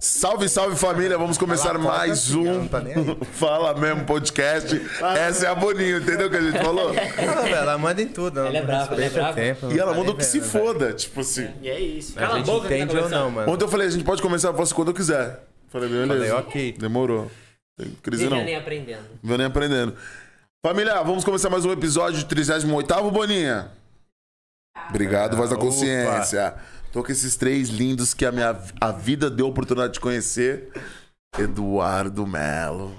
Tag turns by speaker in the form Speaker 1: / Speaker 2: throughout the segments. Speaker 1: Salve, salve família, vamos começar mais um
Speaker 2: tá
Speaker 1: Fala Mesmo Podcast. Essa é a Boninho, entendeu o que a gente falou?
Speaker 2: Ela, ela manda em tudo. Ela,
Speaker 3: Ela é brava,
Speaker 2: respeita
Speaker 3: ela é
Speaker 2: o
Speaker 3: brava.
Speaker 2: tempo,
Speaker 1: E ela
Speaker 2: não tá
Speaker 1: manda o
Speaker 2: nem
Speaker 1: que se
Speaker 2: vendo,
Speaker 1: foda, tipo assim.
Speaker 3: E é isso.
Speaker 2: velho.
Speaker 3: Cala
Speaker 2: A
Speaker 3: a
Speaker 2: gente
Speaker 3: boca, que tá
Speaker 2: entende ou não,
Speaker 3: começando.
Speaker 2: mano.
Speaker 1: Ontem eu falei, a gente pode começar a falar quando eu quiser. Falei, beleza.
Speaker 2: Falei, ok.
Speaker 1: Demorou. Crise não.
Speaker 3: Viviane nem aprendendo.
Speaker 1: Vou nem aprendendo. Família, vamos começar mais um episódio 38 Boninha. Obrigado, voz da
Speaker 2: Opa.
Speaker 1: consciência. Tô com esses três lindos que a minha a vida deu a oportunidade de conhecer. Eduardo Melo,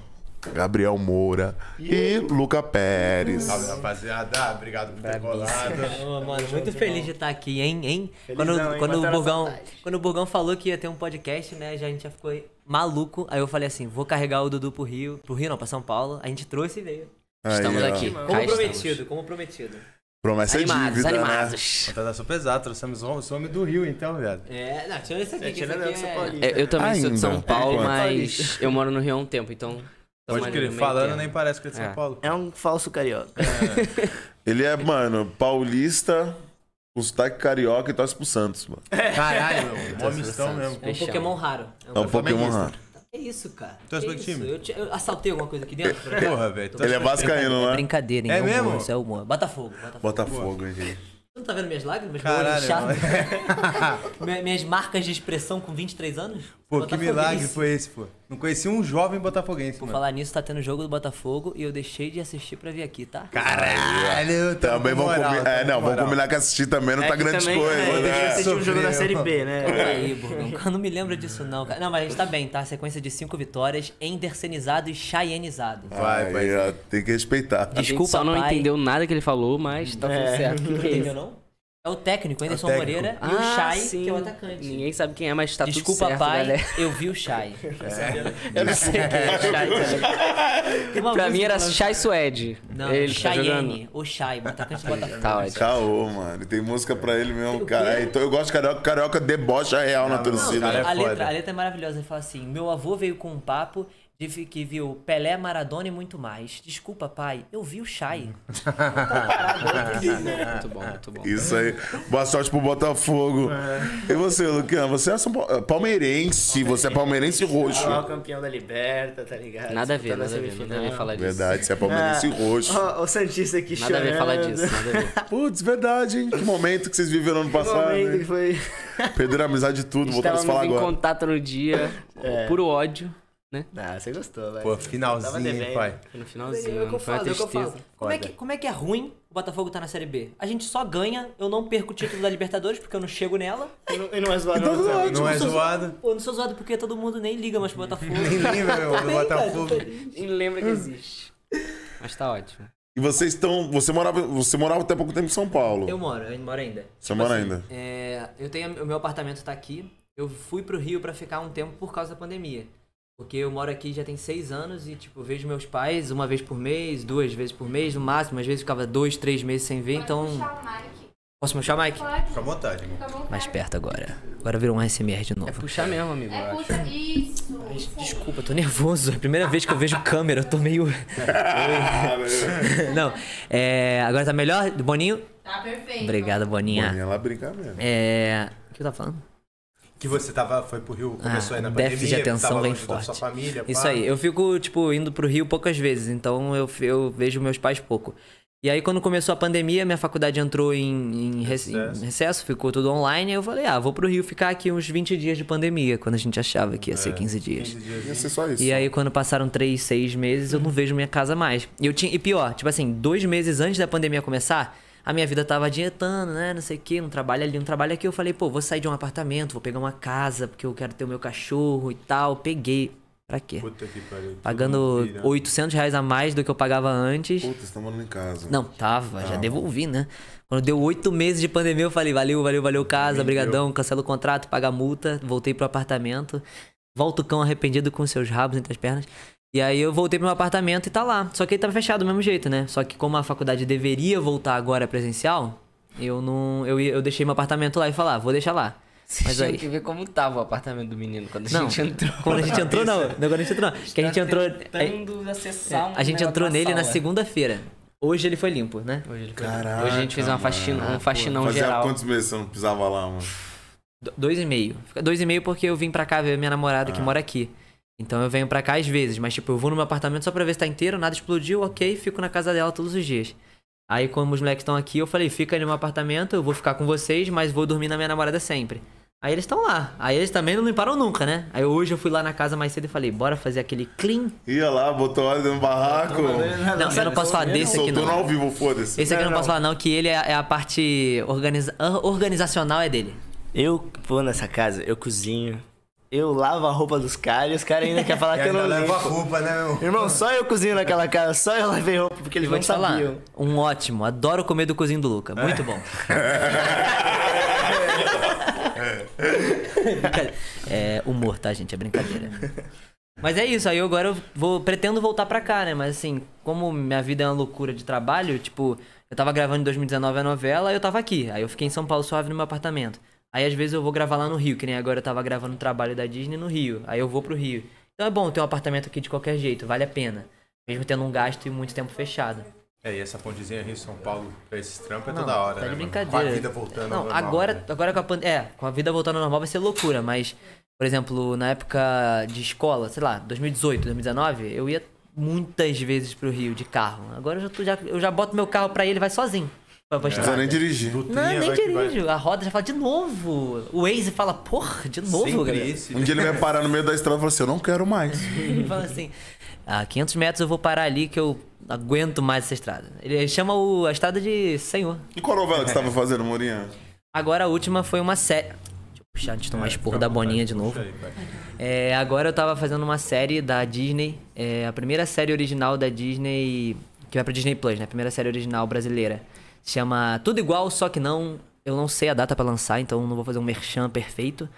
Speaker 1: Gabriel Moura e Luca Pérez.
Speaker 4: Salve,
Speaker 5: Uhum.
Speaker 4: rapaziada.
Speaker 2: ah,
Speaker 4: Obrigado por ter colado.
Speaker 3: Ô, mano, muito feliz de estar aqui, hein? hein? Quando,
Speaker 2: hein?
Speaker 3: quando, o
Speaker 2: Mataram a
Speaker 3: Burgão, quando o Burgão falou que ia ter um podcast, né? Já, a gente já ficou aí maluco. Aí eu falei assim: vou carregar o Dudu pro Rio. Pro Rio, não, pra São Paulo. A gente trouxe e veio.
Speaker 5: Estamos
Speaker 1: Aí, ó.
Speaker 5: aqui.
Speaker 3: Como
Speaker 5: Cá
Speaker 3: prometido,
Speaker 5: estamos.
Speaker 3: como prometido.
Speaker 1: Promessa é
Speaker 5: Animados,
Speaker 1: dívida, né?
Speaker 5: animados.
Speaker 2: Tá tá super exato, trouxemos o homem do Rio, então, viado.
Speaker 3: É, não, tirando isso aqui. que
Speaker 2: tirando
Speaker 3: isso
Speaker 2: eu que
Speaker 3: aqui
Speaker 2: sou
Speaker 3: é...
Speaker 2: paulista.
Speaker 5: É, eu também sou de São
Speaker 1: Ainda.
Speaker 5: Paulo,
Speaker 1: Enquanto.
Speaker 5: mas eu moro no Rio há um tempo, então. tamo
Speaker 2: Pode
Speaker 5: ali no
Speaker 2: crer,
Speaker 5: meio
Speaker 2: falando
Speaker 3: né?
Speaker 5: termo.
Speaker 2: nem parece que é de São
Speaker 5: É.
Speaker 2: Paulo.
Speaker 6: É um falso carioca.
Speaker 1: Ele é, mano, paulista, com sotaque carioca e torce pro Santos, mano. É
Speaker 2: Caralho, meu. Mó mistão mesmo.
Speaker 3: um É um Pokémon raro. É um
Speaker 1: É um Pokémon raro.
Speaker 3: É isso, cara.
Speaker 2: Tu és
Speaker 3: Que
Speaker 2: meu
Speaker 3: isso?
Speaker 2: time?
Speaker 3: Eu, te- eu assaltei alguma coisa aqui dentro?
Speaker 2: Porra, velho.
Speaker 1: Ele é vascaíno, né?
Speaker 3: Brincadeira, hein?
Speaker 2: É
Speaker 3: humor,
Speaker 2: mesmo?
Speaker 3: Isso é humor. Botafogo, Botafogo.
Speaker 1: Botafogo, hein, gente.
Speaker 3: Tu não tá vendo minhas lágrimas? Meu olho
Speaker 2: Caralho,
Speaker 3: inchado?
Speaker 2: mano.
Speaker 3: Mi- Minhas marcas de expressão com 23 anos?
Speaker 2: Pô, que
Speaker 3: Botafoguense.
Speaker 2: milagre foi esse, pô. Não conheci um jovem botafoguense,
Speaker 3: Por
Speaker 2: mano.
Speaker 3: falar nisso, tá tendo jogo do Botafogo e eu deixei de assistir pra vir aqui, tá?
Speaker 2: Caralho, tamo
Speaker 1: Também
Speaker 2: com
Speaker 1: vão
Speaker 2: moral,
Speaker 1: combinar.
Speaker 2: tamo
Speaker 1: É,
Speaker 2: com
Speaker 1: não, vão
Speaker 2: moral.
Speaker 1: combinar que assistir também não tá grande coisa,
Speaker 6: Deixa eu
Speaker 1: né?
Speaker 6: assistir um
Speaker 5: É,
Speaker 6: jogo da
Speaker 2: Sofreu.
Speaker 6: Série B, né?
Speaker 3: É Aí, Burgão, não me lembra disso não, cara. Não, mas a gente tá bem, tá? Sequência de cinco vitórias, endersenizado e chayenizado.
Speaker 2: Vai,
Speaker 1: Aí,
Speaker 2: vai.
Speaker 1: ó, Tem que respeitar.
Speaker 5: A gente
Speaker 3: Desculpa,
Speaker 5: só não
Speaker 3: pai.
Speaker 5: entendeu nada que ele falou, mas tá tudo certo. Que que é isso?
Speaker 3: Entendeu, não? É o técnico, Anderson
Speaker 2: técnico.
Speaker 3: Moreira, e o
Speaker 5: Ah,
Speaker 3: Chay,
Speaker 5: sim.
Speaker 3: que é o atacante.
Speaker 5: Ninguém sabe quem é, mas tá
Speaker 3: Desculpa,
Speaker 5: tudo certo,
Speaker 3: pai,
Speaker 5: galera.
Speaker 3: eu vi o Chay.
Speaker 5: Eu não sei quem é Chay também.
Speaker 3: Tem uma
Speaker 5: Pra mim
Speaker 3: música
Speaker 5: era
Speaker 3: falando-
Speaker 5: Chay Suede.
Speaker 3: Não,
Speaker 5: ele tá
Speaker 3: Chayenne,
Speaker 5: jogando.
Speaker 3: o Chay, o atacante do Botafogo.
Speaker 5: Tá ótimo.
Speaker 1: Caô, mano. Tem música pra ele mesmo, cara. Então eu gosto de carioca. Carioca debocha real na torcida.
Speaker 2: cara,
Speaker 1: né?
Speaker 2: é
Speaker 3: a, letra,
Speaker 2: foda.
Speaker 3: a letra é maravilhosa. Ele fala assim: Meu avô veio com um papo de fi- que viu Pelé, Maradona e muito mais. Desculpa, pai, eu vi o
Speaker 2: Hum.
Speaker 3: Chay.
Speaker 5: Muito bom, muito bom.
Speaker 1: Isso aí. Boa sorte pro Botafogo. E você, Luquinha? Você é São Paulo- palmeirense. Você é palmeirense roxo.
Speaker 6: Atual campeão da Liberta, tá ligado?
Speaker 5: Nada a ver,
Speaker 6: Disputando
Speaker 5: nada a ver, nada a ver
Speaker 3: né?
Speaker 6: semifinal.
Speaker 5: falar disso.
Speaker 1: Verdade, você é palmeirense
Speaker 6: Ah,
Speaker 1: roxo.
Speaker 6: ó, o Santista aqui
Speaker 5: Nada a
Speaker 6: chorando.
Speaker 5: ver falar disso, nada a ver.
Speaker 1: Putz, verdade, hein? Que momento que vocês viveram ano
Speaker 6: Que
Speaker 1: passado.
Speaker 6: momento que
Speaker 1: Né?
Speaker 6: foi...
Speaker 1: Perderam a amizade de tudo, voltaram a se falar
Speaker 5: Estávamos em
Speaker 1: agora.
Speaker 5: contato no dia,
Speaker 6: É.
Speaker 5: puro ódio,
Speaker 6: Ah, você gostou, velho.
Speaker 2: Pô,
Speaker 6: Tava
Speaker 2: finalzinho,
Speaker 6: devendo.
Speaker 2: hein, pai.
Speaker 5: no
Speaker 3: É
Speaker 5: finalzinho,
Speaker 3: o que eu
Speaker 5: mano, foi uma
Speaker 3: falo, é o que eu falo.
Speaker 5: tristeza.
Speaker 3: Como é, que,
Speaker 2: Foda.
Speaker 3: como é que é ruim o Botafogo tá na Série B? A gente só ganha, eu não perco o título da Libertadores porque eu não chego nela.
Speaker 6: E não- E não é zoado,
Speaker 1: Então,
Speaker 6: não, sabe?
Speaker 2: Não é zoado.
Speaker 3: Pô, eu não sou zoado porque todo mundo nem liga mais pro Botafogo.
Speaker 2: Nem lembra, meu, do
Speaker 3: tá
Speaker 2: Botafogo.
Speaker 5: Nem lembra que existe. Mas tá ótimo.
Speaker 1: E vocês estão. Você morava, você morava até pouco tempo em São Paulo.
Speaker 3: Eu moro, eu moro ainda.
Speaker 1: Você mora ainda.
Speaker 3: É, eu tenho o meu apartamento tá aqui. Eu fui pro Rio pra ficar um tempo por causa da pandemia. Porque eu moro aqui já tem seis anos e, tipo, vejo meus pais uma vez por mês, duas vezes por mês, no máximo. Às vezes ficava dois, três meses sem ver, então. Posso mexer o mic?
Speaker 2: Fica à vontade, irmão.
Speaker 3: Mais perto agora. Agora virou um ASMR de novo.
Speaker 5: Puxar mesmo,
Speaker 7: É
Speaker 5: amigo.
Speaker 1: É,
Speaker 5: eu acho.
Speaker 8: Isso.
Speaker 3: Desculpa, eu tô nervoso. É a primeira vez que eu vejo câmera, eu tô meio. Não, é. Agora tá melhor? Boninho?
Speaker 8: Tá perfeito.
Speaker 3: Obrigado, Boninha.
Speaker 1: Ia lá brincar mesmo.
Speaker 3: É. O que eu tava falando?
Speaker 2: Que você tava, foi pro Rio, começou aí na pandemia.
Speaker 3: déficit de atenção
Speaker 2: tava
Speaker 3: bem
Speaker 2: longe da
Speaker 3: forte.
Speaker 2: sua família,
Speaker 3: Isso
Speaker 2: pá.
Speaker 3: aí, eu fico, tipo, indo pro Rio poucas vezes, então eu, eu vejo meus pais pouco. E aí, quando começou a pandemia, minha faculdade entrou em, em rec- em recesso.
Speaker 2: Recesso.
Speaker 3: ficou tudo online, aí eu falei, ah, vou pro Rio ficar aqui uns 20 dias de pandemia, quando a gente achava que ia ser 15 É, dias.
Speaker 1: Ia ser só isso.
Speaker 3: E aí, quando passaram três, seis meses, eu não vejo minha casa mais. E, eu tinha, e pior, tipo assim, dois meses antes da pandemia começar, a minha vida tava dietando, né? Não sei o quê, um trabalho ali, um trabalho aqui. Eu falei, pô, vou sair de um apartamento, vou pegar uma casa, porque eu quero ter o meu cachorro e tal. Peguei. Pra quê?
Speaker 2: Puta que pariu.
Speaker 3: Pagando 800 reais a mais do que eu pagava antes.
Speaker 1: Puta, você tá morando em casa.
Speaker 3: Não, tava, já devolvi, né? Quando deu oito meses de pandemia, eu falei, valeu, valeu, valeu, casa, brigadão, cancela o contrato, paga a multa, voltei pro apartamento. Volta o cão arrependido com seus rabos entre as pernas. E aí eu voltei pro meu apartamento e tá lá. Só que ele tava fechado do mesmo jeito, né? Só que como a faculdade deveria voltar agora presencial, eu não. Eu, ia- eu deixei meu apartamento lá e falar, vou deixar lá. Mas
Speaker 5: Mas
Speaker 3: aí.
Speaker 5: aí. que ver como tava o apartamento do menino quando a
Speaker 3: Não,
Speaker 5: gente entrou. Tá
Speaker 3: quando a gente entrou, não. não, Quando a gente entrou, não. Que a gente entrou. é,
Speaker 5: Tentando acessar um
Speaker 3: A gente
Speaker 5: negócio
Speaker 3: entrou
Speaker 5: da
Speaker 3: nele na
Speaker 5: sala.
Speaker 3: segunda-feira. Hoje ele foi limpo, né?
Speaker 5: Hoje, ele foi-
Speaker 1: Caraca,
Speaker 5: Hoje a gente fez uma
Speaker 1: mano.
Speaker 5: faxina, um faxinão
Speaker 1: Fazia
Speaker 5: geral.
Speaker 1: quantos meses você não pisava lá, mano?
Speaker 3: Do- Dois e meio. Fica Dois e meio porque eu vim pra cá ver minha namorada
Speaker 5: Ah.
Speaker 3: que mora aqui. Então eu venho pra cá às vezes, mas tipo, eu vou no meu apartamento só pra ver se tá inteiro, nada explodiu, ok, fico na casa dela todos os dias. Aí como os moleques estão aqui, eu falei, fica ali no meu apartamento, eu vou ficar com vocês, mas vou dormir na minha namorada sempre. Aí eles estão lá. Aí eles também não limparam nunca, né? Aí hoje eu fui lá na casa mais cedo e falei, bora fazer aquele clean.
Speaker 1: Ia lá, botou óleo no barraco.
Speaker 2: né?
Speaker 3: Não, eu não posso falar desse aqui
Speaker 1: Ah, Soltou no
Speaker 3: não.
Speaker 1: ao vivo, foda-se.
Speaker 3: Esse aqui eu não posso falar não, que ele é, é a parte organiza- organizacional é dele.
Speaker 6: Eu vou nessa casa, eu cozinho. Eu lavo a roupa dos caras e os caras ainda querem falar
Speaker 2: E
Speaker 6: que
Speaker 2: ainda
Speaker 6: eu não
Speaker 2: leva a
Speaker 6: limpo.
Speaker 2: roupa, né, meu?
Speaker 6: Irmão, só eu cozinho naquela casa, só eu lavei roupa porque eles
Speaker 3: Vou
Speaker 6: não
Speaker 3: te falar,
Speaker 6: sabiam.
Speaker 3: um ótimo, adoro comer do cozinho do Luca, muito bom. Brincadeira. é humor, tá, gente? É brincadeira. Mas é isso, aí eu agora eu vou, pretendo voltar pra cá, né? Mas assim, como minha vida é uma loucura de trabalho, tipo, eu tava gravando em 2019 a novela, eu tava aqui. Aí eu fiquei em São Paulo suave no meu apartamento. Aí às vezes eu vou gravar lá no Rio, que nem agora eu tava gravando um trabalho da Disney no Rio. Aí eu vou pro Rio. Então é bom ter um apartamento aqui de qualquer jeito, vale a pena. Mesmo tendo um gasto e muito tempo fechado.
Speaker 2: É, e essa pontezinha Rio São Paulo pra esses trampos é toda hora,
Speaker 3: Tá de
Speaker 2: né, mano?
Speaker 3: brincadeira.
Speaker 2: Com a vida voltando
Speaker 3: Não,
Speaker 2: ao normal,
Speaker 3: agora,
Speaker 2: né?
Speaker 3: agora com a pandemia. É, com a vida voltando ao normal vai ser loucura, mas, por exemplo, na época de escola, sei lá, 2018, 2019, eu ia muitas vezes pro Rio de carro. Agora eu já, tô- já- eu já boto meu carro pra ele, vai sozinho. Pra,
Speaker 2: É.
Speaker 3: pra
Speaker 1: Não precisa
Speaker 3: estrada.
Speaker 1: nem dirigir.
Speaker 3: Não,
Speaker 2: Trinha
Speaker 3: nem
Speaker 2: vai que vai.
Speaker 3: dirijo. A roda já fala de novo. O Waze fala, porra, de tá novo,
Speaker 2: Sempre
Speaker 3: galera.
Speaker 2: esse. tipo
Speaker 1: Um dia ele vai parar no meio da estrada e falar assim: Eu não quero mais.
Speaker 3: Ele fala assim: a 500 metros eu vou parar ali que eu aguento mais essa estrada. Ele chama o- a estrada de senhor.
Speaker 1: E qual novela que você tava fazendo, Morinha? Agora
Speaker 3: Agora a última foi uma série. Deixa eu puxar antes de
Speaker 2: É,
Speaker 3: tomar esporro da boninha de novo. É, agora eu tava fazendo uma série da Disney, é, a primeira série original da Disney, que vai pra Disney Plus, né? A primeira série original brasileira. Se chama Tudo Igual, Só Que Não. Eu não sei a data pra lançar, então não vou fazer um merchan perfeito.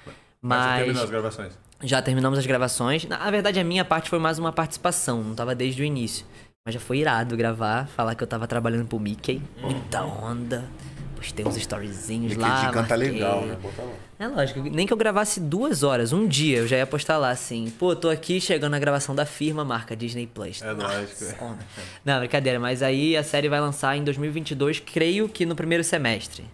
Speaker 2: Mas já
Speaker 3: Mas
Speaker 2: terminou as gravações.
Speaker 3: já terminamos as gravações. Na a verdade, a minha parte foi mais uma participação, não tava desde o início. Mas já foi irado gravar, falar que eu tava trabalhando pro Mickey. Muita onda. Postei uns storyzinhos
Speaker 1: Mickey
Speaker 3: lá.
Speaker 1: de canta
Speaker 3: marquei.
Speaker 1: legal, né? Bota lá.
Speaker 3: É lógico, nem que eu gravasse duas horas, um dia eu já ia postar lá assim, pô, tô aqui chegando na gravação da firma marca Disney Plus.
Speaker 2: É lógico.
Speaker 3: Onda. Não, brincadeira, mas aí a série vai lançar em 2022, creio que no primeiro semestre.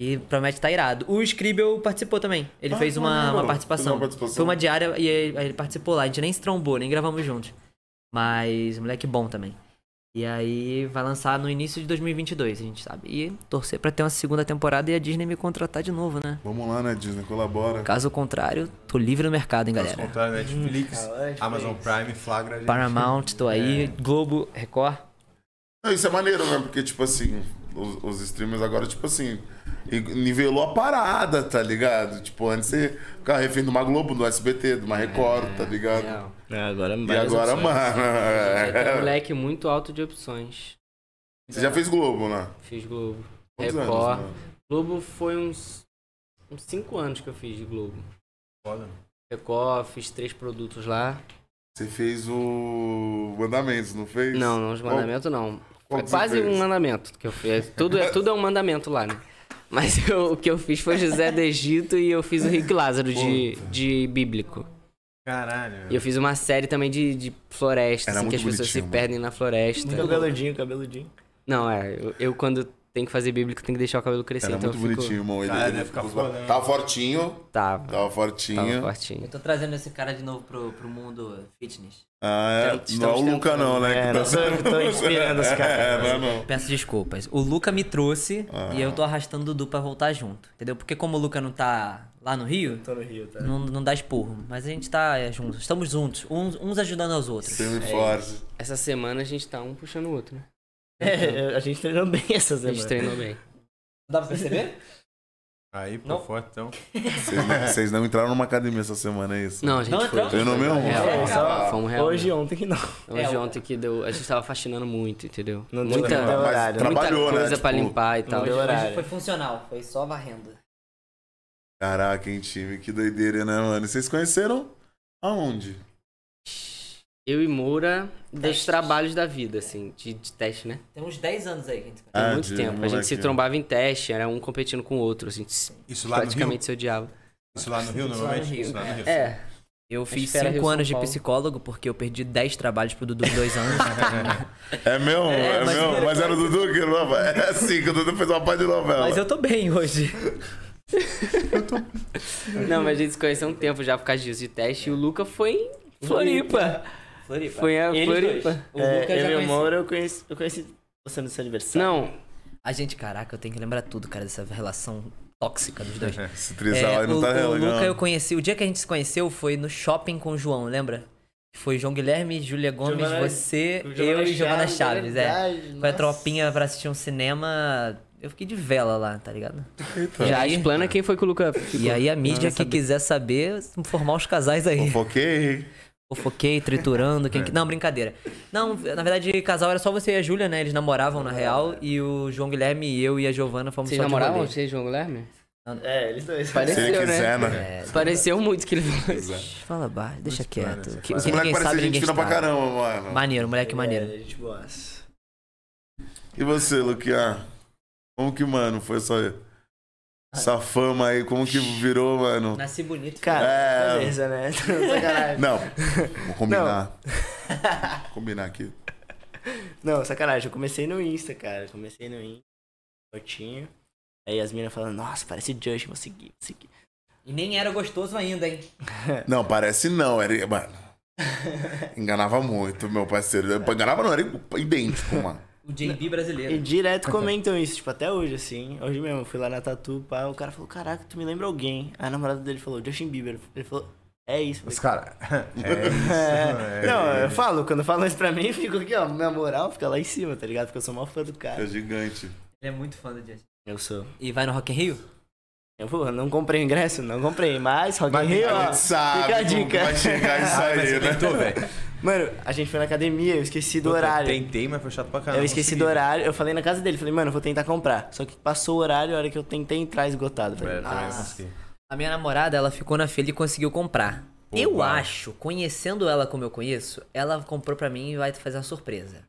Speaker 3: E promete estar irado. O Scribble participou também. Ele
Speaker 1: Ah,
Speaker 3: fez
Speaker 1: que
Speaker 3: uma,
Speaker 1: maneiro.
Speaker 3: uma participação.
Speaker 1: Fez uma participação.
Speaker 3: Foi uma diária e ele, ele participou lá. A gente nem se trombou, nem gravamos juntos. Mas moleque bom também. E aí vai lançar no início de 2022, a gente sabe. E torcer pra ter uma segunda temporada e a Disney me contratar de novo, né?
Speaker 1: Vamos lá, né, Disney? Colabora.
Speaker 3: Caso contrário, tô livre no mercado, hein,
Speaker 2: Caso
Speaker 3: galera.
Speaker 2: contrário, Netflix,
Speaker 6: cara, Netflix.
Speaker 2: Amazon Prime, Flagra. gente.
Speaker 3: Paramount, tô aí.
Speaker 2: É.
Speaker 3: Globo, Record.
Speaker 1: Não, isso é maneiro, né? Porque, tipo assim, os, os streamers agora, tipo assim, e- nivelou a parada, tá ligado? Tipo, antes você ficava refém de uma Globo, do SBT, de uma Record,
Speaker 5: É,
Speaker 1: tá ligado?
Speaker 5: Real.
Speaker 6: Não, agora
Speaker 1: E agora, mano.
Speaker 5: É, tem um
Speaker 1: é.
Speaker 5: leque muito alto de opções.
Speaker 1: Você já fez Globo, né?
Speaker 5: Fiz Globo.
Speaker 1: Quantos
Speaker 5: é. Record.
Speaker 1: anos, né?
Speaker 5: Globo foi uns 5 anos que eu fiz de Globo.
Speaker 2: Foda.
Speaker 5: Record, fiz três produtos lá.
Speaker 1: Você fez o Mandamentos, não fez?
Speaker 5: Não, não, os mandamentos não.
Speaker 1: qual
Speaker 5: Foi
Speaker 1: que você
Speaker 5: quase
Speaker 1: fez?
Speaker 5: um mandamento que eu fiz. Tudo é, tudo é um mandamento lá, né? Mas eu- o que eu fiz foi José do Egito e eu fiz o Rick Lázaro de, de bíblico.
Speaker 2: Caralho.
Speaker 5: E eu fiz uma série também de, de floresta,
Speaker 1: Era
Speaker 5: assim, que as
Speaker 1: muito
Speaker 5: pessoas se
Speaker 1: bonitinho, mano.
Speaker 5: perdem na floresta.
Speaker 6: Cabeludinho, cabeludinho.
Speaker 5: Não, é. Eu, eu, quando tem que fazer bíblico, tem que deixar o cabelo crescer.
Speaker 1: Era
Speaker 5: então
Speaker 1: muito
Speaker 5: eu fico-
Speaker 1: bonitinho, irmão. Ele,
Speaker 2: Cara,
Speaker 1: ele
Speaker 2: deve ficar
Speaker 1: ficou-
Speaker 2: foda, né?
Speaker 1: Tava fortinho,
Speaker 5: Tava.
Speaker 1: tava
Speaker 5: Tava
Speaker 1: fortinho.
Speaker 5: fortinho.
Speaker 3: Eu tô trazendo esse cara de novo pro, pro mundo fitness.
Speaker 1: Ah, é.
Speaker 5: Estamos
Speaker 1: Não é o Luca,
Speaker 5: tentando.
Speaker 1: não, né?
Speaker 6: É,
Speaker 2: tá
Speaker 6: não sou eu que tô inspirando os
Speaker 1: É,
Speaker 6: caras.
Speaker 1: não é não.
Speaker 3: Peço desculpas. O Luca me trouxe e eu tô arrastando o Dudu pra voltar junto. Entendeu? Porque como o Luca não tá lá no Rio,
Speaker 6: Tô no Rio, tá?
Speaker 3: não, não dá esporro. Mas a gente tá é, junto. Estamos juntos. Uns, uns ajudando aos outros.
Speaker 1: um
Speaker 5: É
Speaker 1: Semi-forte.
Speaker 5: Essa semana a gente tá um puxando o outro, né?
Speaker 6: É, a gente treinou bem essa
Speaker 5: A
Speaker 6: semana.
Speaker 5: gente treinou bem.
Speaker 3: Dá pra perceber?
Speaker 2: Aí, pô,
Speaker 3: Não.
Speaker 2: foto, então.
Speaker 1: Vocês não- Vocês não entraram numa academia essa semana, é isso?
Speaker 5: Não, a gente
Speaker 3: Não,
Speaker 5: foi.
Speaker 3: então-
Speaker 1: Eu não mesmo?
Speaker 5: É,
Speaker 6: só-
Speaker 5: Fomos real.
Speaker 6: Hoje e ontem que não.
Speaker 5: Hoje
Speaker 3: É,
Speaker 5: ontem que deu. A gente tava faxinando muito, entendeu?
Speaker 6: Não deu
Speaker 5: muita,
Speaker 6: tempo,
Speaker 1: Mas
Speaker 6: horário.
Speaker 1: trabalhou,
Speaker 5: É muita coisa
Speaker 1: né?
Speaker 5: pra
Speaker 1: Tipo,
Speaker 5: limpar e tal.
Speaker 6: deu horário.
Speaker 3: Hoje foi funcional. Foi só varrendo.
Speaker 1: Caraca, hein, time? Que doideira, né, mano? E Vocês conheceram aonde?
Speaker 5: Eu e Moura dos
Speaker 3: Testes.
Speaker 5: trabalhos da vida, assim, de, de teste, né?
Speaker 3: Tem uns 10 anos aí que a gente
Speaker 5: Tem
Speaker 1: Ah,
Speaker 5: muito
Speaker 1: de
Speaker 5: tempo. A gente se
Speaker 1: molequinho.
Speaker 5: trombava em teste, era um competindo com o outro, assim, se-
Speaker 2: Isso lá no Rio?
Speaker 5: praticamente se odiava.
Speaker 2: Isso lá no Rio, normalmente?
Speaker 3: Isso
Speaker 2: Isso
Speaker 3: lá
Speaker 2: lá no Rio.
Speaker 5: É,
Speaker 3: Eu fiz
Speaker 5: Espera, Rio,
Speaker 3: 5
Speaker 5: São
Speaker 3: anos de
Speaker 5: Paulo.
Speaker 3: psicólogo porque eu perdi 10 trabalhos pro Dudu em 2 anos.
Speaker 1: É meu? É,
Speaker 3: mas-
Speaker 1: meu? Mas era o Dudu que novela? É assim, que o Dudu fez uma pá de novela.
Speaker 3: Mas eu tô bem hoje.
Speaker 5: Não, mas a gente se conheceu há um tempo já por causa disso de teste. E o Luca foi em Floripa.
Speaker 3: Floripa.
Speaker 5: Foi a
Speaker 3: Eles
Speaker 5: Floripa.
Speaker 3: dois. O
Speaker 6: É,
Speaker 3: Lucas já
Speaker 6: eu e o
Speaker 3: conheci.
Speaker 6: Moro, eu conheci, eu conheci você no seu aniversário.
Speaker 5: Não,
Speaker 3: A gente, caraca, eu tenho que lembrar tudo, cara, dessa relação tóxica dos dois.
Speaker 1: Esse
Speaker 3: É,
Speaker 1: trisal aí
Speaker 3: o,
Speaker 1: não tá
Speaker 3: o Luca eu
Speaker 1: relegando.
Speaker 3: conheci, o dia que a gente se conheceu foi no shopping com o João, lembra? Foi João Guilherme, Júlia Gomes,
Speaker 6: Giovana-
Speaker 3: você,
Speaker 6: com Giovana
Speaker 3: eu e Giovana
Speaker 6: Chaves,
Speaker 3: Chaves, é.
Speaker 6: verdade,
Speaker 3: Foi a
Speaker 6: nossa.
Speaker 3: tropinha pra assistir um cinema. Eu fiquei de vela lá, tá ligado?
Speaker 5: já
Speaker 3: aí-
Speaker 5: explana quem foi que o Luca ficou.
Speaker 3: E aí a mídia
Speaker 5: Não,
Speaker 3: que
Speaker 5: sabe.
Speaker 3: quiser saber, formar os casais aí.
Speaker 1: Fofoquei.
Speaker 3: Fofoquei, triturando,
Speaker 1: É.
Speaker 3: quem que... Não, brincadeira. Não, na verdade, casal era só você e a Júlia, né? Eles namoravam, na real, e o João Guilherme e eu e a Giovana fomos
Speaker 5: Vocês
Speaker 3: só de
Speaker 5: namoravam?
Speaker 3: rolê.
Speaker 5: Vocês, João Guilherme?
Speaker 6: É, eles dois.
Speaker 1: Se
Speaker 5: Parece-
Speaker 1: ele
Speaker 5: Seu, né?
Speaker 1: quiser,
Speaker 3: É.
Speaker 1: né?
Speaker 5: Pareceu muito que ele falou isso.
Speaker 3: Fala baixo, deixa quieto. O que, o
Speaker 1: Esse moleque
Speaker 3: que ninguém
Speaker 1: parece
Speaker 3: sabe,
Speaker 1: gente
Speaker 3: ninguém
Speaker 1: fina pra
Speaker 3: estraga.
Speaker 1: caramba, mano.
Speaker 3: Maneiro, moleque maneiro.
Speaker 6: É, a gente gosta.
Speaker 1: E você, Luquinha? Como que, mano, foi essa, essa fama aí? Como que virou, mano?
Speaker 3: Nasci bonito.
Speaker 6: Cara,
Speaker 1: É.
Speaker 6: beleza, né? sacanagem.
Speaker 1: Não, vou combinar. Vou combinar aqui.
Speaker 6: Não, sacanagem. Eu comecei no Insta, cara. Eu comecei no Insta, curtinho. Aí as meninas falando, nossa, parece o Justin, vou seguir, vou seguir.
Speaker 3: E nem era gostoso ainda, hein?
Speaker 1: Não, parece não, era. Mano. Enganava muito, meu parceiro. Enganava não, era idêntico, mano.
Speaker 3: O JB
Speaker 6: E
Speaker 3: brasileiro.
Speaker 6: direto comentam isso, tipo, até hoje, assim. Hoje mesmo, eu fui lá na Tatu, pá, o cara falou, caraca, tu me lembra alguém. Aí A namorada dele falou, Justin Bieber. Ele falou, é isso. Eu
Speaker 4: Os
Speaker 6: falei,
Speaker 4: caras.
Speaker 6: É,
Speaker 4: É, isso,
Speaker 6: não, eu falo, quando falam isso pra mim, eu fico aqui, ó, minha moral fica lá em cima, tá ligado? Porque eu sou o maior fã do
Speaker 1: É
Speaker 6: cara.
Speaker 1: gigante.
Speaker 3: Ele é muito fã do Justin.
Speaker 6: Eu sou.
Speaker 3: E vai no Rock in Rio?
Speaker 6: Eu pô, não comprei o ingresso, não comprei, mas Rock in
Speaker 4: Mas
Speaker 6: Rio,
Speaker 1: A
Speaker 6: ó,
Speaker 1: gente sabe
Speaker 6: fica a
Speaker 1: como
Speaker 6: dica.
Speaker 1: vai chegar isso aí, né?
Speaker 2: Tentou, velho.
Speaker 6: Mano, a gente foi na academia, eu esqueci do horário.
Speaker 2: Tentei, mas foi chato pra caramba.
Speaker 6: Eu esqueci do horário, eu falei na casa dele, falei, mano, eu vou tentar comprar. Só que passou o horário, a hora que eu tentei entrar esgotado. Falei,
Speaker 2: É, também não
Speaker 6: nossa.
Speaker 2: consegui.
Speaker 3: A minha namorada, ela ficou na fila e conseguiu comprar. eu acho, conhecendo ela como eu conheço, ela comprou pra mim e vai fazer uma surpresa.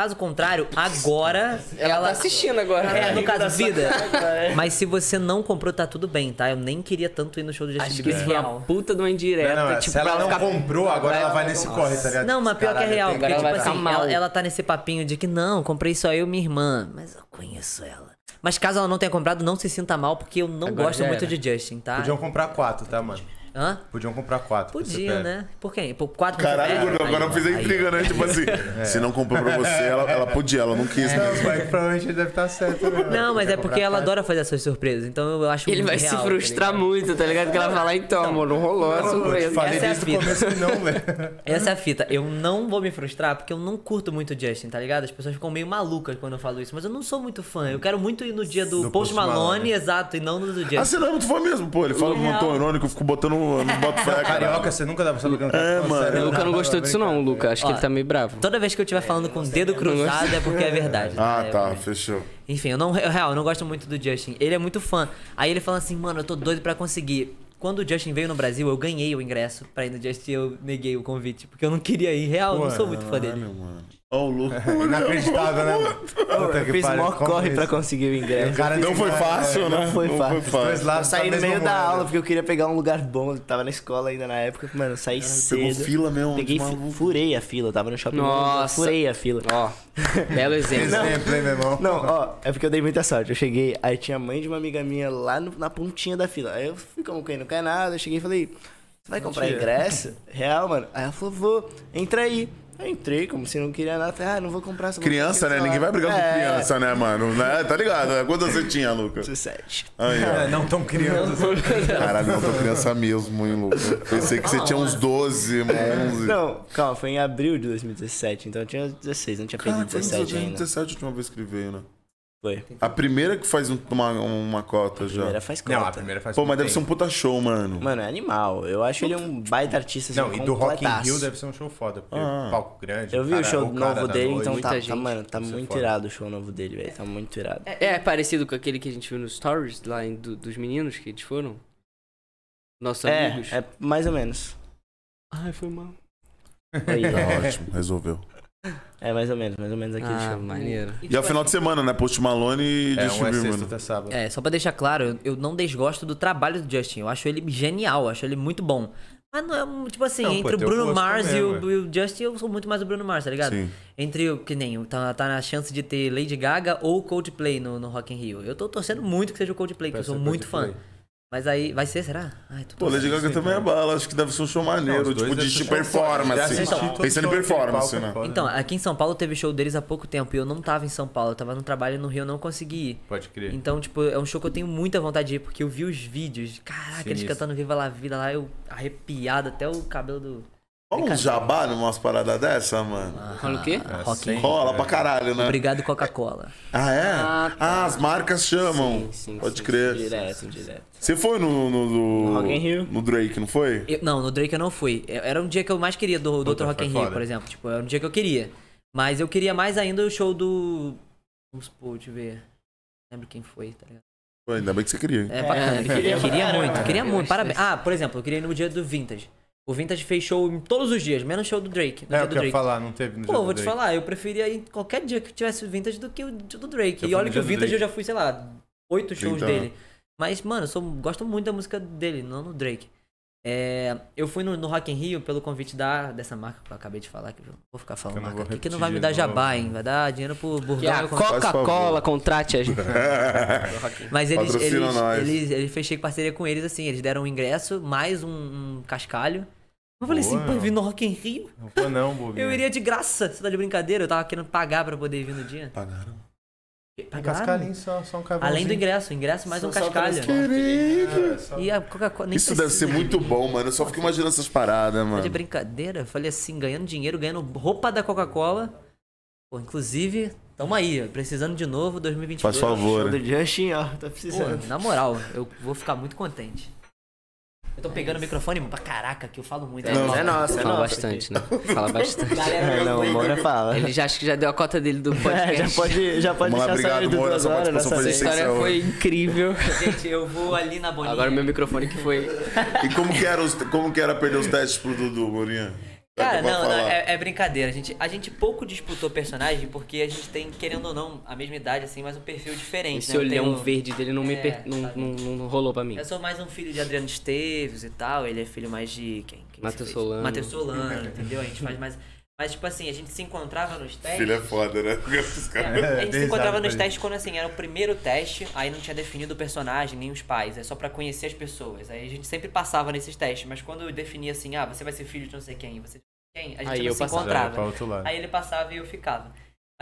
Speaker 3: Caso contrário, agora ela,
Speaker 5: Tá assistindo agora.
Speaker 3: É, no caso, vida.
Speaker 6: cara.
Speaker 3: Mas se você não comprou, tá tudo bem, tá? Eu nem queria tanto ir no show do Justin
Speaker 5: Acho que
Speaker 3: Bieber.
Speaker 5: isso foi
Speaker 3: Real.
Speaker 5: uma puta de uma indireta.
Speaker 2: Não, não,
Speaker 5: tipo,
Speaker 2: se ela
Speaker 5: pra
Speaker 2: não
Speaker 5: ficar-
Speaker 2: comprou, agora ela vai nesse corre, tá ligado?
Speaker 3: Não, mas pior
Speaker 2: Caralho,
Speaker 3: que é real.
Speaker 2: tem-
Speaker 3: Porque,
Speaker 5: agora
Speaker 3: tipo
Speaker 5: ela vai
Speaker 3: assim,
Speaker 5: ficar mal.
Speaker 3: ela, ela tá nesse papinho de que não, comprei só eu e minha irmã. Mas eu conheço ela. Mas caso ela não tenha comprado, não se sinta mal, porque eu não
Speaker 5: Agora
Speaker 3: gosto
Speaker 5: já
Speaker 3: muito
Speaker 5: era.
Speaker 3: de Justin, tá?
Speaker 2: Podiam comprar quatro, tá, mano?
Speaker 3: Hã?
Speaker 2: Podiam comprar quatro. pro
Speaker 3: Podia,
Speaker 4: é
Speaker 2: CPF.
Speaker 3: né? Por quem? Por quatro
Speaker 1: Caralho,
Speaker 3: É,
Speaker 1: Bruno, agora
Speaker 3: aí,
Speaker 1: eu fiz a
Speaker 3: aí.
Speaker 1: intriga, né? Tipo assim, se não comprou pra você, ela, ela podia, ela não quis né?
Speaker 2: Não,
Speaker 4: É.
Speaker 1: mesmo.
Speaker 2: mas provavelmente ele deve estar certo. né?
Speaker 3: Não, mas
Speaker 2: Quer
Speaker 3: é porque
Speaker 2: comprar
Speaker 3: ela
Speaker 2: quatro.
Speaker 3: adora fazer essas surpresas, então eu acho
Speaker 5: Ele vai
Speaker 3: real,
Speaker 5: se
Speaker 3: tá
Speaker 5: frustrar
Speaker 3: ligado?
Speaker 5: muito, tá ligado? Que ela vai falar, então, amor, não rolou a
Speaker 2: Eu te
Speaker 5: surpresa.
Speaker 2: falei
Speaker 3: Essa é a
Speaker 2: desde o
Speaker 3: vida.
Speaker 2: começo que não, né? velho.
Speaker 3: Essa é a fita. Eu não vou me frustrar porque eu não curto muito o Justin, tá ligado? As pessoas ficam meio malucas quando eu falo isso, mas eu não sou muito fã. Eu quero muito ir no dia do
Speaker 2: Do
Speaker 3: Post
Speaker 2: Post
Speaker 3: Malone,
Speaker 2: Malone.
Speaker 3: exato, e não no do
Speaker 1: Ah,
Speaker 3: Justin.
Speaker 1: você não é muito fã mesmo, pô. Ele fala com um tom irônico, eu fico botando. Eu não boto fé, cara.
Speaker 2: Carioca, você nunca dá pra saber o tá
Speaker 1: É, mano.
Speaker 5: O
Speaker 2: né?
Speaker 5: Luca não gostou disso, não, o Luca. Acho que
Speaker 3: Ó.
Speaker 5: ele tá meio bravo.
Speaker 3: Toda vez que eu estiver falando com o dedo cruzado é porque é verdade.
Speaker 1: Ah,
Speaker 3: É,
Speaker 1: tá, fechou.
Speaker 3: Enfim, eu não, eu, real, eu não gosto muito do Justin. Ele é muito fã. Aí ele fala assim, mano, eu tô doido pra conseguir. Quando o Justin veio no Brasil, eu ganhei o ingresso pra ir no Justin e eu neguei o convite. Porque eu não queria ir. Real, eu não sou muito fã dele.
Speaker 1: Caralho, mano. Ó, o Lu.
Speaker 2: é Inacreditável, né? mano? Puta
Speaker 6: Eu
Speaker 2: que
Speaker 6: fiz o
Speaker 2: pariu,
Speaker 6: maior
Speaker 2: como
Speaker 6: corre
Speaker 2: isso?
Speaker 6: pra conseguir o
Speaker 2: O
Speaker 6: ingresso.
Speaker 2: cara um
Speaker 1: Não
Speaker 2: disse,
Speaker 1: foi
Speaker 2: "Olha,
Speaker 1: fácil,
Speaker 2: velho,
Speaker 1: né?
Speaker 6: Não foi fácil.
Speaker 1: fácil.
Speaker 2: Dois
Speaker 6: Eu
Speaker 2: lados
Speaker 5: tá
Speaker 6: saí
Speaker 2: da
Speaker 6: no
Speaker 2: mesma
Speaker 6: meio da
Speaker 2: moeda.
Speaker 6: aula porque eu queria pegar um lugar bom. eu Tava na escola ainda na época, mano. Eu saí
Speaker 1: Pegou
Speaker 6: cedo.
Speaker 1: fila mesmo.
Speaker 6: Peguei,
Speaker 1: de
Speaker 6: fi-
Speaker 1: maluco.
Speaker 6: furei a fila, eu tava no shopping.
Speaker 5: Nossa.
Speaker 6: eu Furei a fila.
Speaker 5: Ó, belo exemplo.
Speaker 2: Exemplo, hein, meu irmão?
Speaker 6: Não, ó, é porque eu dei muita sorte. Eu cheguei, aí tinha a mãe de uma amiga minha lá no- na pontinha da fila. Aí eu fui como quem não quer nada, eu cheguei e falei, você vai comprar ingresso? Real, mano. Aí ela falou, vou, entra aí. Eu entrei, como se não queria nada. Falei, ah, não vou comprar essa
Speaker 1: Criança, né? Ninguém vai brigar
Speaker 6: É.
Speaker 1: com criança, né, mano? Né? Tá ligado? né? Quantas você tinha, Luca?
Speaker 6: 17.
Speaker 1: Aí, ó.
Speaker 2: É, Não tão criando.
Speaker 1: Caralho, não tô criança mesmo, hein, Luca? Pensei que você tinha uns 12, 11.
Speaker 6: É. Não, calma, foi em abril de 2017, então eu tinha 16, não tinha feito
Speaker 1: Cara, quando você
Speaker 6: 17
Speaker 1: tinha
Speaker 6: ainda.
Speaker 1: 17 a última vez que ele veio, né?
Speaker 6: Foi.
Speaker 1: A primeira que faz um- uma, uma cota já.
Speaker 6: Primeira faz conta.
Speaker 2: Não, a primeira faz
Speaker 1: Pô, mas
Speaker 2: muito
Speaker 1: deve ser um puta show, mano.
Speaker 6: Mano, é animal. Eu acho ele um baita artista. assim,
Speaker 2: Não, e do Rock in
Speaker 6: completaço.
Speaker 2: Rio deve ser um show foda, porque
Speaker 1: Ah.
Speaker 2: palco grande.
Speaker 6: Eu vi
Speaker 2: cara,
Speaker 6: o show
Speaker 2: cara
Speaker 6: novo
Speaker 2: da
Speaker 6: dele,
Speaker 2: noite.
Speaker 6: então
Speaker 5: muita
Speaker 6: tá, tá,
Speaker 5: gente.
Speaker 6: mano, tá
Speaker 2: Isso é
Speaker 6: muito
Speaker 2: foda.
Speaker 6: irado o show novo dele, velho. Tá muito irado.
Speaker 5: É, é parecido com aquele que a gente viu nos stories lá em- do- dos meninos que eles foram? Nossos amigos.
Speaker 6: é mais ou menos.
Speaker 5: Ai, foi mal.
Speaker 6: Aí, ó.
Speaker 2: é.
Speaker 1: Ótimo, resolveu.
Speaker 6: é mais ou menos, mais ou menos aqui
Speaker 5: É. Ah,
Speaker 6: show.
Speaker 5: maneiro.
Speaker 1: E é o final de semana, né? Post Malone e
Speaker 2: tipo assim, É,
Speaker 1: Justin
Speaker 2: um é
Speaker 1: Bieber,
Speaker 2: sexta,
Speaker 1: mano.
Speaker 2: outro é sábado.
Speaker 3: É, só pra deixar claro, eu, eu não desgosto do trabalho do Justin. Eu acho ele genial, eu acho ele muito bom. Mas não é, um- tipo assim,
Speaker 2: Não, pô,
Speaker 3: entre o
Speaker 2: teu
Speaker 3: Bruno
Speaker 2: gosto
Speaker 3: Mars e
Speaker 2: mesmo,
Speaker 3: o, e o Justin, eu sou muito mais o Bruno Mars, tá ligado?
Speaker 1: Sim.
Speaker 3: Entre o que nem, o- tá, tá na chance de ter Lady Gaga ou Coldplay no, no Rock in Rio. Eu tô torcendo muito que seja o Coldplay, que eu
Speaker 2: Pra
Speaker 3: sou
Speaker 2: ser
Speaker 3: muito fã.
Speaker 2: Coldplay.
Speaker 3: Mas aí, vai ser, será? Ai, tô
Speaker 1: Pô, Lady Gaga também é bala, acho que deve ser um show maneiro,
Speaker 2: os dois é
Speaker 1: tipo de
Speaker 2: deve ser
Speaker 1: de
Speaker 2: show.
Speaker 1: performance.
Speaker 2: Já assisti
Speaker 1: assim.
Speaker 2: todo
Speaker 1: Pensando em
Speaker 2: show de
Speaker 1: performance,
Speaker 2: palco,
Speaker 1: né?
Speaker 2: foda.
Speaker 3: Então, aqui em São Paulo teve show deles há pouco tempo e eu não tava em São Paulo, eu tava no trabalho no Rio, eu não consegui ir.
Speaker 2: Pode crer.
Speaker 3: Então, tipo, é um show que eu tenho muita vontade de ir, porque eu vi os vídeos. Caraca, eles
Speaker 2: Sinistro.
Speaker 3: cantando Viva La Vida lá, eu arrepiado até o cabelo do.
Speaker 1: Vamos um jabá numas paradas dessa, mano?
Speaker 5: Fala o quê?
Speaker 3: Ah,
Speaker 2: Rock in Rio.
Speaker 1: Rola pra caralho, né?
Speaker 3: Obrigado, Coca-Cola.
Speaker 1: Ah, é?
Speaker 5: Ah,
Speaker 1: Ah, as marcas chamam.
Speaker 5: Sim, sim,
Speaker 1: Pode
Speaker 5: sim,
Speaker 1: crer.
Speaker 6: Direto, direto.
Speaker 1: Você foi no, no, no-
Speaker 6: Rock in Rio.
Speaker 1: no Drake, não foi?
Speaker 3: Eu- não, no Drake eu não fui. Eu- Era um dia que eu mais queria do, do outro
Speaker 2: Puta,
Speaker 3: Rock in
Speaker 2: foi
Speaker 3: Rio,
Speaker 2: foda.
Speaker 3: por exemplo. Tipo, era um dia que eu queria. Mas eu queria mais ainda o show do. Vamos supor, deixa eu ver. Lembro quem foi, tá ligado?
Speaker 1: Foi, ainda bem que você queria. hein?
Speaker 3: É bacana, eu queria, queria muito, queria
Speaker 5: Eu
Speaker 3: muito.
Speaker 5: gosto
Speaker 3: Parabéns.
Speaker 5: desse.
Speaker 3: Ah, por exemplo, eu queria ir no dia do Vintage. O Vintage fez show em todos os dias, menos show do Drake. No
Speaker 2: É,
Speaker 3: dia
Speaker 2: eu
Speaker 3: do
Speaker 2: quero
Speaker 3: Drake.
Speaker 2: falar, não teve no
Speaker 3: Pô,
Speaker 2: jogo
Speaker 3: vou te
Speaker 2: daí.
Speaker 3: falar, eu preferia ir qualquer dia que tivesse o Vintage do que o do Drake.
Speaker 2: Eu
Speaker 3: e
Speaker 2: fui
Speaker 3: olha
Speaker 2: no
Speaker 3: que
Speaker 2: dia
Speaker 3: o
Speaker 2: do
Speaker 3: Vintage
Speaker 2: Drake. né?
Speaker 3: eu já fui, sei lá, oito shows
Speaker 1: Então.
Speaker 3: dele. Mas, mano, eu sou, gosto muito da música dele, não do Drake. É, eu fui no, no Rock in Rio pelo convite da, dessa marca que eu acabei de falar, que eu vou ficar falando
Speaker 2: Eu não
Speaker 3: marca
Speaker 2: vou
Speaker 3: aqui, que não
Speaker 2: repetir
Speaker 3: vai me
Speaker 2: de
Speaker 3: dar
Speaker 2: novo. né? é
Speaker 3: jabá, hein? Vai dar dinheiro pro
Speaker 5: Que é a
Speaker 3: Burdão.
Speaker 5: Coca-Cola contrate a gente.
Speaker 3: Mas eles,
Speaker 1: Patrocina
Speaker 3: eles,
Speaker 1: nós.
Speaker 3: eles, eles fechei parceria com eles, assim, eles deram um ingresso, mais um, um cascalho. Eu falei
Speaker 2: Boa.
Speaker 3: assim, pô, eu vim no Rock in Rio,
Speaker 2: Não foi não, bobinho.
Speaker 3: eu iria de graça. Você tá de brincadeira? Eu tava querendo pagar pra poder vir no dia.
Speaker 1: Pagaram.
Speaker 2: Um
Speaker 3: Pagaram?
Speaker 2: cascalhinho só, só um cavãozinho.
Speaker 3: Além do ingresso, ingresso mais um cascalho.
Speaker 1: Querido.
Speaker 3: E a Coca-Cola nem
Speaker 1: Isso deve ser
Speaker 3: precisa.
Speaker 1: muito bom, mano. Eu só fico imaginando essas paradas,
Speaker 3: Tá de
Speaker 1: mano.
Speaker 3: brincadeira? Eu falei assim, ganhando dinheiro, ganhando roupa da Coca-Cola. Pô, inclusive, tamo aí, ó, precisando de novo, 2022.
Speaker 1: Faz favor.
Speaker 6: Show do Justin, ó, tá
Speaker 3: Pô,
Speaker 6: precisando.
Speaker 3: na moral, eu vou ficar muito contente. Eu tô pegando o microfone pra caraca, que eu falo muito.
Speaker 5: É,
Speaker 3: Não,
Speaker 5: mas é nossa, é
Speaker 6: Fala
Speaker 5: nossa.
Speaker 6: bastante,
Speaker 5: Bastante, né? Fala bastante.
Speaker 6: É, não, o Moura fala.
Speaker 5: Ele já acho que já deu a cota dele do
Speaker 6: É,
Speaker 5: podcast.
Speaker 6: já pode, já pode
Speaker 1: Vamos lá,
Speaker 6: deixar
Speaker 1: obrigado,
Speaker 6: sair do
Speaker 1: Moura,
Speaker 6: duas
Speaker 1: sua
Speaker 6: horas, é-
Speaker 1: participação
Speaker 6: nossa
Speaker 1: foi
Speaker 5: Essa
Speaker 6: vez.
Speaker 1: essencial.
Speaker 5: história foi incrível.
Speaker 3: Gente, eu vou ali na bolinha.
Speaker 5: Agora meu microfone que foi.
Speaker 1: E como que, era os, como que era perder os testes pro Dudu, Morinha?
Speaker 3: Cara,
Speaker 1: Pra
Speaker 3: não, não,
Speaker 1: falar.
Speaker 3: é, é brincadeira. A gente, a gente pouco disputou personagem porque a gente tem, querendo ou não, a mesma idade, assim, mas um perfil diferente.
Speaker 5: Esse
Speaker 3: né? Eu
Speaker 5: olhão
Speaker 3: tenho-
Speaker 5: verde dele não me
Speaker 3: É,
Speaker 5: per- não,
Speaker 3: sabe?
Speaker 5: não, não rolou pra mim.
Speaker 3: Eu sou mais um filho de Adriano Esteves e tal. Ele é filho mais de quem? quem
Speaker 5: Matheus
Speaker 3: você fez?
Speaker 5: Solano.
Speaker 3: Matheus Solano, entendeu? A gente faz mais. Mas, tipo assim, a gente se encontrava nos testes.
Speaker 1: Filho é foda, né? Os
Speaker 3: É,
Speaker 1: caras-
Speaker 3: a gente se
Speaker 2: bem
Speaker 3: encontrava
Speaker 2: exato,
Speaker 3: nos
Speaker 2: parece.
Speaker 3: testes quando assim, era o primeiro teste, aí não tinha definido o personagem, nem os pais, é só pra conhecer as pessoas. Aí a gente sempre passava nesses testes, mas quando eu definia assim, ah, você vai ser filho de não sei quem, você quem, a gente
Speaker 5: Aí
Speaker 3: não
Speaker 5: É, eu
Speaker 3: se
Speaker 5: passava.
Speaker 2: Já ia pra
Speaker 3: encontrava.
Speaker 2: outro lado.
Speaker 3: Aí ele passava e eu ficava.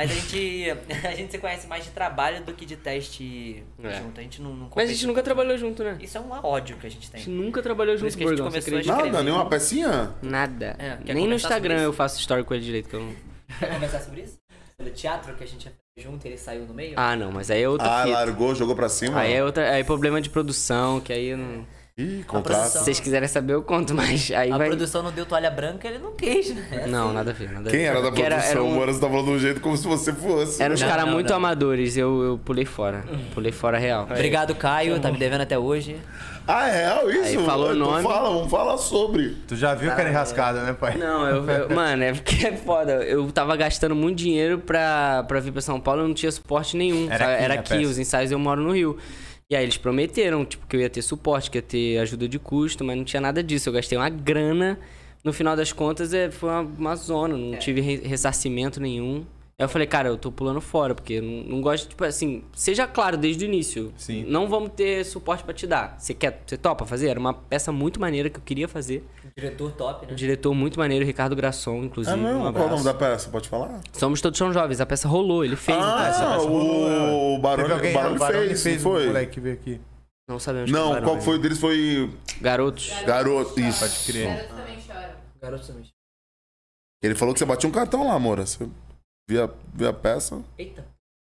Speaker 3: Mas a gente, a gente se conhece mais de trabalho do que de teste
Speaker 5: É.
Speaker 3: junto. A gente não, não
Speaker 5: Mas a
Speaker 3: compete.
Speaker 5: gente nunca trabalhou junto, né?
Speaker 3: Isso é um ódio que a gente
Speaker 5: A
Speaker 3: tem.
Speaker 5: gente nunca trabalhou
Speaker 3: Por isso
Speaker 5: junto,
Speaker 3: que a gente
Speaker 5: Burgão, você
Speaker 3: começou a
Speaker 5: acredita?
Speaker 1: Nada, nenhuma pecinha?
Speaker 5: Nada.
Speaker 3: É, quer
Speaker 5: Nem
Speaker 3: conversar
Speaker 5: no
Speaker 3: sobre
Speaker 5: Instagram
Speaker 3: isso?
Speaker 5: eu faço story com ele direito. que eu não-
Speaker 3: Quer conversar sobre isso? Sobre o teatro que a gente ia fazer junto e ele saiu no meio?
Speaker 5: Ah, não, mas aí é outra
Speaker 1: Ah,
Speaker 5: fita.
Speaker 1: largou, jogou pra cima?
Speaker 3: Ah,
Speaker 5: Aí é outra. Aí é problema de produção, que aí eu não.
Speaker 1: Ih,
Speaker 3: produção.
Speaker 1: contrato.
Speaker 5: Se vocês quiserem saber, eu conto, mas aí
Speaker 3: a
Speaker 5: vai.
Speaker 3: produção não deu toalha branca, ele não quis, né?
Speaker 5: Não, nada a ver, nada a ver.
Speaker 1: Quem era da
Speaker 5: Porque
Speaker 1: produção?
Speaker 5: era
Speaker 1: O
Speaker 5: um-
Speaker 1: Moura, você tá falando de um jeito como se você fosse.
Speaker 5: Eram uns
Speaker 3: Não,
Speaker 5: caras
Speaker 3: não,
Speaker 5: muito
Speaker 3: não.
Speaker 5: amadores, eu, eu pulei fora. Pulei fora real.
Speaker 3: Obrigado, Caio, tá me devendo até hoje.
Speaker 1: Ah, é real isso?
Speaker 5: Aí falou o
Speaker 1: Então
Speaker 5: nome.
Speaker 1: fala, vamos falar sobre.
Speaker 2: Tu já viu que era enrascada, né, pai?
Speaker 5: Não, eu, eu- Mano, é porque é foda. Eu tava gastando muito dinheiro pra, pra vir pra São Paulo, eu não tinha suporte nenhum.
Speaker 2: Era
Speaker 5: sabe?
Speaker 2: aqui,
Speaker 5: Era
Speaker 2: né,
Speaker 5: aqui,
Speaker 2: peça?
Speaker 5: os ensaios eu moro no Rio. E aí eles prometeram, tipo, que eu ia ter suporte, que ia ter ajuda de custo, mas não tinha nada disso. Eu gastei uma grana. No final das contas, é, foi uma, uma zona, não tive re- ressarcimento nenhum. Aí eu falei, cara, eu tô pulando fora, porque eu não, não gosto, tipo assim, seja claro desde o início.
Speaker 2: Sim.
Speaker 5: Não vamos ter suporte pra te dar. Você quer, você topa fazer? Era uma peça muito maneira que eu queria fazer.
Speaker 3: Diretor top,
Speaker 5: Um
Speaker 3: né?
Speaker 5: diretor muito maneiro, Ricardo Grasson, inclusive.
Speaker 1: Ah,
Speaker 5: um
Speaker 1: não, qual
Speaker 5: abraço.
Speaker 1: o nome da peça? Pode falar?
Speaker 5: Somos Todos São Jovens, a peça rolou, ele fez.
Speaker 1: ah,
Speaker 5: né?
Speaker 1: o, o Barone,
Speaker 2: Teve alguém-
Speaker 1: o Barone
Speaker 2: o Barone
Speaker 1: fez,
Speaker 2: fez
Speaker 1: não
Speaker 2: um
Speaker 1: foi?
Speaker 2: moleque que veio aqui.
Speaker 5: Não sabemos quem
Speaker 1: não,
Speaker 5: era,
Speaker 1: qual
Speaker 5: né?
Speaker 1: foi deles foi
Speaker 5: Garotos.
Speaker 1: Garoto, isso.
Speaker 2: Pode crer.
Speaker 3: Garoto também.
Speaker 1: Ele falou que você batia um cartão lá, Moura. Você via, via a peça?
Speaker 3: Eita.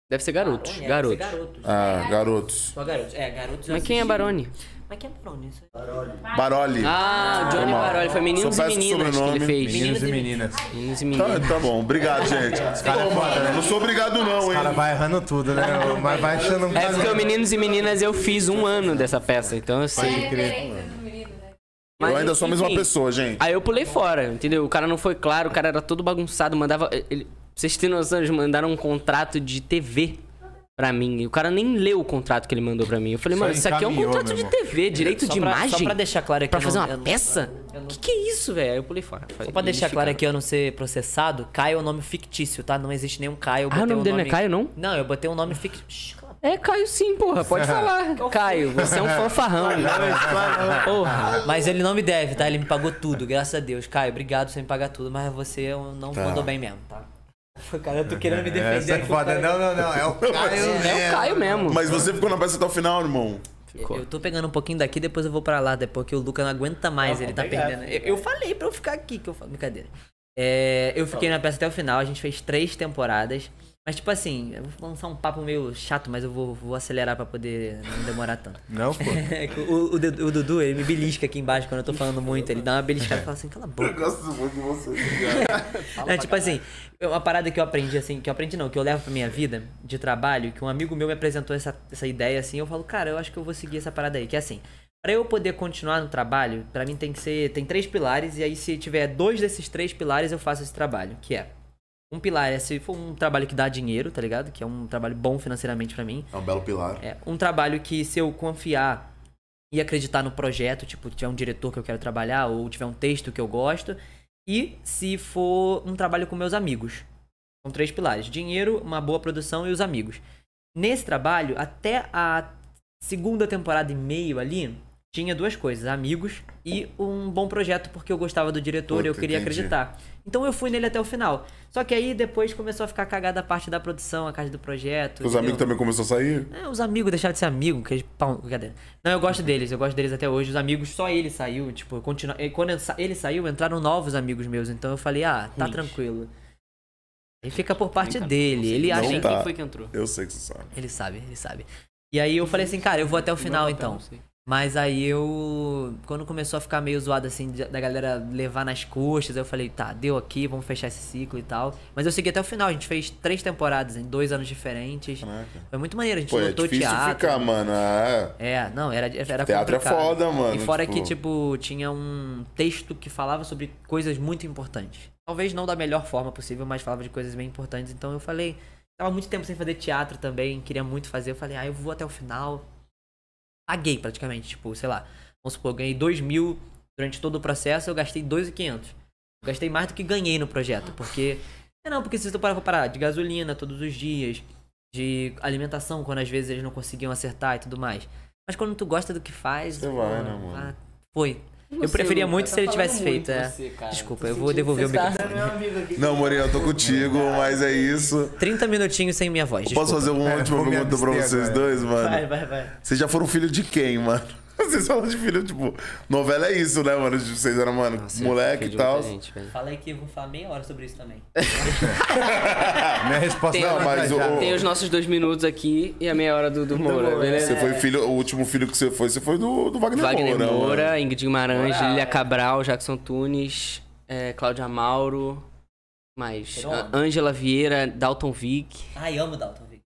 Speaker 5: Deve ser Garotos.
Speaker 3: Barone, é,
Speaker 5: garotos.
Speaker 3: deve ser garotos.
Speaker 1: Ah, Garotos.
Speaker 3: Só garotos. É, garotos. eu
Speaker 5: Mas quem é
Speaker 3: assisti.
Speaker 5: Barone?
Speaker 3: Mas quem é Barone? Isso aí.
Speaker 1: Baroli.
Speaker 5: Ah, Johnny
Speaker 1: Normal.
Speaker 5: Barone. Foi Meninos
Speaker 1: Só
Speaker 5: e
Speaker 1: peço
Speaker 5: Meninas que
Speaker 1: sobrenome.
Speaker 5: ele fez.
Speaker 2: Meninos
Speaker 3: e
Speaker 2: e meninas.
Speaker 5: Meninos e
Speaker 1: Tá,
Speaker 5: Meninas.
Speaker 1: tá bom, obrigado, gente.
Speaker 2: cara é
Speaker 1: Ô,
Speaker 2: foda,
Speaker 1: mano,
Speaker 2: né?
Speaker 1: não sou obrigado não,
Speaker 2: O
Speaker 4: é
Speaker 2: cara
Speaker 1: hein?
Speaker 2: vai errando tudo, né? Mas vai achando
Speaker 1: Tá.
Speaker 2: um
Speaker 5: É porque o Meninos e Meninas eu fiz um ano dessa peça, então eu
Speaker 7: É
Speaker 5: sei.
Speaker 2: Pode crer.
Speaker 5: Mas,
Speaker 1: Eu ainda sou a mesma
Speaker 5: enfim,
Speaker 1: pessoa, gente.
Speaker 5: Aí eu pulei fora, entendeu? O cara não foi claro, o cara era todo bagunçado, mandava. eh, ele- pra vocês terem noção, eles mandaram um contrato de TV pra mim. E o cara nem leu o contrato que ele mandou pra mim. Eu falei,
Speaker 2: Só
Speaker 5: mano, isso aqui é um
Speaker 2: encaminhou
Speaker 5: contrato
Speaker 2: mesmo.
Speaker 5: de TV, direito
Speaker 3: Só
Speaker 5: de
Speaker 3: pra-
Speaker 5: imagem.
Speaker 3: Só pra deixar claro aqui.
Speaker 5: Pra
Speaker 3: eu
Speaker 5: fazer
Speaker 3: não-
Speaker 5: uma
Speaker 3: eu não-
Speaker 5: peça?
Speaker 3: eu não-
Speaker 5: Que que é isso, velho? Aí eu pulei fora.
Speaker 3: Só pra deixar claro aqui, eu não ser processado, Caio é um nome fictício, tá? Não existe nenhum Caio. eu
Speaker 5: Ah, o
Speaker 3: botei
Speaker 5: nome
Speaker 3: um
Speaker 5: dele não é Caio, não?
Speaker 3: Não, eu botei um nome fictício.
Speaker 5: É, Caio sim, porra, pode falar. Caio, você é um fanfarrão. porra.
Speaker 3: Mas ele não me deve, tá? Ele me pagou tudo, graças a Deus. Caio, obrigado por me pagar tudo, mas você eu não mandou bem mesmo, tá? Cara, eu tô querendo me defender.
Speaker 4: Essa é
Speaker 3: aqui,
Speaker 4: foda.
Speaker 3: cara.
Speaker 4: Não, não, não. É o Caio mesmo.
Speaker 5: É o Caio mesmo.
Speaker 1: Mas você ficou na peça até o final, irmão.
Speaker 3: Eu tô pegando um pouquinho daqui, depois eu vou pra lá, até porque o Luca não aguenta mais, ele tá perdendo. Eu, eu falei pra eu ficar aqui, que eu falo. Brincadeira. É, eu fiquei na peça até o final, a gente fez três temporadas. Mas, tipo assim, eu vou lançar um papo meio chato, mas eu vou, vou acelerar pra poder não demorar tanto.
Speaker 2: Não, pô.
Speaker 3: É que o, o Dudu- o Dudu, ele me belisca aqui embaixo quando eu tô falando muito. Ele dá uma beliscada e fala assim, cala a boca.
Speaker 1: Gosto muito de você, obrigado.
Speaker 3: É, tipo assim, uma parada que eu aprendi, assim, que eu aprendi não, que eu levo pra minha vida de trabalho, que um amigo meu me apresentou essa, essa ideia, assim, eu falo, cara, eu acho que eu vou seguir essa parada aí, que é assim, pra eu poder continuar no trabalho, pra mim tem que ser, tem três pilares, e aí se tiver dois desses três pilares, eu faço esse trabalho, que é, um pilar é se for um trabalho que dá dinheiro, tá ligado? Que é um trabalho bom financeiramente pra mim,
Speaker 1: É um belo pilar.
Speaker 3: é, um trabalho que se eu confiar e acreditar no projeto, tipo, tiver um diretor que eu quero trabalhar ou tiver um texto que eu gosto, e se for um trabalho com meus amigos. São três pilares: dinheiro, uma boa produção e os amigos. Nesse trabalho, até a segunda temporada e meio ali, tinha duas coisas: amigos e um bom projeto, porque eu gostava do diretor e eu
Speaker 1: Puta,
Speaker 3: queria
Speaker 1: entendi.
Speaker 3: acreditar. Então eu fui nele até o final. Só que aí depois começou a ficar cagada a parte da produção, a parte do
Speaker 1: Os
Speaker 3: projeto. entendeu?
Speaker 1: amigos também começaram a sair?
Speaker 3: É, os amigos deixaram de ser amigo, que eles. Pau, brincadeira. Não, eu gosto deles, eu gosto deles até hoje. Os amigos, só ele saiu, tipo, continua... e quando eu sa- ele saiu, entraram novos amigos meus. Então eu falei, ah, tá tranquilo. Ele fica por parte dele, ele
Speaker 1: Não
Speaker 3: acha.
Speaker 1: tá.
Speaker 5: Quem foi que entrou?
Speaker 1: Eu sei que você sabe.
Speaker 3: Ele sabe, ele sabe. E aí eu falei assim, cara, eu vou até o final então. Mas aí eu. Quando começou a ficar meio zoado assim, de- da galera levar nas costas, eu falei, tá, deu aqui, vamos fechar esse ciclo e tal. Mas eu segui até o final, a gente fez três temporadas em dois anos diferentes.
Speaker 1: Caraca.
Speaker 3: Foi muito maneiro, a gente
Speaker 1: Pô, é
Speaker 3: lotou
Speaker 1: difícil
Speaker 3: teatro.
Speaker 1: ficar, mano. É.
Speaker 3: É, não, era, era
Speaker 1: Teatro é
Speaker 3: complicado.
Speaker 1: foda, mano,
Speaker 3: E fora
Speaker 1: tipo-
Speaker 3: que, tipo, tinha um texto que falava sobre coisas muito importantes. Talvez não da melhor forma possível, mas falava de coisas bem importantes. Então eu falei, tava muito tempo sem fazer teatro também, queria muito fazer. Eu falei, ah, eu vou até o final. Paguei praticamente, tipo, sei lá. Vamos supor, eu ganhei 2 mil durante todo o processo, eu gastei 2,500. Eu Gastei mais do que ganhei no projeto, porque... É não, porque se tu parar pra parar de gasolina todos os dias, de alimentação, quando às vezes eles não conseguiam acertar e tudo mais. Mas quando tu gosta do que faz.
Speaker 1: Você
Speaker 3: pô,
Speaker 1: vai, né, mano?
Speaker 3: ah, Foi. eu preferia Tá muito se ele tivesse feito. é. Desculpa, eu vou devolver o microfone.
Speaker 1: Não, Moreira, eu tô contigo, mas é isso.
Speaker 3: 30 minutinhos sem minha voz.
Speaker 1: Eu posso fazer uma última
Speaker 4: vou me
Speaker 1: pergunta pra
Speaker 4: abster
Speaker 1: vocês
Speaker 4: agora.
Speaker 1: dois, mano?
Speaker 3: Vai, vai, vai.
Speaker 1: Vocês já foram filho de quem, mano? Vocês falam de filho, tipo, novela é isso, né, mano? Tipo, Vocês eram, mano, moleque e tal.
Speaker 3: Falei que eu vou falar meia hora sobre isso também.
Speaker 4: Minha resposta
Speaker 5: Tem,
Speaker 1: Não,
Speaker 4: é
Speaker 1: mas
Speaker 4: já.
Speaker 1: o-
Speaker 5: tem os nossos dois minutos aqui e a meia hora do, do Moura, beleza?
Speaker 1: Você foi filho, o último filho que você foi, você foi do, do Wagner,
Speaker 5: Wagner
Speaker 1: Moura. mano.
Speaker 5: Moura, Ingrid Guimarães,
Speaker 3: Moura,
Speaker 5: Lilia
Speaker 3: é.
Speaker 5: Cabral, Jackson Tunes, é, Cláudia Mauro, mais
Speaker 3: Jerônimo.
Speaker 5: a- Ângela Vieira, Dalton Vick.
Speaker 3: Ai, amo Dalton Vick.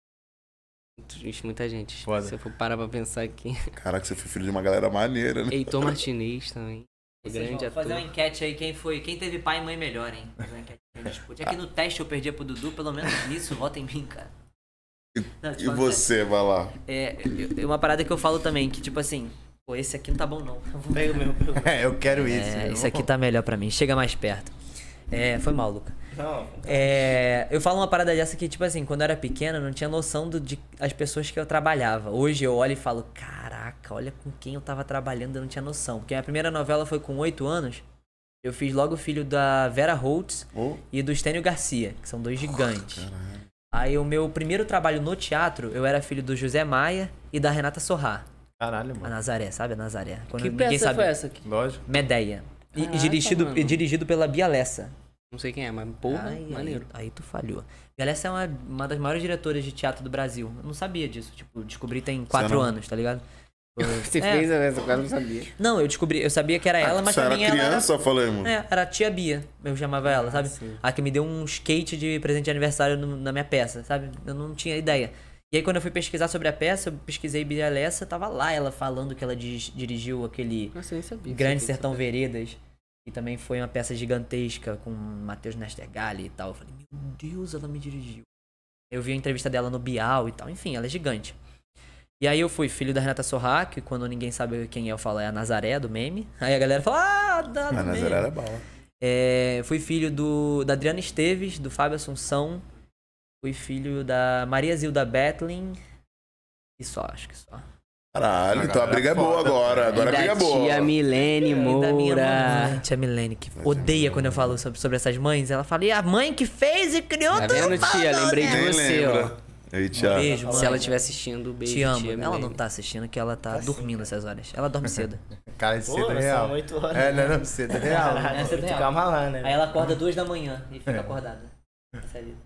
Speaker 5: Ixi, Muita gente.
Speaker 2: Foda.
Speaker 5: Se eu for parar pra pensar aqui.
Speaker 1: Caraca, você foi filho de uma galera maneira, né?
Speaker 5: Heitor Martinez também. Grande
Speaker 3: Vocês vão
Speaker 5: ator.
Speaker 3: fazer uma enquete aí, quem foi, quem teve pai e mãe melhor, hein? Fazer uma enquete pra gente discutir. Aqui no teste eu perdi pro Dudu, pelo menos nisso, vota em mim, cara. Não, te
Speaker 1: E
Speaker 3: falando sério.
Speaker 1: você, vai lá.
Speaker 3: É, é uma parada que eu falo também, que tipo assim, pô, esse aqui não tá bom não. Pega o meu,
Speaker 4: É, eu quero isso.
Speaker 3: É,
Speaker 4: eu
Speaker 3: isso
Speaker 4: vou-
Speaker 3: aqui tá melhor pra mim, chega mais perto. É, foi mal, Luca.
Speaker 6: Não,
Speaker 3: É, eu falo uma parada dessa que, tipo assim, quando eu era pequena, eu não tinha noção do, de as pessoas que eu trabalhava. Hoje eu olho e falo, caraca, olha com quem eu tava trabalhando, eu não tinha noção. Porque a minha primeira novela foi com 8 anos. Eu fiz logo o filho da Vera Holtz
Speaker 4: Oh.
Speaker 1: Ô,
Speaker 3: e do Estênio Garcia, que são dois gigantes. Aí o meu primeiro trabalho no teatro, eu era filho do José Maia e da Renata Sorrá.
Speaker 2: Caralho,
Speaker 3: A
Speaker 2: mano.
Speaker 3: Nazaré, sabe? A Nazaré. Quando
Speaker 5: Que
Speaker 3: ninguém
Speaker 5: peça
Speaker 3: sabe.
Speaker 5: foi essa aqui?
Speaker 2: Lógico.
Speaker 3: Medeia. E, e
Speaker 5: Caraca,
Speaker 3: dirigido, e
Speaker 5: mano.
Speaker 3: dirigido pela Bialessa.
Speaker 5: Não sei quem é, mas porra,
Speaker 3: Ai, aí-
Speaker 5: maneiro.
Speaker 3: Aí, tu falhou. Galessa é uma, uma das maiores diretoras de teatro do Brasil. Eu não sabia disso. Tipo, descobri tem quatro
Speaker 1: não-
Speaker 3: anos, tá ligado?
Speaker 5: Você
Speaker 3: É.
Speaker 5: fez né? essa, cara não sabia.
Speaker 3: Não, eu descobri, eu sabia que era ela, mas
Speaker 1: Ah, você
Speaker 3: pra
Speaker 1: era
Speaker 3: mim ela era.
Speaker 1: criança, eu falei, mano.
Speaker 3: É, era a tia Bia, eu chamava ela, sabe? A que me deu um skate de presente de aniversário no- na minha peça, sabe? Eu não tinha ideia. E aí quando eu fui pesquisar sobre a peça, eu pesquisei Bia Lessa, tava lá ela falando que ela di- dirigiu aquele
Speaker 5: Nossa, eu nem sabia.
Speaker 3: Grande
Speaker 5: Sabia.
Speaker 3: Sertão Veredas, que também foi uma peça gigantesca com Matheus Nestergali e tal. Eu falei, meu Deus, ela me dirigiu. Eu vi a entrevista dela no Bial e tal, enfim, ela é gigante. E aí eu fui filho da Renata Sorra, que quando ninguém sabe quem é, eu falo, é a Nazaré do meme. Aí a galera fala, ah, da do
Speaker 1: A
Speaker 3: meme.
Speaker 1: Nazaré era bala.
Speaker 3: É, fui filho do, da Adriana Esteves, do Fábio Assunção. Fui filho da Maria Zilda Betlin. E só, acho que só.
Speaker 1: Caralho, então a
Speaker 2: galera
Speaker 1: briga é boa
Speaker 2: foda.
Speaker 1: agora. Agora a briga é
Speaker 5: da
Speaker 1: boa.
Speaker 5: tia Milene
Speaker 3: E da minha
Speaker 5: Moura.
Speaker 3: mamãe, tia Milene, que odeia quando eu falo sobre, sobre essas mães. Ela fala, e a mãe que fez e criou
Speaker 5: Tá
Speaker 3: tudo. né?"
Speaker 5: vendo, tia? Lembrei de
Speaker 1: Nem
Speaker 5: você,
Speaker 1: lembra.
Speaker 5: ó.
Speaker 1: Ei, tia.
Speaker 3: Beijo, mãe.
Speaker 5: Se ela estiver assistindo, beijo,
Speaker 3: Te amo.
Speaker 5: tia
Speaker 3: ela
Speaker 5: Milene.
Speaker 3: não tá assistindo, que ela tá dormindo essas horas. Ela dorme cedo.
Speaker 4: Cara, isso é
Speaker 6: Pô,
Speaker 4: real.
Speaker 6: são oito horas.
Speaker 4: É, não, não, isso é real.
Speaker 3: É,
Speaker 6: Tem que
Speaker 3: real.
Speaker 6: calma lá, né?
Speaker 3: Aí ela acorda duas da manhã e fica acordada. Essa é a vida.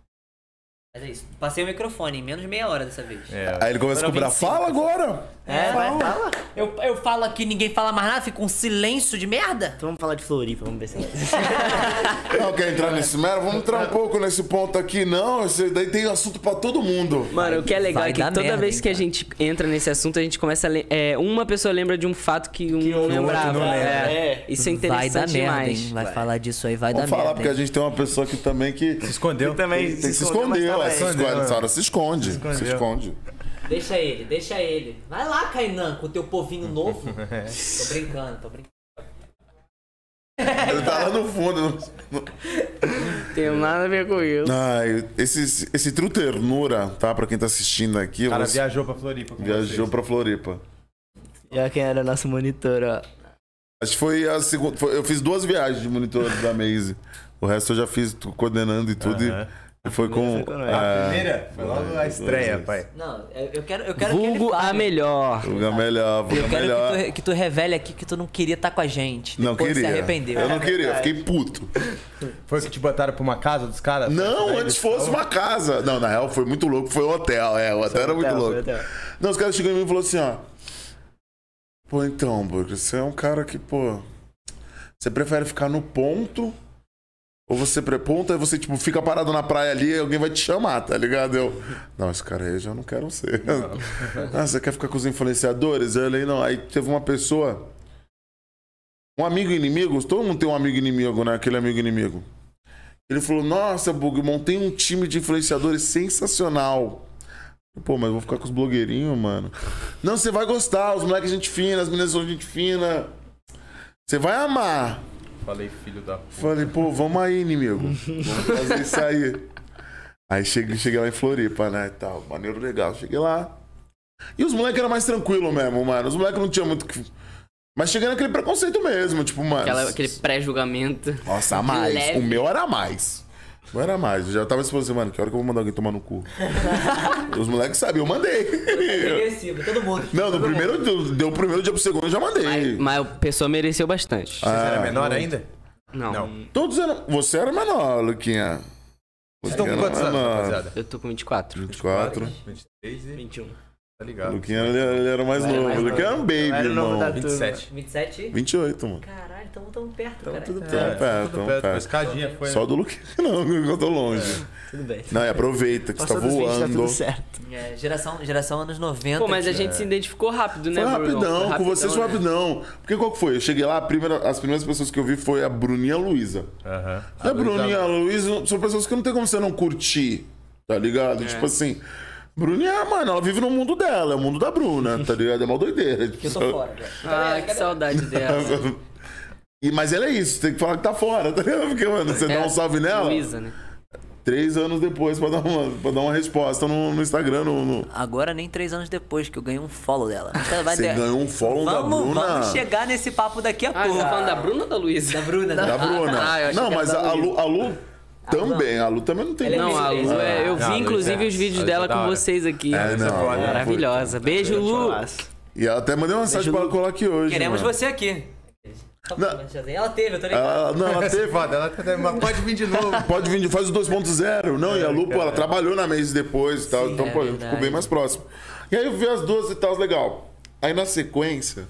Speaker 3: Mas é isso. Passei o microfone em menos de meia hora dessa vez.
Speaker 1: Aí ele começa a cobrar. Fala agora!
Speaker 6: É, vai, fala.
Speaker 3: Eu, eu falo aqui, ninguém fala mais nada, fica um silêncio de merda.
Speaker 6: Então vamos falar de Floripa, vamos ver se...
Speaker 1: Não quer entrar nesse mero? Vamos entrar um pouco nesse ponto aqui, não. Esse daí tem assunto pra todo mundo.
Speaker 5: Mano, o que é legal
Speaker 3: vai
Speaker 5: é que
Speaker 3: dar
Speaker 5: toda
Speaker 3: merda,
Speaker 5: vez
Speaker 3: hein,
Speaker 5: que a
Speaker 3: cara.
Speaker 5: gente entra nesse assunto, a gente começa a lem- é, Uma pessoa lembra de um fato que um não lembrava.
Speaker 4: não lembra.
Speaker 5: É.
Speaker 6: É.
Speaker 5: Isso é
Speaker 3: Vai
Speaker 5: interessante
Speaker 3: dar merda,
Speaker 5: demais.
Speaker 3: hein? Vai, falar disso aí, vai
Speaker 1: Vamos
Speaker 3: dar
Speaker 1: falar, porque
Speaker 3: merda.
Speaker 1: a gente tem uma pessoa aqui também que
Speaker 4: Se escondeu.
Speaker 6: Também
Speaker 1: tem que se esconder.
Speaker 6: mas tá
Speaker 1: ué, Se esconde,
Speaker 6: bem.
Speaker 4: Escondeu,
Speaker 1: essa hora se esconde. Se esconde.
Speaker 4: escondeu.
Speaker 3: Deixa ele, deixa ele. Vai lá, Kainan, com o teu povinho novo. tô brincando, tô brincando.
Speaker 1: Ele tá lá no fundo. no-
Speaker 5: Não tem nada a ver com isso.
Speaker 1: Ai, é, esse, esse trio ternura, tá? Pra quem tá assistindo aqui,
Speaker 4: O cara
Speaker 1: você
Speaker 4: viajou pra Floripa. com
Speaker 1: viajou
Speaker 4: vocês.
Speaker 1: pra Floripa.
Speaker 6: Já quem era nosso monitor, ó.
Speaker 1: Acho que foi a segunda. foi- eu fiz duas viagens de monitor da Maze. O resto eu já fiz tu- coordenando e tudo. e-
Speaker 4: Aham.
Speaker 1: E foi com.
Speaker 6: foi com nós.
Speaker 1: é,
Speaker 4: A primeira? Foi logo a estreia, pai.
Speaker 3: Não, eu eu quero, eu quero que ele
Speaker 5: Vulgo
Speaker 3: fale.
Speaker 5: a melhor.
Speaker 1: Vulga melhor,
Speaker 3: Eu
Speaker 1: vulga
Speaker 3: quero
Speaker 1: melhor.
Speaker 3: que tu, que tu revele aqui que tu não queria estar com a gente.
Speaker 1: Não
Speaker 3: Depois
Speaker 1: queria.
Speaker 3: se arrependeu. É
Speaker 1: Eu não queria, eu fiquei puto.
Speaker 4: Foi que te botaram pra uma casa dos caras?
Speaker 1: Não,
Speaker 4: Daí
Speaker 1: antes
Speaker 4: eles-
Speaker 1: fosse uma casa. Não, na real foi muito louco, foi um hotel. É, o hotel era muito
Speaker 6: hotel,
Speaker 1: louco.
Speaker 6: foi hotel.
Speaker 1: Não, os caras chegou em mim e falou assim, ó. Pô, então, Burger, você é um cara que, pô. Você prefere ficar no ponto? Ou você preponta e você, tipo, fica parado na praia ali e alguém vai te chamar, tá ligado? Eu. Não, esse cara aí eu já não quero ser. ah, você quer ficar com os influenciadores? Eu falei, não. Aí teve uma pessoa. Um amigo inimigo, todo mundo tem um amigo inimigo, né? Aquele amigo inimigo. Ele falou: Nossa, Bug, montei um time de influenciadores sensacional. Pô, mas eu vou ficar com os blogueirinhos, mano. Não, você vai gostar, os moleques é gente fina, as meninas são gente fina. Você vai amar.
Speaker 2: Falei, filho da puta.
Speaker 1: Falei, pô, vamos aí, inimigo. Vamos fazer isso aí. Aí cheguei, cheguei lá em Floripa, né? e Tal, maneiro legal. Cheguei lá. E os moleques eram mais tranquilos mesmo, mano. Os moleques não tinham muito. que- Mas cheguei naquele preconceito mesmo, tipo, mano.
Speaker 5: Aquela- aquele pré-julgamento.
Speaker 1: Nossa, a mais.
Speaker 5: leve.
Speaker 1: O meu era a mais. O meu era a mais. Eu já tava exposto assim, mano, que hora que eu vou mandar alguém tomar no cu? Os moleques sabiam, eu mandei.
Speaker 3: Agressivo, todo mundo.
Speaker 1: Não, no primeiro, deu- deu o primeiro dia pro segundo, eu já mandei. Ah,
Speaker 5: Mas a pessoa mereceu bastante.
Speaker 4: Vocês eram menor ainda?
Speaker 5: não.
Speaker 4: Não.
Speaker 1: Todos eram. Você era menor, Luquinha.
Speaker 4: Vocês estão com
Speaker 1: Luquinha
Speaker 4: quantos
Speaker 1: era
Speaker 4: anos,
Speaker 1: menor.
Speaker 4: rapaziada?
Speaker 5: Eu tô com 24.
Speaker 1: 24.
Speaker 2: 23 e
Speaker 6: 21.
Speaker 2: tá
Speaker 1: O
Speaker 2: ligado.
Speaker 1: Luquinha ele, ele era mais novo. O Luquinha era um baby,
Speaker 6: Era o nome
Speaker 1: irmão.
Speaker 6: da turma.
Speaker 2: 27.
Speaker 3: 27?
Speaker 1: 28, mano. Tá
Speaker 3: Caralho, tamo tão perto, cara.
Speaker 1: Tudo
Speaker 4: É,
Speaker 1: tão perto, tão
Speaker 2: Perto, uma
Speaker 1: perto.
Speaker 2: escadinha
Speaker 4: né?
Speaker 2: foi.
Speaker 1: Só do Luquinha, não, que eu tô longe.
Speaker 6: Tudo bem.
Speaker 1: Não, e aproveita que você tá
Speaker 6: Passou dos 20, tá
Speaker 1: voando.
Speaker 6: tudo certo.
Speaker 3: É, geração, geração anos 90.
Speaker 5: Pô, mas a gente se identificou rápido, né,
Speaker 1: Foi
Speaker 5: Bruno?
Speaker 1: rapidão, com
Speaker 5: rapidão,
Speaker 1: vocês foi
Speaker 5: né?
Speaker 1: rapidão. Porque qual que foi? Eu cheguei lá, a primeira- as primeiras pessoas que eu vi foi a Bruninha Luísa.
Speaker 2: Aham.
Speaker 1: A, Bruninha Luísa são pessoas que não tem como você não curtir, tá ligado?
Speaker 3: É.
Speaker 1: Tipo assim, Bruninha, mano, ela vive no mundo dela, é o mundo da Bruna, tá ligado? É uma doideira.
Speaker 3: Eu tô fora, É. velho.
Speaker 5: Ah, que saudade dela.
Speaker 1: E, mas ela é isso, tem que falar que tá fora, tá ligado? Porque, mano, você
Speaker 3: É.
Speaker 1: dá um salve nela,
Speaker 5: Luísa, né?
Speaker 1: três anos depois pra dar uma, pra dar uma resposta no, no Instagram, no, no-
Speaker 3: Agora nem três anos depois que eu ganhei um follow dela. Mas ela vai
Speaker 1: Você
Speaker 3: ter-
Speaker 1: ganhou um follow da
Speaker 3: vamos,
Speaker 1: Bruna.
Speaker 3: vamos chegar nesse papo daqui a
Speaker 5: Ah,
Speaker 3: pouco.
Speaker 5: você tá falando da Bruna ou da Luísa?
Speaker 3: Da Bruna,
Speaker 1: Da Bruna.
Speaker 5: Ah, eu achei
Speaker 1: não,
Speaker 5: que era
Speaker 1: mas
Speaker 5: da
Speaker 1: a, a Lu, a Lu também. A Lu também não tem
Speaker 3: Ela é
Speaker 5: Não,
Speaker 1: isso.
Speaker 5: a
Speaker 3: Luísa.
Speaker 5: Lu, é, eu
Speaker 4: Não, a
Speaker 5: vi
Speaker 4: Luísa
Speaker 5: inclusive
Speaker 4: é-
Speaker 5: os vídeos
Speaker 4: a Luísa é
Speaker 5: dela
Speaker 4: da
Speaker 5: com
Speaker 4: hora.
Speaker 5: vocês aqui.
Speaker 1: É, não, ela foi-
Speaker 5: Maravilhosa. Beijo, Lu.
Speaker 1: E ela até mandou uma mensagem pra ela colar aqui hoje.
Speaker 3: Queremos
Speaker 1: mano.
Speaker 3: você aqui. um
Speaker 1: Não.
Speaker 3: Ela teve, eu tô ligado.
Speaker 1: Ela, não, ela
Speaker 4: Você
Speaker 1: teve.
Speaker 4: foda, ela tá- mas pode vir de novo.
Speaker 1: Pode vir, faz o 2.0. Não, e a Lu, pô, ela trabalhou na mês depois e tal. então,
Speaker 3: é
Speaker 1: pô, ficou
Speaker 3: verdade.
Speaker 1: bem mais próximo. E aí eu vi as duas e tal, legal. Aí na sequência,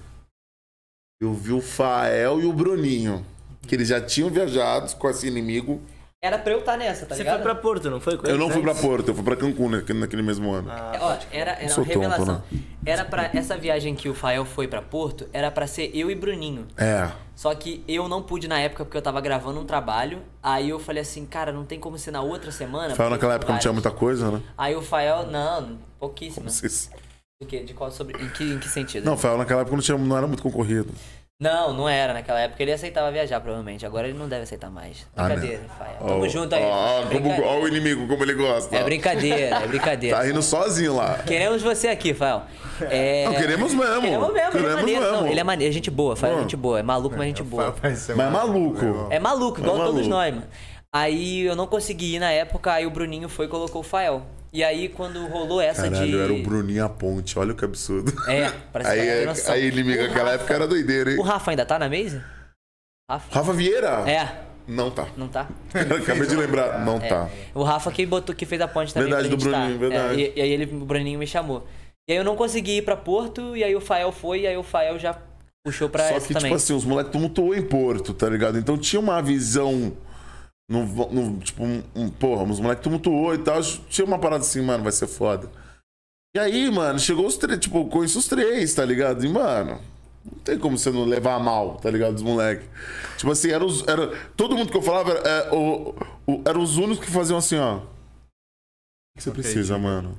Speaker 1: eu vi o Fael e o Bruninho. Que eles já tinham viajado com esse inimigo.
Speaker 3: Era pra eu estar nessa, tá
Speaker 6: Você
Speaker 3: ligado?
Speaker 6: foi pra Porto, não foi? Com né?
Speaker 1: Eu não
Speaker 6: eles
Speaker 1: fui pra
Speaker 6: antes?
Speaker 1: Porto, eu fui pra Cancún naquele, naquele mesmo ano.
Speaker 3: Ó, era, era
Speaker 1: sou
Speaker 3: uma
Speaker 1: tonto,
Speaker 3: revelação.
Speaker 1: né?
Speaker 3: Era pra. Essa viagem que o Fael foi pra Porto era pra ser eu e Bruninho.
Speaker 1: É.
Speaker 3: Só que eu não pude na época porque eu tava gravando um trabalho. Aí eu falei assim, cara, não tem como ser na outra semana.
Speaker 1: Fael
Speaker 3: porque
Speaker 1: naquela época não tinha
Speaker 3: várias.
Speaker 1: muita coisa, né?
Speaker 3: Aí o Fael, não, pouquíssimo.
Speaker 1: Não sei se-
Speaker 3: Do quê? De qual sobre. Em que, em que sentido?
Speaker 1: Não, Fael naquela época não, tinha, não era muito concorrido.
Speaker 3: Não, não era. Naquela época ele aceitava viajar, provavelmente. Agora ele não deve aceitar mais.
Speaker 1: Ah, né?
Speaker 3: Brincadeira, Rafael.
Speaker 1: Ó,
Speaker 3: Tamo junto aí. É
Speaker 1: Ó, ó, como-
Speaker 3: Brincadeira.
Speaker 1: ó o inimigo, como ele gosta.
Speaker 3: É brincadeira, é brincadeira.
Speaker 1: Tá rindo sozinho lá.
Speaker 3: Queremos você aqui, Fael. É...
Speaker 1: Não, queremos mesmo.
Speaker 3: Queremos mesmo, ele é
Speaker 1: Queremos
Speaker 3: maneiro. não,
Speaker 1: mesmo.
Speaker 3: ele é maneiro, é gente boa, Fael é
Speaker 1: Pô.
Speaker 3: gente boa. É maluco, mas é gente boa.
Speaker 1: Mas é maluco.
Speaker 3: É maluco, igual
Speaker 1: É
Speaker 3: todos
Speaker 1: maluco.
Speaker 3: nós, mano. Aí eu não consegui ir na época, aí o Bruninho foi e colocou o Fael. E aí quando rolou essa
Speaker 1: Caralho,
Speaker 3: de.
Speaker 1: era o Bruninho a ponte, olha que absurdo.
Speaker 3: É, parece que
Speaker 1: aí,
Speaker 3: era noção.
Speaker 1: aí inimigo, aquela época era doideira, hein?
Speaker 3: O Rafa ainda tá na mesa? Rafa?
Speaker 1: Rafa Vieira?
Speaker 3: É,
Speaker 1: Não tá.
Speaker 3: não tá?
Speaker 1: Acabei de lembrar. Não tá.
Speaker 3: O Rafa que botou, que fez a ponte também.
Speaker 1: Verdade,
Speaker 3: pra
Speaker 1: do
Speaker 3: gente
Speaker 1: Bruninho, verdade.
Speaker 3: É, e, e aí ele, o Bruninho me chamou. E aí eu não consegui ir pra Porto, e aí o Fael foi, e aí o Fael já puxou pra
Speaker 1: Só
Speaker 3: essa
Speaker 1: que,
Speaker 3: também.
Speaker 1: tipo assim, os moleques tumultuou em Porto, tá ligado? Então tinha uma visão. No, vo- no- tipo, um, um- porra, os moleques tumultuou e tal. Tinha uma parada assim, mano, vai ser foda. E aí, mano, chegou os três, tipo, eu conheço os três, tá ligado? E, mano, não tem como você não levar a mal, tá ligado? Os moleques. Tipo assim, era os. Era, todo mundo que eu falava era, é, o- o- era os únicos que faziam assim, ó. O que você precisa, mano?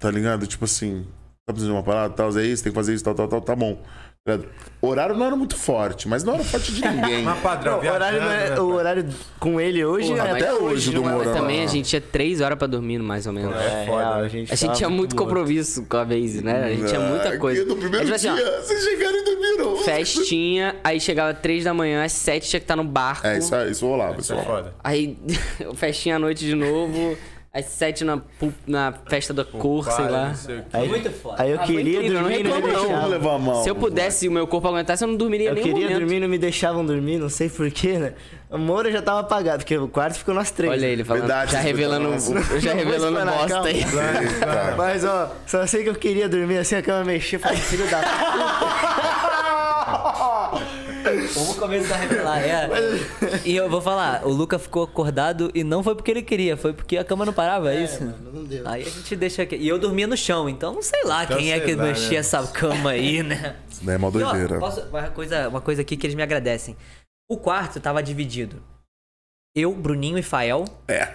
Speaker 1: tá ligado? Tipo assim, tá precisando de uma parada, tal, é isso, tem que fazer isso, tal, tal, tal, tá bom. Tá ligado? Horário não era muito forte, mas não era forte de ninguém.
Speaker 2: Mas padrão,
Speaker 6: Não, o horário, não é- o horário com ele hoje
Speaker 5: Porra,
Speaker 6: é
Speaker 5: mas-
Speaker 1: até hoje do
Speaker 6: não é-
Speaker 5: Mas
Speaker 1: Morão.
Speaker 5: também a gente tinha três horas pra dormir, mais ou menos.
Speaker 6: É,
Speaker 4: foda,
Speaker 6: real,
Speaker 4: né?
Speaker 6: a gente,
Speaker 5: A gente
Speaker 6: tava
Speaker 5: tinha muito
Speaker 6: morto.
Speaker 5: compromisso com a Waze, né? A gente tinha muita
Speaker 1: Aqui
Speaker 5: coisa.
Speaker 1: No primeiro
Speaker 5: É tipo assim, ó,
Speaker 1: dia, vocês chegaram e dormiram.
Speaker 5: festinha, aí chegava três da manhã, às sete tinha que estar no barco.
Speaker 1: É, isso, isso rolava, isso
Speaker 2: é
Speaker 1: rolava.
Speaker 2: foda.
Speaker 5: Aí, festinha à noite de novo, às sete na, pu- na festa da cor, sei
Speaker 2: Para,
Speaker 5: lá.
Speaker 2: não sei o quê.
Speaker 6: Aí,
Speaker 3: Muito foda.
Speaker 6: Aí eu
Speaker 5: Ah, foi
Speaker 6: queria
Speaker 5: incrível,
Speaker 6: dormir,
Speaker 5: não
Speaker 6: não me
Speaker 5: reclama, não.
Speaker 1: Não
Speaker 6: deixavam.
Speaker 1: levar a mal.
Speaker 5: Se eu pudesse e o meu corpo aguentasse, eu não dormiria
Speaker 6: Eu
Speaker 5: nem um
Speaker 6: queria
Speaker 5: momento.
Speaker 6: dormir, não me deixavam dormir, não sei porquê, né? O Moura já tava apagado, porque o quarto ficou nós três.
Speaker 5: Olha
Speaker 6: né?
Speaker 5: ele falando,
Speaker 1: Verdade,
Speaker 5: já
Speaker 1: isso
Speaker 5: revelando,
Speaker 1: foi falando.
Speaker 5: já
Speaker 6: Não vou
Speaker 5: revelando
Speaker 6: explanar,
Speaker 5: bosta
Speaker 6: calma.
Speaker 5: aí.
Speaker 1: É, Eita.
Speaker 6: Mas ó, só sei que eu queria dormir assim, a cama mexia, eu falei, filho da puta.
Speaker 3: Vamos começar a revelar, é. E eu vou falar, o Luca ficou acordado e não foi porque ele queria, foi porque a cama não parava, é, isso?
Speaker 6: Não deu.
Speaker 3: Aí a gente deixa aqui. E eu dormia no chão, então sei lá
Speaker 2: Então,
Speaker 3: quem é
Speaker 2: sei
Speaker 3: que
Speaker 2: lá,
Speaker 3: mexia
Speaker 2: né?
Speaker 3: essa cama aí, né?
Speaker 1: Isso daí é uma
Speaker 3: E, ó,
Speaker 1: doideira.
Speaker 3: posso- uma, coisa, uma coisa aqui que eles me agradecem. O quarto tava dividido. Eu, Bruninho e Fael.
Speaker 1: É,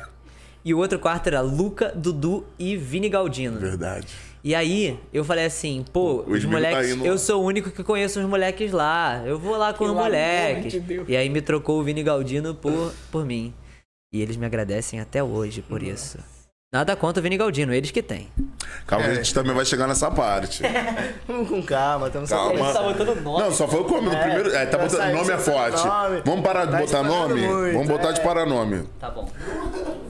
Speaker 3: E o outro quarto era Luca, Dudu e Vini Galdino.
Speaker 1: verdade.
Speaker 3: E aí, eu falei assim, pô,
Speaker 1: O inimigo
Speaker 3: os
Speaker 1: tá
Speaker 3: moleques.
Speaker 1: indo lá.
Speaker 3: eu sou o único que conheço os moleques lá. Eu vou lá com os moleques. E aí me trocou o Vini Galdino por, por mim. E eles me agradecem até hoje por isso. Nada contra o Vini Galdino, eles que têm.
Speaker 1: Calma,
Speaker 5: É.
Speaker 1: a gente também vai chegar nessa parte.
Speaker 6: Vamos com calma, estamos só
Speaker 1: Calma.
Speaker 3: Tá botando nome.
Speaker 1: Não, só foi o come. No primeiro. É, tá
Speaker 6: vai
Speaker 1: botando.
Speaker 6: sair,
Speaker 1: Nome é
Speaker 6: tá
Speaker 1: forte.
Speaker 6: nome.
Speaker 1: Vamos parar de
Speaker 6: Tá
Speaker 1: botar
Speaker 6: disparando
Speaker 1: nome?
Speaker 6: muito,
Speaker 1: Vamos botar
Speaker 6: é.
Speaker 1: de parar nome.
Speaker 3: Tá bom.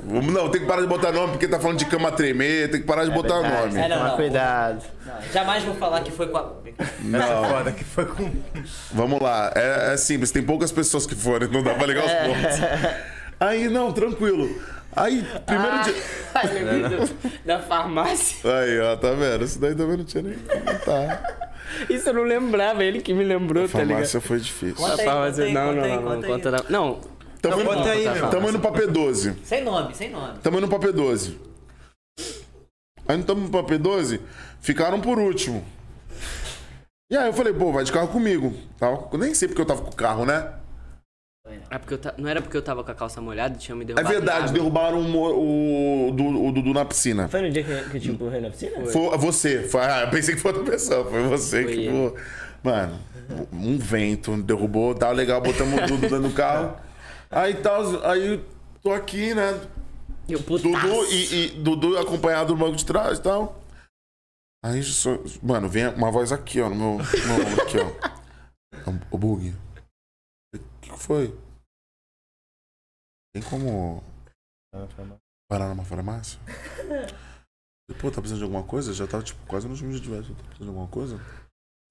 Speaker 1: Vamos- Não, tem que parar de botar nome porque tá falando de cama tremer, tem que parar de botar
Speaker 6: Verdade,
Speaker 1: nome.
Speaker 3: É, não,
Speaker 6: Toma
Speaker 3: não.
Speaker 6: cuidado.
Speaker 3: Jamais vou falar que foi com a.
Speaker 1: Não.
Speaker 4: é Foda que foi com.
Speaker 1: Vamos lá, é, é simples, tem poucas pessoas que forem, não dá pra ligar os
Speaker 6: É.
Speaker 1: pontos. Aí, não, tranquilo. Aí, primeiro
Speaker 6: Ah.
Speaker 1: dia.
Speaker 5: da farmácia.
Speaker 1: Aí, ó, tá vendo? Isso daí também não tinha nem. Não tá.
Speaker 5: Isso eu não lembrava, ele que me lembrou, tá ligado? é assim,
Speaker 1: Farmácia foi difícil.
Speaker 3: Conta aí, conta aí,
Speaker 5: não, não,
Speaker 3: conta aí,
Speaker 5: não, não,
Speaker 3: conta aí.
Speaker 5: conta da- Não,
Speaker 1: Tamo indo,
Speaker 4: conta aí, meu.
Speaker 1: tamo indo pra P12.
Speaker 3: Sem nome, sem nome.
Speaker 1: Tamo indo pra P12. Aí não tamo pra P12, ficaram por último. E aí eu falei, pô, vai de carro comigo. Tal. Eu nem sei porque eu tava com o carro, né?
Speaker 5: é porque eu ta- não era porque eu tava com a calça molhada, tinha me
Speaker 1: É
Speaker 5: derrubado.
Speaker 1: verdade,
Speaker 5: na água.
Speaker 1: derrubaram o, mo- o, du- o Dudu na piscina.
Speaker 8: Foi no dia que, que eu te empurrei na piscina?
Speaker 1: Foi você. Foi, ah, eu pensei que foi outra pessoa. Foi você
Speaker 5: Foi
Speaker 1: que.
Speaker 5: eu.
Speaker 1: voou. Mano, um vento derrubou, tá legal, botamos tudo dentro do carro. Aí tal, aí tô aqui, né?
Speaker 5: E eu, putaço.
Speaker 1: Dudu e, e Dudu acompanhado no banco de trás e tal. Aí, só- mano, vem uma voz aqui, ó, no meu, no meu ombro aqui, ó. Ô, Bug. O que que foi? Tem como parar numa farmácia? E, Pô, tá precisando de alguma coisa? Já tava, tipo, quase no time de diverso. Tá precisando de alguma coisa? Precisa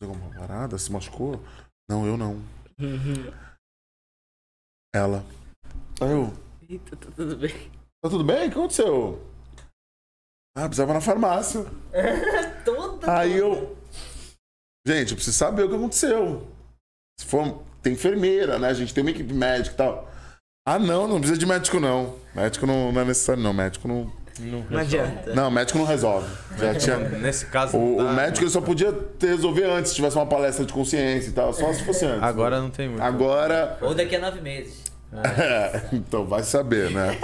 Speaker 1: de alguma parada? Se machucou? Não, eu não. Ela. Aí eu.
Speaker 5: Eita, tá tudo bem.
Speaker 1: Tá tudo bem? O que aconteceu? Ah, precisava ir na farmácia.
Speaker 3: Toda.
Speaker 1: Aí eu. Gente, eu preciso saber o que aconteceu. Se for. Tem enfermeira, né? A gente tem uma equipe médica e tal. Ah, não, não precisa de médico, não. Médico não, não é necessário, não. Médico não.
Speaker 6: Não adianta.
Speaker 1: Não, médico não resolve. Já tinha.
Speaker 4: Nesse caso.
Speaker 1: O,
Speaker 4: não
Speaker 1: o
Speaker 4: dá.
Speaker 1: médico ele só podia ter resolver antes, se tivesse uma palestra de consciência e tal. Só se fosse antes.
Speaker 4: Agora não tem muito.
Speaker 1: Agora.
Speaker 3: Ou daqui a nove meses.
Speaker 1: É, então vai saber, né?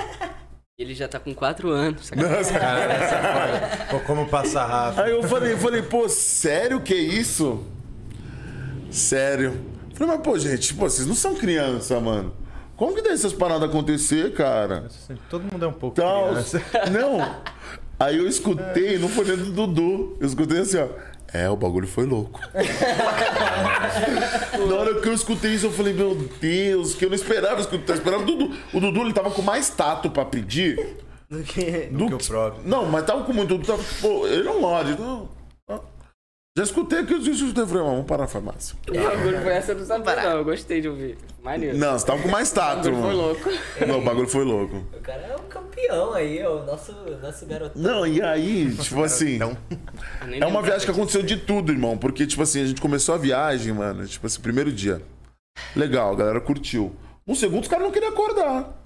Speaker 5: Ele já tá com quatro anos. saca?
Speaker 4: Pô, como passar rápido.
Speaker 1: Aí eu falei, eu falei, pô, sério que é isso? Sério. Falei, mas pô, gente, pô, vocês não são criança, mano. Como que deixa essas paradas acontecer, cara?
Speaker 4: Assim, Todo mundo é um pouco
Speaker 1: Tal.
Speaker 4: criança.
Speaker 1: Não. Aí eu escutei, não foi dentro do Dudu. Eu escutei assim, ó. É, o bagulho foi louco. Na hora que eu escutei isso, eu falei, meu Deus, que eu não esperava escutar. Eu esperava o Dudu. O Dudu, ele tava com mais tato pra pedir
Speaker 6: Do que.
Speaker 1: do
Speaker 4: que o próprio.
Speaker 1: Não, mas tava com muito. Tava, pô, ele não morde. Não, não. Já escutei que eu disse, eu falei, "Ah, vamos parar na farmácia.
Speaker 5: O bagulho foi essa, eu não sabia, não. Eu gostei de ouvir. Maneiro.
Speaker 1: Não, É você tava com mais
Speaker 5: O
Speaker 1: tato,
Speaker 5: bagulho foi
Speaker 1: mano.
Speaker 5: louco.
Speaker 1: Não, o bagulho foi louco.
Speaker 3: O cara é um campeão aí, ó, o nosso, nosso garotão.
Speaker 1: Não, e aí, tipo assim. É uma viagem que aconteceu de tudo, irmão. Porque, tipo assim, a gente começou a viagem, mano. Tipo assim, primeiro dia. Legal, a galera curtiu. No segundo, os caras não queriam acordar.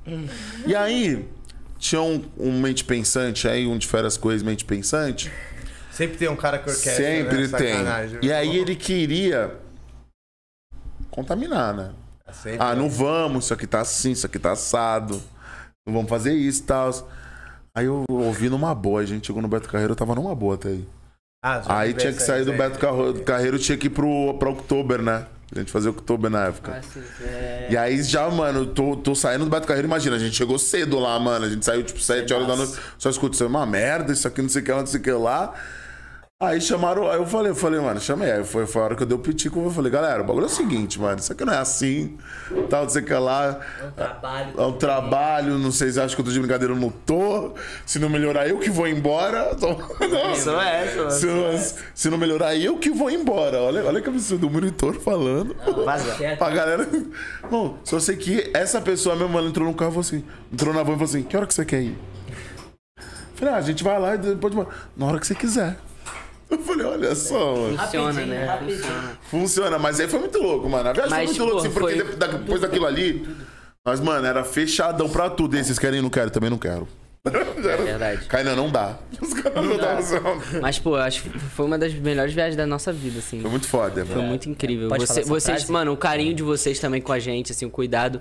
Speaker 1: E aí, tinha um, um mente pensante aí, um de férias coisas, mente pensante.
Speaker 4: Sempre tem um cara que orquestra.
Speaker 1: Sempre
Speaker 4: né? Sacanagem.
Speaker 1: tem. E aí ele queria contaminar, né?
Speaker 4: Sempre. é.
Speaker 1: Ah, não vamos, isso aqui tá assim, isso aqui tá assado. Não vamos fazer isso e tal. Aí eu ouvi numa boa, a gente chegou no Beto Carreiro, eu tava numa boa até aí.
Speaker 4: Ah, já
Speaker 1: Aí né?
Speaker 4: tive
Speaker 1: tinha que
Speaker 4: essa é
Speaker 1: sair do
Speaker 4: ideia.
Speaker 1: Beto Carro- Carreiro, tinha que ir pro, pra Oktober, né? A gente fazia Oktober na época. E aí já, mano, tô, tô saindo do Beto Carreiro, imagina, a gente chegou cedo lá, mano. A gente saiu tipo 7 horas da noite, só escuta, isso é uma merda, isso aqui não sei o que lá, não sei o que lá. Aí chamaram, aí eu falei, eu falei, mano, chamei. Aí foi, foi a hora que eu dei o pitico, eu falei, galera, o bagulho é o seguinte, mano, isso aqui não é assim, tal, não sei o que lá.
Speaker 3: Trabalho.
Speaker 1: É um trabalho, não sei se acham que eu tô de brincadeira, eu não tô. Se não melhorar, eu que vou embora. Não,
Speaker 6: Isso não é essa,
Speaker 1: se,
Speaker 6: mano.
Speaker 1: não, se não melhorar, eu que vou embora. Olha, olha que absurdo, o monitor falando.
Speaker 6: Vaza.
Speaker 1: pra galera. Bom, só sei que essa pessoa mesmo, ela entrou no carro e falou assim: entrou na van e falou assim: que hora que você quer ir? Falei, ah, a gente vai lá e depois de... Na hora que você quiser. Eu falei, olha só, mano.
Speaker 5: Funciona, né? Funciona.
Speaker 1: Funciona, mas aí foi muito louco, mano. A viagem
Speaker 5: Mas,
Speaker 1: foi muito louca,
Speaker 5: pô,
Speaker 1: assim, porque
Speaker 5: foi-
Speaker 1: de- da- depois daquilo ali. Mas, mano, era fechadão pra tudo. E aí, vocês querem? Não quero, também não quero.
Speaker 5: verdade.
Speaker 1: Kainan, não dá. Os caras não, dá. Foi
Speaker 5: Mas, pô, acho que foi uma das melhores viagens da nossa vida, assim.
Speaker 1: muito foda, mano.
Speaker 5: Foi muito incrível.
Speaker 3: Pode
Speaker 5: Você-
Speaker 3: falar essa
Speaker 5: vocês,
Speaker 3: frase?
Speaker 5: mano, o carinho de vocês também com a gente, assim, o cuidado.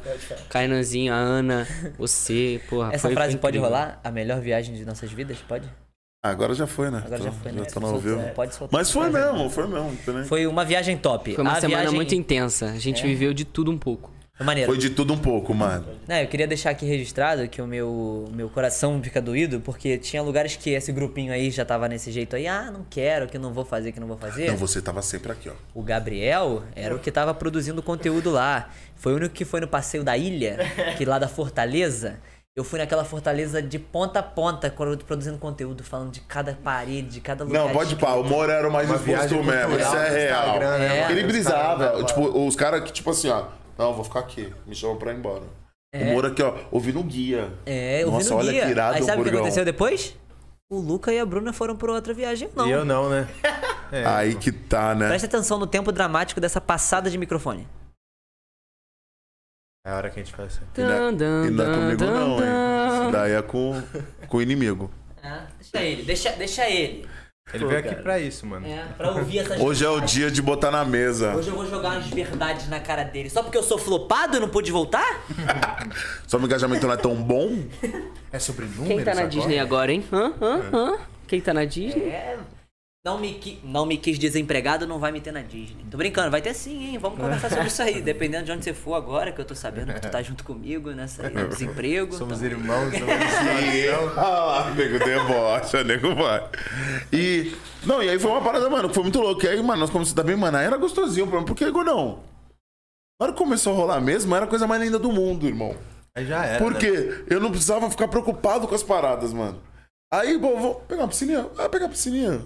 Speaker 5: Kainanzinho, a Ana, você, porra.
Speaker 3: Essa
Speaker 5: Ah, foi- foi
Speaker 3: frase pode
Speaker 5: incrível.
Speaker 3: rolar? A melhor viagem de nossas vidas? Pode?
Speaker 1: Ah, Agora já foi, né?
Speaker 3: Agora já
Speaker 1: Então,
Speaker 3: foi, né?
Speaker 1: Já tá no
Speaker 3: Soltou,
Speaker 1: ouvido.
Speaker 3: né? Pode soltar.
Speaker 1: Mas foi mesmo, foi mesmo. entendeu? Foi,
Speaker 3: Foi uma viagem top.
Speaker 5: Foi uma
Speaker 3: a
Speaker 5: semana
Speaker 3: viagem...
Speaker 5: muito intensa. A gente viveu de tudo um pouco.
Speaker 3: Maneiro.
Speaker 1: de tudo um pouco, mano.
Speaker 3: Não, Né, eu queria deixar aqui registrado que o meu, meu coração fica doído, porque tinha lugares que esse grupinho aí já tava nesse jeito aí, ah, não quero, que não vou fazer, que não vou fazer.
Speaker 1: Não, você tava sempre aqui, ó.
Speaker 3: O Gabriel era o que tava produzindo conteúdo lá. Foi o único que foi no passeio da ilha, que lá da Fortaleza. Eu fui naquela fortaleza de ponta a ponta, quando- produzindo conteúdo, falando de cada parede, de cada lugar.
Speaker 1: Não, pode pá, o Moro era o mais exposto
Speaker 4: viagem
Speaker 1: mesmo.
Speaker 4: cultural
Speaker 1: Isso é
Speaker 4: do
Speaker 1: real.
Speaker 4: Instagram, né, mano?
Speaker 1: Ele
Speaker 4: Os
Speaker 1: brisava.
Speaker 4: caras-
Speaker 1: tipo, os caras que, tipo assim, ó. Não, vou ficar aqui. Me chamam pra ir embora. O Moro aqui, ó, ouvindo o guia.
Speaker 3: É, eu
Speaker 1: Nossa,
Speaker 3: vi no
Speaker 1: olha
Speaker 3: guia.
Speaker 1: que irado
Speaker 3: Aí sabe o que
Speaker 1: Burgão.
Speaker 3: aconteceu depois? O Luca e a Bruna foram pra outra viagem, não.
Speaker 4: E eu não, né?
Speaker 1: Aí que tá, né?
Speaker 3: Presta atenção no tempo dramático dessa passada de microfone.
Speaker 4: É a hora que a gente faz assim.
Speaker 1: E não, é- e não é comigo, não, hein? Isso daí é com, com o inimigo.
Speaker 3: É, deixa ele, deixa, deixa ele. né,
Speaker 4: Ele veio aqui pra isso, mano.
Speaker 3: pra ouvir essas
Speaker 1: Hoje é o dia de botar na mesa.
Speaker 3: Hoje eu vou jogar umas verdades na cara dele. Só porque eu sou flopado e não pude voltar?
Speaker 1: Só meu engajamento não é tão bom.
Speaker 4: É sobre números
Speaker 5: Quem tá na Disney agora, hein? Hã? Hã?
Speaker 1: É.
Speaker 5: Hã? Quem tá na Disney?
Speaker 3: Não me, qui- não me quis desempregado, não vai me ter na Disney. Tô brincando, vai ter sim, hein? Vamos conversar sobre isso aí. Dependendo de onde você for agora, que eu tô sabendo que tu tá junto comigo nessa no desemprego.
Speaker 4: Somos
Speaker 3: então-
Speaker 4: irmãos, somos irmãos.
Speaker 1: Ah lá, nego debocha, nego vai. E. Não, e aí foi uma parada, mano, que foi muito louca. E aí, mano, nós começamos a dar bem, mano. Aí era gostosinho o problema. Porque, igual não. Na hora que começou a rolar mesmo, era a coisa mais linda do mundo, irmão.
Speaker 4: Aí já era.
Speaker 1: Por
Speaker 4: né?
Speaker 1: quê? Eu não precisava ficar preocupado com as paradas, mano. Aí, pô, vou pegar uma piscininha. Ah, pegar a piscininha.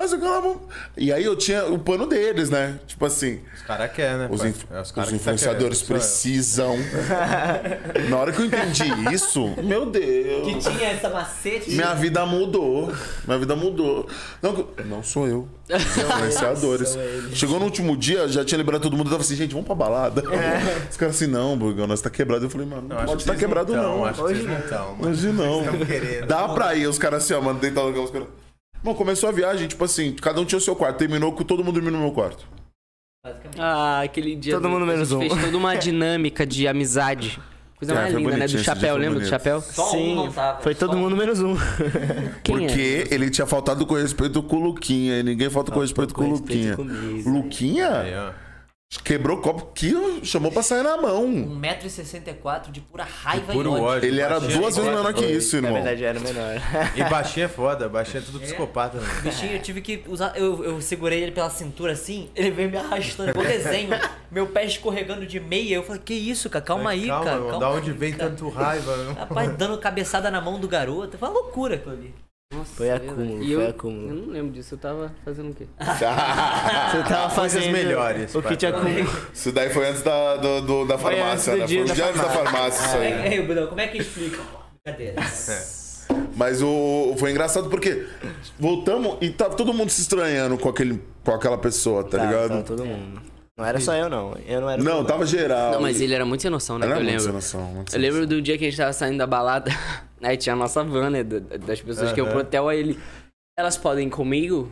Speaker 1: Mas eu vou... E aí eu tinha o pano deles, né? Tipo assim,
Speaker 4: Os caras querem, né?
Speaker 1: os,
Speaker 4: pai?
Speaker 1: inf-
Speaker 4: É os
Speaker 1: os
Speaker 4: cara que tá
Speaker 1: influenciadores
Speaker 4: querendo, sou
Speaker 1: precisam. Na hora que eu entendi isso, meu Deus.
Speaker 3: Que tinha essa macete.
Speaker 1: Minha vida mudou. Minha vida mudou. Não, que- não sou eu. São influenciadores. Chegou no último dia, já tinha liberado todo mundo. Eu tava assim, gente, vamos pra balada. Os caras assim, não, Burgão, nós tá quebrado. Eu falei, mano, não
Speaker 4: eu. Acho
Speaker 1: pode
Speaker 4: que
Speaker 1: estar
Speaker 4: vocês
Speaker 1: quebrado,
Speaker 4: tão,
Speaker 1: não.
Speaker 4: Acho que vocês não estão, mano.
Speaker 1: Hoje não.
Speaker 4: Vocês tão querendo.
Speaker 1: Dá pra ir, os caras assim, ó, mano, deitar no os caras. Bom, começou a viagem, tipo assim, cada um tinha o seu quarto. Terminou com todo mundo dormindo no meu quarto.
Speaker 5: Ah, aquele dia.
Speaker 6: Todo mundo
Speaker 5: a gente
Speaker 6: menos um.
Speaker 5: Fez toda uma dinâmica de amizade. Coisa
Speaker 1: É,
Speaker 5: mais
Speaker 1: foi
Speaker 5: linda,
Speaker 1: bonitinho
Speaker 5: né? Do
Speaker 1: esse dia,
Speaker 5: chapéu,
Speaker 1: foi
Speaker 5: lembra do
Speaker 1: bonito.
Speaker 5: chapéu?
Speaker 3: um
Speaker 6: Sim, foi todo mundo menos um.
Speaker 5: Quem é?
Speaker 1: Porque ele tinha faltado com respeito com o Luquinha. E ninguém falta com respeito com o
Speaker 6: com respeito
Speaker 1: Luquinha.
Speaker 6: comigo.
Speaker 4: É.
Speaker 1: Luquinha?
Speaker 4: Aí, ó.
Speaker 1: Quebrou o copo que chamou pra sair na mão.
Speaker 3: 1,64m de pura raiva
Speaker 4: Puro
Speaker 3: e ódio.
Speaker 4: ódio.
Speaker 1: Ele era
Speaker 4: Baixinho é
Speaker 1: duas vezes
Speaker 4: foda.
Speaker 1: um menor que isso,
Speaker 6: Na
Speaker 1: irmão.
Speaker 6: verdade, era menor.
Speaker 4: E baixinho é foda, baixinho é tudo psicopata, mano.
Speaker 3: Bichinho, eu tive que usar. Eu, eu segurei ele pela cintura assim, ele veio me arrastando, igual desenho. meu pé escorregando de meia. Eu falei, que isso, cara? Calma aí,
Speaker 4: É, calma,
Speaker 3: cara.
Speaker 4: mano,
Speaker 3: calma
Speaker 4: da
Speaker 3: aí,
Speaker 4: onde vem
Speaker 3: cara."
Speaker 4: tanto raiva? né? meu?
Speaker 3: Rapaz, dando cabeçada na mão do garoto. Foi uma loucura aquilo ali.
Speaker 5: Nossa,
Speaker 6: Foi acúmulo,
Speaker 5: e
Speaker 6: foi
Speaker 5: eu,
Speaker 6: acúmulo.
Speaker 5: Eu não lembro disso, eu tava fazendo o quê?
Speaker 1: Ah,
Speaker 6: Você
Speaker 4: Coisas
Speaker 6: tava fazendo
Speaker 4: melhores,
Speaker 6: O que
Speaker 4: pai.
Speaker 6: te acumulou.
Speaker 1: Isso daí foi antes da, do- do- da
Speaker 6: Foi
Speaker 1: farmácia,
Speaker 6: antes do
Speaker 1: né? Foi
Speaker 6: dia
Speaker 1: um
Speaker 6: da
Speaker 1: dia antes da farmácia isso aí.
Speaker 3: Ei, Bruno, como é que explica? Brincadeira.
Speaker 4: É,
Speaker 1: Mas o, foi engraçado porque voltamos e tava todo mundo se estranhando com, aquele, com aquela pessoa, tá, ligado?
Speaker 6: Tava todo mundo. Não era só eu, não. Eu não era o
Speaker 1: Não, tá-
Speaker 6: problema.
Speaker 1: tava geral.
Speaker 5: Não, mas ele era muito sem noção, né?
Speaker 1: Era
Speaker 5: que eu
Speaker 1: muito
Speaker 5: lembro.
Speaker 1: sem noção, muito sem
Speaker 5: eu lembro do dia que a gente tava saindo da balada, aí tinha a nossa van, né? da- da- Das pessoas que iam pro hotel, aí ele. Elas podem ir comigo?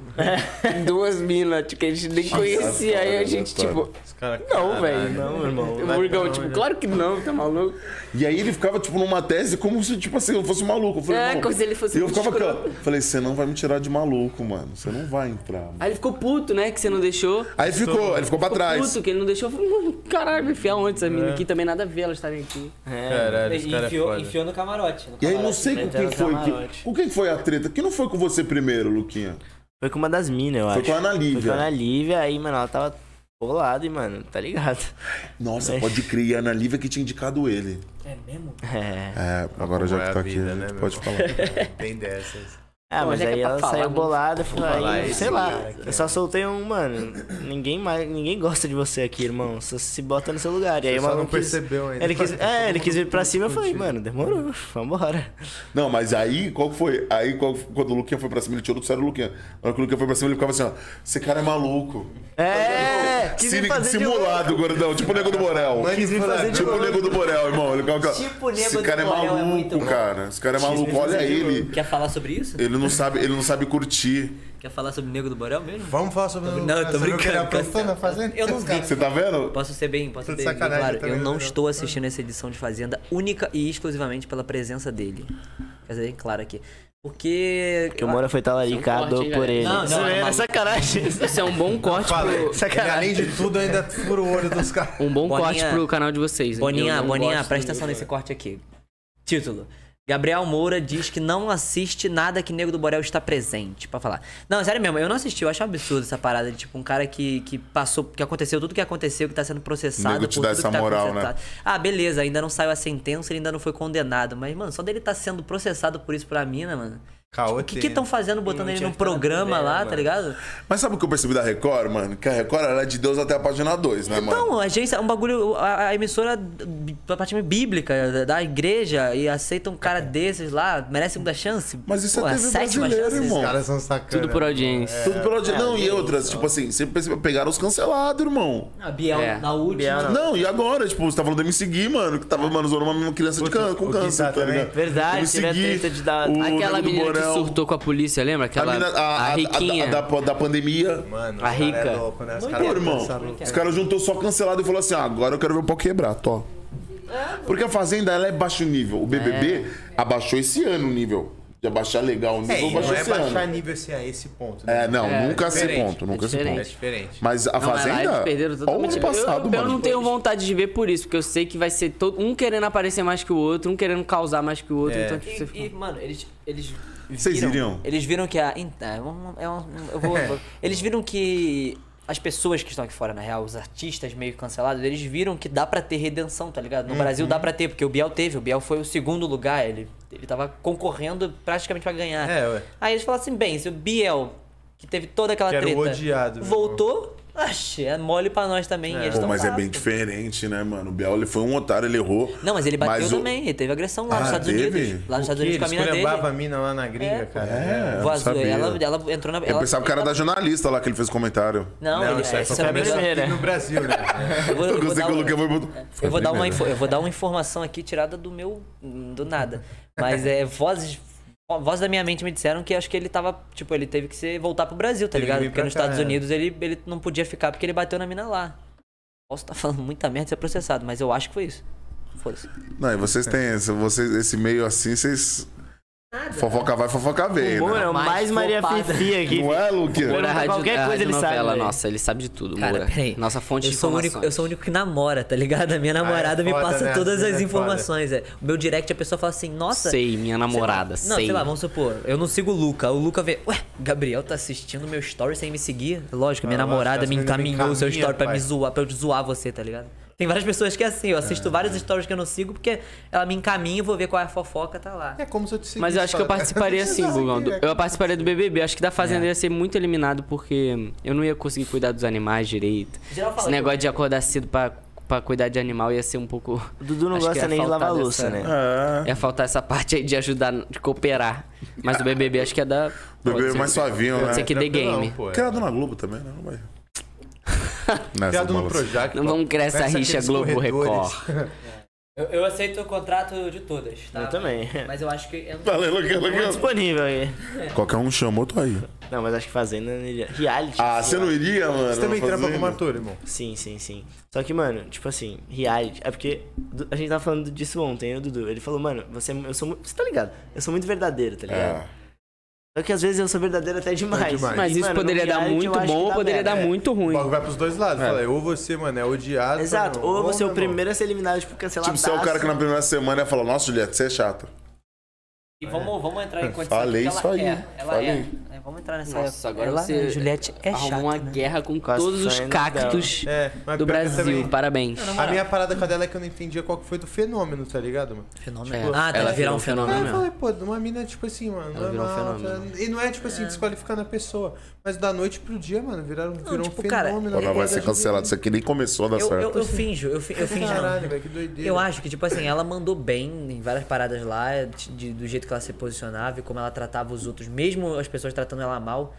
Speaker 5: Duas minas tipo, que a gente nem conhecia, aí a
Speaker 1: cara,
Speaker 5: gente,
Speaker 1: cara.
Speaker 5: tipo.
Speaker 4: Os caras.
Speaker 5: Não, velho.
Speaker 6: Não, irmão.
Speaker 5: O Burgão, tipo, claro que não, tá maluco?
Speaker 1: E aí ele ficava, tipo, numa tese como se, tipo assim, eu fosse maluco. Eu falei,
Speaker 5: É,
Speaker 1: "Não."
Speaker 5: como se ele fosse
Speaker 1: E eu
Speaker 5: muito
Speaker 1: ficava aqui, ó.
Speaker 5: escroto.
Speaker 1: Falei, você não vai me tirar de maluco, mano. Você não vai entrar. mano."
Speaker 5: Aí ele ficou puto, né? Que você não deixou.
Speaker 1: Aí ficou, ele ficou pra trás.
Speaker 5: Puto, que ele não deixou. Eu falei, "Mano, Caralho, me enfiar onde essa mina aqui? Também nada a ver elas estarem aqui.
Speaker 4: Caralho, os
Speaker 3: E
Speaker 4: caras é
Speaker 3: enfiou,
Speaker 4: foda.
Speaker 3: enfiou no camarote. no
Speaker 1: E aí
Speaker 3: camarote.
Speaker 1: não sei com
Speaker 6: Entrando
Speaker 1: quem foi. Que,
Speaker 6: camarote.
Speaker 1: com quem foi a treta? Que não foi com você primeiro, Luquinha.
Speaker 6: Foi com uma das minas, eu acho.
Speaker 1: Foi com a Ana
Speaker 6: Foi com a
Speaker 1: Lívia.
Speaker 6: Ana Lívia, aí, mano, ela tava bolada, e, mano, tá ligado?
Speaker 1: Nossa,
Speaker 6: É.
Speaker 1: pode crer. E a Ana Lívia que tinha indicado ele.
Speaker 3: É mesmo?
Speaker 6: É.
Speaker 1: É, agora já
Speaker 4: é
Speaker 1: que
Speaker 4: a
Speaker 1: tá aqui,
Speaker 4: vida,
Speaker 1: a
Speaker 4: né,
Speaker 1: gente
Speaker 4: meu
Speaker 1: pode
Speaker 4: irmão?
Speaker 1: falar.
Speaker 4: Tem dessas.
Speaker 6: Ah,
Speaker 5: Pô,
Speaker 6: mas
Speaker 5: já que é
Speaker 6: aí
Speaker 5: pra
Speaker 6: ela
Speaker 5: falar,
Speaker 6: saiu
Speaker 5: né?
Speaker 6: bolada, falou,
Speaker 4: falar
Speaker 6: aí,
Speaker 4: isso,
Speaker 6: sei lá,
Speaker 4: cara, que
Speaker 6: eu só soltei um, mano, ninguém mais, ninguém gosta de você aqui, irmão, só se bota no seu lugar. E aí,
Speaker 4: Você
Speaker 6: o
Speaker 4: só
Speaker 6: maluco
Speaker 4: não
Speaker 6: quis-
Speaker 4: percebeu ainda.
Speaker 6: Ele quis,
Speaker 4: Todo
Speaker 6: é, ele quis vir pra cima, eu falei,
Speaker 4: contigo.
Speaker 6: mano, demorou, vambora.
Speaker 1: Não, mas aí, qual que foi? Aí, qual- quando o Luquinha foi pra cima, ele tirou do sério o Luquinha. Na hora que o Luquinha foi pra cima, ele ficava assim, ó. Esse cara é maluco.
Speaker 6: É, quis
Speaker 1: Cine,
Speaker 6: me fazer de louco.
Speaker 1: simulado, gordão. Tipo o Nego do Borel.
Speaker 6: Quis me fazer de
Speaker 1: Tipo o
Speaker 6: louco.
Speaker 1: Nego do Borel, irmão. Ele coloca,
Speaker 3: Tipo o Nego
Speaker 1: Esse
Speaker 3: do
Speaker 1: cara é
Speaker 3: Borel é
Speaker 1: maluco,
Speaker 3: muito bom."
Speaker 1: cara. Esse cara é maluco.
Speaker 6: me fazer
Speaker 1: Olha
Speaker 6: de
Speaker 1: ele.
Speaker 3: Quer falar sobre isso?
Speaker 1: Ele não sabe, ele não sabe curtir.
Speaker 3: Quer falar sobre o Nego do Borel mesmo?
Speaker 4: Vamos falar sobre
Speaker 3: Não, eu tô brincando,
Speaker 4: Eu
Speaker 3: cara.
Speaker 4: na fazenda?
Speaker 3: Eu não vi.
Speaker 1: Você tá vendo?
Speaker 3: Posso ser bem, posso
Speaker 4: Tô
Speaker 3: ser
Speaker 4: de
Speaker 3: bem
Speaker 4: sacanagem
Speaker 3: claro.
Speaker 4: também,
Speaker 3: Eu não
Speaker 4: né?
Speaker 3: estou assistindo essa edição de Fazenda única e exclusivamente pela presença dele. Quer dizer, bem claro aqui. Porque.
Speaker 6: Que o Moura foi talaricado
Speaker 5: Isso é um corte, hein,
Speaker 6: por
Speaker 5: galera?
Speaker 6: ele.
Speaker 3: Não, não, é
Speaker 6: era
Speaker 3: maluco.
Speaker 6: sacanagem.
Speaker 5: Isso é um bom corte pro.
Speaker 1: é
Speaker 4: Ele, além de tudo, ainda fura o olho dos caras.
Speaker 5: Um bom
Speaker 3: Boninha-
Speaker 5: corte pro canal de vocês. né?
Speaker 3: Boninha,
Speaker 5: Eu não
Speaker 3: Boninha,
Speaker 5: gosto
Speaker 3: presta
Speaker 5: do-
Speaker 3: atenção nesse corte aqui. Título. Gabriel Moura diz que não assiste nada que Nego do Borel está presente, pra falar. Não, sério mesmo, eu não assisti, eu acho um absurdo essa parada de tipo um cara que, que passou, que aconteceu tudo que aconteceu, que tá sendo processado
Speaker 1: Nego te dá
Speaker 3: tudo
Speaker 1: essa
Speaker 3: que tá
Speaker 1: moral, né?
Speaker 3: acontecendo. Ah, beleza, ainda não saiu a sentença, ele ainda não foi condenado, mas mano, só dele tá sendo processado por isso pra mina, mano. Tipo,
Speaker 4: Caô
Speaker 3: O que
Speaker 4: tem.
Speaker 3: que estão fazendo botando ele num programa lá, tá ligado?
Speaker 1: Mas sabe o que eu percebi da Record, mano? Que a Record era de Deus até a página 2, né, mano?
Speaker 3: Então, a agência, é um bagulho, a, a emissora b- praticamente bíblica da, da igreja e aceita um cara desses lá, merece segunda chance.
Speaker 1: Mas isso
Speaker 3: Pô,
Speaker 1: é
Speaker 3: a
Speaker 1: TV
Speaker 3: sétima
Speaker 1: brasileira,
Speaker 3: chance.
Speaker 1: irmão.
Speaker 4: Os caras são sacanas.
Speaker 5: Tudo por audiência.
Speaker 1: Tudo pela audiência. Não, e outras, tipo assim, sempre percebe- pegaram os cancelados, irmão.
Speaker 3: A Biel,
Speaker 5: É.
Speaker 3: na última.
Speaker 1: Não. e agora? Tipo, você tá falando de me seguir, mano, que tava, mano, zoando uma menina criança de
Speaker 4: Puta,
Speaker 1: câncer, com
Speaker 4: o Gui
Speaker 1: câncer,
Speaker 4: tá
Speaker 1: tá
Speaker 4: também.
Speaker 1: ligado?
Speaker 6: Verdade,
Speaker 1: Eu me
Speaker 6: teve a
Speaker 1: segui,
Speaker 6: treta de dar-
Speaker 1: o
Speaker 5: Aquela
Speaker 1: Nego do
Speaker 5: menina que
Speaker 1: Borel,
Speaker 5: surtou com a polícia,
Speaker 1: a,
Speaker 5: lembra? Aquela.
Speaker 1: menina, a, a- a-
Speaker 5: riquinha.
Speaker 1: da, da pandemia.
Speaker 4: Mano,
Speaker 5: A
Speaker 4: o cara
Speaker 5: rica.
Speaker 4: É louco, né? Os
Speaker 1: Pô,
Speaker 4: caras
Speaker 1: irmão,
Speaker 4: pensaram no-
Speaker 1: os caras juntou só cancelado e falou assim: ah, agora eu quero ver o pau quebrar, tô. Porque a Fazenda ela é baixo nível. O BBB abaixou esse ano o nível. De abaixar legal o nível,
Speaker 4: É, e não
Speaker 1: baixou
Speaker 4: é
Speaker 1: esse ano.
Speaker 4: baixar nível assim a esse ponto, né?
Speaker 1: É, não, nunca esse
Speaker 4: diferente,
Speaker 1: ponto, nunca esse
Speaker 5: diferente.
Speaker 4: É
Speaker 1: ponto.
Speaker 4: diferente.
Speaker 1: Mas a
Speaker 5: Não, mas lá
Speaker 1: Fazenda.
Speaker 5: eles perderam
Speaker 1: olha o
Speaker 5: totalmente.
Speaker 1: ano
Speaker 5: Eu-
Speaker 1: passado,
Speaker 5: eu, eu,
Speaker 1: mano.
Speaker 5: não tenho vontade de ver por isso, porque eu sei que vai ser todo um querendo aparecer mais que o outro, um querendo causar mais que o
Speaker 3: É.
Speaker 5: outro. Então, tipo, você
Speaker 3: E, e,
Speaker 5: fica...
Speaker 3: mano, eles. eles
Speaker 1: Vocês
Speaker 3: viram-
Speaker 1: iriam?
Speaker 3: Eles viram que a. Então, é um- é um- eu vou- eu vou- eles viram que. As pessoas que estão aqui fora, na real, os artistas meio cancelados, eles viram que dá pra ter redenção, tá ligado? No Brasil
Speaker 4: Uhum.
Speaker 3: dá pra ter, porque o Biel teve, o Biel foi o segundo lugar, ele, ele tava concorrendo praticamente pra ganhar.
Speaker 4: É, ué.
Speaker 3: Aí eles falaram assim, bem, se o Biel, que teve toda aquela
Speaker 4: Que era o
Speaker 3: treta,
Speaker 4: odiado, né?
Speaker 3: voltou, axi, é mole pra nós também. e eles
Speaker 1: Pô,
Speaker 3: tão
Speaker 1: mas é
Speaker 3: bravos.
Speaker 1: bem diferente, né, mano? O Biel ele foi um otário, ele errou.
Speaker 3: Não, mas ele bateu
Speaker 1: Mas o-
Speaker 3: também, ele teve agressão lá
Speaker 1: Ah,
Speaker 3: nos Estados
Speaker 1: teve?
Speaker 3: Unidos. Lá nos
Speaker 4: Porque
Speaker 3: Estados Unidos com a
Speaker 4: ele
Speaker 5: é
Speaker 3: mina dele.
Speaker 4: esculhambava a mina lá na gringa, cara.
Speaker 1: É, eu não
Speaker 3: Vazou,
Speaker 1: sabia.
Speaker 3: ela, ela entrou na.
Speaker 1: Eu
Speaker 3: ela-
Speaker 1: pensava que era da jornalista lá que ele fez comentário.
Speaker 3: Não, ele,
Speaker 5: é
Speaker 3: é,
Speaker 4: isso aí
Speaker 3: se
Speaker 4: foi
Speaker 3: eu não me engano,
Speaker 4: aqui no Brasil, né?
Speaker 3: eu vou, eu
Speaker 1: Eu
Speaker 3: vou
Speaker 1: gostei
Speaker 3: dar,
Speaker 1: que eu
Speaker 3: um-
Speaker 1: coloquei foi pro- foi
Speaker 3: eu vou dar uma,
Speaker 1: primeiro.
Speaker 3: info- eu vou dar uma informação aqui tirada do meu. do nada. Mas é vozes. Vozes da minha mente me disseram que acho que ele tava. Tipo, ele teve que ser, voltar pro Brasil, tá
Speaker 4: Teve que
Speaker 3: ligado?
Speaker 4: vir
Speaker 3: Porque
Speaker 4: pra
Speaker 3: nos
Speaker 4: cá,
Speaker 3: Estados
Speaker 4: é.
Speaker 3: Unidos ele, ele não podia ficar porque ele bateu na mina lá. Posso estar falando muita merda e ser processado, mas eu acho que foi isso. Foda-se.
Speaker 1: Não, e vocês têm esse, vocês, esse meio assim, vocês.
Speaker 8: Nada.
Speaker 1: Fofoca vai, fofoca vem,
Speaker 6: Moro
Speaker 1: né?
Speaker 6: é o
Speaker 3: Mais
Speaker 6: mais Maria
Speaker 3: flopada.
Speaker 6: Fifi aqui.
Speaker 1: Não é, Luque?
Speaker 6: Moura
Speaker 5: Moura, rádio,
Speaker 6: qualquer
Speaker 5: é a
Speaker 6: coisa ele
Speaker 5: radionovela,
Speaker 6: sabe, velho.
Speaker 5: Nossa, ele sabe de tudo,
Speaker 3: Cara,
Speaker 5: Moura.
Speaker 3: peraí.
Speaker 5: Nossa fonte
Speaker 3: eu
Speaker 5: de
Speaker 3: sou, o único,
Speaker 5: informações.
Speaker 3: eu sou o único que namora, tá ligado? A minha namorada
Speaker 4: Ah,
Speaker 3: me
Speaker 4: é foda,
Speaker 3: passa
Speaker 4: né?
Speaker 3: todas
Speaker 4: É
Speaker 3: as
Speaker 4: foda.
Speaker 3: informações. É. O meu direct a pessoa fala assim, nossa.
Speaker 5: Sei, minha namorada,
Speaker 3: Sei lá, não,
Speaker 5: sei.
Speaker 3: sei lá, vamos supor, eu não sigo o Luca. O Luca vê, ué, Gabriel tá assistindo meu story sem me seguir? Lógico, minha
Speaker 4: Ah, lógico,
Speaker 3: namorada me
Speaker 4: as meninas me
Speaker 3: encaminhou o seu
Speaker 4: encaminha,
Speaker 3: story pra me
Speaker 4: pai.
Speaker 3: zoar, pra eu zoar você, tá ligado? Tem várias pessoas que é assim, eu assisto vários stories que eu não sigo, porque ela me encaminha, eu vou ver qual é a fofoca, tá lá.
Speaker 4: É como se eu te seguisse.
Speaker 5: Mas eu acho que eu
Speaker 4: cara.
Speaker 5: participaria assim, Bugão. do- Eu participaria do BBB. Eu acho que da
Speaker 3: É.
Speaker 5: Fazenda ia ser muito eliminado porque eu não ia conseguir cuidar dos animais direito.
Speaker 3: Geral fala
Speaker 5: Esse
Speaker 3: que-
Speaker 5: negócio de acordar cedo pra, pra cuidar de animal ia ser um pouco.
Speaker 6: O Dudu não
Speaker 5: Acho que
Speaker 6: gosta
Speaker 5: ia
Speaker 6: nem de
Speaker 5: faltar
Speaker 6: lavar louça,
Speaker 5: dessa-
Speaker 6: né?
Speaker 4: É.
Speaker 5: Ia faltar essa parte aí de ajudar, de cooperar. Mas o BBB acho que é da.
Speaker 1: O
Speaker 5: pode
Speaker 1: bebê
Speaker 5: ser-
Speaker 1: mais suavinho,
Speaker 5: Pode ser
Speaker 1: né?
Speaker 5: que dê game.
Speaker 2: Não, pô. é.
Speaker 1: Criado na Globo também, né? Não vai. Nessa
Speaker 2: Criado no
Speaker 1: bola.
Speaker 2: Projac.
Speaker 5: Não vamos criar essa
Speaker 4: Parece
Speaker 5: rixa
Speaker 4: aqueles
Speaker 5: Globo
Speaker 4: corredores.
Speaker 5: Record.
Speaker 3: Eu, eu aceito o contrato de todas,
Speaker 4: Ah.
Speaker 3: tá?
Speaker 6: Eu também.
Speaker 3: Mas eu acho que. Eu...
Speaker 1: Fala aí, Luque, Luque.
Speaker 6: Tá disponível aí.
Speaker 3: É.
Speaker 1: Qualquer um chamou, tô aí.
Speaker 6: Não, mas acho que fazenda né? reality.
Speaker 1: Ah, você não iria, mano?
Speaker 4: Você também
Speaker 1: na
Speaker 4: trampa como
Speaker 1: fazenda?
Speaker 4: ator, irmão.
Speaker 6: Sim, sim, sim. Só que, mano, tipo assim, reality. É porque du- a gente tava falando disso ontem, o Dudu. Ele falou, mano, você, eu sou, mu- você tá ligado? Eu sou muito verdadeiro, tá ligado?
Speaker 1: É.
Speaker 6: Só que às vezes eu sou verdadeiro até demais.
Speaker 4: demais.
Speaker 5: Mas
Speaker 6: E,
Speaker 5: isso
Speaker 6: mano, no
Speaker 5: poderia dar
Speaker 6: reality
Speaker 5: muito
Speaker 6: eu acho
Speaker 5: bom
Speaker 6: que
Speaker 5: ou
Speaker 6: dá
Speaker 5: poderia
Speaker 6: merda.
Speaker 5: dar muito
Speaker 4: O
Speaker 5: ruim.
Speaker 4: bagulho vai pros dois lados. Fala, ou você, mano, é odiado.
Speaker 6: Exato.
Speaker 4: não.
Speaker 6: Ou você é o
Speaker 4: meu irmão.
Speaker 6: primeiro a ser eliminado, tipo, cancelado.
Speaker 1: Tipo, você é o cara que na primeira semana ia falar, nossa, Juliette, você é chata.
Speaker 3: E vamos, vamos entrar em condição.
Speaker 1: Falei
Speaker 3: porque
Speaker 1: isso aí,
Speaker 3: Ela é. Ela
Speaker 1: falei.
Speaker 3: é. É, Vamos entrar nessa.
Speaker 5: Nossa, agora
Speaker 3: ela,
Speaker 5: você
Speaker 3: Juliette é
Speaker 5: Arrumou
Speaker 3: chata.
Speaker 5: uma
Speaker 3: né?
Speaker 5: guerra com
Speaker 6: Com as
Speaker 5: todos os
Speaker 6: fãs
Speaker 5: cactos
Speaker 4: É, mas
Speaker 5: do
Speaker 4: pior que eu
Speaker 5: Brasil.
Speaker 4: também-
Speaker 5: Parabéns.
Speaker 4: A minha parada com a dela é que eu não entendia qual que foi do fenômeno, tá ligado, mano?
Speaker 3: Fenômeno.
Speaker 5: É,
Speaker 3: ah,
Speaker 5: ela
Speaker 3: deve virar um fenômeno.
Speaker 4: Aí eu
Speaker 5: mesmo.
Speaker 4: falei, pô, uma mina, tipo assim, mano,
Speaker 5: Ela
Speaker 4: não é
Speaker 5: virou um
Speaker 4: mal,
Speaker 5: fenômeno.
Speaker 4: tá? E não é, tipo assim, desqualificando a pessoa. Mas da noite pro dia, mano, viraram, virou
Speaker 3: tipo,
Speaker 4: um
Speaker 3: cara,
Speaker 4: fenômeno.
Speaker 1: Ela vai ser cancelada. Isso aqui nem começou a dar
Speaker 3: Eu,
Speaker 1: certo.
Speaker 3: eu, eu finjo, eu, fi- eu finjo
Speaker 4: Caralho,
Speaker 3: não.
Speaker 4: velho, que doideira.
Speaker 3: Eu acho que, tipo assim, ela mandou bem em várias paradas lá, de- de- do jeito que ela se posicionava e como ela tratava os outros, mesmo as pessoas tratando ela mal.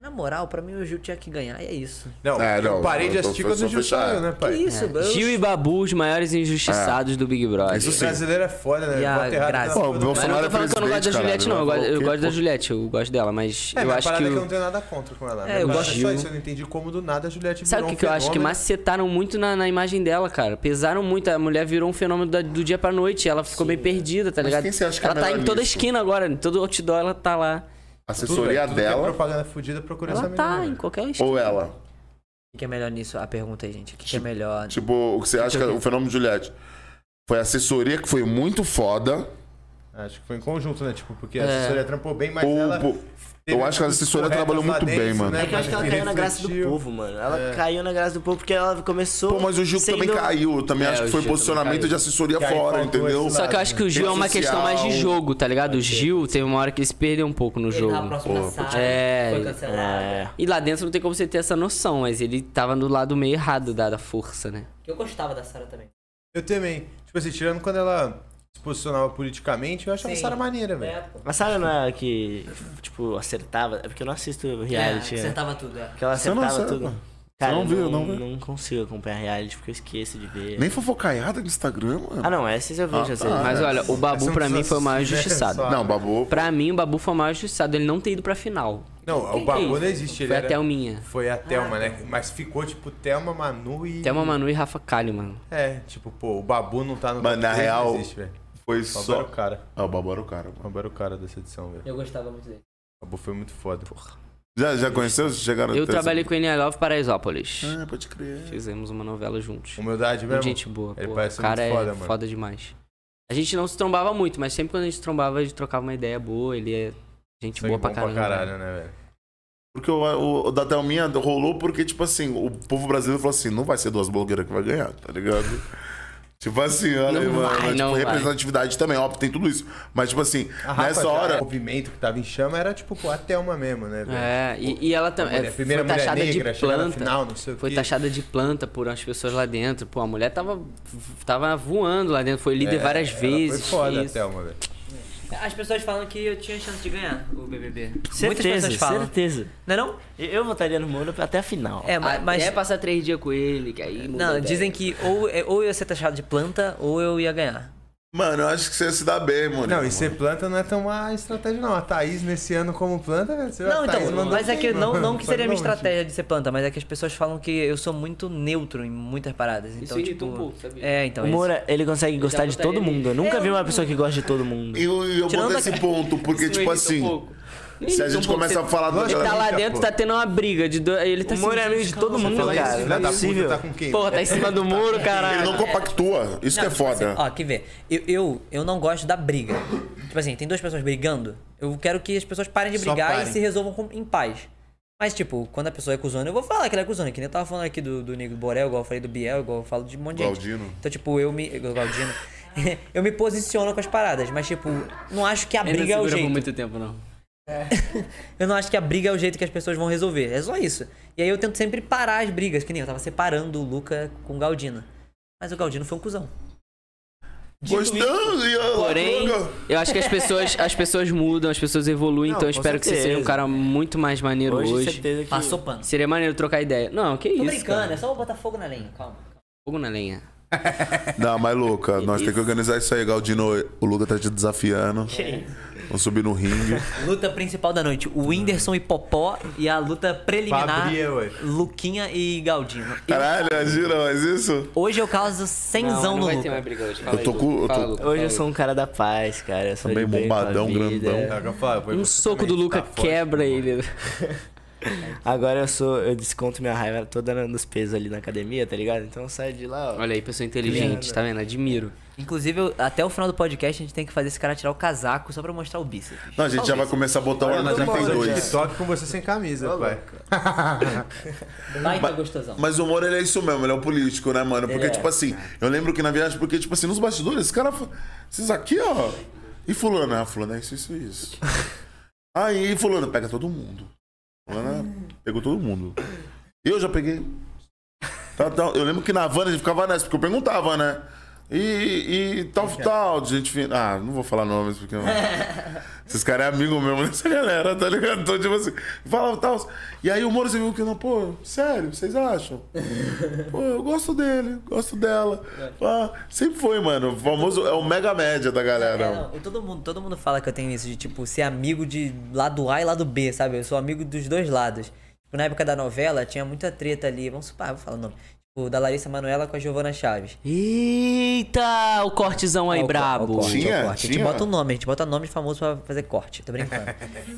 Speaker 3: Na moral, pra mim o Gil tinha que ganhar e é isso.
Speaker 4: Não,
Speaker 1: É, não,
Speaker 4: eu parei de
Speaker 1: eu tô-
Speaker 4: assistir quando
Speaker 1: sou
Speaker 4: o Gil
Speaker 1: fechado.
Speaker 4: saiu, né, pai?
Speaker 3: Que É isso, eu-
Speaker 5: Gil e Babu, os maiores injustiçados do Big Brother.
Speaker 1: Isso
Speaker 4: O brasileiro é foda, né?
Speaker 3: E a
Speaker 4: Vota errado,
Speaker 3: Grazi.
Speaker 4: tá
Speaker 1: Pô, o
Speaker 4: foda.
Speaker 5: Mas não
Speaker 1: Bolsonaro é
Speaker 5: tô falando que eu não gosto da
Speaker 1: presidente,
Speaker 5: Juliette, não. Eu,
Speaker 1: caralho.
Speaker 5: gosto- eu
Speaker 1: Pô,
Speaker 5: gosto da
Speaker 1: pô.
Speaker 5: Juliette, eu gosto dela, mas
Speaker 4: É,
Speaker 5: eu
Speaker 4: mas a
Speaker 5: acho
Speaker 4: parada
Speaker 5: que.
Speaker 4: é que eu
Speaker 5: o-
Speaker 4: não tenho nada contra com ela.
Speaker 3: É, eu
Speaker 4: mas
Speaker 3: gosto-
Speaker 4: só isso, eu não entendi como do nada a Juliette
Speaker 5: Sabe o
Speaker 4: virou
Speaker 5: que,
Speaker 4: um
Speaker 5: que eu acho que
Speaker 4: fenômeno.
Speaker 5: macetaram muito na, na imagem dela, cara? Pesaram muito, a mulher virou um fenômeno da- do dia pra noite, ela ficou meio perdida, tá
Speaker 1: é. Mas
Speaker 5: ligado?
Speaker 1: quem você acha que é
Speaker 5: ela tá
Speaker 1: melhor
Speaker 5: em toda
Speaker 1: nisso?
Speaker 5: esquina agora, em todo outdoor ela tá lá.
Speaker 4: Tudo,
Speaker 1: Assessoria
Speaker 4: tudo que é
Speaker 1: dela
Speaker 4: propaganda fudida, procura
Speaker 5: Ela
Speaker 4: essa
Speaker 5: tá
Speaker 4: menina.
Speaker 5: em qualquer esquina.
Speaker 1: ou ela?
Speaker 3: O que que é melhor nisso? A pergunta aí, gente. O que, que é melhor?
Speaker 1: Tipo, o que você acha que é o fenômeno de Juliette? Foi a assessoria que foi muito foda.
Speaker 4: Acho que foi em conjunto, né? Tipo,
Speaker 5: É.
Speaker 4: porque a assessoria trampou bem, mas
Speaker 1: Ou-
Speaker 4: ela...
Speaker 1: pô,
Speaker 4: teve um
Speaker 1: eu acho que a
Speaker 4: atitudes
Speaker 1: assessoria
Speaker 4: corretas
Speaker 1: trabalhou
Speaker 4: lá
Speaker 1: muito
Speaker 4: dentro,
Speaker 1: bem, mano.
Speaker 6: É que eu acho que ela caiu na graça do
Speaker 4: né? refletiu.
Speaker 6: povo, mano. Ela caiu na graça do povo porque ela começou.
Speaker 1: É. Pô, mas o Gil
Speaker 6: sendo-
Speaker 1: também caiu. Eu também
Speaker 5: É,
Speaker 1: acho
Speaker 5: o
Speaker 1: que foi
Speaker 5: Gil também
Speaker 1: posicionamento
Speaker 5: caiu.
Speaker 1: de assessoria
Speaker 4: Que aí
Speaker 1: fora,
Speaker 4: faltou
Speaker 1: entendeu?
Speaker 4: esse
Speaker 5: Só que eu acho que o Gil é uma
Speaker 1: Rede
Speaker 5: questão mais de
Speaker 1: social.
Speaker 5: jogo, tá ligado? O Gil teve uma hora que ele se perdeu um pouco no
Speaker 3: Na
Speaker 5: jogo.
Speaker 3: próxima sala,
Speaker 5: É,
Speaker 3: foi cancelada.
Speaker 6: É.
Speaker 5: E lá dentro não tem como você ter essa noção, mas ele tava do lado meio errado da, da força, né?
Speaker 3: Eu gostava da Sarah também.
Speaker 4: Eu também. Tipo assim, tirando quando ela se posicionava politicamente, eu achava
Speaker 3: Sim.
Speaker 4: essa era maneira, velho.
Speaker 3: pô.
Speaker 6: Mas sabe não é a que, tipo, acertava? É porque eu não assisto
Speaker 3: É,
Speaker 6: reality, né?
Speaker 3: acertava tudo, é.
Speaker 6: Que ela
Speaker 1: Você não
Speaker 6: acertava
Speaker 1: acerta.
Speaker 6: tudo.
Speaker 1: Você não
Speaker 6: eu
Speaker 1: viu, não viu?
Speaker 6: não consigo acompanhar reality porque eu esqueço de ver.
Speaker 1: Nem fofocaiada no Instagram, mano.
Speaker 6: Ah, não, essas eu vejo
Speaker 1: Ah,
Speaker 6: às vezes.
Speaker 1: ah,
Speaker 5: Mas
Speaker 1: é.
Speaker 5: olha, o Babu
Speaker 4: São
Speaker 5: pra mim foi o maior
Speaker 4: desass-
Speaker 5: injustiçado.
Speaker 4: né,
Speaker 1: Não, babu.
Speaker 5: Pra mim, o Babu foi o maior injustiçado, ele não ter ido pra final.
Speaker 4: Não,
Speaker 5: Quem
Speaker 4: o Babu
Speaker 5: fez?
Speaker 4: não existe. Ele
Speaker 5: Foi a
Speaker 4: era-
Speaker 5: Thelminha.
Speaker 4: Foi a Thelma, né? Mas ficou, tipo, Thelma, Manu e...
Speaker 5: tá. Thelma Manu e Rafa Kalimann.
Speaker 4: É, tipo, pô, o Babu não tá no...
Speaker 1: Mas, na
Speaker 4: top três,
Speaker 1: real,
Speaker 4: Não existe, velho.
Speaker 1: Foi
Speaker 4: O Babu
Speaker 1: só.
Speaker 4: era o cara.
Speaker 1: Ah, o babu era o cara,
Speaker 4: O
Speaker 1: mano.
Speaker 4: Babu era o cara dessa edição, velho.
Speaker 3: Eu gostava muito dele.
Speaker 4: O Babu foi muito foda. Porra.
Speaker 1: Já, já conheceu? Vocês Chegaram
Speaker 5: Eu
Speaker 1: até-
Speaker 5: trabalhei com ele em I Love Paraisópolis.
Speaker 1: Ah, pode crer.
Speaker 5: Fizemos uma novela juntos.
Speaker 4: Humildade é um mesmo?
Speaker 5: Gente boa,
Speaker 4: Ele
Speaker 5: pô.
Speaker 4: parece
Speaker 5: O cara
Speaker 4: muito
Speaker 5: é
Speaker 4: foda, mano.
Speaker 5: foda demais. A gente não se trombava muito, mas sempre quando a gente trombava, a gente trocava uma ideia boa. Ele é gente
Speaker 4: Sangue
Speaker 5: boa pra
Speaker 4: bom
Speaker 5: caralho.
Speaker 4: né, velho?
Speaker 1: Porque o, o, o da Thelminha rolou porque, tipo assim, o povo brasileiro falou assim: não vai ser duas blogueiras que vai ganhar, tá ligado? tipo assim, olha, aí,
Speaker 5: Não
Speaker 1: mano.
Speaker 5: vai,
Speaker 1: tipo,
Speaker 5: não vai.
Speaker 1: representatividade também, óbvio, tem tudo isso. Mas, tipo assim, nessa hora.
Speaker 4: Ah, O movimento que tava em chama era, tipo, pô, a Thelma mesmo, né, velho?
Speaker 5: É, e, e ela também.
Speaker 4: Mulher-
Speaker 5: é,
Speaker 4: primeira
Speaker 5: foi
Speaker 4: mulher
Speaker 5: taxada
Speaker 4: negra,
Speaker 5: de
Speaker 4: chegar na
Speaker 5: planta.
Speaker 4: final, não sei o
Speaker 5: foi
Speaker 4: quê.
Speaker 5: taxada de planta por umas pessoas lá dentro. Pô, a mulher tava, tava voando lá dentro, foi líder
Speaker 4: É,
Speaker 5: várias
Speaker 4: ela
Speaker 5: vezes.
Speaker 4: Foi foda
Speaker 5: isso.
Speaker 4: a Thelma, velho.
Speaker 3: As pessoas falam que eu tinha chance de ganhar o BBB. Muitas
Speaker 6: Certeza,
Speaker 3: pessoas falam.
Speaker 6: certeza.
Speaker 3: Não é não?
Speaker 6: Eu- Eu votaria no Moro até a final.
Speaker 3: É, ma-
Speaker 5: Até
Speaker 3: mas...
Speaker 5: passar três dias com ele, que aí. muda a
Speaker 3: Não,
Speaker 5: ideia.
Speaker 3: dizem que ou, é- ou eu ia ser taxado de planta ou eu ia ganhar.
Speaker 1: Mano, eu acho que você ia se dar bem, mano.
Speaker 4: Não, e ser planta não é tão uma estratégia, não. A Thaís, nesse ano, como planta, velho, você-
Speaker 3: Não,
Speaker 4: a Thaís
Speaker 3: então,
Speaker 4: mandou
Speaker 3: mas é
Speaker 4: bem,
Speaker 3: que não,
Speaker 4: mano.
Speaker 3: não que
Speaker 4: Foi
Speaker 3: seria minha
Speaker 4: longe.
Speaker 3: estratégia de ser planta, mas é que as pessoas falam que eu sou muito neutro em muitas paradas. Então,
Speaker 5: irrita
Speaker 3: tipo,
Speaker 5: um pouco, sabia?
Speaker 3: É, então.
Speaker 6: O
Speaker 3: isso.
Speaker 6: Moura, ele consegue gostar de
Speaker 5: botar
Speaker 6: todo
Speaker 5: ele-
Speaker 6: mundo. Eu nunca vi uma pessoa que gosta de todo mundo.
Speaker 1: E eu, e eu
Speaker 3: Tirando
Speaker 1: boto esse
Speaker 3: a-
Speaker 1: ponto, porque,
Speaker 5: Isso me
Speaker 1: tipo
Speaker 5: irrita um
Speaker 1: assim,
Speaker 5: pouco. Me
Speaker 1: se
Speaker 5: irrita
Speaker 1: a
Speaker 5: um
Speaker 1: gente
Speaker 5: pouco,
Speaker 1: começa a
Speaker 5: você-
Speaker 1: falar do
Speaker 5: Ele tá lá
Speaker 4: Eita,
Speaker 5: dentro,
Speaker 4: pô.
Speaker 5: tá tendo uma briga. De dois- Ele tá
Speaker 6: O Moro é amigo de todo mundo,
Speaker 4: Fala isso,
Speaker 6: cara.
Speaker 4: filha
Speaker 6: Não
Speaker 4: da
Speaker 6: é
Speaker 4: puta,
Speaker 6: possível.
Speaker 4: Tá com quem?
Speaker 5: Porra, tá em cima do muro, caralho.
Speaker 1: Ele não compactua. Isso
Speaker 3: Não,
Speaker 1: que é
Speaker 3: tipo
Speaker 1: foda.
Speaker 3: assim, ó, quer ver? Eu, eu, eu não gosto da briga. tipo assim, tem duas pessoas brigando. Eu quero que as pessoas parem de
Speaker 4: Só
Speaker 3: brigar
Speaker 4: parem.
Speaker 3: e se resolvam com- em paz. Mas, tipo, quando a pessoa é cuzona, eu vou falar que ela é cuzona. Que nem eu tava falando aqui do, do Nego Borel, igual eu falei do Biel, igual eu falo de um monte de
Speaker 1: Galdino.
Speaker 3: gente. Então, tipo, eu me... Galdino. eu me posiciono com as paradas. Mas, tipo, não acho que a
Speaker 5: Ele não
Speaker 3: briga é o
Speaker 5: segura por
Speaker 3: jeito.
Speaker 5: muito tempo, não.
Speaker 3: Eu não acho que a briga é o jeito que as pessoas vão resolver. É só isso. E aí eu tento sempre parar as brigas, que nem eu tava separando o Luca com o Galdino. Mas o Galdino foi um cuzão.
Speaker 1: Gostando e a
Speaker 5: Porém,
Speaker 1: droga.
Speaker 5: eu acho que as pessoas, as pessoas mudam, as pessoas evoluem,
Speaker 6: Não,
Speaker 5: então eu
Speaker 6: com
Speaker 5: espero que você
Speaker 6: certeza.
Speaker 5: seja um cara muito mais maneiro hoje.
Speaker 6: Hoje, certeza que.
Speaker 3: Passou pano.
Speaker 5: Seria maneiro trocar ideia. Não, que
Speaker 3: Tô
Speaker 5: isso.
Speaker 3: brincando,
Speaker 5: Cara.
Speaker 3: é só botar fogo na lenha, calma.
Speaker 5: Fogo na lenha.
Speaker 1: Não, mas louca, nós temos que organizar isso aí, Galdino. O Luca tá te desafiando. Vamos subir no ringue.
Speaker 3: Luta principal da noite, o Whindersson e Popó e a luta preliminar,
Speaker 4: Fabria, ué.
Speaker 3: Luquinha e Galdino. E
Speaker 1: Caralho, imagina, mas isso?
Speaker 3: hoje eu causo cenzão
Speaker 5: não,
Speaker 3: no
Speaker 5: vai
Speaker 3: Luca.
Speaker 5: ter mais briga hoje. Fala
Speaker 1: Eu tô
Speaker 5: aí,
Speaker 1: com-
Speaker 5: Luca.
Speaker 1: eu tô-
Speaker 5: Fala, Luca,
Speaker 6: Hoje
Speaker 5: fala,
Speaker 6: eu sou um cara da paz, cara. Eu sou
Speaker 1: Também
Speaker 6: bem bem com a
Speaker 1: bombadão,
Speaker 6: vida.
Speaker 1: grandão.
Speaker 4: Tá, eu falo, foi
Speaker 5: Luca. Um
Speaker 4: você
Speaker 5: soco do
Speaker 4: também,
Speaker 5: Luca
Speaker 4: tá forte,
Speaker 5: quebra
Speaker 4: mano.
Speaker 5: ele.
Speaker 6: Agora eu sou. Eu desconto minha raiva toda nos pesos ali na academia, tá ligado? Então sai de lá, ó.
Speaker 5: Olha aí, pessoa inteligente, tá vendo? Admiro.
Speaker 3: Inclusive, eu- até o final do podcast a gente tem que fazer esse cara tirar o casaco só pra mostrar o bíceps.
Speaker 1: Não, a gente já vai começar a botar
Speaker 4: Nós
Speaker 1: o
Speaker 4: vamos fazer um
Speaker 1: 32.
Speaker 4: TikTok com você sem camisa, pai.
Speaker 3: Vai, tá gostosão.
Speaker 1: Mas o Moro, ele é isso mesmo, ele é um político, né, mano? Porque, tipo assim, eu lembro que na viagem, porque, tipo assim, nos bastidores, esse cara. fa- Esses aqui, ó. E fulano? Ah, fulano é isso, isso, isso. Aí, fulano, pega todo mundo. Fulano pegou todo mundo. Eu já peguei. Tá, tá. Eu lembro que na van a gente ficava nessa, porque eu perguntava, né? E, e tal, tal, de gente fina. Ah, não vou falar nomes, porque. não- Esses caras é amigo mesmo dessa galera, tá ligado? Então, tipo assim, falava tal. E aí o Moro você viu que não, pô, sério, vocês acham? Pô, eu gosto dele, gosto dela. Ah, sempre foi, mano. O famoso é o mega média da
Speaker 3: É,
Speaker 1: galera.
Speaker 3: não, e todo mundo, todo mundo fala que eu tenho isso de, tipo, ser amigo de lado A e lado B, sabe? Eu sou amigo dos dois lados. Tipo, na época da novela, tinha muita treta ali, vamos supar, vou falar o nome. Tipo, da Larissa Manoela com a Giovana Chaves.
Speaker 5: Eita, o cortezão aí,
Speaker 3: Ó, o co- ó, o
Speaker 5: brabo.
Speaker 3: corte, ó, o
Speaker 1: Tinha?
Speaker 3: corte. A gente
Speaker 1: Tinha?
Speaker 3: bota um o nome, a gente bota nome famoso pra fazer corte, tô brincando.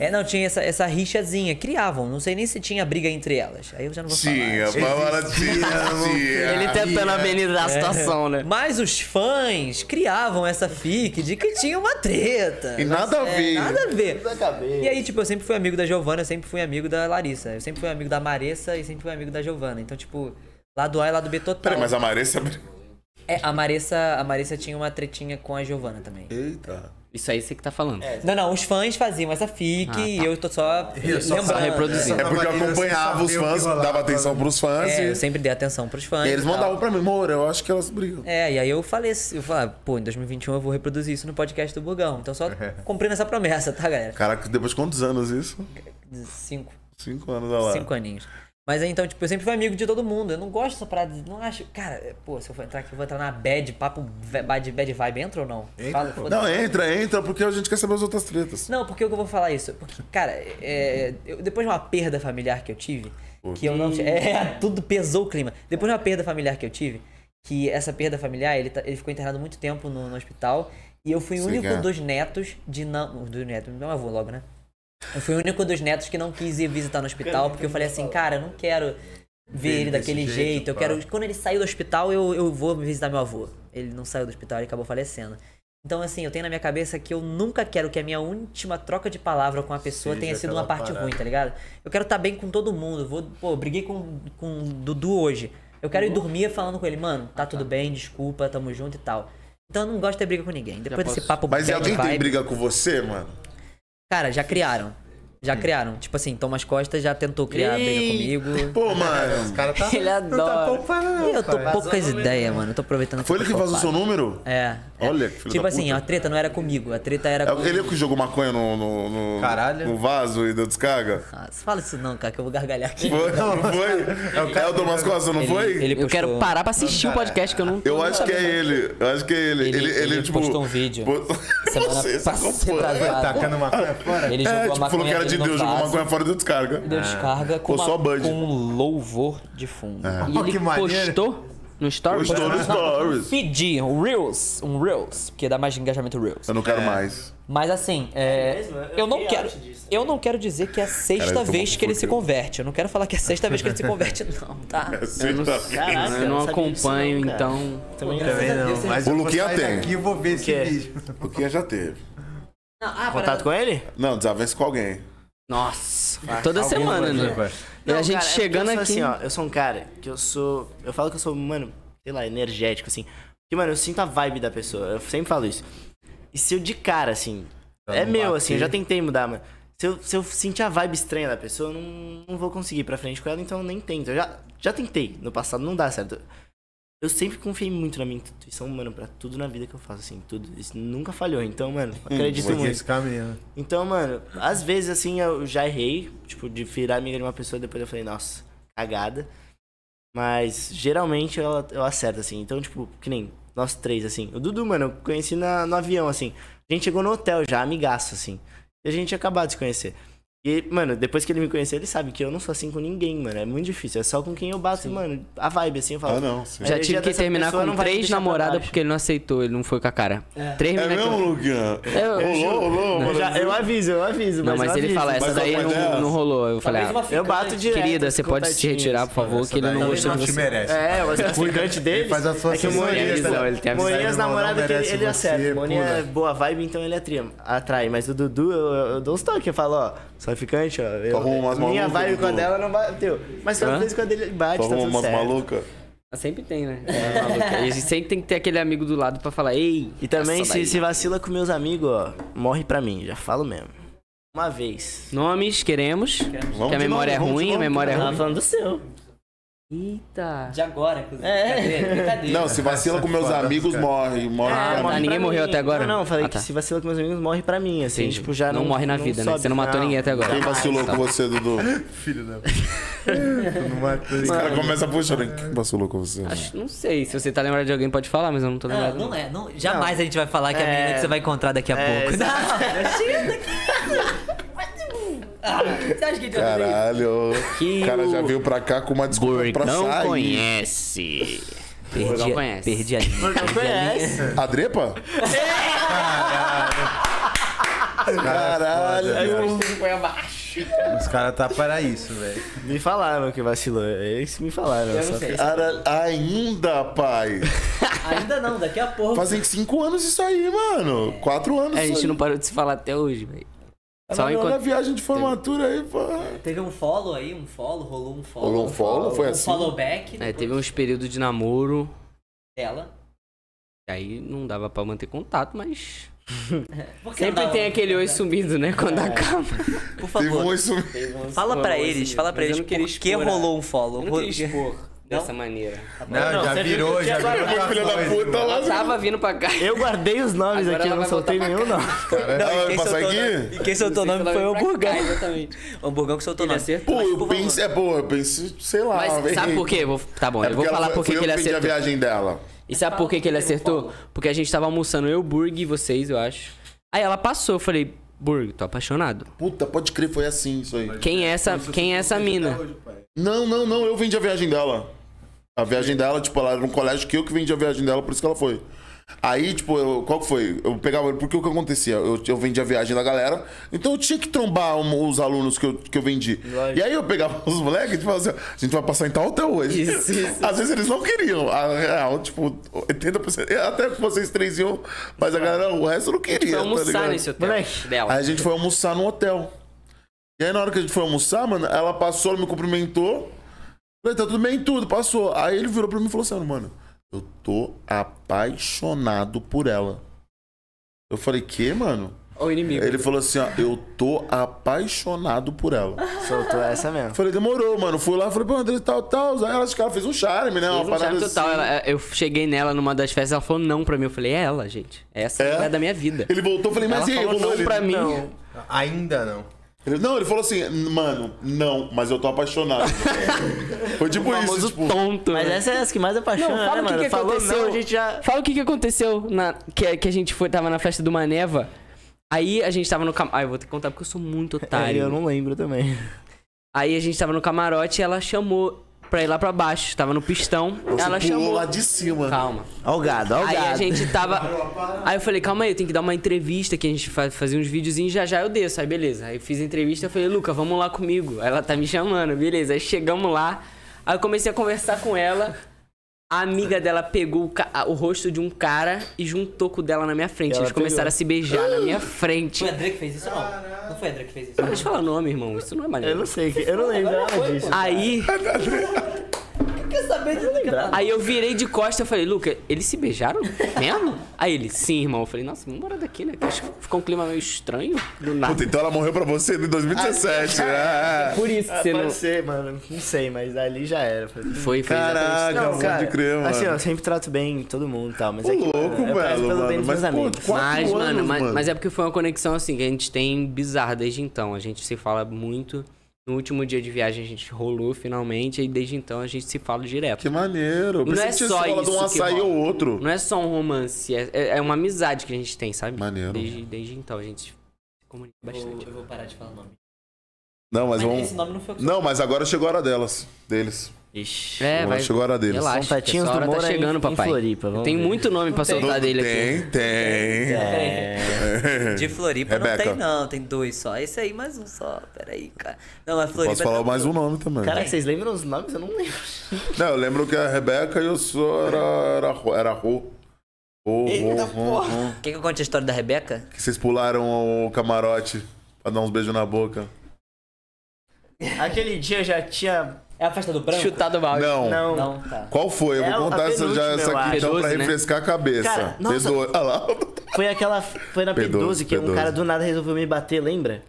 Speaker 3: é, não, tinha essa, essa rixazinha, criavam, não sei nem se tinha briga entre elas. Aí eu já não vou
Speaker 1: Tinha,
Speaker 3: falar.
Speaker 1: Bárbara tinha,
Speaker 5: Ele
Speaker 1: tinha.
Speaker 6: tá
Speaker 5: tentando
Speaker 1: é.
Speaker 5: amenizar a situação, né?
Speaker 3: Mas os fãs criavam essa fic de que tinha uma treta.
Speaker 1: E nada a
Speaker 3: É,
Speaker 1: ver.
Speaker 3: Nada a ver. E aí, tipo, eu sempre fui amigo da Giovana, eu sempre fui amigo da Larissa. Eu sempre fui amigo da Maressa e sempre fui amigo da Giovana. Então, tipo, lado A e lado B total.
Speaker 1: Peraí, mas a Maressa.
Speaker 3: É, a Maressa, a Maressa tinha uma tretinha com a Giovana também.
Speaker 1: Eita.
Speaker 5: Isso aí você que tá falando.
Speaker 3: Não, não, os fãs faziam essa fic e eu tô só
Speaker 4: Eu só-
Speaker 3: lembrando.
Speaker 5: Só reproduzindo.
Speaker 1: É porque eu acompanhava os fãs, dava atenção pros fãs.
Speaker 3: É, eu
Speaker 1: e...
Speaker 3: sempre dei atenção pros fãs.
Speaker 1: e eles
Speaker 3: e tal.
Speaker 1: mandavam pra mim, Moro, eu acho que elas brigam.
Speaker 3: tá. É, e aí eu falei, eu falei, ah, pô, em 2021 eu vou reproduzir isso no podcast do Burgão. Então só cumprindo essa promessa, tá, galera?
Speaker 1: Caraca, depois de quantos anos isso?
Speaker 3: Cinco.
Speaker 1: Cinco anos, olha lá.
Speaker 3: Cinco aninhos. Mas aí, então, tipo, eu sempre fui amigo de todo mundo. Eu não gosto dessa parada. de- Não acho. Cara, é, pô, se eu for entrar aqui, eu vou entrar na bad, papo ve- bad, bad vibe. Entra ou não? Fala, foda-se.
Speaker 1: Não, entra, entra, porque a gente quer saber as outras tretas.
Speaker 3: Não, porque eu que vou falar isso. Porque, cara, é, eu- depois de uma perda familiar que eu tive, que eu não. ti- É, tudo pesou o clima. Depois de uma perda familiar que eu tive, que essa perda familiar, ele, tá- ele ficou internado muito tempo no, no hospital. E eu fui o
Speaker 1: Sei
Speaker 3: único
Speaker 1: que é.
Speaker 3: dos netos de não. Dos netos, meu avô logo, né? Eu fui o único dos netos que não quis ir visitar no hospital, porque eu falei assim, cara, eu não quero ver ele daquele jeito, eu quero. Quando ele saiu do hospital, eu, eu vou visitar meu avô. Ele não saiu do hospital, ele acabou falecendo. Então, assim, eu tenho na minha cabeça que eu nunca quero que a minha última troca de palavra com a pessoa
Speaker 4: Seja
Speaker 3: tenha sido uma
Speaker 4: aquela
Speaker 3: parte
Speaker 4: parada.
Speaker 3: ruim, tá ligado? Eu quero estar bem com todo mundo. Vou, pô, briguei com, com o Dudu hoje. Eu quero ir
Speaker 4: Uhum.
Speaker 3: dormir falando com ele, mano,
Speaker 4: Ah,
Speaker 3: tá tudo bem, desculpa, tamo junto e tal. Então eu não gosto de ter briga com ninguém. Depois desse papo
Speaker 1: Mas e
Speaker 3: bad
Speaker 1: alguém tem
Speaker 3: vibe-
Speaker 1: briga com você, mano?
Speaker 3: Cara, já criaram. Já criaram. Tipo assim, Thomas Costa já tentou criar
Speaker 5: Ih.
Speaker 3: briga comigo.
Speaker 1: Pô, mano.
Speaker 4: cara tá.
Speaker 5: Ele adora.
Speaker 3: eu tô poucas ideias, mano. Eu tô aproveitando
Speaker 1: Foi
Speaker 3: pra
Speaker 1: ele que vazou
Speaker 3: flopar.
Speaker 1: seu número?
Speaker 3: É.
Speaker 1: Olha, que filho
Speaker 3: Tipo
Speaker 1: da
Speaker 3: assim,
Speaker 1: puta.
Speaker 3: a treta não era comigo, a treta era com.
Speaker 1: É, Ele é o que jogou maconha no, no, no,
Speaker 4: Caralho.
Speaker 1: no vaso e deu descarga?
Speaker 3: Ah, fala isso não, cara, que eu vou gargalhar aqui.
Speaker 1: Foi, não foi? É o Thomas Costa, não foi?
Speaker 5: Eu quero parar pra assistir o podcast que eu não.
Speaker 1: Eu acho que é ele. Eu acho que é ele. Ele,
Speaker 8: Ele-
Speaker 1: ele,
Speaker 8: ele
Speaker 1: tipo.
Speaker 8: postou um vídeo
Speaker 1: postou-
Speaker 8: Semana
Speaker 1: não sei, você acompanha.
Speaker 8: passada.
Speaker 4: Tá Tacando uma coisa fora.
Speaker 8: Ele jogou
Speaker 1: É,
Speaker 8: a
Speaker 1: tipo,
Speaker 8: maconha
Speaker 1: falou que era de
Speaker 8: dele no
Speaker 1: Deus, jogou
Speaker 8: vaso,
Speaker 1: maconha fora e deu descarga.
Speaker 8: Deu descarga com,
Speaker 1: Pô,
Speaker 8: uma-
Speaker 1: só Bud. É.
Speaker 8: com um louvor de fundo.
Speaker 5: E ele
Speaker 4: que maneiro.
Speaker 5: postou no story.
Speaker 1: Postou no stories.
Speaker 8: Feed, um Reels, um Reels, porque dá mais engajamento Reels.
Speaker 1: Eu não quero mais.
Speaker 8: Mas assim, é,
Speaker 6: mesmo? Eu
Speaker 8: eu, não
Speaker 6: fiquei
Speaker 8: quero,
Speaker 6: out disso.
Speaker 8: eu não quero dizer que é a sexta
Speaker 1: Caralho, eu tô
Speaker 8: vez
Speaker 1: maluco
Speaker 8: que ele se
Speaker 1: contigo.
Speaker 8: converte. Eu não quero falar que é a sexta vez que ele se converte, não, tá?
Speaker 1: É. Aceita.
Speaker 6: Caraca,
Speaker 5: Eu não
Speaker 6: sabia disso
Speaker 5: acompanho,
Speaker 6: não, cara.
Speaker 5: então.
Speaker 4: Também
Speaker 6: Também graças a
Speaker 4: não.
Speaker 6: Deus,
Speaker 4: Mas
Speaker 1: O
Speaker 4: eu vou
Speaker 1: Luquinha
Speaker 4: sair
Speaker 1: tem.
Speaker 4: daqui e vou ver esse
Speaker 6: quê?
Speaker 4: vídeo.
Speaker 1: O que já teve.
Speaker 3: Não, ah,
Speaker 6: Contato com ele?
Speaker 1: Não, desavença com alguém.
Speaker 5: Nossa. Toda semana, né? E a
Speaker 6: Não,
Speaker 5: gente
Speaker 6: cara, é porque
Speaker 5: chegando
Speaker 6: eu sou
Speaker 5: aqui.
Speaker 6: Assim, ó, eu sou um cara que eu sou. Eu falo que eu sou, mano, sei lá, energético, assim. Porque, mano, eu sinto a vibe da pessoa. Eu sempre falo isso. E se eu de cara, assim. é
Speaker 4: não
Speaker 6: meu,
Speaker 4: bater.
Speaker 6: assim, eu já tentei mudar, mano. Se eu, se eu sentir a vibe estranha da pessoa, eu não, não vou conseguir ir pra frente com ela, então eu nem tento. Eu já, já tentei no passado, não dá certo. Eu sempre confiei muito na minha intuição, mano, pra tudo na vida que eu faço, assim, tudo. Isso nunca falhou, então, mano, acredito
Speaker 4: Seguir
Speaker 6: muito.
Speaker 4: esse caminho.
Speaker 6: Então, mano, às vezes assim eu já errei, tipo, de virar amiga de uma pessoa, depois eu falei, nossa, cagada. Mas geralmente eu, eu acerto, assim. Então, tipo, que nem nós três, assim. O Dudu, mano, eu conheci na, no avião, assim. A gente chegou no hotel já, amigaço, assim. E a gente tinha acabado de se conhecer. E, mano, depois que ele me conheceu, ele sabe que eu não sou assim com ninguém, mano. É muito difícil. É só com quem eu bato, mano. A vibe, assim, eu falo.
Speaker 1: Ah, não. sim.
Speaker 6: Mas
Speaker 5: Já
Speaker 6: ele
Speaker 5: tive
Speaker 6: já
Speaker 5: que
Speaker 6: dessa
Speaker 5: terminar
Speaker 6: pessoa
Speaker 5: com
Speaker 6: não vai me
Speaker 5: três
Speaker 6: deixar pra
Speaker 5: namoradas
Speaker 6: baixo.
Speaker 5: porque ele não aceitou, ele não foi com a cara. Três
Speaker 1: É
Speaker 5: meninas.
Speaker 1: mesmo, Luquinha?
Speaker 5: Eu-
Speaker 1: Rolou, rolou.
Speaker 6: Eu,
Speaker 1: mano.
Speaker 6: já- eu aviso, eu aviso.
Speaker 5: Não, mas
Speaker 6: eu
Speaker 5: ele
Speaker 6: aviso.
Speaker 5: fala, essa
Speaker 1: Mas
Speaker 5: daí
Speaker 1: qual
Speaker 5: não,
Speaker 1: foi dessa?
Speaker 5: não rolou. Eu falei, ah,
Speaker 6: Eu bato direto.
Speaker 5: querida, você
Speaker 6: com
Speaker 5: pode se
Speaker 6: contatinhos.
Speaker 5: retirar, por favor, que ele não
Speaker 4: Daí
Speaker 5: gostou
Speaker 4: não te
Speaker 5: de você.
Speaker 4: um merece.
Speaker 6: É, o assinante dele.
Speaker 4: faz a sua
Speaker 6: é que o
Speaker 4: assessoria,
Speaker 5: Ele tem
Speaker 6: Moniz,
Speaker 5: visão, ele tem a visão.
Speaker 4: Meu irmão,
Speaker 6: Moniz é namorado
Speaker 4: não
Speaker 6: que ele,
Speaker 4: merece
Speaker 5: um
Speaker 6: ele
Speaker 4: você,
Speaker 6: acerta. Moni é
Speaker 5: né?
Speaker 4: pula.
Speaker 6: boa vibe, então ele atria, atrai. Mas o Dudu, eu, eu dou os toques. Eu falo, ó, só ficante, ó. Eu,
Speaker 1: arruma umas
Speaker 6: minha
Speaker 1: malucas,
Speaker 6: vibe com a
Speaker 1: Dudu.
Speaker 6: dela não bateu. Mas
Speaker 5: Hã?
Speaker 6: às vezes com a dele bate,
Speaker 1: Só
Speaker 6: tá
Speaker 1: arruma
Speaker 6: tudo
Speaker 1: umas
Speaker 6: certo.
Speaker 1: malucas.
Speaker 5: Mas sempre tem, né? É, maluco. E sempre tem que ter aquele amigo do lado pra falar, ei.
Speaker 6: E também,
Speaker 5: essa
Speaker 6: se,
Speaker 5: daí.
Speaker 6: se vacila com meus amigos, ó, morre pra mim, já falo mesmo. Uma vez.
Speaker 5: Nomes queremos,
Speaker 1: Vamos
Speaker 5: que
Speaker 1: de
Speaker 5: a memória
Speaker 1: novo, vamos
Speaker 5: é
Speaker 1: de
Speaker 5: ruim, a
Speaker 1: novo.
Speaker 5: memória é
Speaker 8: Tava
Speaker 5: ruim.
Speaker 8: falando do seu.
Speaker 5: Eita.
Speaker 8: De agora, inclusive. Brincadeira,
Speaker 3: é
Speaker 8: brincadeira.
Speaker 1: Não, se vacila com meus amigos, morre. Morre
Speaker 5: Ah,
Speaker 1: pra
Speaker 5: tá,
Speaker 6: É, morre
Speaker 5: ninguém
Speaker 6: pra
Speaker 5: morreu
Speaker 6: mim.
Speaker 5: até agora?
Speaker 6: Não, não, falei
Speaker 5: Ah,
Speaker 6: que
Speaker 5: tá.
Speaker 6: se vacila com meus amigos, morre pra mim, assim,
Speaker 5: Entendi.
Speaker 6: tipo, já não
Speaker 5: Não morre na vida, né?
Speaker 6: sobe,
Speaker 5: Você não matou ninguém até agora.
Speaker 1: Quem vacilou com você, Dudu?
Speaker 4: Filho da. Tu não matou
Speaker 1: O
Speaker 4: ninguém.
Speaker 1: cara começa puxando. né? Quem vacilou com você? mano?
Speaker 5: Acho- Não sei, se você tá lembrado de alguém pode falar, mas eu não tô
Speaker 3: Não,
Speaker 5: lembrado.
Speaker 3: não é. Não, jamais a gente vai falar que é a menina que você vai encontrar daqui a
Speaker 6: É,
Speaker 3: pouco. Não, tira daqui. Ah, Você acha que a gente vai fazer isso?
Speaker 1: Caralho.
Speaker 5: Que
Speaker 1: O cara já
Speaker 5: o
Speaker 1: veio pra cá com uma desculpa pra
Speaker 5: Não
Speaker 1: sair.
Speaker 5: conhece.
Speaker 3: Perdi,
Speaker 5: Não
Speaker 3: a-
Speaker 5: conhece.
Speaker 3: perdi a linha.
Speaker 6: Não conhece.
Speaker 1: A Drepa?
Speaker 6: é
Speaker 1: Caralho.
Speaker 4: Os caras tá para isso, velho.
Speaker 6: um- Me falaram que vacilou. Eles me falaram. Eu
Speaker 3: não sei.
Speaker 1: Cara, ainda, pai.
Speaker 3: Ainda não, daqui a pouco.
Speaker 1: Fazem cinco anos isso aí, mano. Quatro anos.
Speaker 5: É, A
Speaker 1: isso
Speaker 5: gente
Speaker 1: aí.
Speaker 5: não parou de se falar até hoje, velho. Só
Speaker 1: Caralho, olha a
Speaker 5: enquanto.
Speaker 1: viagem de formatura aí, pô.
Speaker 3: Teve um follow aí, um follow, rolou um follow.
Speaker 1: Rolou um follow? Foi
Speaker 3: um
Speaker 1: assim?
Speaker 3: follow back
Speaker 5: É,
Speaker 3: depois
Speaker 5: teve uns períodos de namoro.
Speaker 3: dela.
Speaker 5: E aí não dava pra manter contato, mas.
Speaker 3: Por que
Speaker 5: Sempre
Speaker 3: não?
Speaker 5: tem aquele oi sumido, né? Quando acaba.
Speaker 3: Por
Speaker 1: Teve um
Speaker 3: favor,
Speaker 1: isso.
Speaker 3: fala pra eles, fala pra
Speaker 5: Mas eu
Speaker 3: eles
Speaker 5: não queria
Speaker 3: por que
Speaker 5: expor a-
Speaker 3: rolou um follow.
Speaker 5: Eu não queria expor dessa maneira.
Speaker 4: Não, já virou, já virou.
Speaker 5: um
Speaker 4: pra
Speaker 1: Filha da
Speaker 4: nós,
Speaker 1: puta lá.
Speaker 5: Ela tava vindo pra cá.
Speaker 6: Eu guardei os nomes
Speaker 5: Agora
Speaker 6: aqui, eu
Speaker 5: ela
Speaker 6: não
Speaker 5: vai
Speaker 6: soltei
Speaker 5: voltar pra
Speaker 6: nenhum, não.
Speaker 1: Ela Ah, vai passar
Speaker 3: soltou
Speaker 1: aqui?
Speaker 3: nome- e quem soltou o nome foi o
Speaker 5: Hamburgão.
Speaker 3: Hamburgão.
Speaker 5: Exatamente.
Speaker 3: O Hamburgão que soltou o
Speaker 5: Ele
Speaker 3: nome.
Speaker 5: acertou.
Speaker 1: Pô,
Speaker 3: Mas,
Speaker 1: eu
Speaker 3: por favor.
Speaker 1: penso. É, pô, eu penso, sei lá.
Speaker 5: Mas sabe
Speaker 1: velho.
Speaker 5: por quê? Vou- Tá bom,
Speaker 1: É
Speaker 5: eu vou
Speaker 1: porque ela
Speaker 5: falar
Speaker 1: foi-
Speaker 5: por que
Speaker 1: foi
Speaker 5: que ele
Speaker 1: eu que pedi a
Speaker 5: acertou.
Speaker 1: viagem dela.
Speaker 5: E sabe por que, que ele acertou? Porque a gente tava almoçando, eu, Burg e vocês, eu acho. Aí ela passou, eu falei, Burg, tô apaixonado.
Speaker 1: Puta, pode crer, foi assim isso aí.
Speaker 5: Quem é essa, quem é essa mina?
Speaker 1: Não, não, não, eu vendi a viagem dela. A viagem dela, tipo, ela era um colégio que eu que vendi a viagem dela, por isso que ela foi. Aí, tipo, eu- qual que foi? Eu pegava ele, porque o que acontecia? Eu, eu vendia a viagem da galera, então eu tinha que trombar um- os alunos que eu, que eu vendi. E aí eu pegava os moleques e tipo, assim, ó, a gente vai passar em tal hotel hoje.
Speaker 5: Isso, isso.
Speaker 1: Às vezes eles não queriam. A real, tipo, 80%. Até que vocês três iam, mas a galera, o resto não queria.
Speaker 5: Foi
Speaker 1: tá
Speaker 5: almoçar
Speaker 1: ligado?
Speaker 5: nesse hotel
Speaker 6: Moleque.
Speaker 5: dela.
Speaker 1: Aí a gente foi almoçar no hotel. E aí na hora que a gente foi almoçar, mano, ela passou, ela me cumprimentou. Falei, tá tudo bem, tudo, passou. Aí ele virou pra mim e falou assim, mano, eu tô apaixonado por ela. Eu falei, que, mano?
Speaker 5: Ou inimigo.
Speaker 1: Ele falou assim, ó, eu tô apaixonado por ela.
Speaker 6: Soltou essa
Speaker 1: Eu
Speaker 6: mesmo.
Speaker 1: falei, demorou, mano. Fui lá, falei, pô, André, tal, tal. Aí ela, cara, fez um charme, né? Uma
Speaker 5: Eles não sabem
Speaker 1: parada
Speaker 5: total.
Speaker 1: assim.
Speaker 5: Ela- eu cheguei nela numa das festas, ela falou não pra mim. Eu falei, é ela, gente. Essa é, a mulher da minha vida.
Speaker 1: Ele voltou, eu falei, mas
Speaker 5: ela
Speaker 1: e aí,
Speaker 5: falou
Speaker 1: rolou?
Speaker 5: não
Speaker 1: Ele,
Speaker 5: pra mim.
Speaker 4: Ainda não.
Speaker 1: Ele, não, ele falou assim, mano, não, mas eu tô apaixonado. Foi tipo isso,
Speaker 5: Famoso
Speaker 1: tipo...
Speaker 5: tonto.
Speaker 6: Mas
Speaker 5: né?
Speaker 6: essa é essa que mais
Speaker 5: Não,
Speaker 6: apaixona,
Speaker 5: fala
Speaker 6: né,
Speaker 5: o que,
Speaker 6: mano?
Speaker 5: que
Speaker 6: Falou
Speaker 5: aconteceu.
Speaker 6: não, a gente já...
Speaker 5: Fala o que, que aconteceu na, que, que a gente foi, tava na festa do Maneva. Aí a gente tava no camarote. Ah, eu vou ter que contar porque eu sou muito
Speaker 6: É,
Speaker 5: otário.
Speaker 6: eu não lembro também.
Speaker 5: Aí a gente tava no camarote e ela chamou pra ir lá pra baixo. Tava no pistão.
Speaker 1: Você pulou
Speaker 5: ela chamou.
Speaker 1: lá de cima.
Speaker 5: Calma.
Speaker 6: Ó o gado, ó o
Speaker 5: Aí
Speaker 6: gado.
Speaker 5: a gente tava. Aí eu falei, calma aí, eu tenho que dar uma entrevista que a gente fa- fazia uns videozinhos já já eu desço. Aí beleza. Aí eu fiz a entrevista, eu falei, Luca, vamos lá comigo. Aí ela tá me chamando, beleza. Aí chegamos lá. Aí eu comecei a conversar com ela. A amiga dela pegou o, ca- a- o rosto de um cara e juntou com o dela na minha frente.
Speaker 6: Ela
Speaker 5: Eles começaram
Speaker 6: pegou.
Speaker 5: a se beijar na minha frente.
Speaker 3: é
Speaker 8: Foi a André que fez isso, não? Não foi a André que fez isso.
Speaker 5: Não deixa eu falar nome, irmão. Isso não é
Speaker 6: Eu não
Speaker 5: maneiro.
Speaker 6: sei, que- eu não é lembro nada disso.
Speaker 5: Aí.
Speaker 8: Quer saber de
Speaker 5: Aí eu virei de costa e falei, Luca, eles se beijaram mesmo? Aí ele, sim, irmão. Eu falei, nossa, vamos embora daqui, né? Que Acho que ficou um clima meio estranho do nada.
Speaker 1: Puta, então ela morreu pra você em 2017. Ah,
Speaker 5: Por isso que você
Speaker 6: Pode
Speaker 5: não.
Speaker 6: ser, mano. Não sei, mas ali já era. Foi- assim.
Speaker 5: Foi, foi.
Speaker 1: Caraca,
Speaker 6: Não,
Speaker 1: pode crer, mano.
Speaker 6: Assim, ó, eu sempre trato bem todo mundo e tal, mas
Speaker 1: Ô,
Speaker 6: é que,
Speaker 1: louco,
Speaker 6: mano, eu prezo
Speaker 1: Belo,
Speaker 6: pelo
Speaker 1: mano,
Speaker 6: bem dos
Speaker 1: mas,
Speaker 6: meus
Speaker 1: pô,
Speaker 6: amigos.
Speaker 1: quatro
Speaker 5: Mas, mano,
Speaker 1: anos,
Speaker 5: mas,
Speaker 1: mano.
Speaker 5: mas é porque foi uma conexão assim que a gente tem bizarra desde então. A gente se fala muito. No último dia de viagem a gente rolou finalmente e desde então a gente se fala direto.
Speaker 1: Que maneiro. Eu
Speaker 5: Não
Speaker 1: pensei
Speaker 5: é
Speaker 1: que tinha
Speaker 5: só
Speaker 1: se falado
Speaker 5: isso
Speaker 1: um
Speaker 5: que
Speaker 1: açaí
Speaker 5: rola.
Speaker 1: ou outro.
Speaker 5: Não é só um romance, é, é- é uma amizade que a gente tem, sabe?
Speaker 1: Maneiro.
Speaker 5: Desde, desde então a gente se comunica bastante.
Speaker 8: Eu vou parar de falar o nome.
Speaker 1: Não,
Speaker 8: Mas
Speaker 1: mas vamos...
Speaker 5: é
Speaker 8: esse nome não foi o que
Speaker 1: Não, mas agora chegou a hora delas. Deles.
Speaker 6: Ixi.
Speaker 5: É,
Speaker 1: agora
Speaker 5: vai.
Speaker 1: chegou a hora deles.
Speaker 5: Relaxa,
Speaker 6: Contatinhos
Speaker 5: que essa
Speaker 6: do
Speaker 5: hora
Speaker 6: Moura
Speaker 5: tá
Speaker 6: em-
Speaker 5: chegando,
Speaker 6: em
Speaker 5: papai.
Speaker 6: Floripa, vamos
Speaker 5: Tem
Speaker 6: ver.
Speaker 5: muito nome pra soltar dele aqui.
Speaker 1: Tem, tem.
Speaker 6: É.
Speaker 8: É, De Floripa
Speaker 1: Rebeca.
Speaker 8: não tem, não. Tem dois só. Esse aí, mais um só. Peraí, cara. Não, mas Floripa.
Speaker 1: Posso falar
Speaker 8: tá-
Speaker 1: mais um nome também.
Speaker 6: Caraca, vocês lembram os nomes? Eu não lembro.
Speaker 1: Não, eu lembro que a Rebeca e o senhor era, era, Rô- era Rô. Rô, Rô, Rô, Rô.
Speaker 8: Quer que eu conte a história da Rebeca?
Speaker 1: Que vocês pularam o camarote pra dar uns beijos na boca.
Speaker 6: Aquele dia eu já tinha...
Speaker 8: É a festa do branco?
Speaker 5: Chutado o balde.
Speaker 1: Não.
Speaker 6: Não.
Speaker 8: Não, tá.
Speaker 1: Qual foi? Eu
Speaker 6: É,
Speaker 1: vou
Speaker 6: a
Speaker 1: contar essa, já,
Speaker 6: penúltima,
Speaker 1: essa
Speaker 6: eu
Speaker 1: aqui então
Speaker 5: acho.
Speaker 1: pra
Speaker 5: P12, né?
Speaker 1: refrescar a cabeça.
Speaker 6: Cara, nossa.
Speaker 1: P12. Olha lá.
Speaker 6: Foi aquela... Foi na
Speaker 1: P12,
Speaker 6: P12 que um
Speaker 1: P12.
Speaker 6: cara do nada resolveu me bater, lembra?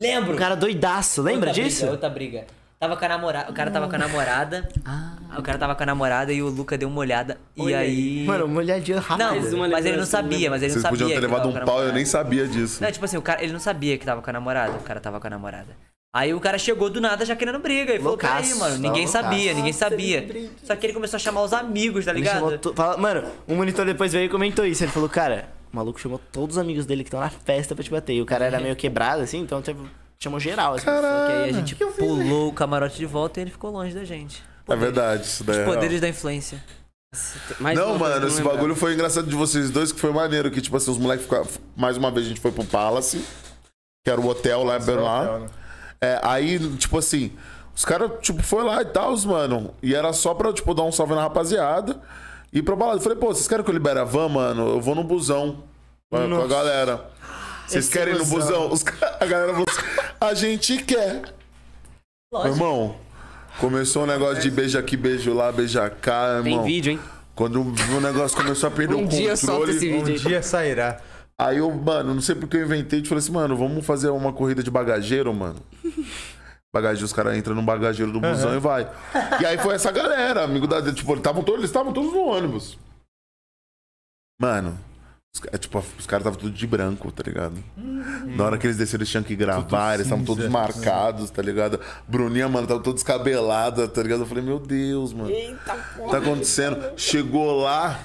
Speaker 8: Lembro.
Speaker 6: Um cara doidaço, lembra
Speaker 8: Outra briga,
Speaker 6: disso?
Speaker 8: outra briga. Tava com a namorada. O cara tava com a namorada. Ah. O cara tava com a namorada e o Luca deu uma olhada. e
Speaker 5: Olha aí.
Speaker 8: aí.
Speaker 6: Mano, um uma olhadinha rápida.
Speaker 8: não,
Speaker 5: mais uma
Speaker 8: mas ele não
Speaker 5: lembrança,
Speaker 8: sabia, mas ele
Speaker 1: Vocês
Speaker 8: não sabia.
Speaker 1: podiam ter
Speaker 8: que
Speaker 1: levado
Speaker 8: tava
Speaker 1: um
Speaker 8: com a
Speaker 1: pau, eu nem
Speaker 8: namorada.
Speaker 3: né?
Speaker 1: sabia disso.
Speaker 8: Não, tipo assim, o cara, ele não sabia que tava com a namorada. O cara tava com a namorada. Aí o cara chegou do nada já querendo briga. E falou,
Speaker 6: Loucaço,
Speaker 8: peraí, mano,
Speaker 6: tá
Speaker 8: ninguém
Speaker 6: loucaço.
Speaker 8: sabia, ninguém sabia. Só que ele começou a chamar os amigos, tá
Speaker 6: Ele
Speaker 8: ligado?
Speaker 6: chamou to- fala- Mano, um monitor depois veio e comentou isso. Ele falou, cara, o maluco chamou todos os amigos dele que estão na festa pra te bater. E o cara era meio quebrado, assim, então tipo, chamou geral. Assim,
Speaker 8: Que né? aí a gente tipo, pulou o camarote de volta e ele ficou longe da gente.
Speaker 1: É verdade, isso daí. é real.
Speaker 8: Poderes da influência.
Speaker 5: Mais
Speaker 1: Não,
Speaker 5: uma coisa
Speaker 1: mano,
Speaker 5: que eu
Speaker 1: esse
Speaker 5: lembrava.
Speaker 1: bagulho foi engraçado de vocês dois, que foi maneiro, que, tipo assim, os moleques ficaram. Mais uma vez a gente foi pro Palace, que era o hotel lá, bem lá. É, aí, tipo assim, os caras, tipo, foi lá e tal, os mano. E era só pra, tipo, dar um salve na rapaziada e ir pra balada. Eu falei, pô, vocês querem que eu libere a van, mano? Eu vou no busão com a- com a galera. Vocês querem ir no busão? Os ca- a galera falou assim, a gente quer. Meu irmão, começou um negócio de beijo aqui, beijo lá, beijo cá,
Speaker 5: Tem
Speaker 1: irmão.
Speaker 5: vídeo, hein?
Speaker 1: Quando o negócio começou a perder
Speaker 5: Um
Speaker 1: o
Speaker 5: dia solta esse
Speaker 1: controle.
Speaker 5: vídeo.
Speaker 4: Um dia sairá.
Speaker 1: Aí eu, mano, não sei porque eu inventei, eu falei assim, mano, vamos fazer uma corrida de bagageiro, mano. Bagageiro, os caras entram no bagageiro do busão e vai. E aí foi essa galera, amigo da. Tipo, eles estavam todos, eles estavam todos no ônibus. Mano, os, ca- é, tipo, os caras estavam tudo de branco, tá ligado?
Speaker 5: Uhum.
Speaker 1: Na hora que eles desceram, eles tinham que gravar, eles estavam todos marcados, tá ligado? Bruninha, mano, tava toda descabelada, tá ligado? Eu falei, meu Deus, mano. Eita, tá acontecendo? Chegou lá.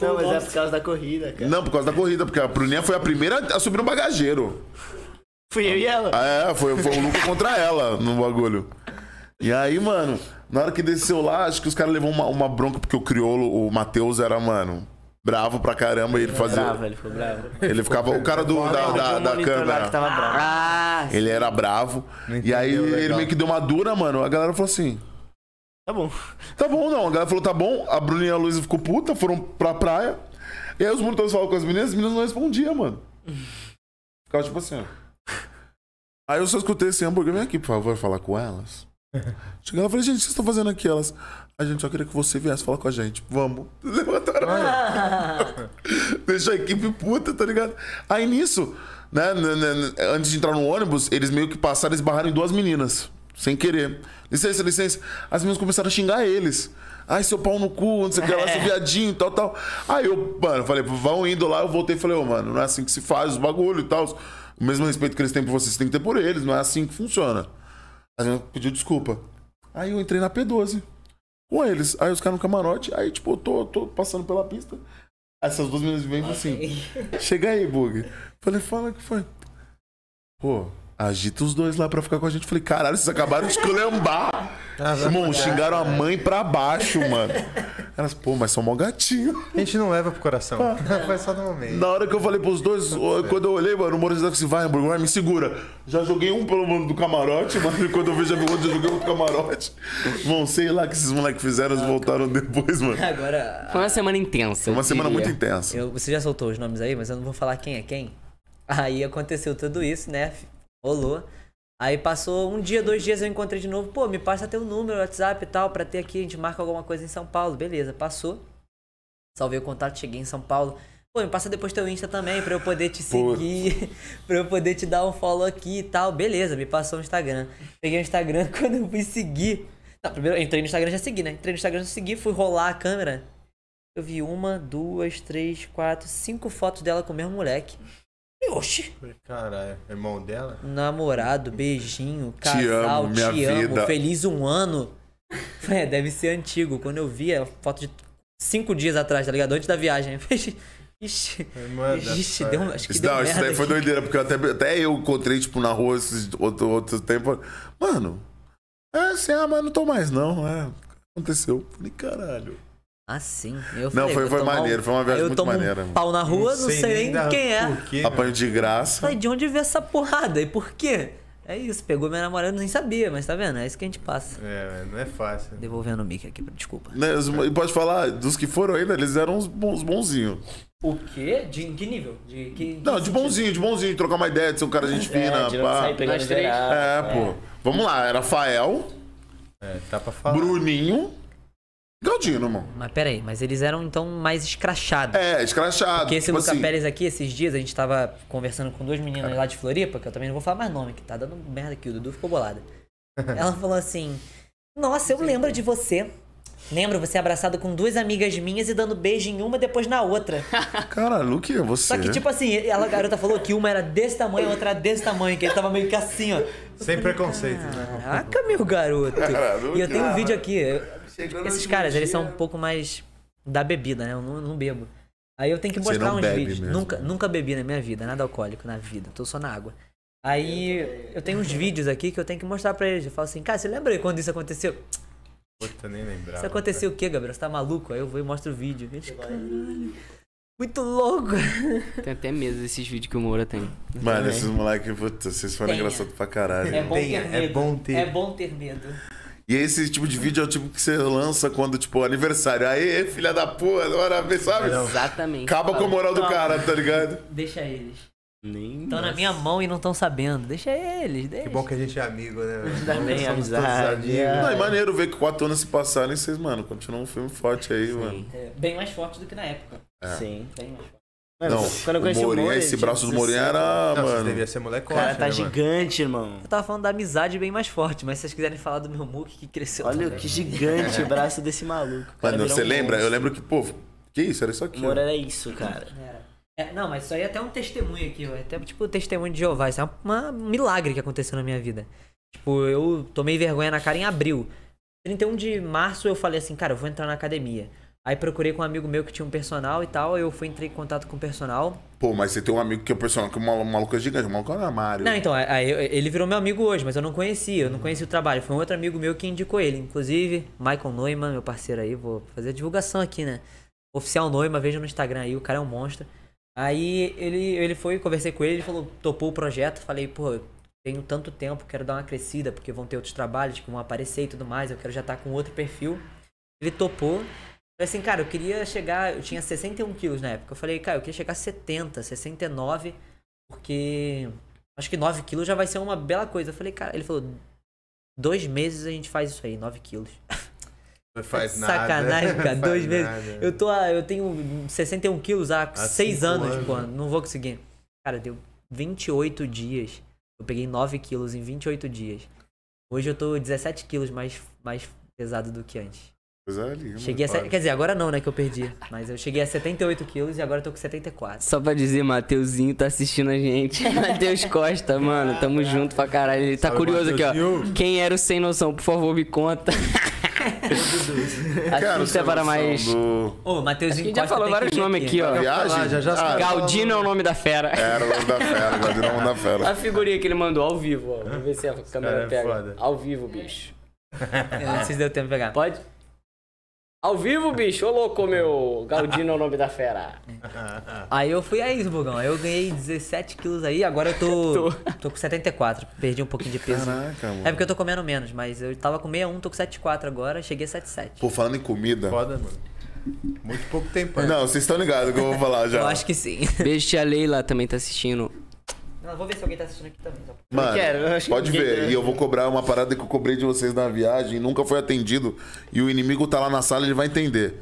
Speaker 6: Não, mas é por causa da corrida, cara.
Speaker 1: Não, por causa da corrida, porque a Bruninha foi a primeira a subir no bagageiro.
Speaker 6: Fui eu e ela.
Speaker 1: Ah, É, foi, foi o Luca contra ela no bagulho. E aí, mano, na hora que desceu lá, acho que os caras levou uma, uma bronca, porque o criolo, o Matheus, era, mano, bravo pra caramba e ele
Speaker 6: Bravo,
Speaker 1: fazia.
Speaker 6: ele ficou bravo.
Speaker 1: Ele ficava. O cara do, da, da,
Speaker 6: Um
Speaker 1: da
Speaker 6: monitor lá
Speaker 1: câmera.
Speaker 6: que tava bravo.
Speaker 5: Ah,
Speaker 1: Ele era bravo. E aí
Speaker 4: entendeu,
Speaker 1: ele
Speaker 4: legal.
Speaker 1: meio que deu uma dura, mano. A galera falou assim:
Speaker 6: Tá bom.
Speaker 1: Tá bom, não. A galera falou, tá bom. A Bruninha e a Luísa ficou puta, foram pra praia. E aí os monitores falavam com as meninas, as meninas não respondiam, mano. assim, Ficava tipo assim, ó. Aí eu só escutei esse hambúrguer, vem aqui, por favor, falar com elas. Cheguei lá e falei, gente, o que vocês estão fazendo aqui? Elas, a gente só queria que você viesse falar com a gente. Vamos. Levantaram. Deixou a equipe puta, tá ligado? Aí nisso, né, n- n- antes de entrar no ônibus, eles meio que passaram e esbarraram em duas meninas. Sem querer. Licença, licença. As meninas começaram a xingar eles. Ai, seu pau no cu, não sei o que lá, seu viadinho, tal, tal. Aí eu, mano, falei, vão indo lá, eu voltei e falei, ô, mano, não é assim que se faz os bagulho e tal. O mesmo respeito que eles têm por vocês, vocês têm que ter por eles, não é assim que funciona. Aí eu pediu desculpa. Aí eu entrei na P12 com eles. Aí os caras no camarote, aí tipo, eu tô, tô passando pela pista. Aí essas duas meninas vêm e falam assim: Chega aí, Bug. Falei, fala o que foi. Pô, agita os dois lá pra ficar com a gente. Falei, caralho, vocês acabaram de esculhambar. Irmão, xingaram a mãe pra baixo, mano. Elas, pô, mas são mó gatinho.
Speaker 4: A gente não leva pro coração. Vai só no momento.
Speaker 1: Na hora que eu falei pros dois, ó, quando eu olhei, mano, o Maurício disse assim, vai, Hamburgo, vai, me segura. Já joguei um pelo mundo do camarote, mano, e quando eu vejo a pergunta, eu joguei outro camarote. Mano, sei lá o que esses moleques fizeram, eles voltaram depois, mano.
Speaker 3: Agora,
Speaker 5: Foi uma semana intensa.
Speaker 1: Foi Ah. uma
Speaker 5: eu
Speaker 1: semana
Speaker 5: diria.
Speaker 1: muito intensa.
Speaker 3: eu, você já soltou os nomes aí, mas eu não vou falar quem é quem. Aí aconteceu tudo isso, né? Rolou. Aí passou um dia, dois dias, eu encontrei de novo. Pô, me passa teu número, WhatsApp e tal, pra ter aqui, a gente marca alguma coisa em São Paulo. Beleza, passou. Salvei o contato, cheguei em São Paulo. Pô, me passa depois teu Insta também, pra eu poder te
Speaker 1: Putz.
Speaker 3: seguir, pra eu poder te dar um follow aqui e tal. Beleza, me passou o Instagram. Peguei o Instagram, quando eu fui seguir... Não, primeiro eu entrei no Instagram e já segui, né? Entrei no Instagram, já segui, fui rolar a câmera. Eu vi uma, duas, três, quatro, cinco fotos dela com o mesmo moleque. Falei, Oxi,
Speaker 4: Caralho, é irmão dela?
Speaker 3: namorado, beijinho, casal,
Speaker 1: amo, minha
Speaker 3: te amo,
Speaker 1: vida.
Speaker 3: feliz um ano. É, deve ser antigo. Quando eu vi, é foto de cinco dias atrás, tá ligado? Antes da viagem. Ixi,
Speaker 4: Irmã da
Speaker 3: ixi,
Speaker 4: história.
Speaker 3: deu, acho que
Speaker 1: Isso,
Speaker 3: deu
Speaker 1: não, isso
Speaker 3: merda
Speaker 1: daí foi
Speaker 3: aqui.
Speaker 1: doideira, porque eu até, até eu encontrei, tipo, na rua esses outro, outro tempo. Mano, é assim, ah, mas não tô mais, não. É, aconteceu. Falei, caralho.
Speaker 3: Ah, sim. Eu
Speaker 1: Não,
Speaker 3: falei,
Speaker 1: foi,
Speaker 3: vou
Speaker 1: foi
Speaker 3: tomar um-
Speaker 1: maneiro, foi uma viagem
Speaker 3: Eu
Speaker 1: muito
Speaker 3: tomo
Speaker 1: maneira.
Speaker 3: um pau na rua, não sei, nem
Speaker 4: da-
Speaker 3: quem é.
Speaker 4: Por quê?
Speaker 1: Apanho de graça.
Speaker 3: Falei, de onde veio essa porrada? E por quê? É isso, pegou minha namorada, eu nem sabia, mas tá vendo? É isso que a gente passa.
Speaker 4: É, não é fácil.
Speaker 3: Devolvendo o mic aqui, desculpa.
Speaker 1: Né, os- E pode falar, dos que foram ainda, eles eram uns bons, bonzinhos.
Speaker 3: O quê? De que nível? De que.
Speaker 1: Não, de bonzinho, de bonzinho, trocar uma ideia, de ser um cara
Speaker 3: É,
Speaker 1: gente fina,
Speaker 6: de não
Speaker 1: pá.
Speaker 6: É, sair pegando
Speaker 5: Nós três.
Speaker 6: geral.
Speaker 1: É, pô. Vamos lá, era Fael,
Speaker 4: É, dá pra falar.
Speaker 1: Bruninho, Galdino, mano.
Speaker 3: Mas peraí, mas eles eram então mais escrachados.
Speaker 1: É, escrachado.
Speaker 3: Porque esse
Speaker 1: tipo
Speaker 3: Luca
Speaker 1: assim.
Speaker 3: Pérez aqui, esses dias, a gente tava conversando com duas meninas lá de Floripa, que eu também não vou falar mais nome, que tá dando merda aqui, o Dudu ficou bolado. Ela falou assim: Nossa, eu lembro de você. Lembro você abraçado com duas amigas minhas e dando beijo em uma e depois na outra.
Speaker 1: Caralho, o que é você?
Speaker 3: Só que, tipo assim, ela, a garota falou que uma era desse tamanho, a outra era desse tamanho, que ele tava meio que assim, ó.
Speaker 4: Sem preconceito,
Speaker 3: Ah.
Speaker 4: né?
Speaker 3: Caraca, meu garoto.
Speaker 1: Caralho,
Speaker 3: E eu tenho um
Speaker 1: cara.
Speaker 3: vídeo aqui. eu- tipo,
Speaker 1: Chegou no
Speaker 3: Esses
Speaker 1: último
Speaker 3: caras, eles
Speaker 1: dia.
Speaker 3: são um pouco mais da bebida, né? Eu não, não bebo. Aí eu tenho que
Speaker 1: Você
Speaker 3: mostrar
Speaker 1: não
Speaker 3: uns
Speaker 1: bebe
Speaker 3: vídeos.
Speaker 1: mesmo.
Speaker 3: Nunca, nunca bebi na minha vida, nada alcoólico na vida. Tô só na água. Aí eu tenho uns vídeos aqui que eu tenho que mostrar pra eles. Eu falo assim, cara, você lembra quando isso aconteceu?
Speaker 4: Puta, nem lembrava.
Speaker 3: Isso aconteceu o quê, Gabriel? Você tá maluco? Aí eu vou e mostro o vídeo. Eles, "Caralho, Muito louco.
Speaker 5: Tem até medo desses vídeos que o Moura tem.
Speaker 1: Mano, esses moleques, puta, vocês foram
Speaker 3: Tenha.
Speaker 1: engraçados pra caralho.
Speaker 3: É bom
Speaker 4: Tenha,
Speaker 3: ter
Speaker 4: é
Speaker 3: medo.
Speaker 4: bom ter.
Speaker 3: É bom ter medo.
Speaker 1: E esse tipo de vídeo é o tipo que você lança quando, tipo, aniversário. Aê, filha da porra, agora vem, sabe?
Speaker 5: Exatamente.
Speaker 1: Acaba com a moral do cara, tá ligado?
Speaker 3: Deixa eles.
Speaker 6: Nem
Speaker 3: Estão na minha mão e não estão sabendo. Deixa eles,
Speaker 4: Que
Speaker 3: deixa.
Speaker 4: bom que a gente é amigo, né? velho?
Speaker 6: Ainda bem,
Speaker 4: Somos todos
Speaker 6: amizade.
Speaker 4: amigos.
Speaker 3: né?
Speaker 1: Não, é maneiro ver que quatro anos se passaram e vocês, mano, continuam um filme forte aí, mano.
Speaker 3: É, Bem mais forte do que na época.
Speaker 6: Sim.
Speaker 3: Bem mais forte.
Speaker 6: Mano,
Speaker 1: É. Não,
Speaker 6: quando eu conheci o
Speaker 1: Morinha,
Speaker 6: Moura,
Speaker 1: esse
Speaker 6: tinha
Speaker 1: braço do Morinha
Speaker 6: 16.
Speaker 1: era,
Speaker 4: Não, vocês
Speaker 1: mano.
Speaker 4: deviam ser molecote,
Speaker 6: O cara tá
Speaker 4: né, mano?
Speaker 6: gigante, irmão.
Speaker 3: Eu tava falando da amizade bem mais forte, mas se vocês quiserem falar do meu Mook que cresceu.
Speaker 6: Olha
Speaker 3: também.
Speaker 6: que gigante o braço desse maluco. O cara
Speaker 1: Mano,
Speaker 6: virou
Speaker 1: você
Speaker 6: um
Speaker 1: lembra? Eu
Speaker 6: monstro.
Speaker 1: lembro que, pô, que isso? Era isso
Speaker 6: O
Speaker 1: aqui. né?
Speaker 6: Moura
Speaker 1: ó.
Speaker 6: era isso, cara.
Speaker 3: Era. É, não, mas isso aí é até um testemunho aqui, ó. É até tipo o testemunho de Jeová. Isso é um milagre que aconteceu na minha vida. Tipo, eu tomei vergonha na cara em abril. 31 de março eu falei assim, cara, eu vou entrar na academia. Aí procurei com um amigo meu que tinha um personal e tal. Eu fui entrei em contato com o personal.
Speaker 1: Pô, mas você tem um amigo que é o personagem, que o malu- maluco é gigante, o maluco era Mario.
Speaker 3: Não, então, aí eu- ele virou meu amigo hoje, mas eu não conhecia, eu não conhecia o trabalho. Foi um outro amigo meu que indicou ele. Inclusive, Michael Neumann, meu parceiro aí, vou fazer a divulgação aqui, né? Oficial Neumann, veja no Instagram aí, o cara é um monstro. Aí ele, ele foi, conversei com ele, ele falou, topou o projeto, falei, pô, eu tenho tanto tempo, quero dar uma crescida, porque vão ter outros trabalhos que vão aparecer e tudo mais, eu quero já estar com outro perfil. Ele topou. Falei assim, cara, eu queria chegar, eu tinha 61 quilos na época. Eu falei, cara, eu queria chegar a 70, 69, porque acho que 9 quilos já vai ser uma bela coisa. Eu falei, cara, ele falou, Dois meses a gente faz isso aí, 9 quilos.
Speaker 4: Não faz nada.
Speaker 3: Sacanagem, cara.
Speaker 4: Faz
Speaker 3: Dois meses.
Speaker 4: nada.
Speaker 3: Eu, tô, há- eu tenho 61 quilos há seis
Speaker 4: cinco
Speaker 3: anos,
Speaker 4: anos, né?
Speaker 3: pô. Não vou conseguir. Cara, deu 28 dias. Eu peguei 9 quilos em 28 dias. Hoje eu tô 17 quilos mais, mais pesado do que antes.
Speaker 4: É
Speaker 1: Coisa linda.
Speaker 3: Cheguei a. se-
Speaker 1: cara.
Speaker 3: Quer dizer, agora não, né? Que eu perdi. Mas eu cheguei a 78 quilos e agora eu tô com 74.
Speaker 5: Só pra dizer, Mateuzinho tá assistindo a gente. Matheus Costa, mano, tamo junto pra caralho. Ele tá
Speaker 4: Salve,
Speaker 5: curioso aqui, ó.
Speaker 4: Mateuzinho.
Speaker 5: Quem era o Sem Noção? Por favor, me conta.
Speaker 1: Quero
Speaker 5: Assista
Speaker 1: essa
Speaker 5: é para
Speaker 1: noção
Speaker 5: mais.
Speaker 1: do-
Speaker 3: Ô, Matheusinho
Speaker 5: A gente já
Speaker 3: Costa
Speaker 5: falou
Speaker 3: tem
Speaker 5: vários
Speaker 3: que vir
Speaker 5: nomes aqui, né? ó.
Speaker 1: Viagem?
Speaker 4: já, já
Speaker 1: Ah,
Speaker 5: Galdino é o nome da fera.
Speaker 1: Era o nome da fera, Galdino é o nome da
Speaker 5: A
Speaker 1: fera.
Speaker 5: figurinha que ele mandou ao vivo, ó. Vamos ver se a câmera
Speaker 4: é
Speaker 5: pega.
Speaker 4: foda.
Speaker 5: Ao vivo, bicho.
Speaker 3: Eu É, Não sei se deu tempo de pegar.
Speaker 5: Pode? Ao vivo, bicho? Ô louco, meu. Galdino é o nome da fera.
Speaker 3: Aí eu fui a isso, Bugão. Aí eu ganhei 17 quilos aí, agora eu tô. tô com 74. Perdi um pouquinho de peso.
Speaker 1: Caraca, mano.
Speaker 3: É porque eu tô comendo menos, mas eu tava com 61, tô com 74 agora, cheguei a 77.
Speaker 1: Pô, falando em comida.
Speaker 4: Foda, mano. Muito pouco tempo. né?
Speaker 1: Não, vocês estão ligados que eu vou falar já.
Speaker 3: Eu acho que sim.
Speaker 5: Beijo, tia Leila também tá assistindo.
Speaker 3: Não, vou ver se alguém tá assistindo aqui também.
Speaker 1: Mano,
Speaker 6: quero, eu acho que
Speaker 1: pode
Speaker 6: ninguém
Speaker 1: ver.
Speaker 6: quer.
Speaker 1: E eu vou cobrar uma parada que eu cobrei de vocês na viagem, nunca foi atendido. E o inimigo tá lá na sala, ele vai entender.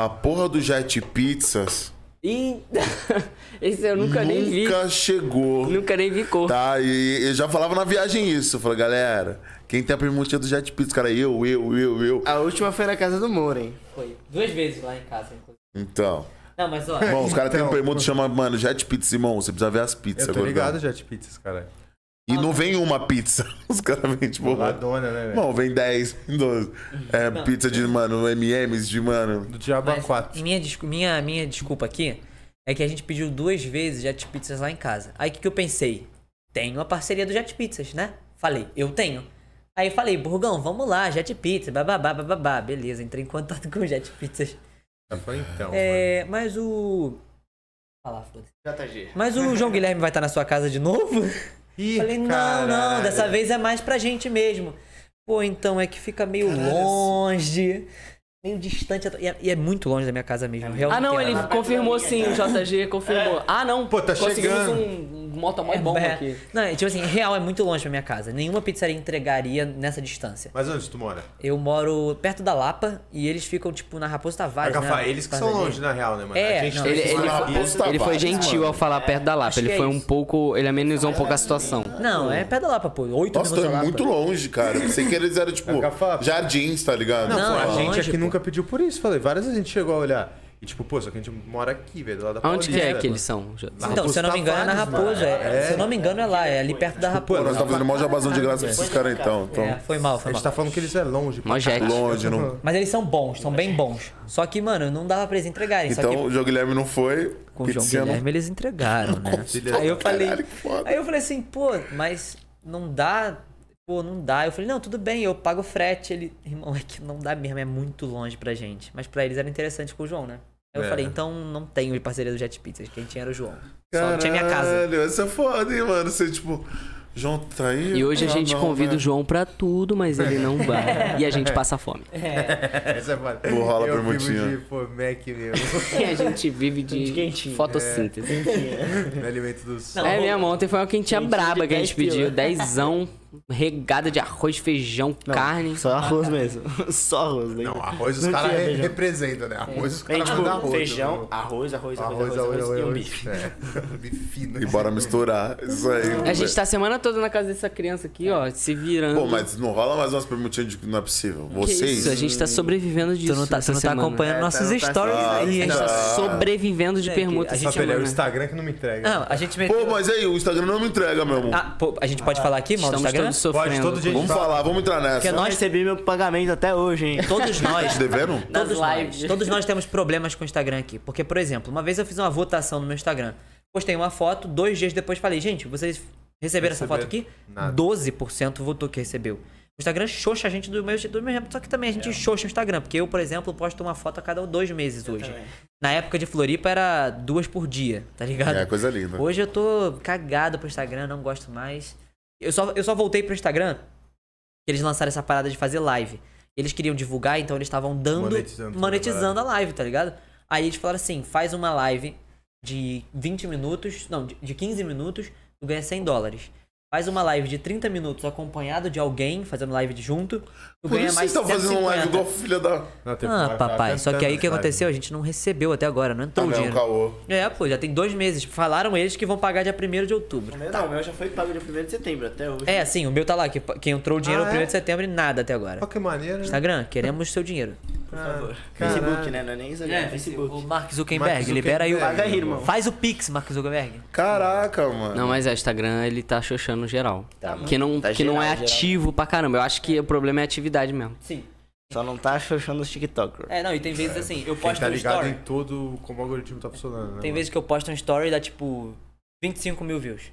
Speaker 1: A porra do Jet Pizzas
Speaker 5: Ih, esse eu nunca, nem vi.
Speaker 1: nunca chegou.
Speaker 5: Nunca nem vi cor.
Speaker 1: Tá, e eu já falava na viagem isso. Eu falei, galera, quem tem a permutinha do Jet Pizza? Cara, eu, eu, eu, eu.
Speaker 6: A última foi na casa do Moro, hein?
Speaker 3: Foi duas vezes lá em casa, inclusive.
Speaker 1: Então.
Speaker 3: Não, mas ó,
Speaker 1: Bom, os caras têm um permuta que chama, mano, Jet Pizza, irmão. Você precisa ver as pizzas,
Speaker 4: Então, Eu tô
Speaker 1: gordão.
Speaker 4: ligado, Jet Pizzas, cara.
Speaker 1: E não vem uma pizza. Os caras vêm, tipo.
Speaker 4: Ladona, né, velho?
Speaker 1: Bom, vem 10, 12. É, pizza de, mano, MMs de, mano.
Speaker 4: Do Diabo a
Speaker 3: mas
Speaker 4: 4.
Speaker 3: minha, descu- minha, minha desculpa aqui é que a gente pediu duas vezes Jet Pizzas lá em casa. Aí o que, que eu pensei? Tenho a parceria do Jet Pizzas, né? Falei, eu tenho. Aí falei, Burgão, vamos lá, Jet Pizza, bababá, bababá. Beleza, entrei em contato com o Jet Pizzas.
Speaker 4: Eu falei, então,
Speaker 3: É, mas o. Falar, foda-se.
Speaker 6: JG.
Speaker 3: Mas o João Guilherme vai estar na sua casa de novo?
Speaker 4: Ih,
Speaker 3: Falei, não, não,
Speaker 4: caralho.
Speaker 3: dessa vez é mais pra gente mesmo. Pô, então é que fica meio longe, meio distante. E é, e é muito longe da minha casa mesmo.
Speaker 4: É
Speaker 3: realmente
Speaker 5: Ah, não,
Speaker 3: tem
Speaker 5: ele
Speaker 3: nada.
Speaker 5: confirmou sim, o JG confirmou. Ah, não,
Speaker 4: Pô, tá
Speaker 5: conseguimos
Speaker 4: chegando.
Speaker 5: um, um moto mó
Speaker 3: É,
Speaker 5: bom
Speaker 3: é,
Speaker 5: aqui.
Speaker 3: Não, é, tipo assim, real é muito longe da minha casa. Nenhuma pizzaria entregaria nessa distância.
Speaker 4: Mas onde tu mora?
Speaker 3: Eu moro perto da Lapa e eles ficam, tipo, na Raposa Tavares,
Speaker 4: Agafá,
Speaker 3: né?
Speaker 4: eles que são longe, na real, né, mano?
Speaker 3: É,
Speaker 4: a gente
Speaker 3: não,
Speaker 4: tá
Speaker 5: Ele,
Speaker 4: em
Speaker 5: ele-
Speaker 4: cima da
Speaker 1: Raposa
Speaker 4: pista.
Speaker 5: ele foi
Speaker 1: Tavares,
Speaker 5: gentil
Speaker 1: mano.
Speaker 5: ao falar perto da Lapa.
Speaker 3: acho
Speaker 5: Ele
Speaker 3: que é
Speaker 5: foi um
Speaker 3: isso.
Speaker 5: pouco. Ele amenizou um pouco a situação.
Speaker 4: né?
Speaker 3: Não, é perto da Lapa, pô. Oito
Speaker 1: Nossa,
Speaker 3: minutos
Speaker 1: então
Speaker 3: da
Speaker 1: é
Speaker 3: Lapa.
Speaker 1: muito longe, cara. Pensei que eles eram, tipo,
Speaker 4: Cacafá.
Speaker 1: jardins, tá ligado?
Speaker 4: Não,
Speaker 3: Não,
Speaker 4: pô,
Speaker 3: é
Speaker 4: a gente
Speaker 3: longe,
Speaker 4: aqui
Speaker 3: pô.
Speaker 4: nunca pediu por isso, falei. Várias vezes a gente chegou a olhar. E tipo, pô, só que a gente mora aqui, velho, do lado da
Speaker 5: Aonde que
Speaker 4: Paulista,
Speaker 5: é que
Speaker 4: mano.
Speaker 5: eles são?
Speaker 3: Então, se eu não me engano, é na
Speaker 4: Raposa Tavares,
Speaker 3: Raposa.
Speaker 4: mano.
Speaker 3: é.
Speaker 4: É.
Speaker 3: Se eu não me engano, é lá, é ali perto da
Speaker 1: Pô,
Speaker 3: Raposa.
Speaker 1: nós tá fazendo mó jabazão de graça pra esses caras, então. então
Speaker 3: É, foi mal,
Speaker 4: A
Speaker 3: foi mal.
Speaker 4: gente tá falando que eles é longe. pra
Speaker 3: tá
Speaker 5: Mó jet.
Speaker 1: Longe, não.
Speaker 3: Mas eles são bons, são bem bons. Só que, mano, não dava pra eles entregarem. só
Speaker 1: Então
Speaker 3: que
Speaker 1: o João Guilherme não foi.
Speaker 3: com o João
Speaker 1: Pizziano-
Speaker 3: Guilherme eles entregaram, né? Aí eu falei.
Speaker 1: Caralho, que foda.
Speaker 3: Aí eu falei assim, pô, mas não dá. Pô, não dá. Eu falei, não, tudo bem, eu pago frete. Ele, irmão, é que não dá mesmo, é muito longe pra gente. Mas pra eles era interessante com o João, né? Aí eu
Speaker 4: É.
Speaker 3: falei, então não tenho parceria do Jet Pizzas, quem tinha era o João. Só tinha minha casa.
Speaker 1: Caralho, essa é foda, hein, mano. Você, tipo, João tá aí.
Speaker 5: E hoje a
Speaker 1: Ah,
Speaker 5: gente
Speaker 1: não,
Speaker 5: convida o
Speaker 1: né?
Speaker 5: João pra tudo, mas ele não vai. E a gente passa fome.
Speaker 4: Essa é foda.
Speaker 1: Vou rolar
Speaker 4: eu
Speaker 1: permutinha.
Speaker 4: vivo de, pô, Mac mesmo.
Speaker 5: E a gente vive
Speaker 6: De
Speaker 5: de
Speaker 6: quentinho.
Speaker 1: É.
Speaker 5: fotossíntese.
Speaker 4: no alimento do sul.
Speaker 5: É mesmo, ontem foi uma quentinha
Speaker 6: Quentinha de
Speaker 5: braba que a gente
Speaker 6: 10
Speaker 5: pediu.
Speaker 6: pila.
Speaker 5: Dezão, regada de arroz, feijão, carne.
Speaker 6: Só arroz mesmo. Só arroz, né?
Speaker 4: Não, arroz os
Speaker 6: Não
Speaker 4: caras
Speaker 6: tinha
Speaker 1: é
Speaker 4: re-
Speaker 6: feijão.
Speaker 4: representam, né? Arroz os
Speaker 6: Tem
Speaker 4: caras
Speaker 6: tipo
Speaker 4: mandam arroz.
Speaker 6: feijão,
Speaker 4: né?
Speaker 6: arroz, arroz,
Speaker 4: Arroz,
Speaker 6: arroz, arroz, e um bife.
Speaker 4: É, bife fino.
Speaker 1: E bora misturar. Isso aí.
Speaker 5: A gente tá a semana toda na casa dessa criança aqui, ó, se virando.
Speaker 1: Pô, mas não rola mais umas permutinhas de que não é possível.
Speaker 5: Que
Speaker 1: Vocês.
Speaker 5: isso, a gente tá sobrevivendo disso.
Speaker 3: Tu não tá, tu
Speaker 5: essa
Speaker 3: não tá
Speaker 5: semana.
Speaker 3: acompanhando
Speaker 6: É, tá,
Speaker 3: nossos
Speaker 6: não tá
Speaker 3: stories aí,
Speaker 5: A
Speaker 3: hein?
Speaker 5: gente tá sobrevivendo de
Speaker 3: É,
Speaker 5: permuta.
Speaker 3: que a
Speaker 5: essa
Speaker 4: Só pra ele é o
Speaker 5: semana.
Speaker 4: Instagram que não me entrega.
Speaker 3: Não, a gente meteu.
Speaker 1: Pô, mas aí, o Instagram não me entrega, meu amor.
Speaker 3: tá- Ah, pô, a gente pode falar aqui, tá mal do
Speaker 5: Estamos
Speaker 3: Instagram?
Speaker 5: todos sofrendo.
Speaker 4: Pode, todo dia a gente
Speaker 1: Vamos
Speaker 4: fala.
Speaker 1: falar, vamos entrar nessa.
Speaker 6: Eu não recebi meu pagamento até hoje, hein?
Speaker 3: Todos nós.
Speaker 1: Te Tá devendo?
Speaker 5: Nas
Speaker 3: Todos nós,
Speaker 5: lives.
Speaker 3: todos nós temos problemas com o Instagram aqui. Porque, por exemplo, uma vez eu fiz uma votação no meu Instagram. Postei uma foto, dois dias depois falei, gente, vocês receberam essa foto aqui? 12% votou que recebeu. O Instagram xoxa a gente do meu, do meu Só que também a gente
Speaker 5: É.
Speaker 3: xoxa o Instagram. Porque eu, por exemplo, posto uma foto a cada dois meses hoje. Na época de Floripa era duas por dia, tá ligado?
Speaker 1: É, coisa linda.
Speaker 3: Hoje eu tô cagado pro Instagram, não gosto mais. Eu só, eu só voltei pro Instagram que eles lançaram essa parada de fazer live. Eles queriam divulgar, então eles estavam dando.
Speaker 4: Monetizando
Speaker 3: Monetizando,
Speaker 4: toda
Speaker 3: a live, tá ligado? Aí eles falaram assim: faz uma live de 20 minutos, não, de- de 15 minutos, tu ganha 100 dólares. Faz uma live de 30 minutos acompanhado de alguém, fazendo live de junto. Tu
Speaker 1: Por
Speaker 3: ganha
Speaker 1: isso
Speaker 3: mais
Speaker 1: vocês
Speaker 3: de
Speaker 1: estão fazendo um live
Speaker 3: 150.
Speaker 1: igual filha da.
Speaker 4: Não, tem-
Speaker 3: Ah,
Speaker 4: tá- tá
Speaker 3: papai. Só que aí o que
Speaker 4: tentando,
Speaker 3: aconteceu? A
Speaker 4: sabe?
Speaker 3: gente não recebeu até agora, não
Speaker 1: Ah,
Speaker 3: entrou o
Speaker 1: não,
Speaker 3: dinheiro.
Speaker 1: caô.
Speaker 3: É, pô, já tem dois meses. Falaram eles que vão pagar dia 1 de outubro.
Speaker 6: O meu não, o meu já foi pago dia 1 de setembro até hoje.
Speaker 3: É, sim, o meu tá lá, que, que entrou o dinheiro
Speaker 4: Ah,
Speaker 3: no 1
Speaker 4: é?
Speaker 3: de setembro e nada até agora.
Speaker 4: Olha que maneiro. né?
Speaker 3: Instagram, queremos seu dinheiro.
Speaker 6: por favor.
Speaker 4: Caralho.
Speaker 6: Facebook, né? Não é nem Instagram, é, Facebook.
Speaker 3: O Mark Zuckerberg,
Speaker 4: Mark
Speaker 3: libera aí o.
Speaker 4: Zuckerberg.
Speaker 6: Paga aí, irmão.
Speaker 3: Faz o Pix, Mark Zuckerberg.
Speaker 1: Caraca, mano.
Speaker 5: Não, mas é, o Instagram ele tá xoxando geral.
Speaker 6: Tá,
Speaker 5: que não,
Speaker 6: Tá
Speaker 5: que não é
Speaker 6: geral, geral.
Speaker 5: ativo pra caramba. Eu acho que o problema é a atividade mesmo.
Speaker 3: Sim.
Speaker 6: Só não tá xoxando os TikTokers.
Speaker 3: É, não, e tem vezes assim,
Speaker 4: Quem
Speaker 3: eu posto
Speaker 4: tá
Speaker 3: um
Speaker 4: ligado
Speaker 3: story.
Speaker 4: em todo como o algoritmo tá funcionando, né?
Speaker 3: Tem
Speaker 4: mano?
Speaker 3: vezes que eu posto um story e dá tipo 25 mil views.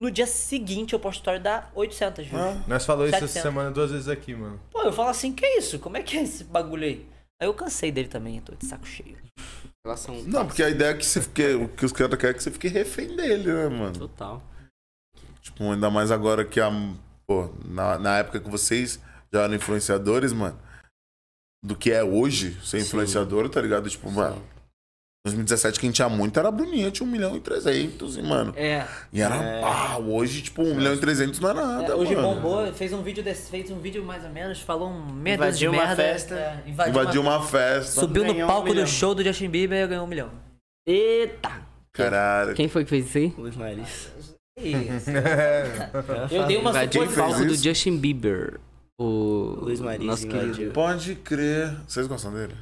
Speaker 3: No dia seguinte eu posto story e dá 800 views.
Speaker 4: Nós falamos isso essa
Speaker 3: 700.
Speaker 4: semana duas vezes aqui, mano.
Speaker 3: Pô, eu falo assim, que isso? Como é que é esse bagulho aí? Aí eu cansei dele também, tô de saco cheio.
Speaker 5: Relação
Speaker 1: Não, porque a ideia é que você fique. O que os caras querem é que você fique refém dele, né, mano?
Speaker 5: total.
Speaker 1: Tipo, ainda mais agora que a. Pô, na, na época que vocês já eram influenciadores, mano. Do que é hoje ser influenciador, tá ligado? Tipo, mano. 2017, quem tinha muito era a Bruninha, tinha 1 milhão e 300, e, mano.
Speaker 3: É.
Speaker 1: E era.
Speaker 6: É.
Speaker 1: Ah, hoje, tipo, 1 milhão e 300 não é nada.
Speaker 3: É, hoje
Speaker 1: mano.
Speaker 3: bombou, fez um vídeo desse, fez um vídeo mais ou menos, falou um meia dúzia
Speaker 6: Invadiu
Speaker 3: de
Speaker 6: uma
Speaker 3: merda,
Speaker 6: festa.
Speaker 3: é, invadiu,
Speaker 1: Invadiu
Speaker 3: uma...
Speaker 1: uma festa.
Speaker 3: Subiu no
Speaker 6: Ganhou um
Speaker 3: palco do
Speaker 6: milhão.
Speaker 3: show do Justin Bieber e ganhou um milhão.
Speaker 5: Eita!
Speaker 1: Caralho.
Speaker 5: Quem foi que fez isso aí?
Speaker 6: Luiz Maris.
Speaker 3: Isso.
Speaker 4: É,
Speaker 6: Eu
Speaker 3: dei uma- Mas
Speaker 5: Invadiu
Speaker 1: quem
Speaker 5: o
Speaker 1: fez
Speaker 5: palco do
Speaker 1: isso?
Speaker 5: Justin Bieber. O
Speaker 6: Luiz Maris
Speaker 5: nosso querido.
Speaker 6: invadiu.
Speaker 1: Pode crer. Vocês gostam dele?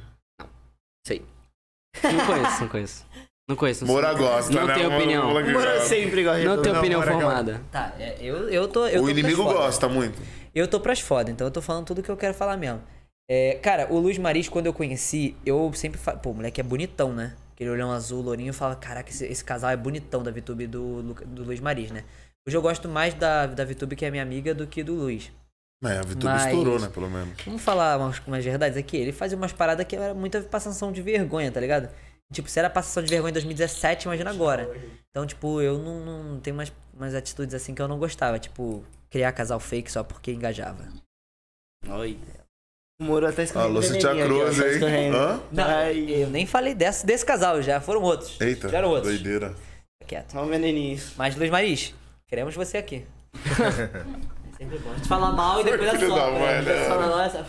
Speaker 5: Não conheço, não conheço. Não conheço. não
Speaker 1: Moura
Speaker 5: sei.
Speaker 1: gosta,
Speaker 5: Não
Speaker 1: né?
Speaker 5: tenho
Speaker 1: Moura-
Speaker 5: opinião.
Speaker 1: Moura que
Speaker 6: Moro
Speaker 1: gosta.
Speaker 6: é sempre gosta de
Speaker 5: Não tenho
Speaker 4: Não,
Speaker 5: opinião
Speaker 4: bora, calma.
Speaker 5: formada.
Speaker 3: Tá, é, eu, eu tô. Eu tô
Speaker 1: O
Speaker 3: pras
Speaker 1: inimigo
Speaker 3: foda.
Speaker 1: gosta muito.
Speaker 3: Eu tô pras foda, então eu tô falando tudo que eu quero falar mesmo. É, cara, o Luiz Maris, quando eu conheci, eu sempre falei. Pô, o moleque é bonitão, né? Aquele olhão azul, lourinho, eu falo, caraca, esse, esse casal é bonitão da VTube do, Lu- do Luiz Maris, né? Hoje eu gosto mais da, da VTube, que é minha amiga, do que do Luiz.
Speaker 1: É, a Vitube
Speaker 3: Mas-
Speaker 1: estourou, né, pelo menos.
Speaker 3: Vamos falar umas, umas verdades aqui? Ele fazia umas paradas que era muita passação de vergonha, tá ligado? Tipo, se era passação de vergonha em 2017, imagina agora. Então, tipo, eu não, não tenho umas, umas atitudes assim que eu não gostava. Tipo, criar casal fake só porque engajava.
Speaker 6: Oi. O Moro até escorrendo.
Speaker 1: Alô, Cintia
Speaker 6: vermelhinho
Speaker 1: Ah,
Speaker 6: aqui, ó,
Speaker 1: Cruz,
Speaker 6: tá
Speaker 1: hein?
Speaker 6: escorrendo.
Speaker 1: Hã?
Speaker 3: Não,
Speaker 6: Ai,
Speaker 3: eu nem falei desse, desse casal, já foram outros.
Speaker 1: Eita,
Speaker 3: Já eram outros.
Speaker 1: doideira.
Speaker 3: Fica Quieto.
Speaker 6: só um veneninho.
Speaker 3: Mas, Luiz Maris, queremos você aqui. É Sempre bom. A gente fala mal e depois
Speaker 1: Filho da mãe,
Speaker 3: assopra. né? A gente
Speaker 1: né?
Speaker 3: fala, nossa,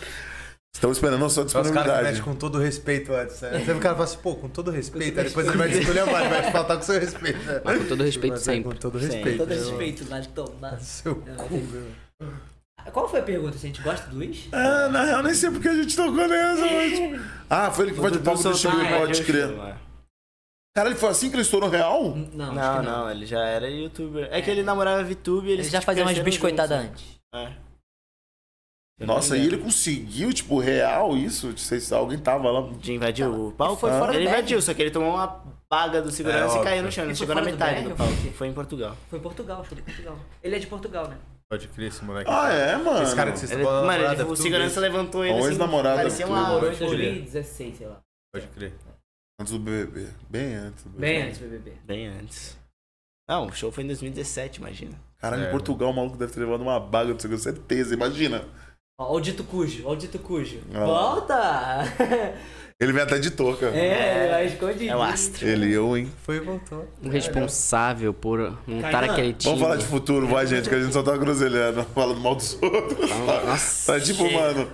Speaker 1: Estamos esperando a sua
Speaker 4: Só Então os caras que
Speaker 1: disponibilidade.
Speaker 4: metem com todo respeito antes, né? Sempre o cara fala assim, pô, com todo respeito. Aí depois ele vai te escolher, vai, vai te faltar com seu respeito. né?
Speaker 5: Mas com todo respeito
Speaker 4: Mas é
Speaker 5: sempre.
Speaker 4: Com todo
Speaker 6: Sim.
Speaker 4: respeito.
Speaker 3: todo
Speaker 4: né,
Speaker 3: respeito, vai tomar.
Speaker 4: mano? Seu cu, meu.
Speaker 3: Qual foi a pergunta? Se a gente gosta do Luiz?
Speaker 1: Ah, na real, nem sei porque a gente tocou nessa, mas... Ah, foi ele que pode o palco do Chico,
Speaker 4: é,
Speaker 1: pode crer. Cara, ele foi assim que ele estourou real?
Speaker 3: Não, acho
Speaker 6: Não,
Speaker 3: que
Speaker 6: não, ele já era youtuber. É que ele namorava VTube e eles
Speaker 3: Ele já fazia umas
Speaker 6: cresceram
Speaker 3: biscoitadas
Speaker 6: juntos,
Speaker 3: antes.
Speaker 6: né? É.
Speaker 1: Nossa, e ele conseguiu, tipo, real isso? Não sei se alguém tava lá.
Speaker 6: De
Speaker 3: Tá.
Speaker 6: invadir o palco?
Speaker 3: foi fora do
Speaker 6: Ele
Speaker 3: bag.
Speaker 6: invadiu, só que ele tomou uma baga do
Speaker 4: É,
Speaker 6: segurança e
Speaker 4: óbvio.
Speaker 1: tá.
Speaker 6: caiu no chão. Ele
Speaker 3: Ele foi
Speaker 6: chegou na
Speaker 3: fora do
Speaker 6: metade
Speaker 3: bag
Speaker 6: do
Speaker 3: ou foi
Speaker 6: palco.
Speaker 3: o quê?
Speaker 6: Foi em Portugal.
Speaker 3: Foi em Portugal, show de Portugal. Ele é de Portugal, né?
Speaker 4: Pode crer esse moleque. tá-
Speaker 1: Ah, é, mano?
Speaker 4: Esse cara que vocês
Speaker 6: Ele-
Speaker 4: falam,
Speaker 6: mano, ele-
Speaker 4: namorada,
Speaker 6: o
Speaker 4: tudo
Speaker 6: segurança levantou ele
Speaker 1: Ou
Speaker 6: assim,
Speaker 1: ex-namorada
Speaker 6: parecia
Speaker 1: do
Speaker 6: uma
Speaker 1: Tubo.
Speaker 6: aura.
Speaker 4: Foi em
Speaker 3: 2016, sei lá.
Speaker 4: isso. Pode crer.
Speaker 1: Antes do BBB. Bem antes do BBB.
Speaker 3: Bem antes do BBB.
Speaker 6: Bem antes. Não, o show foi em 2017, imagina.
Speaker 1: Caralho,
Speaker 4: É,
Speaker 1: em Portugal o maluco deve ter levado uma baga do segurança, certeza, imagina.
Speaker 3: Ó, ó o dito cujo, ó o dito cujo.
Speaker 1: Ah.
Speaker 3: Volta!
Speaker 1: Ele vem até de touca.
Speaker 3: é, vai escondido.
Speaker 6: É o astro.
Speaker 1: Ele e eu, hein?
Speaker 4: Foi e voltou.
Speaker 5: O Um responsável por um montar
Speaker 3: Kainan,
Speaker 5: aquele time.
Speaker 1: Vamos falar de futuro, vai, gente, que a gente só tá groselhando, falando mal dos outros.
Speaker 5: Nossa,
Speaker 1: Tá tipo, mano,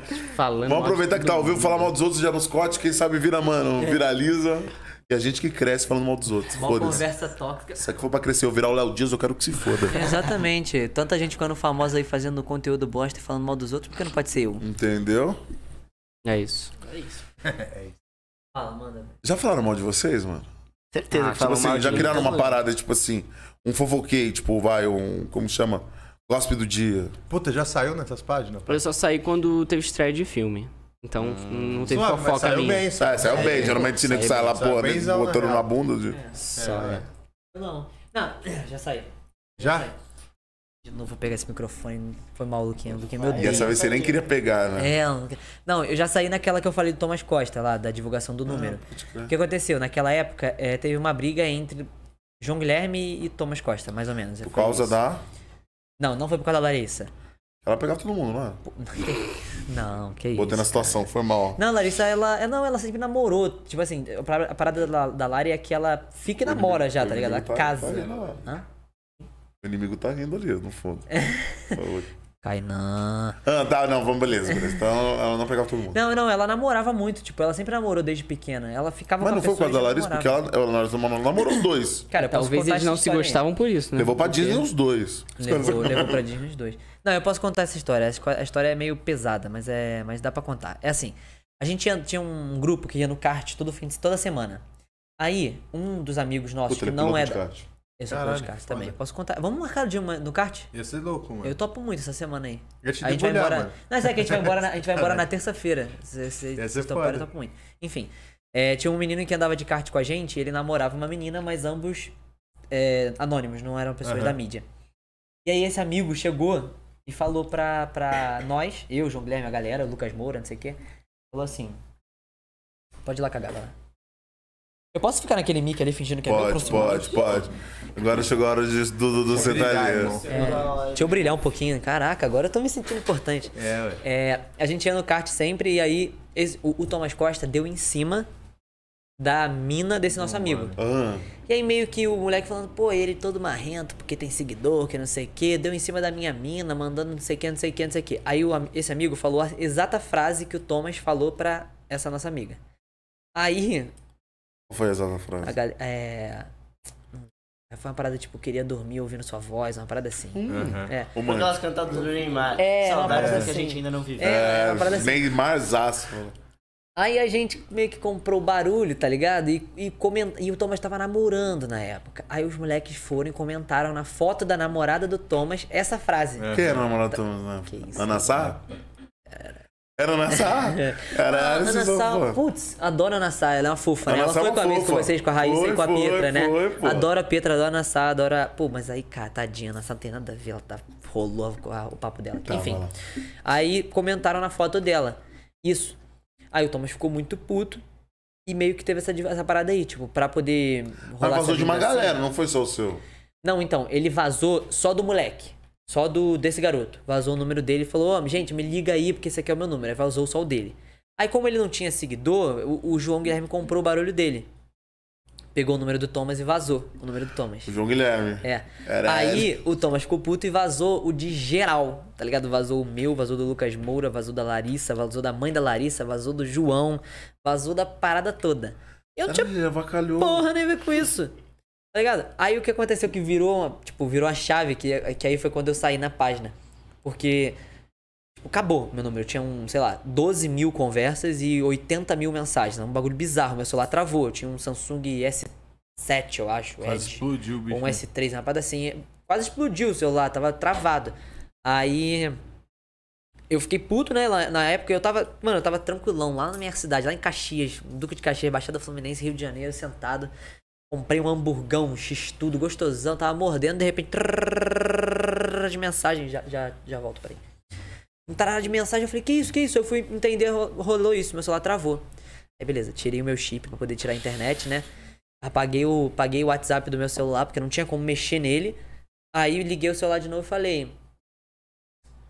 Speaker 1: vamos
Speaker 5: falando mal de
Speaker 1: aproveitar que
Speaker 5: todo
Speaker 1: tá ao vivo,
Speaker 5: mundo.
Speaker 1: falar mal dos outros já nos cortes, quem sabe vira, mano, viraliza. E a gente que cresce falando mal dos outros,
Speaker 3: Mó
Speaker 1: foda-se.
Speaker 3: conversa É. tóxica.
Speaker 1: Se aqui for pra crescer eu virar o Léo Dias, eu quero que se foda.
Speaker 3: Exatamente. Tanta gente ficando famosa aí fazendo conteúdo bosta e falando mal dos outros, porque não pode ser eu?
Speaker 1: Entendeu?
Speaker 5: É isso.
Speaker 3: Fala, manda.
Speaker 1: Já falaram mal de vocês, mano?
Speaker 6: Certeza
Speaker 5: Ah,
Speaker 6: que
Speaker 1: Tipo
Speaker 6: falou mal
Speaker 1: assim,
Speaker 6: de
Speaker 1: já
Speaker 6: mim.
Speaker 1: criaram uma parada, tipo assim, um fofoquei, tipo, vai, um, como chama? Gospe do dia.
Speaker 4: Puta, já saiu nessas páginas?
Speaker 5: Eu só saí quando teve estreia de filme. Então não teve
Speaker 4: Suave, mas
Speaker 5: fofoca
Speaker 4: saiu
Speaker 5: minha.
Speaker 4: bem,
Speaker 1: Ah,
Speaker 4: sabe?
Speaker 1: saiu bem, geralmente esse nego sai lá,
Speaker 4: saiu
Speaker 1: porra,
Speaker 4: bemzão, na
Speaker 1: botando
Speaker 4: real.
Speaker 1: na bunda. de-
Speaker 5: Só,
Speaker 4: É.
Speaker 5: é.
Speaker 3: Não, não, já saí.
Speaker 4: Já?
Speaker 3: De novo, vou pegar esse microfone. Foi mal, Luquinha. Luquinha, meu
Speaker 1: E
Speaker 3: Deus.
Speaker 1: essa vez você nem queria pegar, né?
Speaker 3: É, eu não que- não, eu já saí naquela que eu falei do Thomas Costa lá, da divulgação do número. o que aconteceu? Naquela época, eh, teve uma briga entre João Guilherme e Thomas Costa, mais ou menos.
Speaker 1: Por causa da.
Speaker 3: Não, não foi por causa da Larissa.
Speaker 1: Ela pegava todo mundo, não é?
Speaker 3: Não, que isso.
Speaker 1: Botei na situação, foi mal.
Speaker 3: Não, Larissa, ela. é, Não, ela sempre namorou. Tipo assim, a pra- a parada da, da Lari é que ela fica e namora já, tá ligado? Ela
Speaker 1: Tá- tá
Speaker 3: casa.
Speaker 1: aí, não é?
Speaker 3: Hã?
Speaker 1: O inimigo tá rindo ali, no fundo.
Speaker 3: É.
Speaker 1: Falou.
Speaker 9: Kainan.
Speaker 1: ah, tá, não, vamos, beleza, beleza. Então ela não pegava todo mundo.
Speaker 3: Não, não, ela namorava muito, tipo, ela sempre namorou desde pequena. Ela ficava
Speaker 1: Mas
Speaker 3: com
Speaker 1: não foi por causa da Larissa, porque
Speaker 3: ela...
Speaker 1: ela, ela, ela namorou os dois.
Speaker 3: Cara, eu posso
Speaker 5: Talvez
Speaker 3: contar
Speaker 5: eles
Speaker 3: essa
Speaker 5: não se
Speaker 3: historinha.
Speaker 5: gostavam por isso, né?
Speaker 1: Levou pra
Speaker 5: Porque-
Speaker 1: Disney os dois.
Speaker 3: Levou, levou pra Disney os dois. Não, eu posso contar essa história. Essa co- A história é meio pesada, mas é, mas dá pra contar. É assim, a gente ia- tinha um grupo que ia no kart todo fim de toda semana. Aí, um dos amigos nossos
Speaker 1: Puta,
Speaker 3: que
Speaker 1: ele
Speaker 3: não
Speaker 1: pulou
Speaker 3: é
Speaker 1: pro
Speaker 3: da...
Speaker 1: descarte.
Speaker 3: Eu sou
Speaker 10: Caralho,
Speaker 3: pro kart
Speaker 10: foda.
Speaker 3: também. Posso contar? Vamos marcar o dia uma- no kart?
Speaker 4: Ia ser louco, mano.
Speaker 3: Eu topo muito essa semana aí.
Speaker 4: Ia te
Speaker 3: a gente vai
Speaker 4: debulhar,
Speaker 3: embora.
Speaker 4: mano. É.
Speaker 3: Não, sabe que a gente vai embora na, a gente vai embora na terça-feira. Se, se,
Speaker 4: Ia ser
Speaker 3: se vocês toparem, eu
Speaker 4: foda.
Speaker 3: topo muito. Enfim, é, tinha um menino que andava de kart com a gente, ele namorava uma menina, mas ambos é, anônimos, não eram pessoas da mídia. E aí esse amigo chegou e falou pra, pra nós, eu, João Guilherme, a galera, o Lucas Moura, não sei o quê, falou assim: Pode ir lá cagar, vai lá. Eu posso ficar naquele mic ali fingindo que é meu
Speaker 1: Pode,
Speaker 3: aproximado?
Speaker 1: pode, pode. Agora chegou a hora de do Dudu sentar
Speaker 4: Obrigado,
Speaker 1: ali.
Speaker 3: É.
Speaker 4: irmão.
Speaker 3: Deixa eu brilhar um pouquinho. Caraca, agora eu tô me sentindo importante.
Speaker 4: É, ué.
Speaker 3: É, a gente ia no kart sempre e aí esse- o, o Thomas Costa deu em cima da mina desse nosso amigo.
Speaker 1: Ah,
Speaker 3: E aí meio que o moleque falando, pô, ele todo marrento porque tem seguidor, que não sei o que, deu em cima da minha mina, mandando não sei o que, não sei o que, não sei o que. Aí o am- esse amigo falou a exata frase que o Thomas falou pra essa nossa amiga. Aí
Speaker 1: qual foi a exata
Speaker 3: a
Speaker 1: frase?
Speaker 3: galera. É... Foi uma parada tipo, queria dormir ouvindo sua voz, uma parada assim.
Speaker 4: Hum?
Speaker 3: É.
Speaker 1: Ô,
Speaker 6: Foi
Speaker 1: mano.
Speaker 6: Aquelas cantadas do Neymar.
Speaker 3: É, uma
Speaker 6: Saudades do que a
Speaker 3: parada
Speaker 6: gente
Speaker 3: assim.
Speaker 6: ainda não viveu.
Speaker 3: É,
Speaker 1: É,
Speaker 3: uma parada assim.
Speaker 1: Neymar Zaço.
Speaker 3: Aí a gente meio que comprou o barulho, tá ligado? E, e, coment... e o Thomas tava namorando na época. Aí os moleques foram e comentaram na foto da namorada do Thomas essa frase.
Speaker 1: Quem era o namorado do Thomas, né? Ana Sá? Era Ana Sá?
Speaker 3: A
Speaker 1: Caralho,
Speaker 3: Ah, Ana
Speaker 1: vocês
Speaker 3: Sá,
Speaker 1: são fã.
Speaker 3: putz, adoro a Ana Sá, ela é uma fofa, né?
Speaker 1: Ana
Speaker 3: Ela
Speaker 1: Sá é
Speaker 3: foi
Speaker 1: uma
Speaker 3: com a vez com
Speaker 1: fofa.
Speaker 3: vocês, com a Raíssa
Speaker 1: Foi,
Speaker 3: e com a
Speaker 1: foi,
Speaker 3: Pietra, né?
Speaker 1: foi, pô.
Speaker 3: Adoro a Pietra, adoro a Ana Sá, adoro a... Pô, mas aí, cara, tadinha, a Ana Sá não tem nada a ver, ela tá... rolou a- o papo dela.
Speaker 1: Tava
Speaker 3: Enfim,
Speaker 1: Tá, lá.
Speaker 3: aí comentaram na foto dela, isso. Aí o Thomas ficou muito puto e meio que teve essa, div- essa parada aí, tipo, pra poder rolar...
Speaker 1: Mas vazou
Speaker 3: essa
Speaker 1: de uma
Speaker 3: vingança.
Speaker 1: galera, não foi só o seu.
Speaker 3: Não, então, ele vazou só do moleque. Só do desse garoto. Vazou o número dele e falou: Ô, gente, me liga aí, porque esse aqui é o meu número. Aí vazou só o dele. Aí, como ele não tinha seguidor, o, o João Guilherme comprou o barulho dele. Pegou o número do Thomas e vazou o número do Thomas.
Speaker 1: O João Guilherme.
Speaker 3: É.
Speaker 1: Caralho.
Speaker 3: Aí o Thomas ficou puto e vazou o de geral, tá ligado? Vazou o meu, vazou do Lucas Moura, vazou da Larissa, vazou da mãe da Larissa, vazou do João, vazou da parada toda. Eu não tinha
Speaker 1: É, Ele avacalhou.
Speaker 3: Tipo, porra nem ver com isso. Tá ligado? Aí o que aconteceu que virou, uma- tipo, virou a chave, que, que aí foi quando eu saí na página. Porque, tipo, acabou meu número. Eu tinha, um, sei lá, 12 mil conversas e 80 mil mensagens. Um bagulho bizarro. Meu celular travou. Eu tinha um Samsung S7, eu acho.
Speaker 4: Quase
Speaker 3: Edge.
Speaker 4: explodiu o bicho.
Speaker 3: Ou um S3, uma parada assim. Quase explodiu o celular, tava travado. Aí. Eu fiquei puto, né? lá- na época eu tava. Mano, eu tava tranquilão lá na minha cidade, lá em Caxias, Duque de Caxias, Baixada Fluminense, Rio de Janeiro, sentado. Comprei um hamburgão, um x-tudo, gostosão, tava mordendo, de repente. trrrrrrrr De mensagem, já, já, já volto, peraí. Um tarada de mensagem, eu falei, que isso, que isso? Eu fui entender, ro- rolou isso, meu celular travou. Aí beleza, tirei o meu chip pra poder tirar a internet, né? Apaguei o, apaguei o WhatsApp do meu celular, porque não tinha como mexer nele. Aí liguei o celular de novo e falei: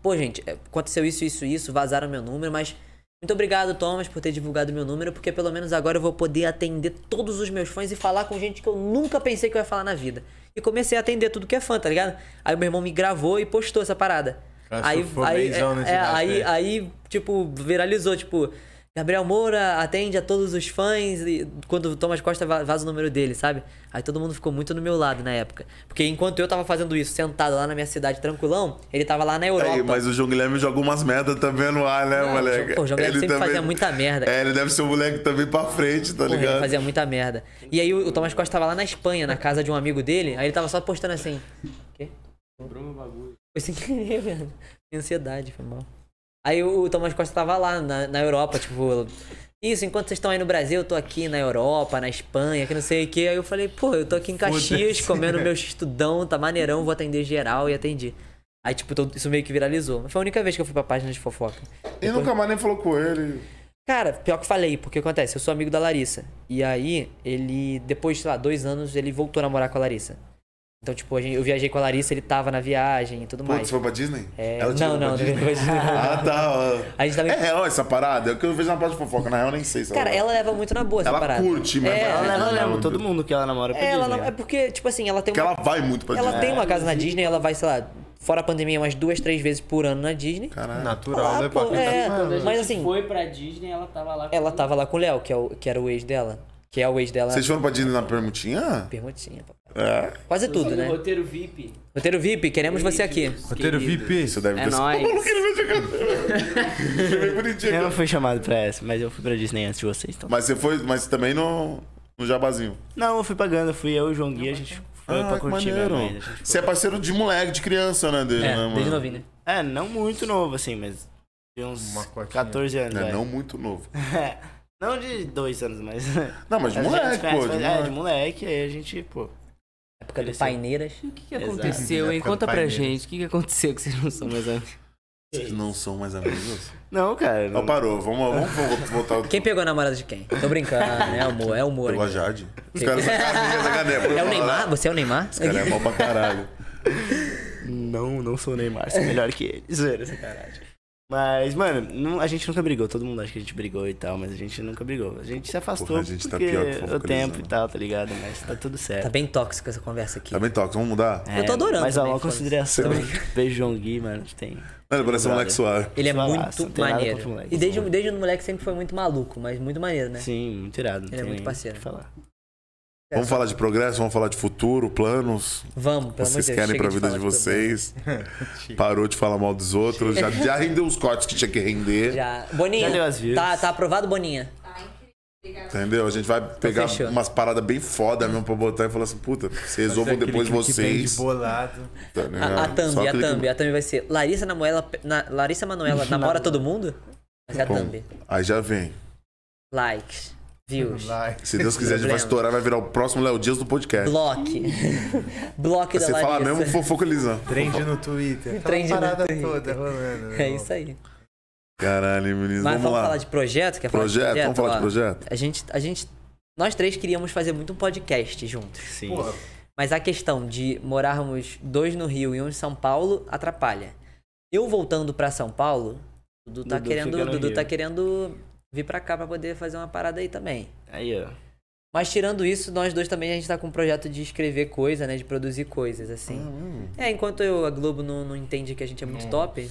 Speaker 3: Pô, gente, é, aconteceu isso, isso, isso, vazaram meu número, mas muito obrigado, Thomas, por ter divulgado meu número, porque pelo menos agora eu vou poder atender todos os meus fãs e falar com gente que eu nunca pensei que eu ia falar na vida. E comecei a atender tudo que é fã, tá ligado? Aí meu irmão me gravou e postou essa parada.
Speaker 4: Cara,
Speaker 3: Aí,
Speaker 4: surfou
Speaker 3: aí,
Speaker 4: bemzão nesse
Speaker 3: é,
Speaker 4: gasto,
Speaker 3: aí,
Speaker 4: né?
Speaker 3: aí, tipo, viralizou, tipo, Gabriel Moura atende a todos os fãs e quando o Thomas Costa va- vaza o número dele, sabe? Aí todo mundo ficou muito no meu lado na época. Porque enquanto eu tava fazendo isso, sentado lá na minha cidade tranquilão, ele tava lá na Europa.
Speaker 1: Aí, mas o João Guilherme joga umas merda também no ar, né,
Speaker 3: Não,
Speaker 1: moleque?
Speaker 3: o João- o João Guilherme
Speaker 1: Ele
Speaker 3: sempre fazia muita merda.
Speaker 1: É, ele deve ser um moleque também pra frente, tá
Speaker 3: Porra, ele
Speaker 1: ligado?
Speaker 3: fazia muita merda. E aí o, o Thomas Costa tava lá na Espanha, na casa de um amigo dele, aí ele tava só postando assim. O quê? Foi sem querer, velho. Tem ansiedade, foi mal. Aí o, o Thomas Costa tava lá na, na Europa, tipo. Isso, enquanto vocês estão aí no Brasil, eu tô aqui na Europa, na Espanha, que não sei o que. Aí eu falei, pô, eu tô aqui em Caxias comendo meu estudão, tá maneirão, vou atender geral e atendi. Aí, tipo, todo- isso meio que viralizou. Foi a única vez que eu fui pra página de fofoca.
Speaker 1: E nunca mais nem falou com ele.
Speaker 3: Cara, pior que falei, porque acontece, eu sou amigo da Larissa. E aí, ele, depois, sei lá, dois anos, ele voltou a namorar com a Larissa. Então, tipo, a gente- eu viajei com a Larissa, ele tava na viagem e tudo
Speaker 1: Putz,
Speaker 3: mais.
Speaker 1: foi pra Disney?
Speaker 3: É,
Speaker 1: Ela te
Speaker 3: não,
Speaker 1: levou
Speaker 3: não,
Speaker 1: pra
Speaker 3: não
Speaker 1: Disney?
Speaker 3: foi Disney, não.
Speaker 1: Ah, tá. ó.
Speaker 3: A gente tava em-
Speaker 1: É real essa parada? É o que eu vejo na parte de fofoca, na real eu nem sei. se
Speaker 3: Cara, ela leva muito na boa essa
Speaker 1: Ela
Speaker 3: parada.
Speaker 1: curte, mas
Speaker 3: É,
Speaker 1: ela-
Speaker 6: Ela, ela
Speaker 1: não,
Speaker 6: lembra
Speaker 1: não.
Speaker 6: todo mundo que ela namora com
Speaker 3: É, ela
Speaker 6: Disney,
Speaker 3: não,
Speaker 6: né?
Speaker 3: é porque, tipo assim, ela tem
Speaker 1: Porque
Speaker 3: uma,
Speaker 1: ela né? vai muito pra
Speaker 3: ela
Speaker 1: Disney.
Speaker 3: tem uma casa na Disney, ela vai, sei lá, fora a pandemia, umas duas, três vezes por ano na Disney.
Speaker 1: Caralho.
Speaker 4: Natural,
Speaker 3: Lá,
Speaker 4: né,
Speaker 3: pô,
Speaker 4: papi?
Speaker 3: é, mas assim,
Speaker 5: Foi pra Disney, ela tava lá.
Speaker 3: ela tava lá com o Léo, que, é o- que era o ex dela. Que é o ex dela.
Speaker 1: Vocês foram pra Disney na permutinha?
Speaker 3: Permutinha, pô.
Speaker 1: É.
Speaker 3: Quase tudo, né?
Speaker 5: Roteiro VIP.
Speaker 3: Roteiro VIP, queremos você aqui.
Speaker 4: Roteiro VIP.
Speaker 1: Isso deve
Speaker 5: É
Speaker 1: ter sido
Speaker 5: nóis.
Speaker 1: bem bonitinho.
Speaker 6: Eu não
Speaker 1: cara.
Speaker 6: fui chamado pra essa, mas eu fui pra Disney antes de vocês. Então.
Speaker 1: Mas você foi, mas também no, no jabazinho. Ah,
Speaker 6: Não, eu fui pagando, eu fui eu e o João Gui, a gente foi pra
Speaker 1: que
Speaker 6: curtir mesmo. ainda, a gente
Speaker 1: Você é parceiro de moleque, de criança, né, dele, né,
Speaker 3: É,
Speaker 1: mano?
Speaker 3: desde novinho, né?
Speaker 6: É, não muito novo, assim, mas de uns
Speaker 11: Uma cotinha.
Speaker 6: 14 anos.
Speaker 1: É, Não,
Speaker 6: vai.
Speaker 1: não muito novo.
Speaker 6: não de dois anos, mas.
Speaker 1: Não, mas de
Speaker 6: a gente
Speaker 1: moleque,
Speaker 6: conhece,
Speaker 1: pô. de
Speaker 6: mas- É,
Speaker 1: moleque.
Speaker 6: de moleque, aí a gente, pô.
Speaker 3: Época do
Speaker 6: Cresceu.
Speaker 3: Paineiras.
Speaker 5: O que, que
Speaker 6: Exato.
Speaker 5: aconteceu,
Speaker 11: Na
Speaker 5: hein?
Speaker 11: época do
Speaker 5: Conta pra
Speaker 11: Palmeiras.
Speaker 5: gente. O que, que aconteceu que
Speaker 6: um
Speaker 5: vocês não são mais amigos?
Speaker 1: Vocês não são mais amigos?
Speaker 6: Não, cara.
Speaker 1: Não,
Speaker 6: Não,
Speaker 1: parou. Vamos, vamos voltar ao
Speaker 3: Quem pegou a namorada de quem? Tô brincando, é humor, é humor.
Speaker 1: Pegou a Jade. Os caras sacaram sacanagem.
Speaker 3: É o Neymar? Você é o Neymar?
Speaker 1: Os caras é mal pra caralho.
Speaker 6: não, não sou o Neymar, sou melhor que ele. Zoeira, sacanagem. Mas, mano, não- a gente nunca brigou. Todo mundo acha que a gente brigou e tal, mas a gente nunca brigou. A gente se afastou
Speaker 1: Porra, a gente tá
Speaker 6: porque
Speaker 1: pior que né?
Speaker 6: o
Speaker 1: fofocalizando.
Speaker 6: tempo e tal, tá ligado? Mas tá tudo
Speaker 1: é
Speaker 6: certo.
Speaker 3: Tá bem tóxica essa conversa aqui.
Speaker 1: Também toca, vamos mudar?
Speaker 6: É,
Speaker 3: Tá Eu tô adorando
Speaker 6: Mas a
Speaker 3: também,
Speaker 6: uma
Speaker 3: foda-se.
Speaker 6: consideração.
Speaker 1: Também.
Speaker 6: Beijo, João Gui, mano. que Tem.
Speaker 1: Mano, parece um moleque suave.
Speaker 3: Ele é
Speaker 6: Sei lá,
Speaker 3: muito
Speaker 6: não tem nada
Speaker 3: maneiro.
Speaker 6: contra o moleque.
Speaker 3: E desde, desde o moleque sempre foi muito maluco, mas muito maneiro, né?
Speaker 6: Sim, muito irado. não
Speaker 3: Ele é
Speaker 6: tem
Speaker 3: muito
Speaker 6: nem o
Speaker 3: parceiro.
Speaker 6: que falar.
Speaker 1: Vamos falar de progresso, vamos falar de futuro, planos.
Speaker 3: Vamos, pelo amor
Speaker 1: vocês
Speaker 3: de Deus,
Speaker 1: querem
Speaker 3: chega
Speaker 1: pra vida
Speaker 3: falar
Speaker 1: de vocês. Parou de falar mal dos outros. Já, já rendeu os cortes que tinha que render.
Speaker 3: Já.
Speaker 6: Já deu
Speaker 3: Boninha,
Speaker 6: as views.
Speaker 3: tá, tá aprovado, Boninha?
Speaker 1: Entendeu? A gente vai pegar
Speaker 3: Então fechou.
Speaker 1: umas paradas bem foda mesmo pra botar e falar assim, puta, vocês resolvam depois vocês.
Speaker 4: bolado.
Speaker 1: Tá ligado?
Speaker 3: A, a
Speaker 1: Só
Speaker 3: Thumb, a
Speaker 1: aquele que-
Speaker 3: Thumb. A Thumb vai ser Larissa Manuela, na- Larissa Manoela namora todo mundo? Vai ser a
Speaker 1: Bom,
Speaker 3: Thumb.
Speaker 1: Aí já vem.
Speaker 3: Likes, views,
Speaker 1: Se Deus quiser, a gente vai
Speaker 3: Problema.
Speaker 1: estourar, vai virar o próximo Léo Dias do podcast.
Speaker 3: block. block da
Speaker 1: Você
Speaker 3: Larissa.
Speaker 1: fala mesmo fofocalizando.
Speaker 4: Trend no Twitter. Aquela
Speaker 3: Trend no
Speaker 4: parada
Speaker 3: Twitter.
Speaker 4: toda rolando. meu
Speaker 3: É
Speaker 4: irmão.
Speaker 3: isso aí.
Speaker 1: Caralho, menino.
Speaker 3: Mas
Speaker 1: vamos,
Speaker 3: vamos
Speaker 1: lá.
Speaker 3: falar de projeto? Quer falar
Speaker 1: projeto?
Speaker 3: de projeto?
Speaker 1: Vamos falar de
Speaker 3: Ó,
Speaker 1: projeto?
Speaker 3: A gente, a gente. Nós três queríamos fazer muito um podcast juntos.
Speaker 6: Sim.
Speaker 3: Mas a questão de morarmos dois no Rio e um em São Paulo atrapalha. Eu voltando pra São Paulo, o Dudu tá
Speaker 6: Dudu
Speaker 3: querendo,
Speaker 6: fica no
Speaker 3: Dudu
Speaker 6: Rio.
Speaker 3: tá querendo vir pra cá pra poder fazer uma parada aí também.
Speaker 6: Aí, ó.
Speaker 3: Mas tirando isso, nós dois também a gente tá com um projeto de escrever coisa, né, de produzir coisas assim.
Speaker 1: Hum,
Speaker 3: É, enquanto eu a Globo não, não entende que a gente é muito top,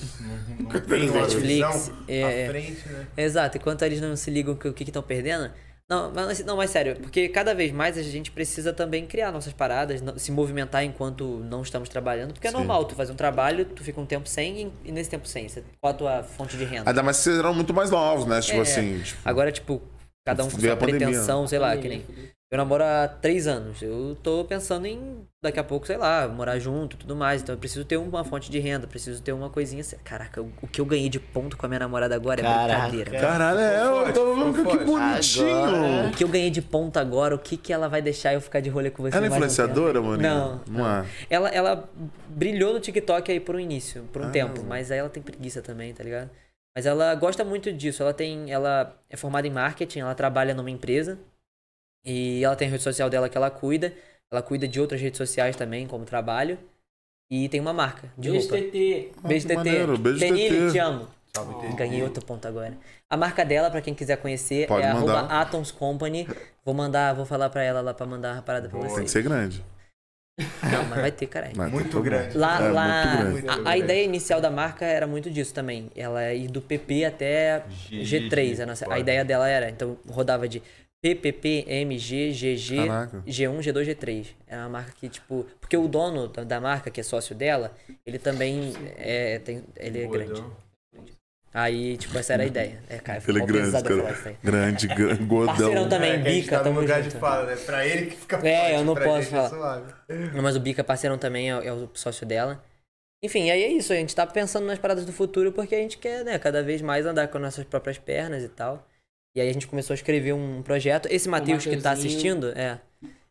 Speaker 11: Tem uma
Speaker 3: Netflix,
Speaker 11: visão
Speaker 3: é,
Speaker 11: à frente, né?
Speaker 3: Exato, enquanto eles não se ligam com o que estão perdendo. Não mas, assim, não, mas sério, porque cada vez mais a gente precisa também criar nossas paradas, não- se movimentar enquanto não estamos trabalhando. Porque é normal, tu faz um trabalho, tu fica um tempo sem e- e nesse tempo sem, você, qual a tua fonte de renda?
Speaker 1: Ainda mais que vocês eram muito mais novos, né? Tipo
Speaker 3: É.
Speaker 1: assim, tipo,
Speaker 3: Agora, tipo, cada um com
Speaker 1: Veio
Speaker 3: sua
Speaker 1: a pandemia.
Speaker 3: pretensão, sei lá, que nem. Eu namoro há três anos. Eu tô pensando em, daqui a pouco, sei lá, morar junto e tudo mais. Então eu preciso ter uma fonte de renda, preciso ter uma coisinha. assim. Caraca, o o que eu ganhei de ponto com a minha namorada agora é
Speaker 6: Caraca.
Speaker 3: brincadeira.
Speaker 1: Caralho, é, eu tô vendo que, que
Speaker 6: Agora-
Speaker 1: bonitinho. é
Speaker 3: O que eu ganhei de ponto agora, o que, que ela vai deixar eu ficar de rolê com você?
Speaker 1: Ela é
Speaker 3: mais um
Speaker 1: influenciadora,
Speaker 3: tempo?
Speaker 1: mano?
Speaker 3: Não.
Speaker 1: Não é.
Speaker 3: Ela, ela brilhou no TikTok aí por um início, por um
Speaker 1: Ah,
Speaker 3: tempo, mas aí ela tem preguiça também, tá ligado? Mas ela gosta muito disso. Ela tem. Ela é formada em marketing, ela trabalha numa empresa. E ela tem a rede social dela que ela cuida. Ela cuida de outras redes sociais também, como trabalho. E tem uma marca de roupa.
Speaker 5: TT.
Speaker 1: Ah,
Speaker 3: Beijo,
Speaker 1: que maneiro,
Speaker 3: TT.
Speaker 1: beijo,
Speaker 3: Tenille,
Speaker 1: TT.
Speaker 3: te amo. Ganhei outro ponto agora. A marca dela, pra quem quiser conhecer,
Speaker 1: Pode
Speaker 3: é
Speaker 1: mandar.
Speaker 3: arroba Atoms Company. Vou mandar, vou falar pra ela lá pra mandar a parada pra
Speaker 1: Tem que
Speaker 3: vocês.
Speaker 1: ser grande.
Speaker 3: Não, mas vai ter, caralho.
Speaker 1: Mas
Speaker 4: Muito
Speaker 1: tá bom.
Speaker 4: grande.
Speaker 3: Lá,
Speaker 1: É,
Speaker 3: lá
Speaker 1: muito grande.
Speaker 3: a- a, ideia inicial da marca era muito disso também. Ela é ir do PP até
Speaker 11: G,
Speaker 3: G3. A, nossa- a
Speaker 11: pode.
Speaker 3: ideia dela era, então rodava de PPP, MG, GG,
Speaker 1: Caraca.
Speaker 3: G1, G2, G3. Era uma marca que, tipo. Porque o dono da da marca, que é sócio dela, ele também é, tem, ele é grande.
Speaker 11: então.
Speaker 3: Aí, tipo, essa era a ideia. É, cara,
Speaker 1: Ele é
Speaker 3: ficou
Speaker 1: grande,
Speaker 3: pesado eu falar
Speaker 1: cara.
Speaker 3: isso aí.
Speaker 1: Grande, grande,
Speaker 3: Parceirão
Speaker 1: gordão.
Speaker 3: também,
Speaker 4: É, que a gente
Speaker 3: bica,
Speaker 4: tá no
Speaker 3: tamo
Speaker 4: lugar
Speaker 3: junto.
Speaker 4: de fala, né? Pra ele que fica
Speaker 3: É, eu não
Speaker 4: pra
Speaker 3: posso
Speaker 4: gente é
Speaker 3: falar.
Speaker 4: suave.
Speaker 3: Não, Mas o Bica, parceirão também, é, é o sócio dela. Enfim, aí é isso. A gente tá pensando nas paradas do futuro porque a gente quer, né, cada vez mais andar com nossas próprias pernas e tal. E aí a gente começou a escrever um projeto. Esse Matheus que tá
Speaker 5: Mateuzinho.
Speaker 3: assistindo, é.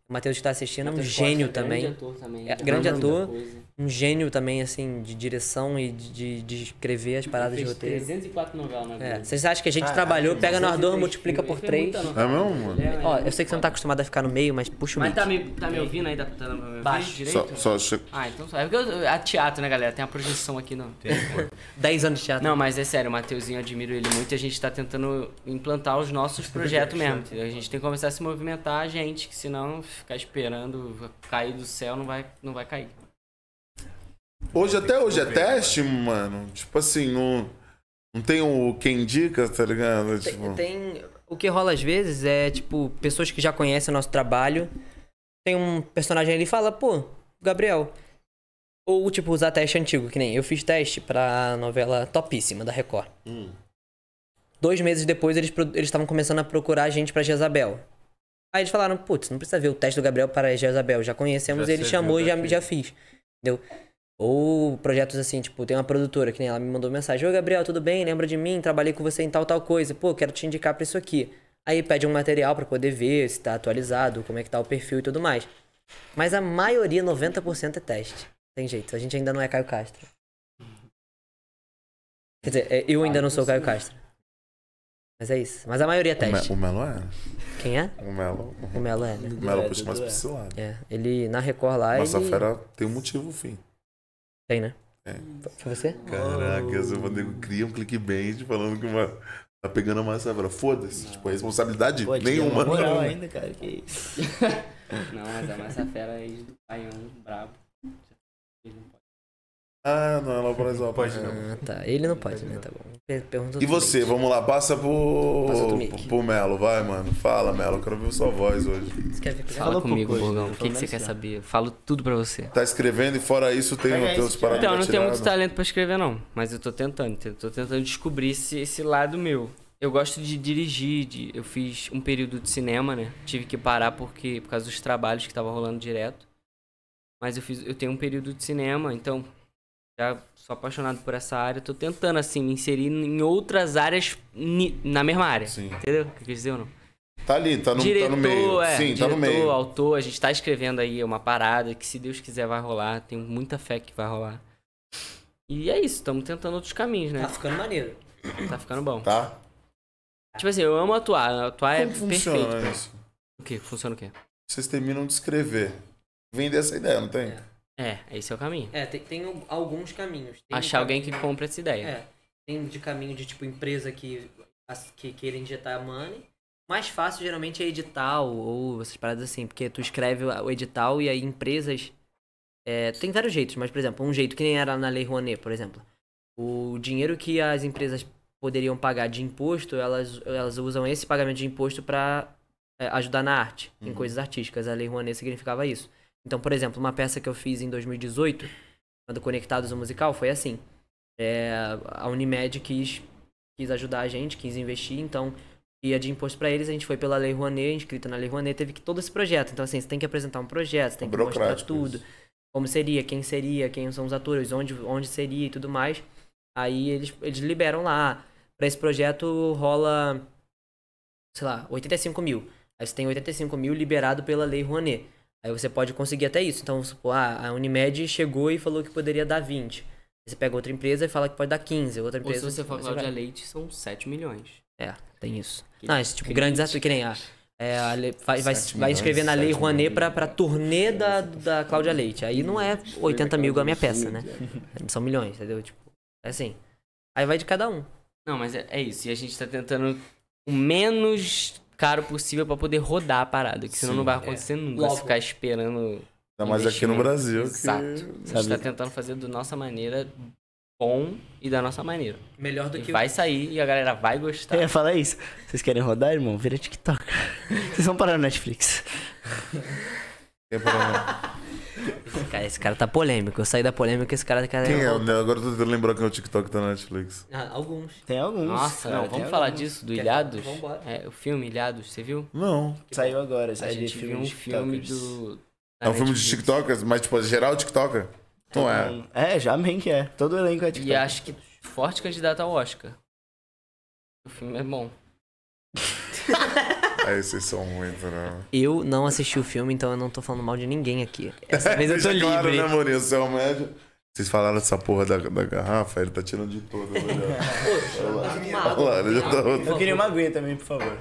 Speaker 3: O Matheus que tá assistindo é um
Speaker 5: Matheus Costa
Speaker 3: gênio
Speaker 5: grande
Speaker 3: também.
Speaker 5: ator também.
Speaker 3: É,
Speaker 5: já
Speaker 3: grande
Speaker 5: fez muita
Speaker 3: ator.
Speaker 5: coisa.
Speaker 3: Um gênio também, assim, de direção e de, de escrever as paradas de
Speaker 5: Fez
Speaker 3: roteiro.
Speaker 5: 304 novelas na
Speaker 3: É,
Speaker 5: Globo.
Speaker 3: vocês acham que a gente trabalhou, pega
Speaker 5: é
Speaker 3: nós dois, multiplica por três.
Speaker 1: É mesmo, mano?
Speaker 3: Ó, eu sei que você não tá acostumado a ficar no meio, mas puxa o
Speaker 5: né? Mas
Speaker 3: mic.
Speaker 5: tá me, tá me ouvindo aí? Tá, tá me ouvindo
Speaker 3: Baixo.
Speaker 5: direito?
Speaker 1: Só, só che-
Speaker 5: Ah, então só. É porque eu, a teatro, né, galera? Tem uma projeção aqui, não.
Speaker 3: Dez anos de teatro.
Speaker 5: Não, mas é sério, o Mateuzinho, eu admiro ele muito e a gente tá tentando implantar os nossos projetos mesmo. entendeu? A gente tem que começar a se movimentar, a gente, que senão ficar esperando cair do céu não vai, não vai cair.
Speaker 1: Hoje, até hoje é teste, mano. Tipo assim, não, não tem o quem indica, tá ligado? Tipo,
Speaker 3: Tem. O que rola às vezes é, tipo, pessoas que já conhecem o nosso trabalho. Tem um personagem ali e fala, pô, Gabriel. Ou, tipo, usar teste antigo, que nem eu fiz teste pra novela topíssima da Record. Dois meses depois, eles pro- eles estavam começando a procurar a gente pra Jezabel. Aí eles falaram, putz, não precisa ver o teste do Gabriel para Jezabel, já conhecemos,
Speaker 4: Já
Speaker 3: ele
Speaker 4: sei,
Speaker 3: chamou e
Speaker 4: já
Speaker 3: já,
Speaker 4: fiz.
Speaker 3: já fiz. Entendeu? Ou projetos assim, tipo, tem uma produtora que nem ela me mandou mensagem: Ô Gabriel, tudo bem? Lembra de mim? Trabalhei com você em tal, tal coisa. Pô, quero te indicar pra isso aqui. Aí pede um material pra poder ver se tá atualizado, como é que tá o perfil e tudo mais. Mas a maioria, 90% é teste. Tem jeito, a gente ainda não é Caio Castro. Quer dizer, é, eu ainda não sou Caio Castro. Mas é isso. Mas a maioria é
Speaker 1: o, Me-
Speaker 3: teste.
Speaker 1: o Melo é.
Speaker 3: Quem é?
Speaker 1: O Melo.
Speaker 3: O Melo é, né?
Speaker 1: O Melo
Speaker 6: É,
Speaker 1: puxa mais pra
Speaker 6: Dudu é.
Speaker 1: esse lado.
Speaker 3: É. Ele na Record lá.
Speaker 1: Nossa
Speaker 3: ele...
Speaker 1: fera tem um motivo, fim.
Speaker 3: Tem, né?
Speaker 1: É.
Speaker 3: Foi você?
Speaker 1: Caraca,
Speaker 3: Oh.
Speaker 1: esse Rodrigo cria um clickbait falando que uma. Tá pegando a massa fera. Foda-se. Tipo, a responsabilidade
Speaker 6: Pô, tinha
Speaker 3: é
Speaker 6: uma
Speaker 1: nenhuma.
Speaker 6: moral ainda, cara, que isso.
Speaker 5: Não, mas a Massa Fera é ex do Baiano, brabo. Ele não pode.
Speaker 1: Ah, não, ela parece uma
Speaker 4: Pode não.
Speaker 3: Ah, tá. Ele não pode, né? Tá bom. Per- Pergunta
Speaker 1: E
Speaker 3: outra
Speaker 1: você,
Speaker 3: vez.
Speaker 1: vamos lá, passa pro.
Speaker 3: Passa outro mic.
Speaker 1: pro- pro Melo, vai, mano. Fala, Melo, eu quero ouvir sua voz hoje.
Speaker 3: Você quer ver que eu já-
Speaker 5: Fala
Speaker 6: Falou
Speaker 5: comigo,
Speaker 6: pouco hoje,
Speaker 5: Borgão.
Speaker 6: né?
Speaker 5: O que, que
Speaker 6: Falou
Speaker 5: você
Speaker 6: menos
Speaker 5: quer
Speaker 6: já.
Speaker 5: saber? Eu falo tudo pra você.
Speaker 1: Tá escrevendo e fora isso tem
Speaker 6: Pega
Speaker 1: os teus
Speaker 6: esse,
Speaker 1: paradas
Speaker 5: Então, eu não tenho muito
Speaker 1: atiradas.
Speaker 5: talento pra escrever, não. Mas eu tô tentando. eu Tô tentando descobrir esse, esse lado meu. Eu gosto de dirigir. de- eu fiz um período de cinema, né? Tive que parar porque, por causa dos trabalhos que tava rolando direto. Mas eu, fiz, eu tenho um período de cinema, então já sou apaixonado por essa área. Tô tentando, assim, me inserir em outras áreas ni- na mesma área.
Speaker 1: Sim.
Speaker 5: Entendeu o que eu quis dizer ou não?
Speaker 1: Tá ali, tá no, tá no meio.
Speaker 5: é,
Speaker 1: Sim, tá
Speaker 5: diretor,
Speaker 1: no meio.
Speaker 5: autor, a gente tá escrevendo aí uma parada que se Deus quiser vai rolar, tenho muita fé que vai rolar. E é isso, estamos tentando outros caminhos, né?
Speaker 3: Tá ficando maneiro.
Speaker 5: Tá ficando bom.
Speaker 1: Tá?
Speaker 5: Tipo assim, eu amo atuar, atuar é
Speaker 1: Como funciona
Speaker 5: perfeito.
Speaker 1: isso?
Speaker 5: O que? Funciona o quê?
Speaker 1: Vocês terminam de escrever. Vender essa ideia, não tem?
Speaker 3: É.
Speaker 5: É, esse é o caminho.
Speaker 3: É, tem, tem al- alguns caminhos. Tem
Speaker 5: Achar
Speaker 3: um
Speaker 5: alguém que
Speaker 3: caminho-
Speaker 5: compra essa ideia.
Speaker 3: É. Tem de caminho de tipo empresa que, as- que queira injetar money. Mais fácil geralmente é edital ou essas paradas assim, porque tu escreve o o edital e aí empresas. é, tem vários jeitos, mas por exemplo, um jeito que nem era na Lei Rouanet, por exemplo. O dinheiro que as empresas poderiam pagar de imposto, elas, elas usam esse pagamento de imposto para é, ajudar na arte, em coisas artísticas. A Lei Rouanet significava isso. Então, por exemplo, uma peça que eu fiz em 2018, quando Conectados ao Musical, foi assim. É, a Unimed quis, quis ajudar a gente, quis investir, então ia de imposto para eles, a gente foi pela Lei Rouanet, inscrita na Lei Rouanet, teve que todo esse projeto. Então, assim, você tem que apresentar um projeto, você tem que mostrar
Speaker 1: Burocrático
Speaker 3: tudo.
Speaker 1: isso.
Speaker 3: Como seria, quem seria, quem são os atores, onde, onde seria e tudo mais. Aí eles, eles liberam lá. Pra esse projeto rola, sei lá, 85 mil. Aí você tem 85 mil liberado pela Lei Rouanet. Aí você pode conseguir até isso. Então, vamos supor, ah, a Unimed chegou e falou que poderia dar 20. Aí você pega outra empresa e fala que pode dar 15. Outra
Speaker 5: Ou se
Speaker 3: empresa.
Speaker 5: você for
Speaker 3: mas
Speaker 5: Cláudia
Speaker 3: vai.
Speaker 5: Leite, são 7 milhões.
Speaker 3: É, tem isso.
Speaker 5: Que
Speaker 3: Não, esse tipo,
Speaker 5: crítica.
Speaker 3: grandes atores, que nem a. É, a lei- vai, vai,
Speaker 1: Sete
Speaker 3: vai escrever na
Speaker 1: milhões,
Speaker 3: Lei
Speaker 1: sete
Speaker 3: Rouanet
Speaker 1: milhões.
Speaker 3: pra, pra turnê da, da Cláudia Leite. Aí não é 80 mil a minha peça, né?
Speaker 1: é.
Speaker 3: São milhões, entendeu? Tipo, é assim. Aí vai de cada um.
Speaker 5: Não, mas é, é isso. E a gente tá tentando o menos caro possível pra poder rodar a parada, que senão
Speaker 1: Sim. é.
Speaker 5: não vai acontecer nunca.
Speaker 3: Logo.
Speaker 5: Se ficar esperando
Speaker 1: Ainda mais aqui no
Speaker 5: Investimento.
Speaker 1: Brasil.
Speaker 5: Exato.
Speaker 1: Que...
Speaker 5: A gente tá
Speaker 6: Sabe?
Speaker 5: tentando fazer da nossa maneira bom e da nossa maneira.
Speaker 3: Melhor do
Speaker 5: E vai sair e a galera vai gostar.
Speaker 6: Eu ia falar isso. Vocês querem rodar, irmão? Vira TikTok. Vocês vão parar no Netflix.
Speaker 1: Tem
Speaker 5: É.
Speaker 1: problema.
Speaker 5: um.
Speaker 3: Cara, esse cara tá polêmico. Eu saí da polêmica, esse cara... tá cara
Speaker 1: Quem é? Né? Agora eu tô tentando lembrar que é o TikTok tá na Netflix.
Speaker 3: Ah, alguns.
Speaker 6: Tem alguns.
Speaker 5: Nossa,
Speaker 6: cara,
Speaker 5: não, é
Speaker 6: tem
Speaker 5: vamos
Speaker 6: alguns.
Speaker 5: falar disso, do
Speaker 3: Quer-
Speaker 5: Ilhados?
Speaker 3: vambora.
Speaker 5: É, o filme Ilhados, você viu?
Speaker 1: Não.
Speaker 6: Saiu agora,
Speaker 5: A
Speaker 6: saiu de
Speaker 5: gente viu um
Speaker 6: filme de
Speaker 5: filme
Speaker 6: TikTokers.
Speaker 5: do.
Speaker 1: É um filme de
Speaker 5: Netflix.
Speaker 1: TikTokers, mas tipo, geral TikToker. Não é.
Speaker 6: É, já bem que é. Todo elenco é TikTok.
Speaker 5: E acho que forte candidato ao Oscar. O filme é bom.
Speaker 1: Aí vocês são muito, né?
Speaker 3: Eu não assisti o filme, então eu não tô falando mal de ninguém aqui. Essa vez eu tô
Speaker 1: Deixa claro,
Speaker 3: livre.
Speaker 1: né, Murilo? Você é o médio. Vocês falaram dessa porra da, da garrafa, ele tá tirando de todas. Olha lá. Olha lá, ele já
Speaker 6: Eu
Speaker 1: tá...
Speaker 6: queria uma aguinha também, por favor.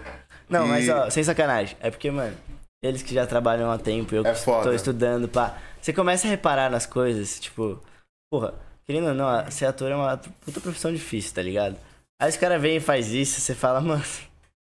Speaker 6: Não, mas
Speaker 1: E-
Speaker 6: ó, sem sacanagem. É porque, mano, eles que já trabalham há tempo, eu
Speaker 1: É
Speaker 6: que
Speaker 1: foda.
Speaker 6: tô estudando, pá. Você começa a reparar nas coisas, tipo, porra, querendo ou não, a- ser ator é uma puta profissão difícil, tá ligado? Aí os caras vêm e faz isso, você fala, mano.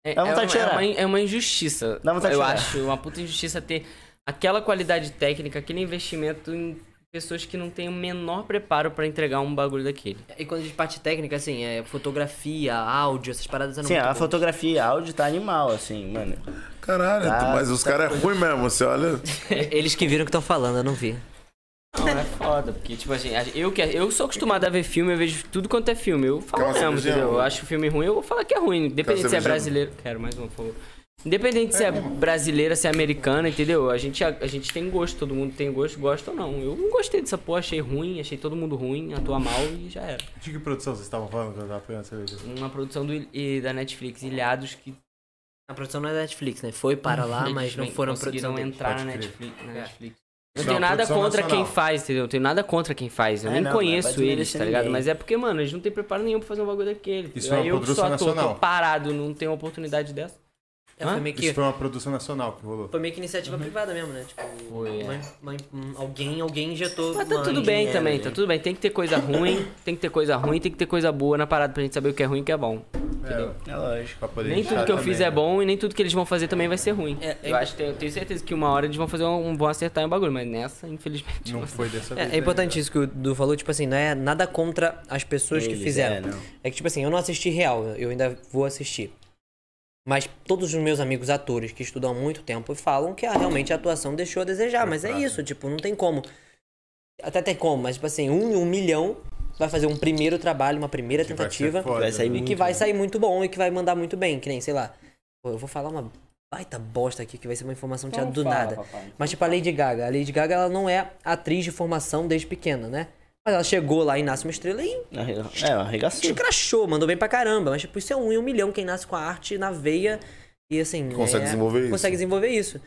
Speaker 5: É,
Speaker 6: Dá
Speaker 5: é
Speaker 6: vontade de
Speaker 5: uma, é
Speaker 6: chorar.
Speaker 5: uma in- é uma injustiça.
Speaker 6: Dá vontade de
Speaker 5: eu
Speaker 6: chorar.
Speaker 5: acho uma puta injustiça ter aquela qualidade técnica, aquele investimento em pessoas que não têm o menor preparo pra entregar um bagulho daquele.
Speaker 8: É, E quando a gente parte técnica, assim, é fotografia, áudio, essas paradas eram
Speaker 6: Sim,
Speaker 8: muito
Speaker 6: assim, a
Speaker 8: boas.
Speaker 6: fotografia, áudio tá animal, assim, mano.
Speaker 1: Caralho, tu-
Speaker 6: Tá-
Speaker 1: mas os caras é ruim mesmo, você olha.
Speaker 8: É,
Speaker 3: Eles que viram o que estão falando, eu não vi.
Speaker 5: Não, é foda, porque, tipo assim, a- eu, que, eu sou acostumado a ver filme, eu vejo tudo quanto é filme. Eu falo
Speaker 1: Quer uma
Speaker 5: mesmo,
Speaker 1: cervejinha,
Speaker 5: entendeu? Eu
Speaker 4: né?
Speaker 1: amor?
Speaker 5: acho filme ruim, eu vou falar que é ruim. Independente se é
Speaker 1: cervejinha?
Speaker 5: brasileiro. Quero mais uma, por favor. Independente se é brasileira, se é americana, entendeu? A gente, a, a gente tem gosto, todo mundo tem gosto, gosta ou não. Eu não gostei dessa porra, achei ruim, achei todo mundo ruim, atua mal e já era.
Speaker 4: De que produção vocês estavam falando quando eu tava pegando a cerveja?
Speaker 5: Uma produção do, e- da Netflix, Ilhados, que
Speaker 8: A produção não é da Netflix, né? Foi para lá,
Speaker 5: eles
Speaker 8: mas não
Speaker 5: nem
Speaker 8: foram produção
Speaker 5: conseguiram
Speaker 8: deles.
Speaker 5: entrar na
Speaker 2: Pode crer.
Speaker 5: Netflix. na
Speaker 8: É.
Speaker 5: Netflix. Não
Speaker 4: Isso é
Speaker 5: tenho
Speaker 4: uma
Speaker 5: nada
Speaker 4: produção
Speaker 5: contra
Speaker 4: nacional.
Speaker 5: quem faz, entendeu? Não tenho nada contra quem faz. Eu
Speaker 6: É,
Speaker 5: nem
Speaker 6: não, mas
Speaker 5: conheço
Speaker 6: vai
Speaker 5: eles, tá
Speaker 6: desmerecer
Speaker 5: ligado?
Speaker 6: ninguém.
Speaker 5: Mas é porque, mano, eles não têm preparo nenhum pra fazer um bagulho daquele.
Speaker 2: Isso
Speaker 5: entendeu?
Speaker 2: é uma
Speaker 5: Aí eu que sou
Speaker 2: produção
Speaker 5: ator, tô
Speaker 2: nacional.
Speaker 5: parado, não tenho oportunidade dessa.
Speaker 8: É, foi, meio
Speaker 2: Isso
Speaker 8: que,
Speaker 2: foi uma produção nacional que rolou.
Speaker 8: foi meio que iniciativa privada mesmo, né? Tipo,
Speaker 5: Uhum. Foi, é.
Speaker 8: uma- uma- um- alguém, alguém injetou.
Speaker 5: Mas tá
Speaker 8: uma
Speaker 5: tudo bem
Speaker 8: engenharia
Speaker 5: também,
Speaker 8: ali. né?
Speaker 5: tá tudo bem. Tem que ter coisa ruim, tem que ter coisa ruim, tem que ter coisa boa na parada pra gente saber o que é ruim e o que é bom. Entendeu?
Speaker 6: É lógico.
Speaker 2: Pra poder
Speaker 5: Nem tudo
Speaker 2: deixar
Speaker 5: que eu
Speaker 2: também,
Speaker 5: fiz é
Speaker 2: né?
Speaker 5: bom e nem tudo que eles vão fazer também vai ser ruim.
Speaker 8: É, é
Speaker 5: eu acho que eu tenho certeza que uma hora eles vão fazer um, vão acertar em um bagulho, mas nessa, infelizmente.
Speaker 2: Não foi dessa vez.
Speaker 3: É, é importante isso que o Du falou, tipo assim, não é nada contra as pessoas que
Speaker 6: Eles, é,
Speaker 3: fizeram.
Speaker 6: não.
Speaker 3: É que, tipo assim, eu não assisti real, eu ainda vou assistir. Mas todos os meus amigos atores que estudam há muito tempo falam que ah, realmente a atuação deixou a desejar. Mas é isso, tipo, não tem como. Até tem como, mas, tipo assim, um em um milhão vai fazer um primeiro trabalho, uma primeira
Speaker 2: Que vai ser
Speaker 3: tentativa.
Speaker 2: foda,
Speaker 6: vai sair
Speaker 2: né?
Speaker 3: E que vai sair muito bom e que vai mandar muito bem, que nem, sei lá. Pô, eu vou falar uma baita bosta aqui que vai ser uma informação tirada
Speaker 1: Então
Speaker 3: do nada. Mas tipo a Lady Gaga, a Lady Gaga ela não é atriz de formação desde pequena, né? Mas ela chegou lá e nasce uma estrela e
Speaker 6: É, arregaçou.
Speaker 3: escrachou, mandou bem pra caramba. Mas tipo, isso é um em um milhão quem nasce com a arte na veia e assim.
Speaker 1: Consegue
Speaker 3: é-
Speaker 1: desenvolver isso.
Speaker 3: Consegue desenvolver isso.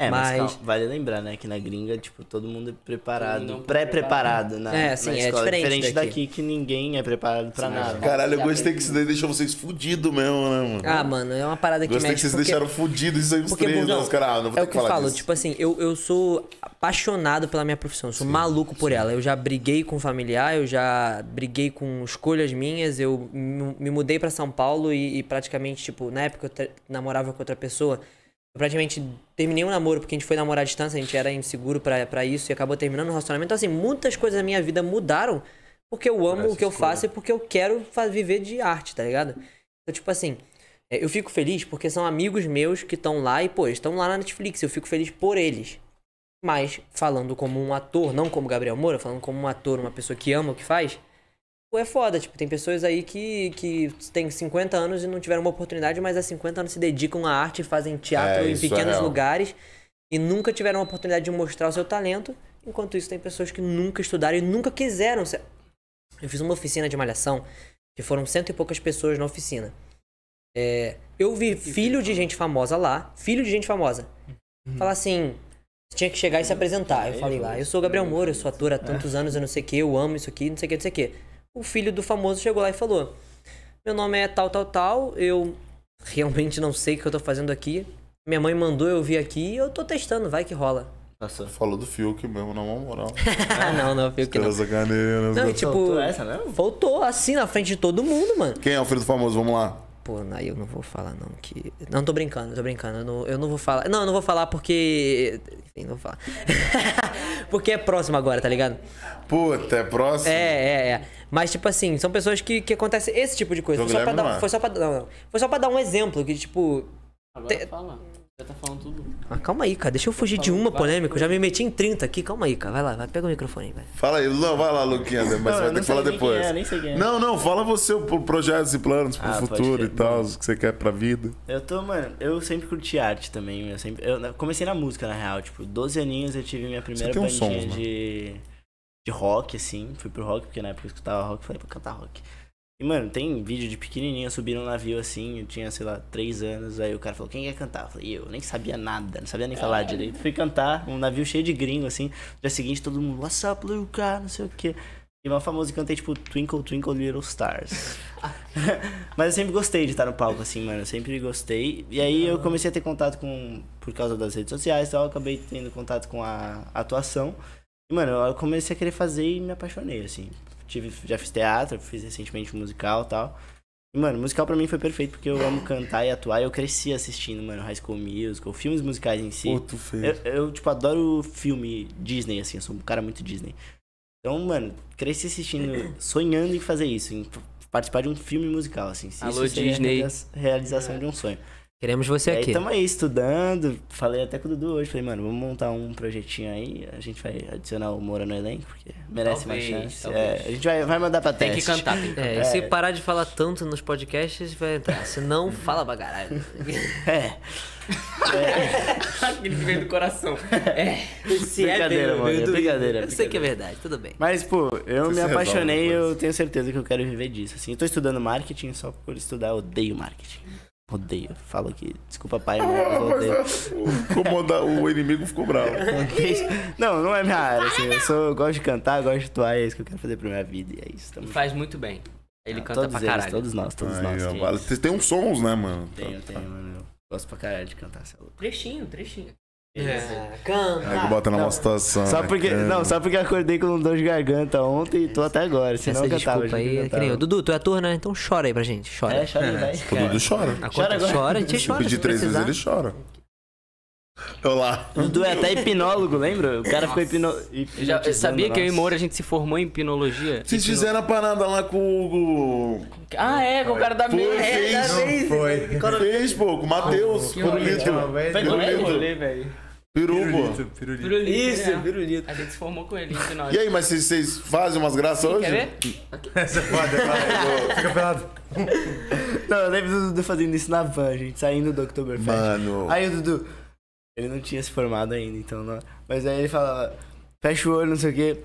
Speaker 6: É, mas,
Speaker 3: Mas-
Speaker 6: calma, vale lembrar, né, que na gringa, tipo, todo mundo é
Speaker 5: Todo
Speaker 6: preparado,
Speaker 5: mundo
Speaker 6: pré-preparado na,
Speaker 3: É, sim,
Speaker 6: na
Speaker 3: é
Speaker 6: escola.
Speaker 3: diferente daqui.
Speaker 6: daqui. que ninguém é preparado pra nada.
Speaker 1: Caralho, eu gostei que isso daí deixou vocês fudidos mesmo, né, mano?
Speaker 3: Ah, mano, é uma parada que
Speaker 1: gostei
Speaker 3: mexe.
Speaker 1: que vocês
Speaker 3: porque-
Speaker 1: deixaram fudidos isso aí os
Speaker 3: Porque,
Speaker 1: três, né?
Speaker 3: bundão,
Speaker 1: Os caras, ah, não vou ter
Speaker 3: é o que eu
Speaker 1: falar
Speaker 3: falo,
Speaker 1: disso.
Speaker 3: tipo assim, eu, eu sou apaixonado pela minha profissão, eu sou maluco por ela. Eu já briguei com um familiar, eu já briguei com escolhas minhas, eu me me mudei pra São Paulo e, e praticamente, tipo, na época eu tra- namorava com outra pessoa, eu praticamente terminei um namoro porque a gente foi namorar à distância, a gente era inseguro pra pra isso e acabou terminando o relacionamento. Então, assim, muitas coisas da minha vida mudaram porque eu amo o que eu faço e porque eu quero fa- viver de arte, tá ligado? Então, tipo assim, é, eu fico feliz porque são amigos meus que estão lá e, pô, eles estão lá na Netflix, eu fico feliz por eles. Mas, falando como um ator, não como Gabriel Moura, falando como um ator, uma pessoa que ama o que faz, pô, é foda, tipo, tem pessoas aí que, que têm 50 anos e não tiveram uma oportunidade, mas há 50 anos se dedicam à arte, fazem teatro
Speaker 1: É,
Speaker 3: em
Speaker 1: isso é
Speaker 3: pequenos
Speaker 1: real.
Speaker 3: lugares e nunca tiveram a oportunidade de mostrar o seu talento. Enquanto isso, tem pessoas que nunca estudaram e nunca quiseram. ser- Eu fiz uma oficina de malhação, que foram cento e poucas pessoas na oficina. É, eu vi filho de gente famosa lá, filho de gente famosa, falar assim. Tinha que chegar e se apresentar. Eu falei lá, eu sou o Gabriel Moura, eu sou ator há tantos anos, eu não sei o que, eu amo isso aqui, não sei o que, não sei o que. O filho do famoso chegou lá e falou: Meu nome é tal, tal, tal, eu realmente não sei o que eu tô fazendo aqui. Minha mãe mandou eu vir aqui e eu tô testando, vai que rola.
Speaker 6: Passou.
Speaker 1: Falou do Fiuk mesmo, na mão moral.
Speaker 3: Ah, não, não, viu que não.
Speaker 1: Teresa Caneiras.
Speaker 3: Não, e
Speaker 1: né?
Speaker 3: tipo,
Speaker 6: Soltou essa, não?
Speaker 3: voltou assim na frente de todo mundo, mano.
Speaker 1: Quem é o filho do famoso? Vamos lá.
Speaker 3: Pô, aí eu não vou falar não que... Não, tô brincando, tô brincando. Eu não, eu não vou falar... Não, eu não vou falar porque... Enfim, não vou falar. porque é próximo agora, tá ligado?
Speaker 1: Puta, é próximo?
Speaker 3: É, é, é. Mas, tipo assim, são pessoas que, que acontece esse tipo de coisa.
Speaker 1: João
Speaker 3: Foi só, pra
Speaker 1: Guilherme não
Speaker 3: dar,
Speaker 1: é.
Speaker 3: foi, só pra, não, não. foi só pra dar um exemplo, que tipo...
Speaker 5: Agora
Speaker 3: Te-
Speaker 5: fala. Já tá falando tudo.
Speaker 3: Ah, calma aí, cara. Deixa eu fugir de uma polêmica. Eu já me meti em 30 aqui. Calma aí, cara. Vai lá, vai. Pega o microfone aí, vai.
Speaker 1: Fala aí, não, vai lá, Luquinha, mas
Speaker 6: eu
Speaker 1: você vai ter
Speaker 6: não
Speaker 1: que
Speaker 6: sei
Speaker 1: falar
Speaker 6: nem
Speaker 1: depois.
Speaker 6: quem é, nem sei quem é.
Speaker 1: Não, não, fala você por projetos e planos pro
Speaker 6: Ah, pode
Speaker 1: futuro e
Speaker 6: crer.
Speaker 1: tal, o que você quer pra vida.
Speaker 6: Eu tô, mano, eu sempre curti arte também, eu sempre... Eu comecei na música, na real, tipo, 12 aninhos eu tive minha primeira
Speaker 1: tem
Speaker 6: bandinha
Speaker 1: uns sons, né?
Speaker 6: de... De rock, assim, fui pro rock, porque na época eu escutava rock, falei, vou cantar rock. E, mano, tem vídeo de pequenininha subindo um navio assim, eu tinha, sei lá, três anos, aí o cara falou, quem quer cantar? Eu falei, eu, nem sabia nada, não sabia nem falar direito. Fui cantar, um navio cheio de gringo, assim, no dia seguinte todo mundo, what's up, little car, não sei o quê. E uma famosa que cantei, tipo, Twinkle, Twinkle, Little Stars. Mas eu sempre gostei de estar no palco, assim, mano, eu sempre gostei. E aí eu comecei a ter contato com, por causa das redes sociais e tal, eu acabei tendo contato com a atuação. E, mano, eu comecei a querer fazer e me apaixonei, assim. Tive, já fiz teatro, fiz recentemente um musical e tal. E, mano, musical pra mim foi perfeito porque eu amo cantar e atuar. E eu cresci assistindo, mano, High School Musical, filmes musicais em si.
Speaker 1: Pô, tu fez.
Speaker 6: Eu, eu, tipo, adoro filme Disney, assim, eu sou um cara muito Disney. Então, mano, cresci assistindo, sonhando em fazer isso, em participar de um filme musical, assim. Se
Speaker 5: Alô,
Speaker 6: isso seria a
Speaker 5: Disney. é
Speaker 6: realiza- realização de um sonho.
Speaker 3: Queremos você
Speaker 6: E aí
Speaker 3: aqui.
Speaker 6: estamos aí estudando, falei até com o Dudu hoje, falei, mano, vamos montar um projetinho aí, a gente vai adicionar o Moura no elenco, porque merece
Speaker 5: Talvez,
Speaker 6: uma chance.
Speaker 5: talvez.
Speaker 6: É, a gente vai, vai mandar pra
Speaker 5: Tem que
Speaker 6: teste.
Speaker 5: cantar, tem que cantar.
Speaker 3: É, e se parar de falar tanto nos podcasts, vai entrar. Se não, fala pra caralho.
Speaker 6: É,
Speaker 5: Aquele que veio do coração. É.
Speaker 3: Se
Speaker 6: Brincadeira,
Speaker 3: pelo-
Speaker 6: mano,
Speaker 3: pelo-
Speaker 6: brincadeira,
Speaker 3: Eu sei que é verdade, tudo bem.
Speaker 6: mas, pô, eu
Speaker 1: Você
Speaker 6: me
Speaker 1: se resolve
Speaker 6: apaixonei
Speaker 1: depois.
Speaker 6: eu tenho certeza que eu quero viver disso, assim. Eu tô estudando marketing só por estudar, eu odeio marketing. Odeio, falo que, desculpa pai, mas eu odeio.
Speaker 1: Incomoda, o inimigo ficou bravo.
Speaker 6: Não, não é minha área, assim, eu, sou, eu gosto de cantar, eu gosto de atuar, é isso que eu quero fazer pra minha vida, e é isso. Tamo...
Speaker 5: E faz muito bem. Ele
Speaker 6: junto.
Speaker 5: canta
Speaker 6: Ah, todos
Speaker 5: pra
Speaker 6: eles,
Speaker 5: caralho.
Speaker 6: todos nós, todos
Speaker 1: Aí,
Speaker 6: nós.
Speaker 1: ó,
Speaker 6: que
Speaker 1: vale.
Speaker 6: isso.
Speaker 1: Tem- Tem uns sons, né, mano?
Speaker 6: Tenho, tenho, mano. Eu gosto pra caralho de cantar é essa louca.
Speaker 5: Trechinho, trechinho.
Speaker 6: Ah,
Speaker 1: Aí que bota na mó situação.
Speaker 6: Só
Speaker 1: né,
Speaker 6: porque,
Speaker 1: cara?
Speaker 6: não, só porque eu acordei com um dor de garganta ontem e tô até agora. Senão
Speaker 3: Essa
Speaker 6: eu cantava.
Speaker 3: desculpa
Speaker 6: eu
Speaker 3: aí, é que
Speaker 6: cantava.
Speaker 3: nem eu. Dudu, tu é ator, né? Então chora aí pra gente, chora.
Speaker 6: É, chora aí, vai.
Speaker 1: O Dudu chora.
Speaker 6: Chora agora.
Speaker 3: Chora, a gente
Speaker 1: Se
Speaker 3: chora.
Speaker 1: pedir
Speaker 3: se
Speaker 1: três vezes,
Speaker 3: precisar.
Speaker 1: ele chora. Olá.
Speaker 6: O Dudu é até hipnólogo, lembra? O cara ficou hipno...
Speaker 5: Eu já eu
Speaker 6: hipnotizando
Speaker 5: sabia que eu e
Speaker 6: nós.
Speaker 5: Moura a gente se formou em pinologia.
Speaker 1: Vocês fizeram a parada lá com o.
Speaker 5: Ah, é, com o cara da
Speaker 1: Foi,
Speaker 5: meia.
Speaker 1: fez.
Speaker 4: Não foi.
Speaker 1: Fez, pô, com o Matheus.
Speaker 5: Ah, que
Speaker 1: Pirulito.
Speaker 4: Não, velho.
Speaker 6: Vai,
Speaker 5: Não é
Speaker 1: Pirulito.
Speaker 5: rolê, velho.
Speaker 1: Peru, pô.
Speaker 4: Pirulito, pirulito.
Speaker 5: Pirulito. é.
Speaker 6: pirulito.
Speaker 5: A gente se formou com ele em
Speaker 1: E
Speaker 5: pinologia.
Speaker 1: aí, mas vocês, vocês fazem umas graças hoje?
Speaker 5: Quer ver?
Speaker 4: Essa é foda, vai. Fica pelado.
Speaker 6: Não, eu lembro do Dudu fazendo isso na van, gente, saindo do Oktoberfest.
Speaker 1: Mano.
Speaker 6: Aí o Dudu, ele não tinha se formado ainda, então não. Mas aí ele falava, fecha o olho, não sei o quê.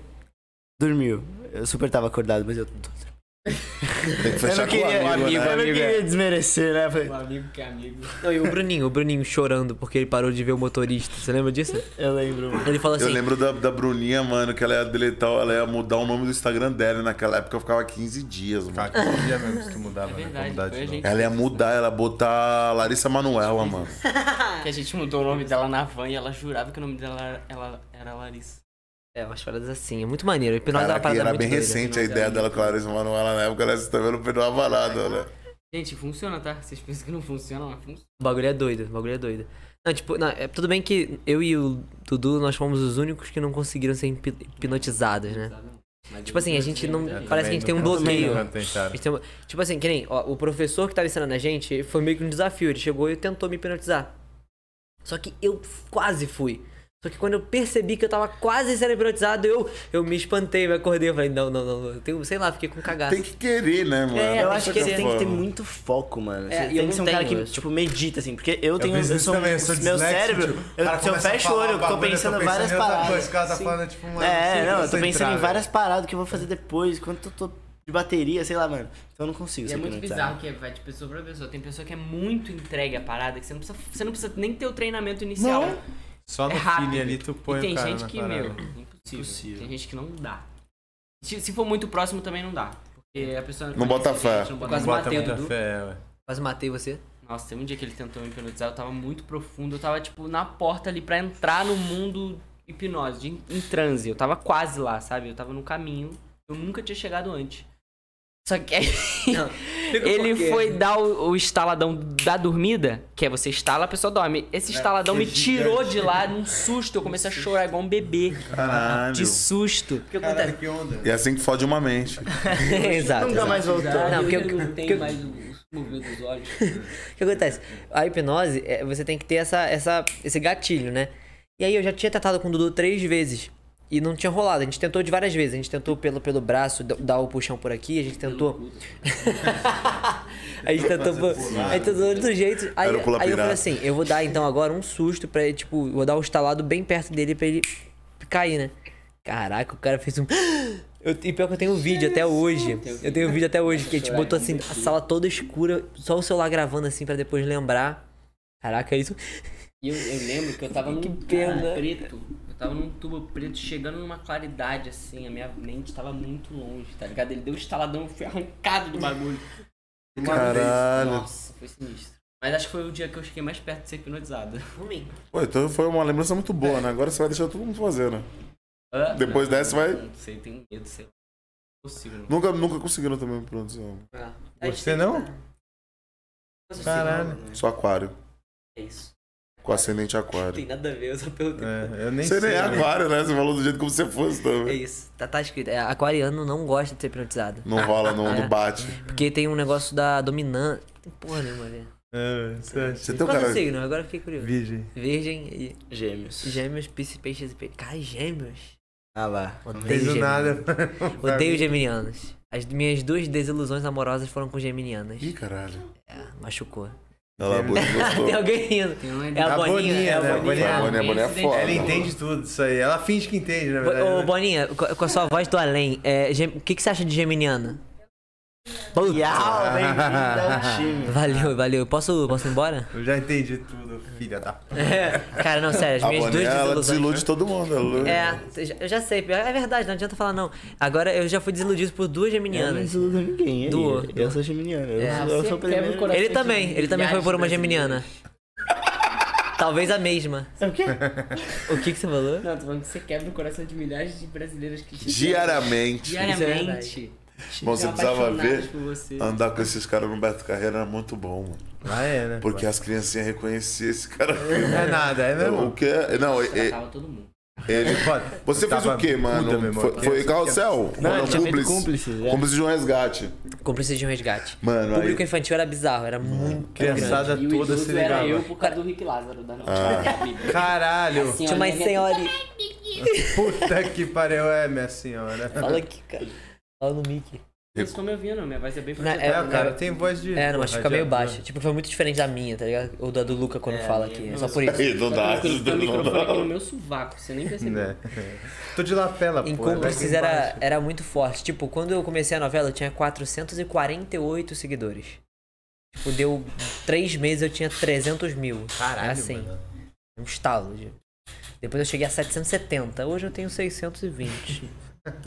Speaker 6: Dormiu. Eu super tava acordado, mas eu tô dormindo.
Speaker 1: Tem que
Speaker 6: Eu não
Speaker 1: fechar com o
Speaker 6: queria,
Speaker 1: amigo,
Speaker 6: eu
Speaker 1: né?
Speaker 6: não queria desmerecer, né? Eu falei,
Speaker 5: amigo que é amigo.
Speaker 3: Não, e o Bruninho, o Bruninho chorando porque ele parou de ver o motorista. Você lembra disso?
Speaker 6: Eu lembro.
Speaker 3: Ele falou assim.
Speaker 1: Eu lembro da, da Bruninha, mano, que ela ia deletar, ela ia mudar o nome do Instagram dela. E naquela época eu ficava 15 dias, mano.
Speaker 4: Cara, que dia mesmo que tu mudava, né?
Speaker 5: verdade,
Speaker 4: Pra mudar
Speaker 5: foi a
Speaker 4: de novo.
Speaker 5: gente.
Speaker 1: Ela ia mudar, ela ia botar Larissa Manuela, mano.
Speaker 5: Que a gente mudou o nome dela na van e ela jurava que o nome dela era, ela era Larissa.
Speaker 3: É, umas paradas assim. É muito maneiro. O hipnose é uma
Speaker 1: Caraca, e
Speaker 3: parada
Speaker 1: era
Speaker 3: muito
Speaker 1: bem
Speaker 3: doida.
Speaker 1: recente a ideia dela com a Larissa Manuela na época, ela também não perdoava nada, né?
Speaker 5: Gente, funciona, tá? Vocês pensam que não funciona, mas funciona.
Speaker 3: O bagulho é doido, o bagulho é doido. Não, tipo, não, é, tudo bem que eu e o Dudu, nós fomos os únicos que não conseguiram ser hip- hipnotizados, né?
Speaker 5: Mas
Speaker 3: Tipo assim, a gente não.
Speaker 5: Eu
Speaker 3: Parece que a gente tem um bloqueio.
Speaker 4: Não tentaram.
Speaker 3: A gente tem uma- Tipo assim, que nem, ó, o professor que tava ensinando a gente foi meio que um desafio. Ele chegou e tentou me hipnotizar. Só que eu f- quase fui. Só que quando eu percebi que eu tava quase sendo hipnotizado, eu, eu me espantei, me acordei. Eu falei, não, não, não, eu tenho, sei lá, fiquei com cagaço.
Speaker 1: Tem que querer, né, mano?
Speaker 3: É,
Speaker 6: Eu
Speaker 3: mas
Speaker 6: acho
Speaker 3: é
Speaker 6: que
Speaker 3: que
Speaker 6: você
Speaker 3: eu
Speaker 6: tem que ter
Speaker 1: falo.
Speaker 6: muito foco, mano. Você
Speaker 3: É, e eu
Speaker 6: tem
Speaker 3: não
Speaker 6: que ser um cara
Speaker 3: tenho,
Speaker 6: que,
Speaker 3: eu sou-
Speaker 6: tipo, medita, assim. Porque eu tenho.
Speaker 4: fiz isso também, eu sou
Speaker 6: meu
Speaker 4: dislexo,
Speaker 6: cérebro,
Speaker 4: tipo, o
Speaker 6: eu,
Speaker 4: cara
Speaker 6: se eu
Speaker 4: começa a
Speaker 6: fecho o
Speaker 4: falar
Speaker 6: olho,
Speaker 4: um
Speaker 6: eu tô
Speaker 4: bagulho,
Speaker 6: pensando em
Speaker 4: em
Speaker 6: várias
Speaker 4: outra
Speaker 6: paradas.
Speaker 4: coisa, o cara tá
Speaker 6: Sim.
Speaker 4: falando, tipo, mano,
Speaker 6: É,
Speaker 4: sei
Speaker 6: não,
Speaker 4: lá,
Speaker 6: eu tô
Speaker 4: sem
Speaker 6: pensando em
Speaker 4: entrar,
Speaker 6: várias paradas, o que eu vou fazer depois, quanto eu tô de bateria, sei lá, mano. Então eu não consigo
Speaker 5: E
Speaker 6: ser
Speaker 5: é muito
Speaker 6: hipnotizado.
Speaker 5: bizarro que vai de pessoa pra pessoa. Tem pessoa que é muito entregue à parada, que você não precisa, você não precisa nem ter o treinamento inicial.
Speaker 2: Só
Speaker 5: É
Speaker 2: no
Speaker 5: rápido.
Speaker 2: feeling ali tu põe
Speaker 5: e tem
Speaker 2: o cara
Speaker 5: gente
Speaker 2: na
Speaker 5: que,
Speaker 2: parada.
Speaker 5: meu, impossível. Tem gente que não dá. Se, se for muito próximo também não dá. Porque a pessoa.
Speaker 1: Não bota fé.
Speaker 5: Não
Speaker 3: Eu
Speaker 5: bota
Speaker 3: quase
Speaker 5: fé.
Speaker 4: Bota
Speaker 3: matei o
Speaker 4: muita
Speaker 3: Dudu.
Speaker 4: fé, é, ué.
Speaker 3: Quase matei você.
Speaker 5: Nossa, teve um dia que ele tentou me hipnotizar, eu tava muito profundo, eu tava, tipo, na porta ali pra entrar no mundo hipnose, de- em transe. Eu tava quase lá, sabe? Eu tava no caminho. Eu nunca tinha chegado antes. Só que aí ele foi dar o, o estaladão da dormida, que é você estala, a pessoa dorme.
Speaker 2: É,
Speaker 5: Esse estaladão me tirou de lá num susto, eu comecei a chorar igual um bebê.
Speaker 1: Caralho.
Speaker 5: De susto.
Speaker 3: O que acontece?
Speaker 4: que onda.
Speaker 1: E é assim que fode uma mente.
Speaker 3: Exato.
Speaker 6: Nunca
Speaker 3: exato.
Speaker 6: mais
Speaker 4: é
Speaker 6: voltou.
Speaker 3: Não, porque eu-
Speaker 5: não tem mais os movimentos dos olhos.
Speaker 3: O que acontece? A hipnose, é, você tem que ter essa, essa, esse gatilho, né? E aí eu já tinha tratado com o Dudu três vezes. E não tinha rolado. A gente tentou de várias vezes. A gente tentou pelo, pelo braço, d- dar o puxão por aqui. A gente tentou. a gente tentou. por- A gente tentou de outro jeito. Aí,
Speaker 1: Era o pula
Speaker 3: aí eu
Speaker 1: pirata.
Speaker 3: falei assim: eu vou dar então agora um susto pra ele, tipo, vou dar um estalado bem perto dele pra ele cair, né? Caraca, o cara fez um. Eu, e pior que eu tenho um vídeo até hoje. Eu tenho um vídeo até hoje, que tipo, botou
Speaker 6: né?
Speaker 3: assim, a sala toda escura, só o celular gravando assim pra depois lembrar. Caraca, é isso.
Speaker 5: E eu, eu lembro que eu tava num
Speaker 3: pena.
Speaker 5: tubo preto. Eu tava num tubo preto, chegando numa claridade, assim. A minha mente tava muito longe, tá ligado? Ele deu um estaladão, eu fui arrancado do bagulho. Uma
Speaker 1: Caralho.
Speaker 5: vez. Nossa, foi sinistro. Mas acho que foi o dia que eu cheguei mais perto de ser hipnotizado.
Speaker 1: Pô, então foi uma lembrança muito boa, né? Agora você vai deixar todo mundo fazer, né?
Speaker 5: Ah,
Speaker 1: Depois dessa, vai-
Speaker 5: Não sei, tenho medo, sei lá. Não consigo, não.
Speaker 1: Nunca, nunca conseguiram também produzir algo.
Speaker 5: Ah,
Speaker 4: Você não?
Speaker 3: tá.
Speaker 5: mas eu sei
Speaker 4: Caralho.
Speaker 5: lá, né?
Speaker 1: Só aquário.
Speaker 5: É isso.
Speaker 1: Com ascendente
Speaker 5: Não tem
Speaker 1: aquário.
Speaker 5: nada a ver, eu só perguntei.
Speaker 4: É, eu nem
Speaker 1: Você nem
Speaker 4: sei.
Speaker 1: é
Speaker 4: né?
Speaker 1: aquário, né? Você falou do jeito como você fosse
Speaker 3: É
Speaker 1: também.
Speaker 3: isso. Tá, tá escrito. É, aquariano não gosta de ser hipnotizado.
Speaker 1: Não rola, não, não bate.
Speaker 3: Porque tem um negócio da dominância. Tem porra nenhuma a ver.
Speaker 4: É, você acha?
Speaker 1: Você tem um
Speaker 3: Qual é o
Speaker 1: Então, cara.
Speaker 5: assim,
Speaker 3: signo? Agora eu fiquei curioso.
Speaker 4: Virgem.
Speaker 3: Virgem e
Speaker 6: Gêmeos.
Speaker 3: gêmeos, pisse, peixes e peixes. Cara, gêmeos.
Speaker 6: Ah lá.
Speaker 3: Odeio
Speaker 4: Fez do
Speaker 3: gêmeos.
Speaker 4: nada.
Speaker 1: né?
Speaker 3: Odeio geminianos. As minhas duas desilusões amorosas foram com geminianas.
Speaker 1: Ih, caralho.
Speaker 3: Machucou.
Speaker 1: Ela é muito
Speaker 3: Tem
Speaker 1: gostosa.
Speaker 3: alguém rindo.
Speaker 5: Tem um
Speaker 3: É a
Speaker 4: A
Speaker 3: Boninha,
Speaker 4: Boninha,
Speaker 3: é a
Speaker 4: né?
Speaker 1: Boninha,
Speaker 4: A
Speaker 1: a Boninha, a Boninha é foda.
Speaker 4: Ela entende tudo isso aí. Ela finge que entende, na
Speaker 3: Bo-
Speaker 4: verdade. né?
Speaker 3: Ô, Boninha, né? co- com a sua voz do além, é, gem- o que, que você acha de geminiano? Putz.
Speaker 4: Ah.
Speaker 6: Yau, bem-vindo ao time.
Speaker 3: Valeu, valeu. Posso, posso ir embora?
Speaker 4: Eu já entendi tudo, filha da p.
Speaker 3: É. Cara, não, sério, as
Speaker 1: A
Speaker 3: minhas duas
Speaker 1: Boninha, ela
Speaker 4: né?
Speaker 3: desilusões.
Speaker 1: desilude todo mundo. Ela...
Speaker 3: É, eu já- eu já sei, é verdade, não adianta falar não. Agora eu já fui desiludido por duas
Speaker 6: Eu não
Speaker 3: geminianas.
Speaker 6: desiludo ninguém. hein?
Speaker 3: Do-
Speaker 6: Eu sou geminiano. Eu,
Speaker 3: É.
Speaker 6: sou, eu
Speaker 5: Você
Speaker 6: sou o
Speaker 5: quebra o
Speaker 6: primeiro.
Speaker 5: coração.
Speaker 3: Ele também, ele também foi por uma geminiana. Talvez a mesma.
Speaker 6: É O quê?
Speaker 3: O que, que você falou?
Speaker 5: Não, tô falando que você quebra o coração de milhares de brasileiros que te é
Speaker 1: Diariamente.
Speaker 5: Diariamente.
Speaker 1: Bom, você precisava
Speaker 5: Apaixonados
Speaker 1: ver.
Speaker 5: por você.
Speaker 1: Andar com esses caras no Beto Carreira era muito bom, mano.
Speaker 4: Ah, é, né?
Speaker 1: Porque as criancinhas reconheciam esse cara.
Speaker 4: Não é nada, é
Speaker 1: O
Speaker 4: mesmo?
Speaker 1: que é- Não, e-
Speaker 5: Tava todo mundo.
Speaker 1: ele.
Speaker 4: Foda.
Speaker 1: Você
Speaker 4: Eu
Speaker 1: fez
Speaker 4: tava
Speaker 1: o quê,
Speaker 4: puta, meu
Speaker 1: mano?
Speaker 4: irmão.
Speaker 1: Foi, foi carrossel?
Speaker 6: Não,
Speaker 1: Ou
Speaker 6: ele tinha feito
Speaker 1: cúmplice.
Speaker 6: Cúmplices,
Speaker 4: né?
Speaker 6: é.
Speaker 1: Cúmplice de um resgate.
Speaker 3: Cúmplice de um resgate.
Speaker 1: Mano,
Speaker 3: O
Speaker 1: aí. Hum.
Speaker 3: público infantil era bizarro, era muito grande.
Speaker 4: Criançada
Speaker 5: E o
Speaker 4: toda se
Speaker 5: idoso era eu
Speaker 4: ligava.
Speaker 5: por causa do Rick Lázaro, da ah.
Speaker 4: Caralho.
Speaker 3: Tinha umas senhorinhas.
Speaker 4: Puta que pariu, é, minha senhora.
Speaker 3: Fala aqui, cara. Fala no mic.
Speaker 5: Vocês estão me ouvindo, minha voz é bem
Speaker 3: Na-
Speaker 4: É,
Speaker 3: é,
Speaker 4: o cara tem voz de.
Speaker 3: É, não, mas fica meio
Speaker 4: radiador.
Speaker 3: baixo. Tipo, foi muito diferente da minha, tá ligado? Ou da do Luca quando
Speaker 5: É,
Speaker 3: fala
Speaker 5: minha-
Speaker 3: aqui. É
Speaker 5: não,
Speaker 3: só
Speaker 5: eu
Speaker 3: por
Speaker 5: sou-
Speaker 3: isso.
Speaker 1: Aí, não dá.
Speaker 5: Tá Tranquilo, tem o
Speaker 1: Não
Speaker 5: microfone aqui no
Speaker 1: dá.
Speaker 5: meu sovaco, você nem percebeu.
Speaker 4: Né? Tô de lapela, pô.
Speaker 3: Em
Speaker 1: é
Speaker 3: Cúmplices era, era muito forte. Tipo, quando eu comecei a novela, eu tinha 448 seguidores. Tipo, deu três meses, eu tinha 300 mil. Caralho, assim, um estalo. de- Depois eu cheguei a 770. Hoje eu tenho 620.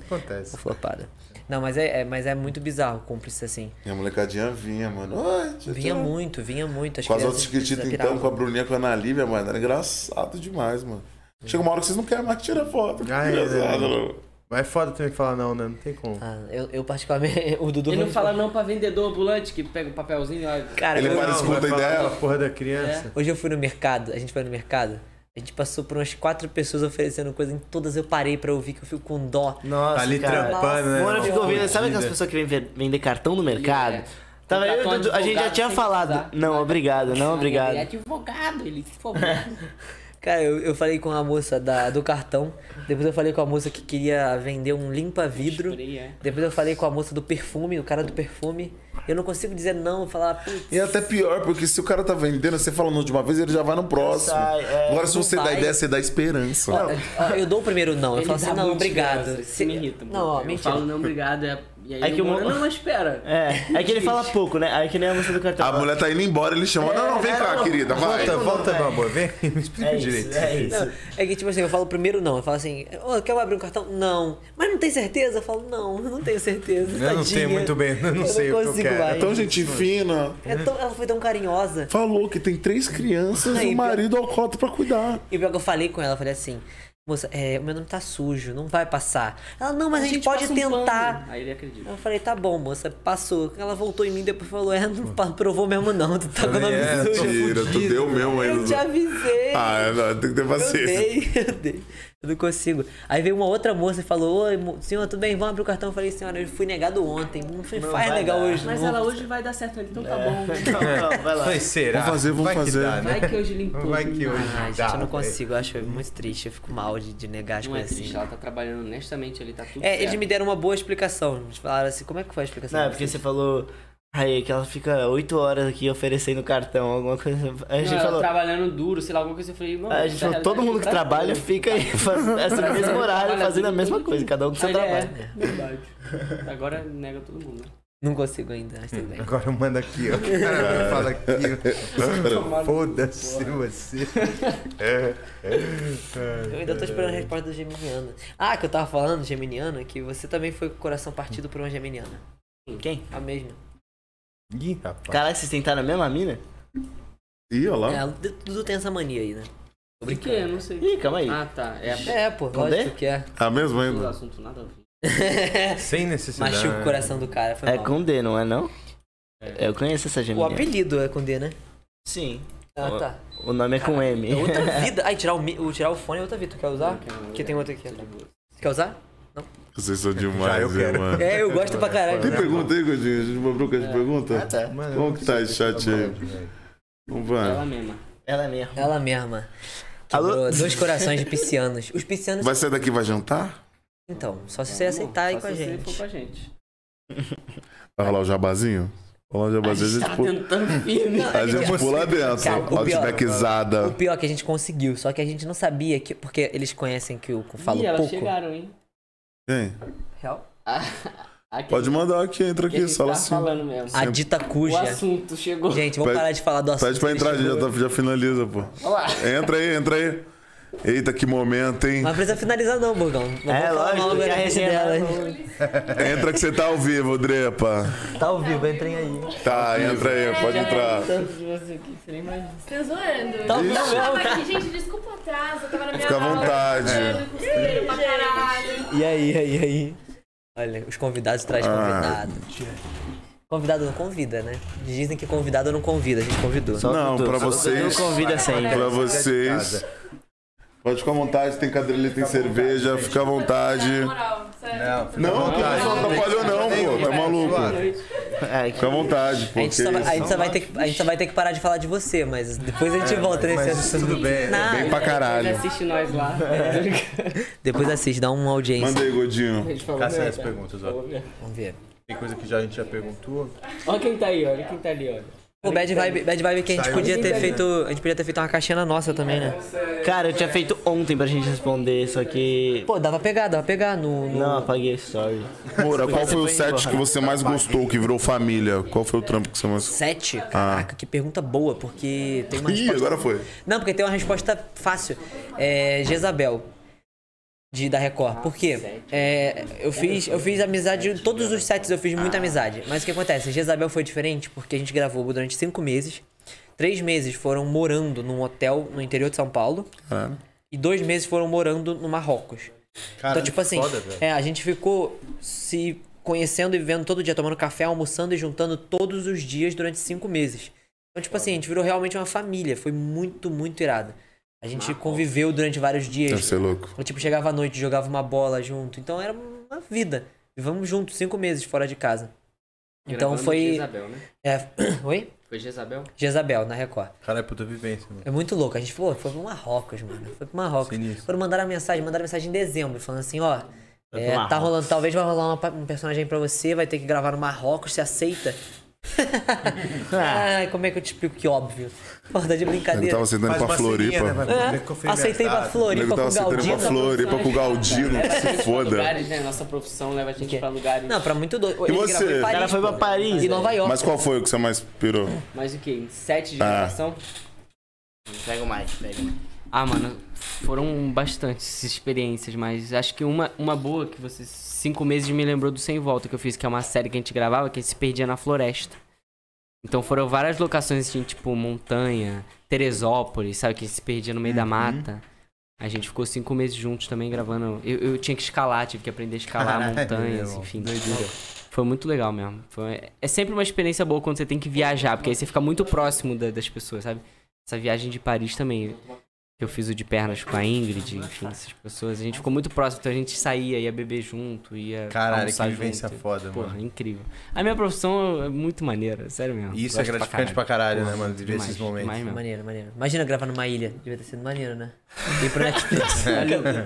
Speaker 4: Acontece.
Speaker 3: Tô flopada. Não, mas é, é- mas é muito bizarro cúmplice, assim.
Speaker 1: E a molecadinha vinha, mano. Oi, tchau,
Speaker 3: Vinha
Speaker 1: tchau.
Speaker 3: muito, vinha muito. As
Speaker 1: um Com as outras
Speaker 3: crianças
Speaker 1: Chiquititas, então,
Speaker 3: piravam.
Speaker 1: com a Bruninha, com a Ana Lívia, mano, era engraçado demais, mano. Chega uma hora que vocês não querem mais tirar foto.
Speaker 4: Ah, é,
Speaker 1: Engraçado,
Speaker 4: né?
Speaker 1: não.
Speaker 4: Mas é foda também falar não, né? Não tem como.
Speaker 3: Ah, eu, eu particularmente. O Dudu
Speaker 5: Ele não
Speaker 3: me-
Speaker 5: fala não pra vendedor ambulante que pega o papelzinho e olha.
Speaker 3: Cara,
Speaker 1: Ele
Speaker 3: eu-
Speaker 1: parece
Speaker 4: Não,
Speaker 1: escuta
Speaker 4: vai
Speaker 1: a
Speaker 4: falar
Speaker 1: ideia.
Speaker 4: da porra da criança.
Speaker 3: Hoje eu fui no mercado, a gente foi no mercado, a gente passou por umas quatro pessoas oferecendo coisa, em todas eu parei pra ouvir que eu fico com dó.
Speaker 6: Nossa,
Speaker 4: Tá ali
Speaker 6: cara.
Speaker 4: trampando, né?
Speaker 6: Mano, eu fico
Speaker 4: Uma
Speaker 6: ouvindo, sabe
Speaker 4: fodida.
Speaker 6: aquelas pessoas que vêm ver- vender cartão no mercado?
Speaker 5: É.
Speaker 6: Tava eu e o
Speaker 5: Contratou um
Speaker 6: Dudu, a gente já
Speaker 5: advogado
Speaker 6: tinha
Speaker 5: sem
Speaker 6: falado.
Speaker 5: precisar.
Speaker 6: Não, obrigado, não,
Speaker 5: Ele é
Speaker 6: obrigado.
Speaker 5: advogado, ele se formou.
Speaker 3: Cara, eu, eu falei com a moça da, do cartão, depois eu falei com a moça que queria vender um limpa-vidro,
Speaker 5: Spray, é.
Speaker 3: depois eu falei com a moça do perfume, o cara do perfume. Eu não consigo dizer não, falar, putz,
Speaker 1: E é até pior, porque se o cara tá vendendo, você fala no de uma vez, ele já vai no próximo.
Speaker 6: Sai, é,
Speaker 1: Agora, se
Speaker 3: não
Speaker 1: você dá
Speaker 3: vai. então,
Speaker 1: ideia, você dá esperança.
Speaker 3: ó, ó, eu dou o primeiro não, eu
Speaker 5: Ele
Speaker 3: falo assim,
Speaker 5: dá
Speaker 3: não,
Speaker 5: muito
Speaker 3: obrigado.
Speaker 5: graça, isso
Speaker 3: Se-
Speaker 5: me irrita.
Speaker 3: Não, ó,
Speaker 5: eu
Speaker 3: mentira.
Speaker 5: falo não, obrigado. É... E aí
Speaker 6: É que
Speaker 5: o
Speaker 6: o
Speaker 5: Moro,
Speaker 6: mo-
Speaker 5: não, mas espera.
Speaker 6: É, é que ele fala pouco, né? Aí que nem a moça do cartão.
Speaker 1: A mulher tá indo embora, ele chama. Não, não, vem
Speaker 6: é,
Speaker 1: cá,
Speaker 6: não.
Speaker 1: querida, vai.
Speaker 4: Volta, volta, meu amor. Vem, me explica
Speaker 6: É
Speaker 4: direito.
Speaker 6: isso, é isso.
Speaker 3: Não, é que tipo assim, eu falo primeiro não, eu falo assim, ô, quer abrir um cartão? Não. Mas não tem certeza? Eu falo, não, eu não tenho certeza.
Speaker 4: Eu não sei
Speaker 3: tadinha.
Speaker 4: muito bem, eu não sei o que eu
Speaker 3: consigo
Speaker 4: quero.
Speaker 3: mais.
Speaker 1: É tão gente fina.
Speaker 3: É tão- ela foi tão carinhosa.
Speaker 1: Falou que tem três crianças e
Speaker 3: Aí,
Speaker 1: o marido alcoólatra pra cuidar.
Speaker 3: E pior é que eu falei com ela, eu falei assim, moça, é, o meu nome tá sujo, não vai passar. Ela, não, mas a, gente, pode
Speaker 5: passa um pano.
Speaker 3: tentar.
Speaker 5: Aí ele acredita.
Speaker 3: eu falei, tá bom, moça, passou. Ela voltou em mim depois falou, é, não pa- provou mesmo não, tu tá com o nome
Speaker 4: É, tô
Speaker 3: sujo.
Speaker 1: Tira, tu
Speaker 4: fudido,
Speaker 1: deu mesmo
Speaker 3: Eu te
Speaker 1: ainda.
Speaker 3: avisei.
Speaker 1: Ah, não, tem que ter
Speaker 4: é
Speaker 3: Eu
Speaker 4: assim.
Speaker 1: paciência.
Speaker 3: dei, eu dei. Eu não consigo. Aí veio uma outra moça e falou: Oi, mo- senhora, tudo bem? Vamos abrir o cartão. Eu falei: Senhora, eu fui negado ontem. Não, foi, faz
Speaker 6: vai
Speaker 3: legal
Speaker 6: dar.
Speaker 3: hoje.
Speaker 5: Mas
Speaker 3: não. É.
Speaker 5: ela hoje vai dar certo, então tá bom.
Speaker 6: Não, não, vai lá.
Speaker 4: Mas será?
Speaker 1: Vamos fazer, vamos
Speaker 4: Vai que
Speaker 1: fazer.
Speaker 4: dá, né?
Speaker 5: Vai que hoje limpou.
Speaker 4: Vai que hoje
Speaker 3: Ah, gente,
Speaker 4: dá, é.
Speaker 3: eu não
Speaker 4: velho.
Speaker 3: consigo. Eu acho muito triste. Eu fico mal de, de negar as
Speaker 5: Não é
Speaker 3: coisas
Speaker 5: triste,
Speaker 3: assim.
Speaker 5: ela tá trabalhando honestamente ali, tá tudo
Speaker 3: É,
Speaker 5: certo.
Speaker 3: eles me deram uma boa explicação. Eles falaram assim: Como é que foi a explicação?
Speaker 6: Não, é porque você falou. Aí que ela fica 8 horas aqui oferecendo cartão, alguma coisa. Aí a gente
Speaker 5: Não, ela
Speaker 6: falou.
Speaker 5: trabalhando duro, sei lá, alguma coisa. Eu falei, mano.
Speaker 6: aí a gente
Speaker 5: essa
Speaker 6: falou, todo
Speaker 5: realidade
Speaker 6: mundo que
Speaker 5: é pra
Speaker 6: trabalha
Speaker 5: tudo.
Speaker 6: fica aí fazendo esse mesmo horário,
Speaker 5: Trabalha
Speaker 6: fazendo a
Speaker 5: tudo,
Speaker 6: mesma
Speaker 5: tudo,
Speaker 6: coisa,
Speaker 5: tudo.
Speaker 6: cada um com seu
Speaker 5: Mas é,
Speaker 6: trabalho.
Speaker 5: é verdade. Agora nega todo mundo. né?
Speaker 3: Não consigo ainda, mas tudo bem.
Speaker 4: Agora manda aqui, ó. Cara, fala aqui. ó. Foda-se você.
Speaker 3: Eu ainda tô esperando a resposta do Geminiano. Ah, que eu tava falando, Geminiano, é que você também foi com o coração partido por uma Geminiana. É
Speaker 6: Quem?
Speaker 3: A mesma.
Speaker 2: Ih, rapaz.
Speaker 6: Caraca, vocês tentaram a mesma mina?
Speaker 1: Ih, olha lá.
Speaker 3: É, o Dudu tem essa mania aí, né?
Speaker 5: Tô brincando. Eu não sei.
Speaker 6: Ih, calma aí.
Speaker 5: Ah, tá. É a
Speaker 3: É, pô,
Speaker 6: Não
Speaker 3: lógico
Speaker 6: dê?
Speaker 3: que é.
Speaker 1: A mesma
Speaker 5: do
Speaker 1: Tá ainda.
Speaker 5: assunto nada a ver.
Speaker 3: Tá.
Speaker 2: Sem necessidade.
Speaker 3: Machuca o coração do cara. Foi
Speaker 6: É
Speaker 3: mal.
Speaker 6: com D, não é não?
Speaker 5: É.
Speaker 6: Eu conheço essa
Speaker 3: O
Speaker 6: geminiana.
Speaker 3: apelido é com D, né?
Speaker 6: Sim.
Speaker 3: Ah, tá.
Speaker 6: O nome é com
Speaker 3: É
Speaker 6: M.
Speaker 3: outra vida. Ai, tirar o, mi- o- tirar o fone é outra vida. Tu quer usar?
Speaker 5: um,
Speaker 3: Que
Speaker 5: é
Speaker 3: tem outro aqui. ó. Quer usar?
Speaker 1: Vocês são
Speaker 4: Já eu
Speaker 1: demais, hein,
Speaker 4: quero.
Speaker 1: mano.
Speaker 3: É, eu gosto pra caralho.
Speaker 1: Tem pergunta aí, Godinho? A gente vai bronca
Speaker 5: É.
Speaker 1: de pergunta?
Speaker 6: tá.
Speaker 4: Mano,
Speaker 1: Como que tá esse chat aí? Vamos,
Speaker 5: Ela
Speaker 1: vai.
Speaker 5: mesma.
Speaker 6: Ela é mesmo.
Speaker 3: Ela mesma.
Speaker 6: Alô?
Speaker 3: Quebrou dois corações de piscianos. Os piscianos.
Speaker 1: Vai sair daqui e vai jantar?
Speaker 3: Então, só se você aceitar aí
Speaker 5: Só
Speaker 3: com a
Speaker 5: se você
Speaker 3: gente.
Speaker 5: for com a gente.
Speaker 1: Vai rolar o jabazinho? Rolar o
Speaker 5: A
Speaker 1: jabazinho,
Speaker 5: gente
Speaker 1: a gente
Speaker 5: tá
Speaker 1: pula,
Speaker 5: tentando firme.
Speaker 1: a gente pula
Speaker 3: Cara,
Speaker 1: dentro.
Speaker 3: o O
Speaker 1: Outbackizada.
Speaker 3: pior é que a gente conseguiu, só que a gente não sabia que. Porque eles conhecem que o Cu fala um
Speaker 5: Ih, elas
Speaker 3: pouco.
Speaker 5: chegaram, hein?
Speaker 1: Quem?
Speaker 3: Real.
Speaker 5: Aqui,
Speaker 1: Pode mandar aqui, entra
Speaker 5: que a
Speaker 1: aqui,
Speaker 5: gente
Speaker 1: fala
Speaker 5: tá
Speaker 1: assim.
Speaker 5: falando mesmo.
Speaker 3: A dita
Speaker 5: O
Speaker 3: cuja.
Speaker 5: assunto chegou.
Speaker 3: Gente, vamos
Speaker 1: Pede-
Speaker 3: parar de falar do assunto.
Speaker 1: Pede pra entrar, a gente já, tá- já finaliza, pô.
Speaker 5: Olha lá.
Speaker 1: Entra aí, entra aí. Eita, que momento, hein?
Speaker 3: Mas precisa finalizar não, Burgão. Não vamos
Speaker 6: É,
Speaker 3: falar
Speaker 6: lógico,
Speaker 3: mal
Speaker 6: porque
Speaker 3: agora
Speaker 6: a resenha
Speaker 3: dela, hein?
Speaker 1: Entra que você tá ao vivo, Drepa.
Speaker 6: Tá ao vivo, entrem aí.
Speaker 1: Tá, entra aí, pode entrar.
Speaker 5: Tanto de você aqui, você nem imagina.
Speaker 7: Tô zoando.
Speaker 3: Tá
Speaker 7: eu
Speaker 1: bom,
Speaker 7: tava aqui, gente, desculpa o atraso, eu tava na minha
Speaker 1: Fica à
Speaker 7: aula,
Speaker 1: vontade.
Speaker 7: trabalhando, costureiro pra caralho.
Speaker 3: E aí, e aí, e aí? Olha, os convidados traz
Speaker 1: Ah.
Speaker 3: convidado. Convidado não convida, né? Dizem que convidado não convida, a gente convidou.
Speaker 1: Não, pra vocês.
Speaker 6: Não convida sempre.
Speaker 1: Pra vocês. Pode ficar à vontade, tem cadrelha, tem cerveja, fica à vontade.
Speaker 7: Na moral, sério.
Speaker 1: Não, não
Speaker 4: vontade.
Speaker 1: atrapalhou não, pô, tá maluco.
Speaker 6: É,
Speaker 1: Fica à vontade, pô.
Speaker 3: A gente,
Speaker 1: que
Speaker 3: só vai, a,
Speaker 1: isso.
Speaker 3: gente só vai ter que, a gente só vai ter que parar de falar de você, mas depois a
Speaker 1: É,
Speaker 3: gente volta nesse
Speaker 4: Mas isso
Speaker 3: assunto.
Speaker 4: tudo bem.
Speaker 3: Não,
Speaker 1: Bem pra
Speaker 5: Ele
Speaker 1: caralho.
Speaker 5: assiste nós lá.
Speaker 1: É.
Speaker 3: Depois assiste, dá uma audiência.
Speaker 1: Manda aí, Godinho.
Speaker 5: Ele falou,
Speaker 2: Caça as
Speaker 5: né?
Speaker 2: perguntas, ó.
Speaker 5: Falou mesmo.
Speaker 3: Vamos ver.
Speaker 2: Tem coisa que já, a gente já perguntou.
Speaker 5: Olha quem tá aí, olha quem tá ali, olha.
Speaker 3: Pô, Bad Vibe, Bad Vibe que a gente
Speaker 4: Saiu.
Speaker 3: podia ter feito. A gente podia ter feito uma caixinha nossa também, né?
Speaker 6: Cara, eu tinha feito ontem pra gente responder, só que.
Speaker 3: Pô, dava pra pegar, dava pra pegar no. no-
Speaker 6: Não, apaguei, sorry.
Speaker 1: Moura, qual foi o
Speaker 6: Você foi
Speaker 1: set que você mais gostou, que virou família? Qual foi o trampo que você mais.
Speaker 3: Sete? Caraca, que pergunta boa, porque tem uma
Speaker 1: Ih,
Speaker 3: resposta.
Speaker 1: agora foi.
Speaker 3: Não, porque tem uma resposta fácil. É. Jezabel. De, da Record. Por quê? É, eu, fiz, eu fiz amizade. Todos os sets eu fiz muita amizade. Mas o que acontece? Jezabel foi diferente porque a gente gravou durante cinco meses. Três meses foram morando num hotel no interior de São Paulo.
Speaker 1: Caralho.
Speaker 3: E dois meses foram morando no Marrocos. então, tipo assim, é, a gente ficou se conhecendo e vivendo todo dia, tomando café, almoçando e juntando todos os dias durante cinco meses. Então, tipo assim, a gente virou realmente uma família. Foi muito, muito irado. A gente conviveu durante vários
Speaker 1: Deve
Speaker 3: dias.
Speaker 1: ser louco.
Speaker 3: Eu, tipo, chegava à noite, jogava uma bola junto. Então, era uma vida. Vivamos juntos cinco meses fora de casa. Então,
Speaker 5: Gravando
Speaker 3: foi...
Speaker 5: Jezabel, né?
Speaker 3: É... Oi?
Speaker 5: Foi Jezabel?
Speaker 3: Jezabel, na Record.
Speaker 2: Caralho, puta vivência, mano.
Speaker 3: É muito louco. A gente falou, foi pro Marrocos, mano. Foi pro Marrocos.
Speaker 2: Sinistro.
Speaker 3: Foram mandar a mensagem, mandaram mensagem em dezembro, falando assim, ó. é, tá
Speaker 6: Marrocos.
Speaker 3: rolando, talvez vai rolar uma pa- um personagem pra você, vai ter que gravar no Marrocos, você aceita? ah, como é que eu te explico que óbvio? Pô, tá de
Speaker 1: Ele
Speaker 3: brincadeira.
Speaker 1: tava sentando pra Floripa.
Speaker 3: É, aceitei pra
Speaker 1: O
Speaker 3: Floripa
Speaker 1: nego
Speaker 3: com
Speaker 1: tava sentando
Speaker 3: Galdino.
Speaker 1: pra Floripa com o Galdino, que se foda.
Speaker 5: Lugares, né? Nossa profissão leva a gente
Speaker 3: quê?
Speaker 5: pra lugares.
Speaker 3: Não, pra muito doido.
Speaker 1: E
Speaker 3: Ele
Speaker 1: você?
Speaker 3: gravou em
Speaker 1: O
Speaker 6: O cara
Speaker 3: Paris,
Speaker 6: foi pra Paris. né?
Speaker 3: e Nova York.
Speaker 1: né? Mas qual foi o que você mais pirou?
Speaker 5: Mas o quê? Sete de
Speaker 1: Ah.
Speaker 5: gravação?
Speaker 6: Pega mais, pega mais.
Speaker 5: Ah, mano, foram bastantes experiências, mas acho que uma, uma boa que vocês. Cinco meses me lembrou do Sem Volta que eu fiz, que é uma série que a gente gravava, que a gente se perdia na floresta. Então foram várias locações, assim, tipo montanha, Teresópolis, sabe? Que a gente se perdia no meio
Speaker 4: Uhum.
Speaker 5: da mata. A gente ficou cinco meses juntos também gravando. Eu, eu tinha que escalar, tive que aprender a escalar montanhas, enfim. Foi muito legal mesmo. Foi- é sempre uma experiência boa quando você tem que viajar, porque aí você fica muito próximo da- das pessoas, sabe? Essa viagem de Paris também. Eu fiz o de pernas com a Ingrid, enfim, essas pessoas. A gente ficou muito próximo, então a gente saía, ia beber junto, ia.
Speaker 4: Caralho,
Speaker 5: almoçar
Speaker 4: que vivência
Speaker 5: junto.
Speaker 4: foda,
Speaker 5: Porra,
Speaker 4: mano.
Speaker 5: incrível. A minha profissão é muito maneira, sério mesmo.
Speaker 4: E isso é
Speaker 5: Gosto
Speaker 4: gratificante pra caralho, né, mano?
Speaker 5: Porra,
Speaker 4: Viver esses momentos.
Speaker 5: demais mesmo.
Speaker 3: Maneiro, maneiro. Imagina gravar numa ilha. Devia ter sido maneiro, né? Ir pro Netflix.
Speaker 1: Ah,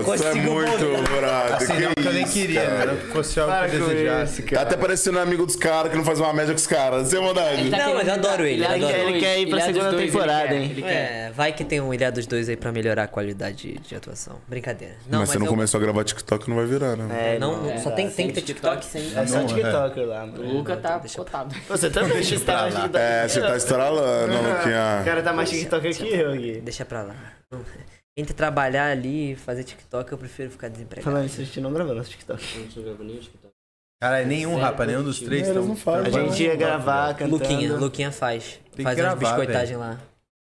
Speaker 1: Isso é
Speaker 3: consigo
Speaker 1: muito, brother.
Speaker 4: Assim,
Speaker 1: que
Speaker 4: não, que eu nem
Speaker 1: isso,
Speaker 4: queria,
Speaker 1: cara.
Speaker 4: né? Não que fosse algo que eu desejasse.
Speaker 1: Tá até parecendo um amigo dos caras que não faz uma média com os caras. Sem maldade.
Speaker 3: Não, mas eu adoro ele, eu
Speaker 5: Ilha
Speaker 3: adoro
Speaker 5: dos
Speaker 3: ele.
Speaker 5: dois,
Speaker 6: quer
Speaker 5: Ilha
Speaker 6: ir pra
Speaker 5: dos
Speaker 6: segunda
Speaker 5: dois, ele
Speaker 6: temporada,
Speaker 5: quer,
Speaker 6: hein?
Speaker 5: ele quer.
Speaker 3: É, vai que tem um Ilha dos Dois aí pra melhorar a qualidade de atuação. Brincadeira.
Speaker 1: mas,
Speaker 3: Não, mas,
Speaker 1: você não
Speaker 3: eu-
Speaker 1: começou a gravar TikTok, não vai virar, né?
Speaker 6: É,
Speaker 3: não, só tem, tem que ter
Speaker 5: Sem
Speaker 3: TikTok
Speaker 5: TikTok,
Speaker 3: sem.
Speaker 6: É só
Speaker 4: Não,
Speaker 6: TikToker lá,
Speaker 5: O
Speaker 6: mano.
Speaker 5: Luca tá cotado.
Speaker 6: Você também tá mais TikToker.
Speaker 1: É, você tá Ah. estralando,
Speaker 6: O
Speaker 1: Luquinha.
Speaker 6: cara tá mais TikToker que eu aqui.
Speaker 3: Deixa pra lá. Entre trabalhar ali e fazer TikTok, eu prefiro ficar desempregado.
Speaker 6: Falando isso, a gente não gravou nosso TikTok.
Speaker 4: Caralho, nenhum, rapa, nenhum dos três.
Speaker 1: Eles
Speaker 4: tão-
Speaker 1: não fazem,
Speaker 6: A
Speaker 1: Mas
Speaker 6: gente é ia gravar cantando.
Speaker 3: Luquinha, Luquinha faz.
Speaker 4: que
Speaker 3: faz
Speaker 4: gravar,
Speaker 3: umas biscoitagem lá.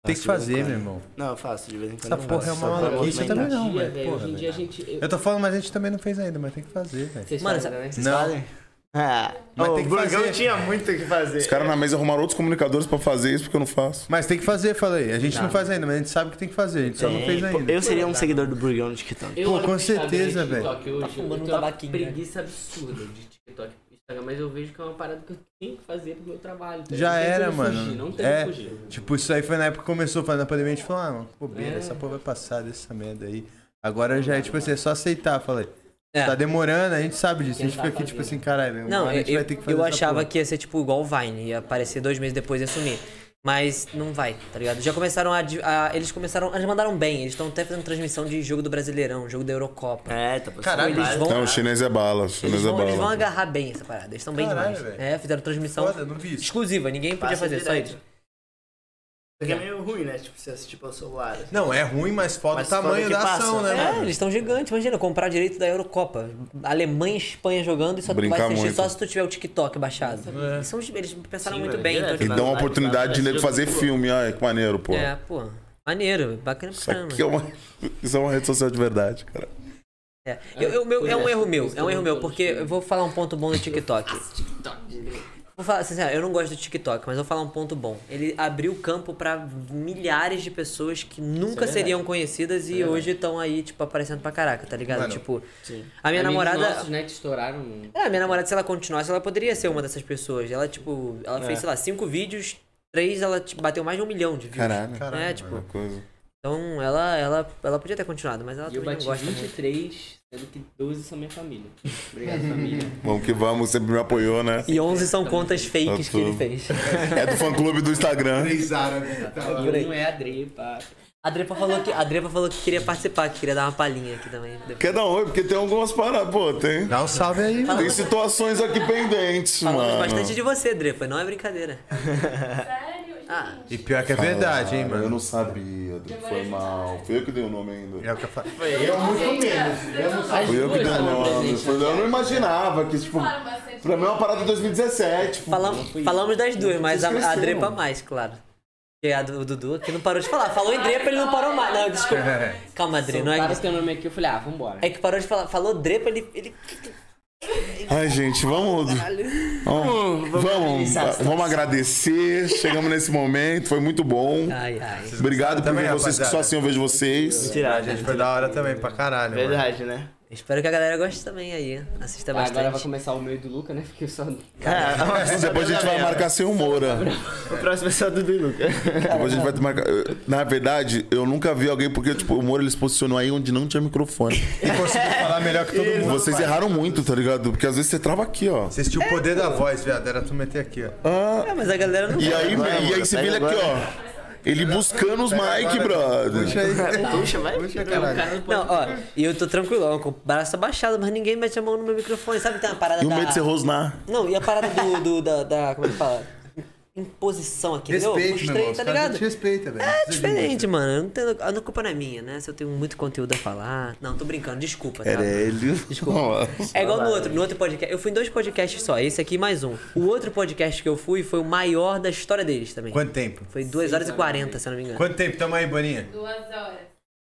Speaker 4: Tem que fazer, meu irmão.
Speaker 6: Não, eu faço de vez em quando.
Speaker 4: Essa porra é uma maluquice. Eu também não, velho. Porra, velho.
Speaker 5: gente.
Speaker 4: Eu tô falando, mas a gente também não fez ainda, mas tem que fazer, velho.
Speaker 3: Mano,
Speaker 4: Não,
Speaker 6: Ah,
Speaker 4: Mas
Speaker 6: ô,
Speaker 4: tem que
Speaker 6: o Burgão
Speaker 4: fazer.
Speaker 6: tinha muito o que fazer.
Speaker 1: Os caras na mesa arrumaram outros comunicadores pra fazer isso porque eu não faço.
Speaker 4: mas tem que fazer, falei. A gente não faz ainda, mas a gente sabe que tem que fazer. A gente só não fez
Speaker 6: Pô,
Speaker 4: ainda.
Speaker 6: eu seria um seguidor do Burgão no TikTok.
Speaker 5: Eu
Speaker 4: Pô,
Speaker 5: olho
Speaker 4: com
Speaker 5: pro Instagram
Speaker 4: certeza,
Speaker 5: e TikTok hoje,
Speaker 3: fumando um
Speaker 5: eu tenho uma
Speaker 3: tabaquinho, né?
Speaker 5: preguiça absurda de TikTok e Instagram, mas eu vejo que é uma parada que eu tenho que fazer pro meu trabalho. tá?
Speaker 4: Já
Speaker 5: Não tem
Speaker 4: era,
Speaker 5: como
Speaker 4: mano.
Speaker 5: Fugir, não tem
Speaker 4: É.
Speaker 5: como fugir. É.
Speaker 4: Tipo, isso aí foi na época que começou, foi na pandemia, a gente falou, ah, mano, que bobeira, essa porra vai passar dessa merda aí. Agora já é, tipo assim, é só aceitar, falei.
Speaker 3: É.
Speaker 4: Tá demorando, a gente sabe disso. A
Speaker 5: tá
Speaker 4: gente fica aqui, tipo assim, caralho, meu,
Speaker 3: Não,
Speaker 4: agora a
Speaker 3: eu,
Speaker 4: gente vai ter que fazer
Speaker 3: eu
Speaker 4: essa
Speaker 3: achava
Speaker 4: porra.
Speaker 3: que ia ser tipo igual o Vine, ia aparecer dois meses depois e ia sumir. Mas não vai, tá ligado? Já começaram a. di- a- eles começaram. Eles mandaram bem, eles estão até fazendo transmissão de jogo do Brasileirão, jogo da Eurocopa.
Speaker 6: É, tá passando.
Speaker 4: Caralho,
Speaker 3: Eles vão,
Speaker 1: Não, o chinês é bala. O chinês
Speaker 3: eles,
Speaker 1: é
Speaker 3: vão,
Speaker 1: bala.
Speaker 3: eles vão agarrar bem essa parada, eles estão bem
Speaker 4: Caralho,
Speaker 3: demais.
Speaker 4: velho.
Speaker 3: É, fizeram transmissão
Speaker 4: foda, não vi isso.
Speaker 3: exclusiva, ninguém podia
Speaker 6: Passa
Speaker 3: fazer, só
Speaker 6: direto.
Speaker 3: eles.
Speaker 6: Porque é meio ruim, né? Tipo, você assistir pelo celular. assim.
Speaker 4: Não, é ruim, mas falta
Speaker 6: Mas
Speaker 4: o tamanho
Speaker 6: foda que
Speaker 4: da
Speaker 6: passa.
Speaker 4: ação, né,
Speaker 3: É,
Speaker 4: mano?
Speaker 3: eles estão gigantes, imagina, comprar direito da Eurocopa. Alemanha e Espanha jogando e só tu
Speaker 1: Brincar
Speaker 3: vai assistir
Speaker 1: muito.
Speaker 3: só se tu tiver o TikTok baixado. Eles, são- eles pensaram muito
Speaker 6: velho,
Speaker 3: bem, então,
Speaker 6: direto,
Speaker 1: E
Speaker 3: tipo,
Speaker 1: dão uma oportunidade de nego fazer filme. Ai, que maneiro, pô.
Speaker 3: É, pô. Maneiro,
Speaker 1: né?
Speaker 3: bacana pra
Speaker 1: Isso
Speaker 3: caramba.
Speaker 1: aqui é uma, isso é uma rede social de verdade, cara.
Speaker 3: É. Eu- eu- meu- é um erro meu, é um erro meu, porque eu vou falar um ponto bom do TikTok. Vou falar, sincero, eu não gosto do TikTok, mas vou falar um ponto bom. Ele abriu campo pra milhares de pessoas que nunca seriam conhecidas e hoje estão aí, tipo, aparecendo pra caraca, tá ligado?
Speaker 4: Mano,
Speaker 3: tipo, a minha namorada.
Speaker 5: Os né, que estouraram. no-
Speaker 3: É, a minha namorada, se ela continuasse, ela poderia ser uma dessas pessoas. Ela, tipo, ela fez, sei lá, cinco vídeos, três, ela tipo, bateu mais de um milhão de views.
Speaker 1: Caralho.
Speaker 3: É,
Speaker 4: Caralho,
Speaker 3: tipo,
Speaker 1: Uma coisa.
Speaker 3: então ela, ela, ela podia ter continuado, mas ela
Speaker 5: E eu
Speaker 3: também
Speaker 5: bati
Speaker 3: não gosta muito.
Speaker 5: 23, sendo que 12 são minha família. Obrigado, família.
Speaker 1: Vamos que vamos, sempre me apoiou, né?
Speaker 3: E é, 11 são contas fakes que ele
Speaker 1: tudo.
Speaker 3: fez.
Speaker 1: É do fã clube do Instagram.
Speaker 5: E um é a Dre, pá.
Speaker 3: A Drepa falou que, a Drepa falou que queria participar, que queria dar uma palhinha aqui também. depois.
Speaker 1: Quer dar um oi? Porque tem algumas paradas. Pô, tem,
Speaker 4: Dá um salve aí, mano.
Speaker 1: tem situações aqui pendentes,
Speaker 3: Falamos
Speaker 1: mano.
Speaker 3: bastante de você, Drepa, não é brincadeira.
Speaker 7: Sério?
Speaker 3: Ah,
Speaker 4: E pior que é verdade, hein,
Speaker 1: Eu
Speaker 4: mano.
Speaker 1: não sabia, Adri, foi mal. Foi eu que dei o nome ainda.
Speaker 4: É o que eu falo.
Speaker 1: Foi eu que dei o nome. Foi- Eu não imaginava que, tipo,
Speaker 7: Falaram bastante.
Speaker 1: pra mim é uma parada de 2017. Tipo,
Speaker 3: falam, falamos das duas, mas a, a
Speaker 1: esqueceu.
Speaker 3: Drepa mais, claro. E a do o Dudu aqui não parou de falar. Falou em Drepa, ele não parou mais. Não, desculpa. Calma, Dre, não é
Speaker 5: Soltaram
Speaker 3: que.
Speaker 5: teu nome aqui, eu falei, ah, vambora.
Speaker 3: É que parou de falar. Falou Drepa, ele. ele...
Speaker 1: Ai, gente, vamos.
Speaker 4: Hum,
Speaker 1: Vamos, vamos, vamos agradecer. Chegamos nesse momento, foi muito bom.
Speaker 3: Ai, ai.
Speaker 1: Obrigado por
Speaker 4: Também,
Speaker 1: ver vocês, que só
Speaker 4: rapaziada.
Speaker 1: assim eu vejo vocês.
Speaker 4: A
Speaker 5: né?
Speaker 4: gente foi da hora também, pra caralho, mano.
Speaker 6: Verdade, né?
Speaker 3: Espero que a galera goste também aí. Assista
Speaker 5: Ah, agora
Speaker 3: bastante.
Speaker 5: vai começar o meu e do Luca, né? Porque eu só.
Speaker 4: É,
Speaker 1: Depois a gente vai marcar sem né? o Moura.
Speaker 6: O próximo é só do Dudu e Luca.
Speaker 1: Depois a gente vai marcar. Na verdade, eu nunca vi alguém, porque tipo, o Moura ele se posicionou aí onde não tinha microfone.
Speaker 4: E conseguiu falar melhor que todo mundo.
Speaker 1: Vocês erraram muito, tá ligado? Porque às vezes você trava aqui, ó. Ah,
Speaker 4: Você assistiu o poder da voz, viado. Era tu meter aqui, ó.
Speaker 3: É, mas a galera não.
Speaker 1: E aí,
Speaker 6: Agora,
Speaker 1: e aí
Speaker 6: Moura,
Speaker 1: você vê
Speaker 6: pega
Speaker 1: ele aqui, ó. Ele buscando os mic, brother.
Speaker 6: Puxa, vai.
Speaker 4: Puxa, caralho.
Speaker 3: Não, ó, e eu tô tranquilão, com o braço abaixado, mas ninguém mete a mão no meu microfone. Sabe que tem uma parada
Speaker 1: E o
Speaker 3: da...
Speaker 1: medo de você rosnar.
Speaker 3: Não, e a parada do, do- da, da- Como é que fala? Imposição aqui, entendeu? Eu
Speaker 4: Respeito, meu
Speaker 3: mostrei,
Speaker 4: irmão.
Speaker 3: tá
Speaker 4: Os caras
Speaker 3: ligado?
Speaker 4: não te respeita, velho.
Speaker 3: É diferente, mano. Eu não tenho, a culpa não é minha, né? Se eu tenho muito conteúdo a falar. Não, tô brincando, desculpa, tá?
Speaker 1: Ele. Desculpa.
Speaker 3: É igual no outro, no outro podcast. Eu fui em dois podcasts só, esse aqui e mais um. O outro podcast que eu fui foi o maior da história deles também.
Speaker 4: Quanto tempo?
Speaker 3: Foi 2 horas e 40, se eu não me engano.
Speaker 4: Quanto tempo? Tamo aí, Boninha.
Speaker 7: Duas horas.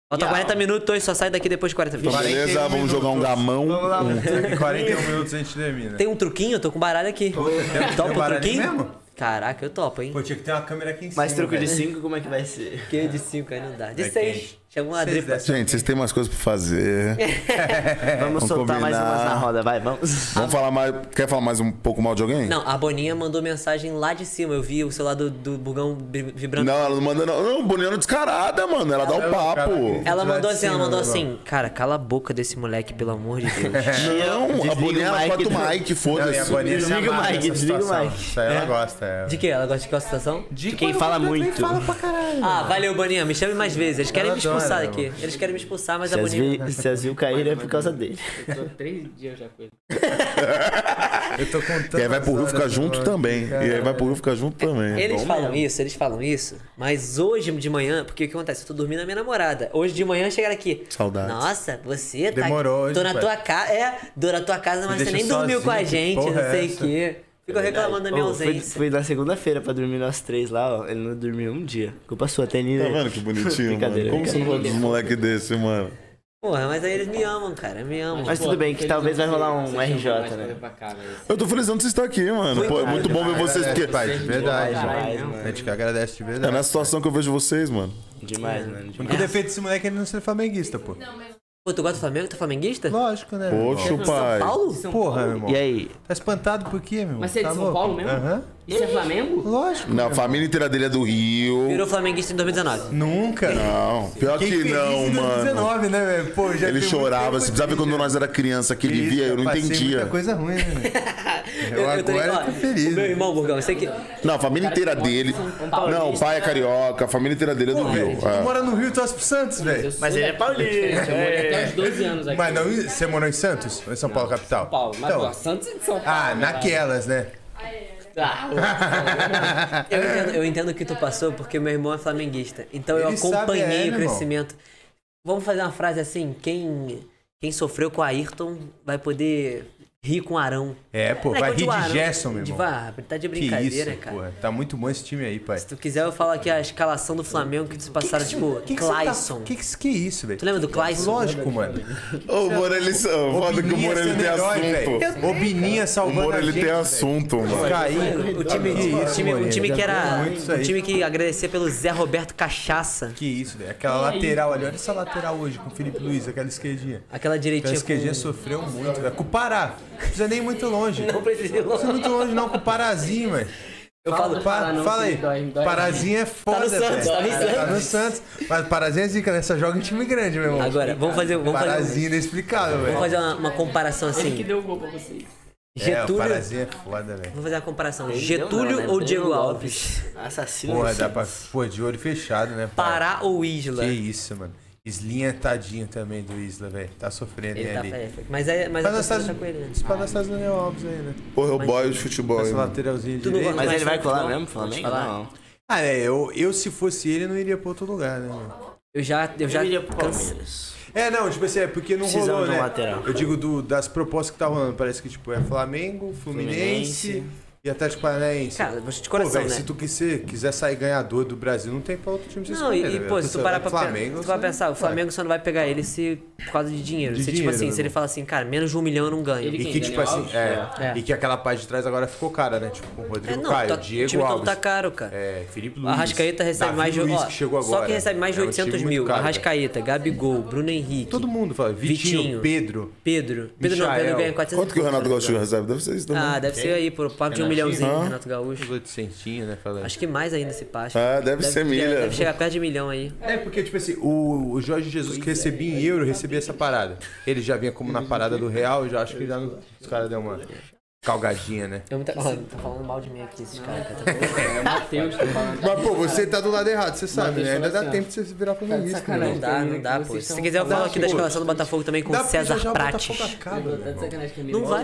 Speaker 3: Falta 40 minutos, só sai daqui depois de 40 minutos.
Speaker 1: Beleza,
Speaker 4: 41
Speaker 1: vamos jogar um
Speaker 4: minutos.
Speaker 1: gamão.
Speaker 4: Em 41 minutos a gente termina.
Speaker 3: Tem um truquinho? Eu tô com baralho aqui.
Speaker 4: Tem
Speaker 3: Topa
Speaker 4: um
Speaker 3: o
Speaker 4: baralhinho
Speaker 3: truquinho?
Speaker 4: mesmo?
Speaker 3: Caraca, eu topo, hein?
Speaker 4: Pô, tinha que ter uma câmera aqui em cima.
Speaker 6: Mas truco de
Speaker 4: velho.
Speaker 6: 5, como é que vai ser?
Speaker 3: Porque de 5 aí não dá. De
Speaker 12: É
Speaker 3: 6.
Speaker 12: quente.
Speaker 3: Chama um uma
Speaker 4: Vocês
Speaker 3: dripa.
Speaker 4: dessem-
Speaker 1: Gente, vocês têm mais coisas pra fazer.
Speaker 6: Vamos
Speaker 1: Vamos
Speaker 6: soltar mais
Speaker 1: combinar.
Speaker 6: umas na roda, vai, vamos.
Speaker 1: Vamos falar mais. Quer falar mais um pouco mal de alguém?
Speaker 3: Não, a Boninha mandou mensagem lá de cima. Eu vi o celular do, do Bugão bri- vibrando.
Speaker 1: Não, ela não manda, não. Não, Boniano descarada, mano. Ela dá o papo.
Speaker 4: Lá
Speaker 3: Ela
Speaker 4: de
Speaker 3: mandou assim, ela
Speaker 4: cima,
Speaker 3: mandou
Speaker 4: meu
Speaker 3: assim, cara, cala a boca desse moleque, pelo amor de Deus.
Speaker 1: Não,
Speaker 6: Desliga
Speaker 1: a
Speaker 6: o
Speaker 1: Boninho ela
Speaker 6: mic
Speaker 1: corta
Speaker 6: do-
Speaker 1: o Mike,
Speaker 4: Não, e a
Speaker 1: foda-se.
Speaker 4: Boninha se
Speaker 6: Desliga o
Speaker 4: amarra
Speaker 6: mic,
Speaker 4: nessa
Speaker 6: desliga o
Speaker 4: situação.
Speaker 6: mic.
Speaker 4: Isso aí ela gosta, é.
Speaker 3: De que? Ela gosta de qual situação?
Speaker 6: De quem fala muito.
Speaker 3: Ah, valeu, Boninha, me chame mais vezes. Eles querem
Speaker 4: Ela
Speaker 3: me expulsar
Speaker 4: adora,
Speaker 3: daqui. Eles querem me expulsar, mas
Speaker 6: Se
Speaker 3: a
Speaker 6: as,
Speaker 3: Boninha...
Speaker 6: vi, se as viu cair é por causa dele.
Speaker 5: Eu tô há três dias já com ele.
Speaker 4: Eu tô contando.
Speaker 1: E aí vai pro Rio
Speaker 4: as
Speaker 1: ficar
Speaker 4: horas, né,
Speaker 1: junto
Speaker 4: mano.
Speaker 1: também. E aí vai pro Rio ficar junto também.
Speaker 4: É
Speaker 3: Eles
Speaker 1: Bom,
Speaker 3: falam isso, eles falam isso, mas hoje de manhã, porque o que acontece? Eu tô dormindo na minha namorada. Hoje de manhã chegaram aqui.
Speaker 1: Saudades.
Speaker 3: Nossa, você tá.
Speaker 4: Demorou hoje,
Speaker 3: Tô na
Speaker 4: pai.
Speaker 3: tua casa. É, tô na tua casa, mas você
Speaker 4: deixa
Speaker 3: nem
Speaker 4: sozinho,
Speaker 3: dormiu com a
Speaker 4: que
Speaker 3: gente,
Speaker 4: porra
Speaker 3: não
Speaker 4: é
Speaker 3: sei o
Speaker 4: essa? É
Speaker 3: quê. Ficam reclamando da minha
Speaker 6: Ô, fui,
Speaker 3: ausência.
Speaker 6: fui na segunda-feira pra dormir nós três lá, ó. Ele não dormiu um dia. Culpa sua, Tenina.
Speaker 1: Tá vendo que bonitinho, mano?
Speaker 6: Brincadeira,
Speaker 1: Como você não gosta dos moleque desse, mano?
Speaker 3: Porra, mas aí eles me amam, cara, me amam.
Speaker 6: Mas tudo bem, que talvez vai rolar um RJ, né?
Speaker 1: Eu tô felizão de vocês estar aqui, mano. Pô, é muito bom ver vocês, porque
Speaker 4: Pai, de verdade.
Speaker 6: Demais,
Speaker 4: mano.
Speaker 6: mano.
Speaker 4: A gente que agradece de
Speaker 1: é
Speaker 4: verdade.
Speaker 1: na situação que eu vejo vocês, mano.
Speaker 6: Demais, É, mano.
Speaker 4: O
Speaker 6: Demais.
Speaker 4: único defeito desse moleque é ele não ser flamenguista, pô.
Speaker 3: Pô, tu gosta do Flamengo? Tu é flamenguista?
Speaker 4: Lógico, né? meu
Speaker 1: Poxa,
Speaker 4: irmão?
Speaker 1: pai.
Speaker 3: Paulo?
Speaker 4: Porra, meu irmão.
Speaker 6: E aí?
Speaker 4: Tá espantado por quê, meu irmão?
Speaker 5: Mas você é de
Speaker 4: Tá
Speaker 5: São
Speaker 4: louco?
Speaker 5: Paulo mesmo?
Speaker 4: Aham.
Speaker 5: Isso é Flamengo?
Speaker 4: Lógico.
Speaker 1: Não, a família inteira dele é do Rio.
Speaker 3: Virou flamenguista em 2019.
Speaker 4: Nunca.
Speaker 1: Não, pior
Speaker 4: Fiquei
Speaker 1: que
Speaker 4: feliz
Speaker 1: não,
Speaker 4: em
Speaker 1: mano.
Speaker 4: 2019, né, velho? Pô, já
Speaker 1: Ele
Speaker 4: tem muito
Speaker 1: chorava,
Speaker 4: tempo
Speaker 1: você precisava ver
Speaker 4: disso.
Speaker 1: quando nós era criança que ele
Speaker 4: Isso,
Speaker 1: via, eu não
Speaker 4: passei
Speaker 1: entendia.
Speaker 4: Muita coisa ruim, né? velho? Eu,
Speaker 3: tô
Speaker 4: agora
Speaker 3: ligado.
Speaker 4: tô feliz. É.
Speaker 3: O meu irmão, Burgão, eu sei que.
Speaker 1: Não, a família inteira dele. Não, o pai é carioca, a família inteira dele é do Rio.
Speaker 4: Tu
Speaker 1: É.
Speaker 4: mora no Rio e torce pro Santos, velho.
Speaker 6: Mas ele é paulista. é.
Speaker 5: Até os 12 anos aqui.
Speaker 4: Mas não, você morou em Santos? Ou em São Paulo, capital?
Speaker 5: São Paulo. Mas ó,
Speaker 4: Então,
Speaker 5: Santos e São Paulo.
Speaker 4: ah,
Speaker 5: né,
Speaker 4: naquelas, né?
Speaker 5: cara? Ah,
Speaker 3: Eu entendo, eu entendo o que tu passou porque meu irmão é flamenguista. Então eu
Speaker 4: Ele sabe,
Speaker 3: acompanhei
Speaker 4: é,
Speaker 3: o
Speaker 4: né,
Speaker 3: crescimento. Vamos fazer uma frase assim: quem, quem sofreu com Ayrton vai poder rir com Arão.
Speaker 4: É, pô,
Speaker 3: Moleque,
Speaker 4: vai
Speaker 3: eu digo
Speaker 4: rir de
Speaker 3: Arão,
Speaker 4: Gerson, meu
Speaker 3: de-
Speaker 4: irmão.
Speaker 3: vá, tá de
Speaker 4: Que isso,
Speaker 3: brincadeira, cara.
Speaker 4: porra. Tá muito bom esse time aí, pai.
Speaker 3: Se tu quiser, eu falo aqui a escalação do Flamengo que eles passaram, tipo,
Speaker 4: que que você tá-
Speaker 3: Clayson.
Speaker 4: Que que que é isso, velho?
Speaker 3: Tu lembra do Clayson?
Speaker 4: Lógico, mano.
Speaker 1: Ô, O Morelli. ô, Foda que o
Speaker 4: Bininha
Speaker 1: Morelli
Speaker 4: sendo
Speaker 1: tem
Speaker 4: herói,
Speaker 1: assunto.
Speaker 4: é velho. O Bininha
Speaker 1: O
Speaker 4: salvando a
Speaker 1: Morelli
Speaker 4: gente.
Speaker 1: tem assunto, mano.
Speaker 4: Cair.
Speaker 3: O time,
Speaker 4: Que
Speaker 3: o
Speaker 4: isso,
Speaker 3: time, o
Speaker 4: Moreira,
Speaker 3: time que
Speaker 4: já
Speaker 3: era.
Speaker 4: muito isso
Speaker 3: O
Speaker 4: aí.
Speaker 3: time que agradecia pelo Zé Roberto Cachaça.
Speaker 4: Que isso, velho. Aquela
Speaker 3: é
Speaker 4: lateral ali. Olha essa lateral hoje com o Felipe Luiz, aquela esquerdinha.
Speaker 3: Aquela
Speaker 4: Aquela
Speaker 3: direitinha.
Speaker 4: esquerdinha
Speaker 3: Com...
Speaker 4: sofreu muito, velho. Com o Pará. Não precisa nem ir muito longe. Não
Speaker 3: precisa ir longe.
Speaker 4: precisa ir muito longe, não. Com o Parazinho, velho.
Speaker 3: Eu
Speaker 4: Fala,
Speaker 3: falo. ah,
Speaker 4: pa-
Speaker 5: Pará não,
Speaker 4: fala
Speaker 5: que
Speaker 4: aí.
Speaker 5: dói, dói.
Speaker 4: Parazinho é foda, velho.
Speaker 3: Santos, tá no Santos.
Speaker 4: Tá no Santos. Mas o Parazinho é zica, né? Só joga em time grande, meu irmão.
Speaker 3: Agora, vamos fazer. Vamos fazer, um-
Speaker 4: Parazinho é inexplicável,
Speaker 3: vamos
Speaker 4: velho.
Speaker 3: fazer uma, uma comparação
Speaker 5: Ele que
Speaker 3: assim.
Speaker 5: deu o gol pra vocês.
Speaker 4: É, o
Speaker 3: Getúlio.
Speaker 4: Parazinho é foda, velho.
Speaker 3: Vamos fazer uma comparação.
Speaker 6: deu
Speaker 3: Getúlio
Speaker 6: não, né?
Speaker 3: ou
Speaker 6: Deu
Speaker 3: Diego
Speaker 6: um
Speaker 3: Alves?
Speaker 6: Assassino.
Speaker 4: Porra,
Speaker 6: do
Speaker 4: dá
Speaker 6: Santos.
Speaker 4: pra. Pô, de olho fechado, né? pai?
Speaker 3: Pará ou Isla?
Speaker 4: Que isso, mano. Islinha tadinho também do Isla, velho. Tá sofrendo,
Speaker 3: Ele
Speaker 4: né,
Speaker 3: tá
Speaker 4: ali.
Speaker 3: fé. Mas é. Mas
Speaker 4: Mas
Speaker 3: a
Speaker 4: nós
Speaker 3: torcida
Speaker 4: Estados
Speaker 3: tá com ele, né?
Speaker 4: Unidos. Pra nós Estados Unidos é o Alves aí, né?
Speaker 1: Porra, o boy de futebol, hein,
Speaker 4: Essa
Speaker 1: mano.
Speaker 4: lateralzinha
Speaker 3: Tu não
Speaker 4: direita.
Speaker 3: gosta-
Speaker 6: Mas ele vai
Speaker 3: Mas
Speaker 6: colar
Speaker 3: não,
Speaker 6: mesmo,
Speaker 3: pode
Speaker 6: Flamengo?
Speaker 3: falar.
Speaker 6: Não.
Speaker 4: Ah, é, eu, eu se fosse ele, não iria pra outro lugar, né? mano?
Speaker 3: Eu já. Eu já.
Speaker 6: Eu iria pro
Speaker 3: canse-
Speaker 6: Palmeiras.
Speaker 4: É, não, tipo assim, é porque não
Speaker 6: Precisamos
Speaker 4: rolou,
Speaker 6: de um
Speaker 4: né?
Speaker 6: lateral.
Speaker 4: Eu digo do- das propostas que tá rolando. Parece que, tipo, é Flamengo, Fluminense,
Speaker 6: Fluminense.
Speaker 4: e Atlético Paranaense.
Speaker 3: Cara, você de
Speaker 4: Pô,
Speaker 3: coração,
Speaker 4: velho, se
Speaker 3: né?
Speaker 4: tu quiser, quiser sair ganhador do Brasil, não tem pra outro time você
Speaker 3: Não,
Speaker 4: escolher,
Speaker 3: e,
Speaker 4: né,
Speaker 3: e pô,
Speaker 4: velho?
Speaker 3: se
Speaker 4: Você
Speaker 3: tu parar
Speaker 4: vai
Speaker 3: pra,
Speaker 4: pro Flamengo,
Speaker 3: Flamengo, tu vai
Speaker 4: você-
Speaker 3: pensar, o Flamengo só não vai pegar ele se por causa de dinheiro.
Speaker 4: De
Speaker 3: se
Speaker 4: dinheiro,
Speaker 3: tipo assim,
Speaker 4: né?
Speaker 3: se ele fala assim, cara, menos de um milhão eu não ganho.
Speaker 5: Ele
Speaker 4: E
Speaker 5: Quem,
Speaker 4: que, tipo
Speaker 5: Daniel
Speaker 4: assim,
Speaker 5: Alves?
Speaker 4: é,
Speaker 3: É.
Speaker 4: E que aquela parte de trás agora ficou cara, né? Tipo, com o Rodrigo
Speaker 3: É, não,
Speaker 4: Caio,
Speaker 3: tá- o time
Speaker 4: Diego
Speaker 3: todo
Speaker 4: Alves.
Speaker 3: tá caro, cara.
Speaker 4: É, Felipe
Speaker 3: O
Speaker 4: Luiz.
Speaker 3: Arrascaeta recebe
Speaker 4: Davi
Speaker 3: mais de. um,
Speaker 4: Luiz,
Speaker 3: ó,
Speaker 4: que chegou agora.
Speaker 3: Só que recebe mais de
Speaker 4: É um time
Speaker 3: 800
Speaker 4: muito
Speaker 3: mil.
Speaker 4: caro, velho.
Speaker 3: Arrascaeta, Gabigol, Bruno Henrique.
Speaker 4: Todo mundo fala. Vitinho,
Speaker 3: Vitinho.
Speaker 4: Pedro.
Speaker 3: Pedro. Pedro não,
Speaker 4: Michael.
Speaker 3: Pedro ganha 400
Speaker 1: Quanto que o Renato Gaúcho recebe? Deve ser isso também.
Speaker 3: Ah, deve ser aí, por papo de um
Speaker 4: Renatinho?
Speaker 3: milhãozinho,
Speaker 1: Ah.
Speaker 3: Renato
Speaker 4: Os
Speaker 3: Gaúcho.
Speaker 4: 800, né? Falando.
Speaker 3: Acho que mais ainda se passa.
Speaker 1: Ah, deve ser milha.
Speaker 3: Deve chegar perto de milhão aí.
Speaker 4: É, porque, tipo assim, o, o Jorge Jesus que
Speaker 3: é,
Speaker 4: recebia em
Speaker 3: tá
Speaker 4: euro, recebia essa parada. Ele já vinha como na parada do Real, eu já acho que já não- os caras deu uma calgadinha, né?
Speaker 3: Eu muita... Ó, tá falando mal de mim aqui, esses caras. cara.
Speaker 5: É o Matheus que tá falando.
Speaker 4: Mas, pô, você tá do lado errado, você sabe, né? Ainda dá tempo de você se virar flamenguista, né?
Speaker 3: Não dá, não dá, pô. Se você quiser, eu falo aqui da escalação do Botafogo também com
Speaker 4: Dá porque
Speaker 3: César
Speaker 4: já já o
Speaker 3: Prates.
Speaker 4: Botafogo acaba, né, irmão?
Speaker 3: Não vai.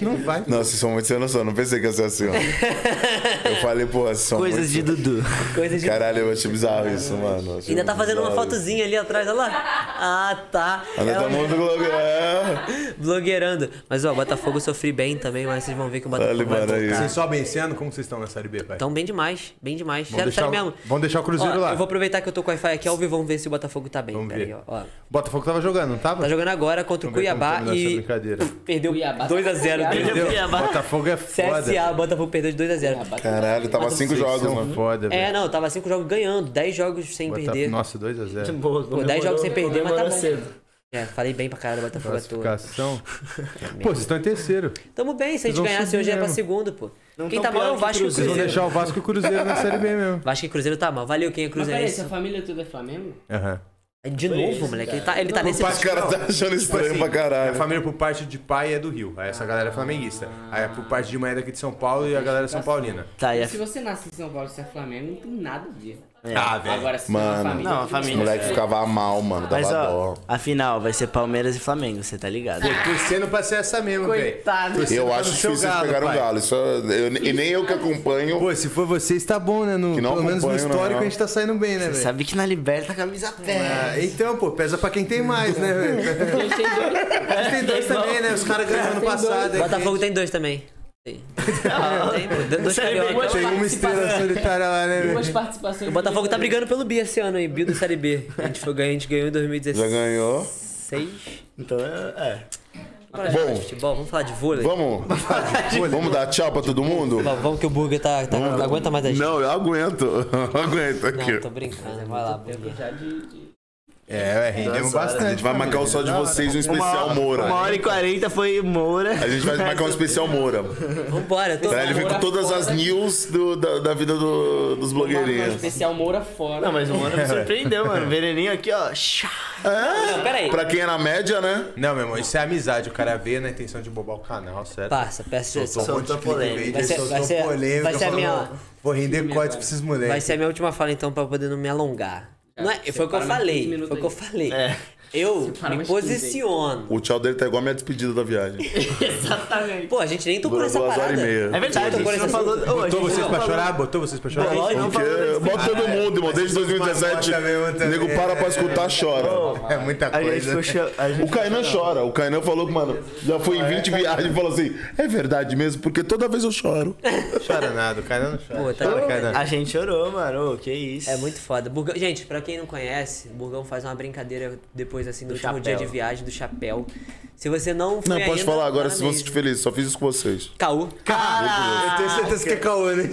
Speaker 4: Não vai.
Speaker 1: Nossa, vocês são muito sem noção, não pensei que ia ser assim, ó. Eu falei, porra, vocês são
Speaker 6: Coisas
Speaker 1: muito...
Speaker 6: de Dudu.
Speaker 3: Coisa de.
Speaker 1: Caralho, eu achei bizarro isso, mano. Eu achei
Speaker 3: Ainda tá
Speaker 1: muito
Speaker 3: fazendo uma
Speaker 1: bizarro isso.
Speaker 3: fotozinha ali atrás, olha lá. Ah, tá. um
Speaker 1: Ainda
Speaker 3: Ela-
Speaker 1: tá muito louco. É.
Speaker 3: Blogueirando. Mas, ó, Botafogo eu sofri bem, também, mas vocês vão ver que o
Speaker 1: Olha
Speaker 3: Botafogo
Speaker 1: o
Speaker 3: vai
Speaker 1: Maranhão.
Speaker 3: voltar.
Speaker 4: Vocês sobem esse ano? Como vocês estão na Série B, pai?
Speaker 3: Então bem demais, bem demais.
Speaker 4: Vamos
Speaker 3: Sério,
Speaker 4: deixar,
Speaker 3: sério mesmo.
Speaker 4: vamos deixar o Cruzeiro
Speaker 3: Ó,
Speaker 4: lá.
Speaker 3: Eu vou aproveitar que eu tô com o Wi-Fi aqui ao vivo, vamos ver se o Botafogo tá bem.
Speaker 4: Vamos
Speaker 3: Pera
Speaker 4: ver.
Speaker 3: aí, ó, ó.
Speaker 4: O Botafogo tava jogando, não tava?
Speaker 3: Tá jogando agora contra o
Speaker 4: Vamos ver como
Speaker 3: Cuiabá
Speaker 4: terminou essa
Speaker 3: e
Speaker 4: brincadeira.
Speaker 3: perdeu
Speaker 5: Cuiabá tá
Speaker 3: 2x0.
Speaker 5: complicado.
Speaker 4: Entendeu? Botafogo é foda.
Speaker 3: CSA, Botafogo perdeu de 2x0.
Speaker 1: Caralho, tava cinco
Speaker 4: Vocês
Speaker 1: jogos,
Speaker 4: são
Speaker 1: mano.
Speaker 4: foda,
Speaker 3: É,
Speaker 4: velho.
Speaker 3: não, tava 5 jogos ganhando, 10 jogos sem
Speaker 4: Bota-
Speaker 3: perder.
Speaker 4: Nossa, 2x0.
Speaker 6: Boa,
Speaker 3: Pô, 10 jogos sem perder, mas tá
Speaker 6: comemorou
Speaker 3: bom.
Speaker 6: cedo.
Speaker 3: É, falei bem pra caralho do Botafogo à
Speaker 4: né?
Speaker 3: toa.
Speaker 4: Classificação. Pô, vocês estão em terceiro.
Speaker 3: Tamo bem, se a
Speaker 4: Vocês
Speaker 3: gente
Speaker 4: vão
Speaker 3: ganhasse
Speaker 4: subir
Speaker 3: hoje é pra
Speaker 4: mesmo.
Speaker 3: segundo, pô.
Speaker 6: Não
Speaker 3: Quem
Speaker 6: tão
Speaker 3: tá mal é
Speaker 6: pior
Speaker 3: o
Speaker 6: que
Speaker 3: Vasco e o
Speaker 6: Cruzeiro.
Speaker 4: Vocês vão
Speaker 3: Cruzeiro.
Speaker 4: deixar o Vasco e o Cruzeiro na Série B mesmo.
Speaker 3: Vasco e Cruzeiro tá mal. Valeu quem é
Speaker 5: Mas peraí,
Speaker 3: Cruzeirense.
Speaker 5: sua família toda é Flamengo?
Speaker 4: Aham.
Speaker 3: De novo, moleque. Ele tá, ele tá nesse.
Speaker 1: Os caras tá
Speaker 4: Tipo
Speaker 1: achando estranho pra
Speaker 4: assim, A
Speaker 1: caralho.
Speaker 4: família por parte de pai é do Rio. Aí essa galera é flamenguista. Aí por parte de mãe é daqui de São Paulo e a galera é São Paulina.
Speaker 6: Tá, e a é.
Speaker 5: Se você nasce em São Paulo e você é Flamengo, não tem nada a ver.
Speaker 4: Ah, velho.
Speaker 5: Agora, se
Speaker 1: Mano.
Speaker 5: é uma família...
Speaker 6: Não, a
Speaker 1: Os
Speaker 6: família.
Speaker 1: moleques ficavam mal, mano. Dava
Speaker 6: Mas
Speaker 1: dó.
Speaker 6: ó, a final vai ser Palmeiras e Flamengo, você tá ligado?
Speaker 4: Torcendo pra ser essa mesmo, velho.
Speaker 5: Coitado.
Speaker 4: Torcendo
Speaker 1: Eu
Speaker 4: pra
Speaker 1: acho
Speaker 4: não ser o
Speaker 1: difícil eles
Speaker 4: galo,
Speaker 1: pegarem o
Speaker 4: pai.
Speaker 1: galo. Isso, é- eu, e nem eu que acompanho.
Speaker 4: Pô, se for vocês, tá bom, né? No,
Speaker 1: Que não
Speaker 4: pelo menos no
Speaker 1: acompanho, não,
Speaker 4: histórico
Speaker 1: não.
Speaker 4: a gente tá saindo bem, né, velho?
Speaker 6: Sabe que na Libéria tá camisa pé.
Speaker 4: Ah, então, pô, pesa pra quem tem mais, né, velho? A gente tem dois também, né? Os caras ganharam ano passado. aqui.
Speaker 3: Botafogo tem dois também. Tem. Tem, pô. Tem dois carioca.
Speaker 4: Tem uma estrela solitária lá, né, velho?
Speaker 5: Duas participações...
Speaker 3: O Botafogo tá brigando pelo B esse ano, hein? B do Série B. A gente, foi, ganhar- a gente ganhou em
Speaker 1: Já
Speaker 3: 2016.
Speaker 1: ganhou.
Speaker 6: Então é.
Speaker 1: Bom.
Speaker 3: Futebol, vamos falar de vôlei.
Speaker 1: Vamos? Vamos dar tchau pra todo mundo?
Speaker 3: Vamos, vamos que o Burger tá, tá- não aguenta mais a gente.
Speaker 1: Não, eu aguento. Eu aguento aqui.
Speaker 3: Não, tô brincando. Vai lá, Burger.
Speaker 4: É, ué, rendemos bastante.
Speaker 1: A gente vai marcar o só de vocês um especial Moura.
Speaker 6: Uma hora e quarenta foi Moura.
Speaker 1: A gente vai marcar um especial Moura.
Speaker 3: Vambora, eu tô.
Speaker 1: Pra ele vir com todas as news do- da, da vida do- dos
Speaker 5: Um
Speaker 1: blogueirinhos.
Speaker 5: especial Moura fora.
Speaker 6: Não, mas o Moura me surpreendeu, mano. Veneninho aqui, ó. chá.
Speaker 3: Pera aí.
Speaker 1: Pra quem é na média, né?
Speaker 4: Não, meu irmão, isso é amizade. O cara vê na intenção de bobar o canal, certo?
Speaker 3: Passa, peço
Speaker 4: Soltou um monte de
Speaker 6: Soltou polêmica.
Speaker 4: clickbait,
Speaker 3: Tá. Vai ser-
Speaker 4: soltou
Speaker 3: vai ser-
Speaker 4: polêmica,
Speaker 3: vai ser a
Speaker 4: falou,
Speaker 3: minha-
Speaker 4: Vou render corte pra esses moleques.
Speaker 3: Vai ser a minha última fala, então, pra eu poder não me alongar. Não é, foi o que eu
Speaker 5: separa mais
Speaker 3: falei.
Speaker 5: 15 minutos
Speaker 3: Foi o que eu
Speaker 5: aí.
Speaker 3: falei.
Speaker 1: É.
Speaker 3: Eu
Speaker 5: Separa
Speaker 3: me
Speaker 5: mais 15 aí.
Speaker 3: posiciono.
Speaker 1: O tchau dele tá igual a minha despedida da viagem.
Speaker 5: Exatamente.
Speaker 3: Pô, a gente nem tocou
Speaker 1: Duas
Speaker 3: nessa parada.
Speaker 1: horas e meia.
Speaker 6: É verdade, a gente não falou. Ô, a gente
Speaker 4: Botou vocês
Speaker 6: não
Speaker 4: pra
Speaker 6: falou-
Speaker 4: chorar? Botou vocês pra chorar?
Speaker 6: Lógico.
Speaker 1: Porque
Speaker 3: É
Speaker 1: é
Speaker 3: né?
Speaker 1: bota
Speaker 4: Ah,
Speaker 1: todo
Speaker 4: é.
Speaker 1: mundo, irmão. Desde 2017,
Speaker 4: Bota mesmo,
Speaker 1: o nego
Speaker 4: também.
Speaker 1: para pra escutar, chora.
Speaker 4: É muita
Speaker 6: A gente
Speaker 4: coisa.
Speaker 6: ficou cho- a gente-
Speaker 1: O Kainan chora. O Kainan falou que, mano, já foi em 20 viagens e falou assim: é verdade mesmo, porque toda vez eu choro.
Speaker 4: Não chora nada, o cara não chora.
Speaker 3: Pô, tá
Speaker 4: Chora,
Speaker 3: bom.
Speaker 4: cara.
Speaker 6: A gente chorou, mano. Ô, que isso.
Speaker 3: É muito foda. Burgão, gente, pra quem não conhece, Burgão faz uma brincadeira depois, assim, do último
Speaker 6: chapéu.
Speaker 3: dia de viagem do chapéu. Se você não foi
Speaker 1: Não, posso
Speaker 3: ainda,
Speaker 1: falar agora,
Speaker 3: tá
Speaker 1: se
Speaker 3: na
Speaker 1: vão se
Speaker 3: mesa.
Speaker 1: felizes. Só fiz isso com vocês.
Speaker 3: Caô.
Speaker 4: Eu tenho certeza que é caô, né?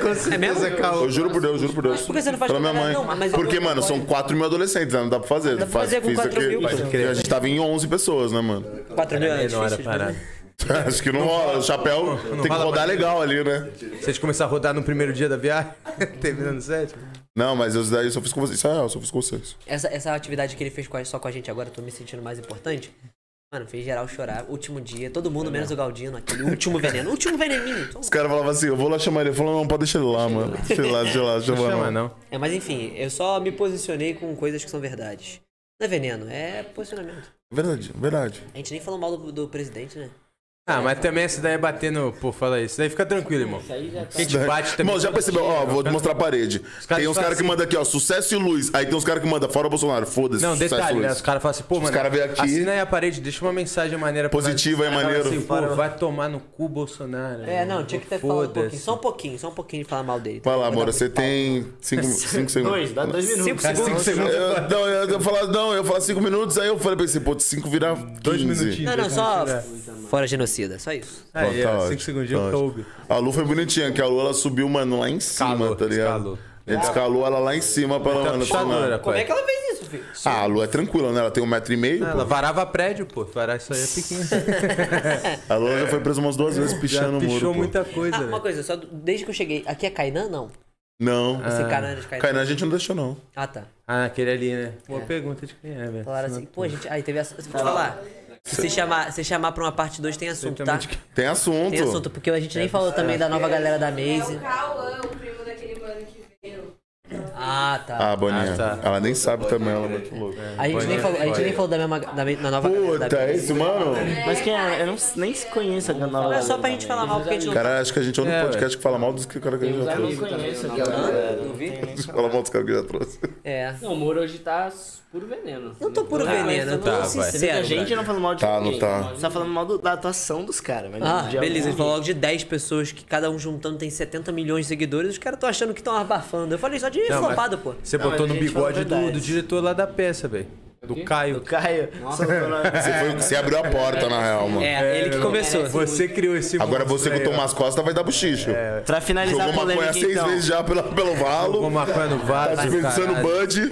Speaker 4: Com certeza é caô.
Speaker 1: Eu juro por Deus, juro por Deus.
Speaker 3: por que você não faz
Speaker 1: Pela
Speaker 3: com
Speaker 1: minha mãe.
Speaker 3: nada? Não, mas eu
Speaker 1: Porque,
Speaker 3: não
Speaker 1: mano,
Speaker 3: apoio.
Speaker 1: são 4 mil adolescentes, né? Não dá pra fazer.
Speaker 3: pra
Speaker 1: Faz-
Speaker 3: fazer com
Speaker 1: fiz
Speaker 3: 4
Speaker 1: aqui.
Speaker 3: mil, então.
Speaker 1: E a gente tava em 11 pessoas, né, mano?
Speaker 3: 4 mil anos.
Speaker 4: Menor a
Speaker 3: difícil, né?
Speaker 4: parada.
Speaker 1: Acho que não rola. O chapéu tem que
Speaker 4: rola
Speaker 1: rodar
Speaker 4: mais.
Speaker 1: legal ali, né?
Speaker 4: Se a gente começar a rodar no primeiro dia da viagem, terminando no sétimo.
Speaker 1: Não, mas eu daí eu só fiz com vocês. Isso é real, eu só fiz com vocês.
Speaker 3: essa, essa atividade que ele fez com a- só com a gente agora, eu tô me sentindo mais importante. Mano, fez geral chorar. Último dia, todo mundo,
Speaker 1: É.
Speaker 3: menos o Galdino, aquele último veneno. Último veneninho.
Speaker 1: Os caras falavam assim, eu vou lá chamar ele. Eu falava, não, pode deixar ele lá, mano. Deixa ele lá, deixa ele lá, deixa ele lá.
Speaker 4: Chama
Speaker 1: mano.
Speaker 4: não.
Speaker 3: É, mas enfim, eu só me posicionei com coisas que são verdades. Não é veneno, é posicionamento.
Speaker 1: Verdade, verdade.
Speaker 3: A gente nem falou mal do, do presidente, né?
Speaker 4: Ah, mas também essa daí é batendo. Pô, fala isso. Daí fica tranquilo, irmão. A gente bate também.
Speaker 1: Irmão, já percebeu? Ó, vou te mostrar a parede.
Speaker 4: caras
Speaker 1: Tem uns
Speaker 4: falam
Speaker 1: caras que
Speaker 4: assim-
Speaker 1: mandam aqui, ó, sucesso e luz. Aí tem uns caras que mandam, fora o Bolsonaro, foda-se,
Speaker 4: Não,
Speaker 1: sucesso e
Speaker 4: detalhe,
Speaker 1: luz.
Speaker 4: né? Os caras falam assim, pô, mano.
Speaker 1: caras vêm aqui-
Speaker 4: Assina aí a parede, deixa uma mensagem maneira pra
Speaker 1: Positiva,
Speaker 4: nós.
Speaker 1: é maneiro.
Speaker 4: Assim, pô, vai tomar no cu, Bolsonaro.
Speaker 3: É, não, tinha que ter falado um pouquinho.
Speaker 4: Foda-se.
Speaker 3: Só um pouquinho, só um pouquinho de falar mal dele.
Speaker 1: Vai lá, Moura, você tem 5 segundos.
Speaker 6: Dois, dá dois minutos.
Speaker 3: Cinco
Speaker 4: Cara,
Speaker 3: segundos.
Speaker 4: cinco segundos.
Speaker 1: Eu, não, eu, eu falava, não, eu falava 5 minutos, aí eu falei pra esse, pô, 5 virar 15.
Speaker 4: Dois minutinhos.
Speaker 3: Não, não, só fora genocida, só isso.
Speaker 1: Pronto,
Speaker 4: Aí,
Speaker 1: tá
Speaker 4: ó,
Speaker 1: ótimo,
Speaker 4: cinco segundinhos
Speaker 1: tá
Speaker 4: que eu
Speaker 1: ótimo.
Speaker 4: ouvi.
Speaker 1: A Lu foi bonitinha, que a Lu ela subiu, mano, lá em cima,
Speaker 4: Escalou,
Speaker 1: tá ligado?
Speaker 4: escalou.
Speaker 1: A gente escalou ela lá em cima pra ela, mano.
Speaker 4: Tá
Speaker 1: Tá
Speaker 4: dura,
Speaker 3: Como é
Speaker 4: pai.
Speaker 3: que ela fez isso, filho?
Speaker 1: ah, a Lu é tranquila, né? Ela tem um metro e meio,
Speaker 4: Ela
Speaker 1: pô.
Speaker 4: varava prédio, pô. Varar isso aí é pequeno.
Speaker 1: A Lu já foi presa umas duas vezes
Speaker 4: Já
Speaker 1: pichando o muro.
Speaker 4: pichou
Speaker 1: pô.
Speaker 4: muita coisa,
Speaker 3: Ah,
Speaker 4: velho.
Speaker 3: uma coisa, só desde que eu cheguei. Aqui é Kainan, não?
Speaker 1: Não.
Speaker 3: Esse cara era de Kainan.
Speaker 1: Ah, Kainan a gente não deixou, não.
Speaker 3: Ah, tá.
Speaker 4: Ah, aquele ali, né? Boa pergunta de quem é, velho.
Speaker 3: Falaram assim, pô, gente. Aí teve assunto. Vou te falar. Se chamar, se chamar pra uma parte 2 tem assunto, tá?
Speaker 1: Tem assunto.
Speaker 3: Tem assunto, porque a gente nem falou também da nova galera da
Speaker 7: É o
Speaker 3: Maze.
Speaker 7: Cauã, o primo daquele mano que veio.
Speaker 3: Ah, tá.
Speaker 1: Ah, Boninha.
Speaker 4: Ah, tá.
Speaker 1: Ela nem sabe também, ela é muito louca.
Speaker 3: a, gente nem falou, a gente nem falou da mesma. Da, me- da nova.
Speaker 1: Puta,
Speaker 3: da,
Speaker 1: é isso, mano?
Speaker 6: Mas quem é? Eu não, nem se conheço a Nova
Speaker 8: É só pra gente falar mal, porque a gente não.
Speaker 1: Cara, acho que a gente é o único podcast que fala mal dos que o cara que a gente já
Speaker 6: Eu Tá não
Speaker 5: tá
Speaker 1: trouxe.
Speaker 6: conheço a galera. Não vi?
Speaker 1: Fala mal dos caras que já trouxe.
Speaker 3: É.
Speaker 5: Não, o Moro hoje tá puro veneno.
Speaker 3: Eu não tô puro
Speaker 5: Ah,
Speaker 3: veneno, eu tô
Speaker 4: tá, vai.
Speaker 6: A
Speaker 3: sincero.
Speaker 6: gente não falando mal de
Speaker 1: Tá,
Speaker 6: ninguém.
Speaker 1: não tá.
Speaker 6: Você tá falando mal do- da atuação dos caras. mas
Speaker 3: Ah,
Speaker 6: de algum-
Speaker 3: beleza, ele falou logo de 10 pessoas que cada um juntando tem 70 milhões de seguidores, os caras estão achando que estão abafando. Eu falei só de
Speaker 4: Não, mas-
Speaker 3: flopado, pô.
Speaker 4: Você
Speaker 6: Não,
Speaker 4: botou
Speaker 6: mas
Speaker 4: no
Speaker 6: a gente fala
Speaker 4: bigode do,
Speaker 6: verdade.
Speaker 4: do diretor lá da peça, velho. Do Caio.
Speaker 6: Do Caio. Só falando-
Speaker 1: Você, foi, você abriu a porta, na real, mano.
Speaker 3: É, ele que
Speaker 4: meu-
Speaker 3: começou.
Speaker 4: Você criou esse
Speaker 1: Agora
Speaker 4: monstro
Speaker 1: você um
Speaker 4: aí,
Speaker 1: com o
Speaker 4: ó.
Speaker 1: Tomás Costa vai dar bochicho.
Speaker 6: Pra finalizar
Speaker 1: Jogou
Speaker 6: a
Speaker 1: maconha
Speaker 6: É. polêmica,
Speaker 1: seis
Speaker 6: então.
Speaker 1: vezes já pelo, pelo
Speaker 4: Jogou
Speaker 1: valo.
Speaker 4: maconha no
Speaker 1: Tá
Speaker 4: vaso,
Speaker 1: desperdiçando
Speaker 4: caralho.
Speaker 1: Bud.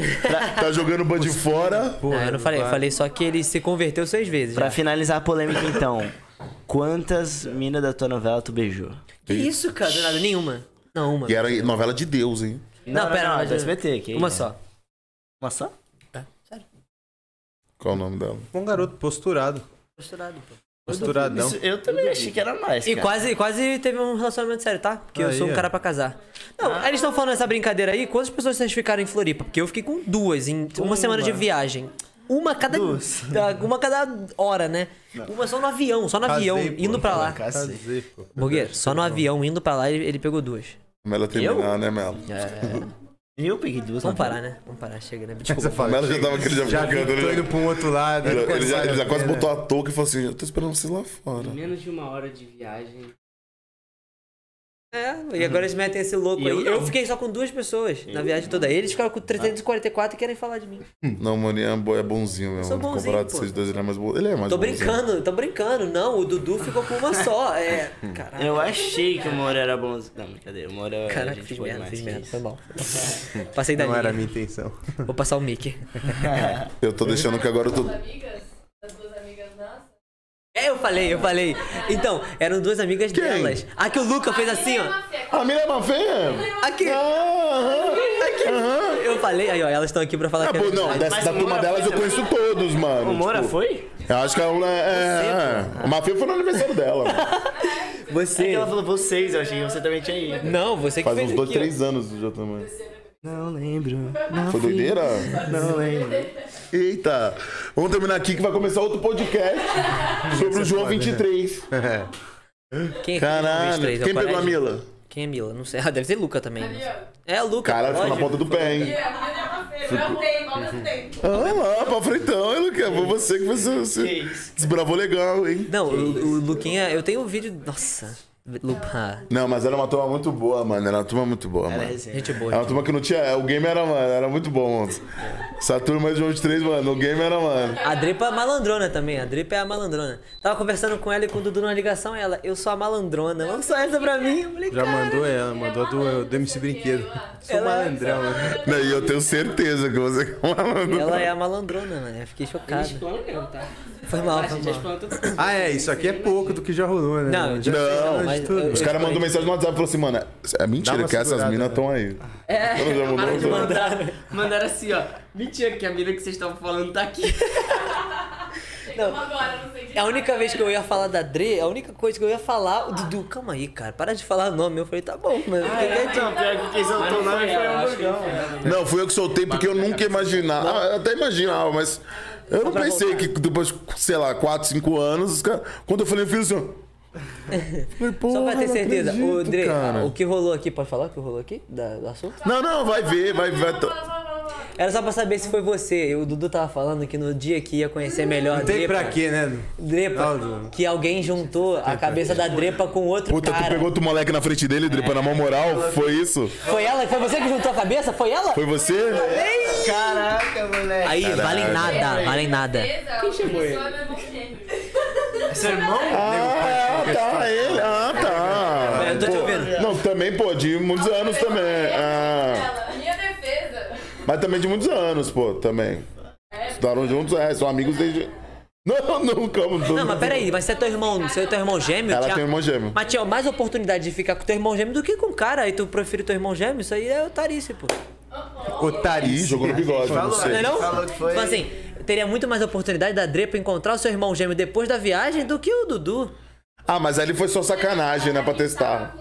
Speaker 1: Tá jogando Bud fora.
Speaker 4: É,
Speaker 3: Não, eu não falei, eu falei só que ele se converteu seis vezes.
Speaker 6: Pra
Speaker 3: já.
Speaker 6: finalizar a polêmica, então. Quantas minas da tua novela tu beijou?
Speaker 3: Que isso, cara? Do nada, nenhuma. Não, uma.
Speaker 1: E é- era novela de Deus, hein?
Speaker 3: Não, pera, não,
Speaker 6: é do SBT, que
Speaker 3: Uma
Speaker 6: isso?
Speaker 3: só.
Speaker 6: Uma só?
Speaker 1: Qual o nome dela?
Speaker 4: Um garoto posturado.
Speaker 3: Posturado, pô.
Speaker 4: Posturadão.
Speaker 6: Isso, eu também achei que era mais,
Speaker 3: E
Speaker 6: cara.
Speaker 3: quase, quase teve um relacionamento sério, tá? Porque eu
Speaker 4: Aí,
Speaker 3: sou um
Speaker 4: ó.
Speaker 3: cara pra casar. Não, aí eles estão falando essa brincadeira aí. Quantas pessoas vocês ficaram em Floripa? Porque eu fiquei com duas em uma semana de viagem. Uma a cada. Ah, Uma a cada hora, né? Uma só no avião, só no avião,
Speaker 4: Casei, pô. então é
Speaker 3: indo pra lá.
Speaker 4: Casei, pô.
Speaker 3: Burguês, só no avião, indo pra lá, ele, ele pegou duas.
Speaker 1: Mela terminar, né, Mela?
Speaker 6: Eu peguei duas.
Speaker 4: Uhum.
Speaker 3: Vamos
Speaker 6: na
Speaker 3: parar, né? Vamos parar, chega, né? Desculpa.
Speaker 4: Essa fala,
Speaker 1: Mela já
Speaker 4: chega.
Speaker 1: tava aquele já
Speaker 4: Já vi,
Speaker 1: brincando,
Speaker 4: tô
Speaker 1: né?
Speaker 4: indo pra um outro lado.
Speaker 1: Ele,
Speaker 4: não
Speaker 1: ele já,
Speaker 4: consegue
Speaker 1: ele já quase
Speaker 4: ver,
Speaker 1: botou
Speaker 4: né?
Speaker 1: a touca e falou assim: Eu tô esperando vocês lá fora.
Speaker 5: Menos de uma hora de viagem.
Speaker 3: É, e agora eles metem esse louco
Speaker 5: E eu
Speaker 3: aí.
Speaker 5: não.
Speaker 3: Eu fiquei só com duas pessoas na viagem toda. Eles ficaram
Speaker 4: Ah.
Speaker 3: com 344 e querem falar de mim.
Speaker 1: Não, mano, é bo- é bonzinho mesmo.
Speaker 3: sou bonzinho,
Speaker 1: Comparado com
Speaker 3: pô.
Speaker 1: vocês dois, ele é mais bonzinho. Ele é mais
Speaker 3: Tô
Speaker 1: bonzinho.
Speaker 3: brincando, tô brincando. Não, o Dudu ficou com uma só. É. Caralho.
Speaker 6: Eu achei que o Moro era bonzinho. Não, brincadeira. O Moro era
Speaker 3: Caraca,
Speaker 6: gente
Speaker 3: fiz
Speaker 6: boa
Speaker 3: merda,
Speaker 6: demais,
Speaker 3: fiz
Speaker 6: que
Speaker 3: merda. É,
Speaker 6: isso.
Speaker 3: Foi mal. Passei da
Speaker 4: Não
Speaker 3: linha.
Speaker 4: era a minha intenção.
Speaker 3: Vou passar o mic.
Speaker 1: Eu tô deixando que agora eu tô.
Speaker 7: Duas amigas? Das duas amigas nossas?
Speaker 3: É, eu falei, eu falei. Então, eram duas amigas
Speaker 1: Quem?
Speaker 3: delas. A que o Luca fez assim, ó.
Speaker 1: A mina é uma feia?
Speaker 3: Aqui,
Speaker 1: Aqui.
Speaker 3: eu falei. Aí, ó, elas estão aqui pra falar que é
Speaker 1: não,
Speaker 3: verdade.
Speaker 1: dessa, da
Speaker 6: o
Speaker 1: turma
Speaker 6: Moura
Speaker 1: delas eu conheço todos, mano.
Speaker 6: O Moura
Speaker 1: Tipo,
Speaker 6: foi?
Speaker 1: Eu acho que ela é. é, é. Uma feia foi no aniversário dela, mano.
Speaker 6: Você. É ela falou vocês, eu achei que você também tinha ido.
Speaker 3: Não, você que
Speaker 1: Faz
Speaker 3: fez
Speaker 1: uns dois,
Speaker 3: aqui, ó.
Speaker 1: três anos já também.
Speaker 6: Não lembro.
Speaker 1: Foi doideira?
Speaker 6: Não lembro.
Speaker 1: Eita! Vamos terminar aqui que vai começar outro podcast sobre o João 23.
Speaker 4: É.
Speaker 3: Quem é que fez os
Speaker 1: Caralho.
Speaker 3: três? É o
Speaker 1: Quem pegou a
Speaker 3: Paredes?
Speaker 1: Mila?
Speaker 3: Quem é Mila? Não sei. Ah, deve ser Luca também. É, Luca.
Speaker 1: Caralho, ficou na
Speaker 3: lógico.
Speaker 1: ponta do pé, hein?
Speaker 7: É, a menina é uma feia. Não tem, igual mesmo tempo.
Speaker 1: Olha lá, pra freitão, hein, Luquinha? Foi você que você, você desbravou legal, hein?
Speaker 3: Não, o, o Luquinha, eu tenho um vídeo. Nossa. Lupa.
Speaker 1: Não, mas era uma turma muito boa, mano. Era uma turma muito boa, mano.
Speaker 6: é.
Speaker 3: Gente boa.
Speaker 1: Era É uma turma que não tinha. O game era, mano, era muito bom, mano. Essa turma de João 23, mano, o game era, mano.
Speaker 3: A Dripa é malandrona também, a Dripa é a malandrona. Tava conversando com ela e com o Dudu numa ligação, ela, eu sou a malandrona, lança essa pra mim. Eu falei,
Speaker 4: Já
Speaker 3: cara,
Speaker 4: mandou ela, mandou do, do MC Brinquedo. Sou
Speaker 3: é-
Speaker 4: malandrão, né?
Speaker 1: Não, E eu tenho certeza que você que é malandro.
Speaker 3: Ela é a malandrona, mano. Eu fiquei chocado.
Speaker 5: Explana mesmo, tá?
Speaker 3: Foi mal,
Speaker 5: A
Speaker 3: foi
Speaker 5: gente já
Speaker 3: mal.
Speaker 5: explana tudo. Não,
Speaker 4: Ah, é, isso aqui é pouco do que já rolou, né?
Speaker 3: Não, já-
Speaker 1: Não,
Speaker 3: mas
Speaker 4: tudo.
Speaker 3: eu-
Speaker 1: Os caras mandou mensagem no WhatsApp e falou assim, mano, é mentira
Speaker 4: Dá uma
Speaker 1: que essas
Speaker 4: segurada,
Speaker 1: minas
Speaker 4: né?
Speaker 1: estão aí. É. já
Speaker 5: Para de
Speaker 1: mandou,
Speaker 5: mandar. Mandaram assim, ó. Mentira que a mina que vocês estavam falando tá aqui.
Speaker 7: Vamos agora, não sei de
Speaker 3: É A única vez que eu ia falar da Dre, é a única coisa que eu ia falar, o Dudu, calma aí, cara, para de falar o nome. Eu falei, tá bom, mano. fica quietinho.
Speaker 6: Então, pior que quem soltou o nome foi o
Speaker 5: acho que
Speaker 6: Hamburgão. né?
Speaker 13: é.
Speaker 1: Não, fui eu que soltei porque eu nunca imaginava. Ah, eu até imaginava, mas eu não pensei que depois, sei lá, 4, 5 anos, os caras. Quando eu falei, eu fiz assim. ó. Falei,
Speaker 3: Só pra
Speaker 1: porra,
Speaker 3: ter
Speaker 1: não
Speaker 3: certeza, o
Speaker 1: acredito,
Speaker 3: Dre,
Speaker 1: cara.
Speaker 3: o que rolou aqui, pode falar o que rolou aqui da- do assunto?
Speaker 1: Não, não, vai ver, vai ver. vai to-
Speaker 3: Era só pra saber se foi você. O Dudu tava falando que no dia que ia conhecer melhor a
Speaker 4: Não tem
Speaker 3: Dre,
Speaker 4: pra quê, né?
Speaker 3: Drepa,
Speaker 4: Não,
Speaker 3: que alguém juntou a cabeça da Drepa com outro
Speaker 1: Puta, tu
Speaker 3: cara.
Speaker 1: pegou outro moleque na frente dele, Dre, na mão moral, foi isso?
Speaker 3: Foi ela? Foi você que juntou a cabeça? Foi ela?
Speaker 1: Foi você?
Speaker 6: Caraca, moleque.
Speaker 3: Aí, valem nada, valem nada.
Speaker 7: Quem chamou ele? é Meu irmão gêmeo.
Speaker 6: Seu irmão?
Speaker 1: Ah, tá, ele. Ah, tá.
Speaker 3: Eu tô te
Speaker 1: Pô,
Speaker 3: ouvindo.
Speaker 1: Não, também, pô, de muitos anos também. Ah.
Speaker 7: Ela, minha defesa.
Speaker 1: Mas também de muitos anos, pô, também. Estudaram juntos, é, são amigos desde. Não, não, calma.
Speaker 3: Não, mas peraí, mas você é teu irmão, você é teu irmão gêmeo?
Speaker 1: Ela
Speaker 3: tinha-
Speaker 1: tem um irmão gêmeo.
Speaker 3: Mas tinha mais oportunidade de ficar com teu irmão gêmeo do que com o cara, aí tu prefere teu irmão gêmeo? Isso aí é otarice, pô.
Speaker 1: Ih,
Speaker 4: Otário.
Speaker 1: jogou no bigode, não
Speaker 6: falou,
Speaker 1: sei.
Speaker 3: Não é não?
Speaker 6: Falou que foi-
Speaker 3: Tipo assim, teria muito mais oportunidade da Drepa encontrar o seu irmão gêmeo depois da viagem do que o Dudu.
Speaker 1: Ah, mas ali foi só sacanagem, né? Pra testar.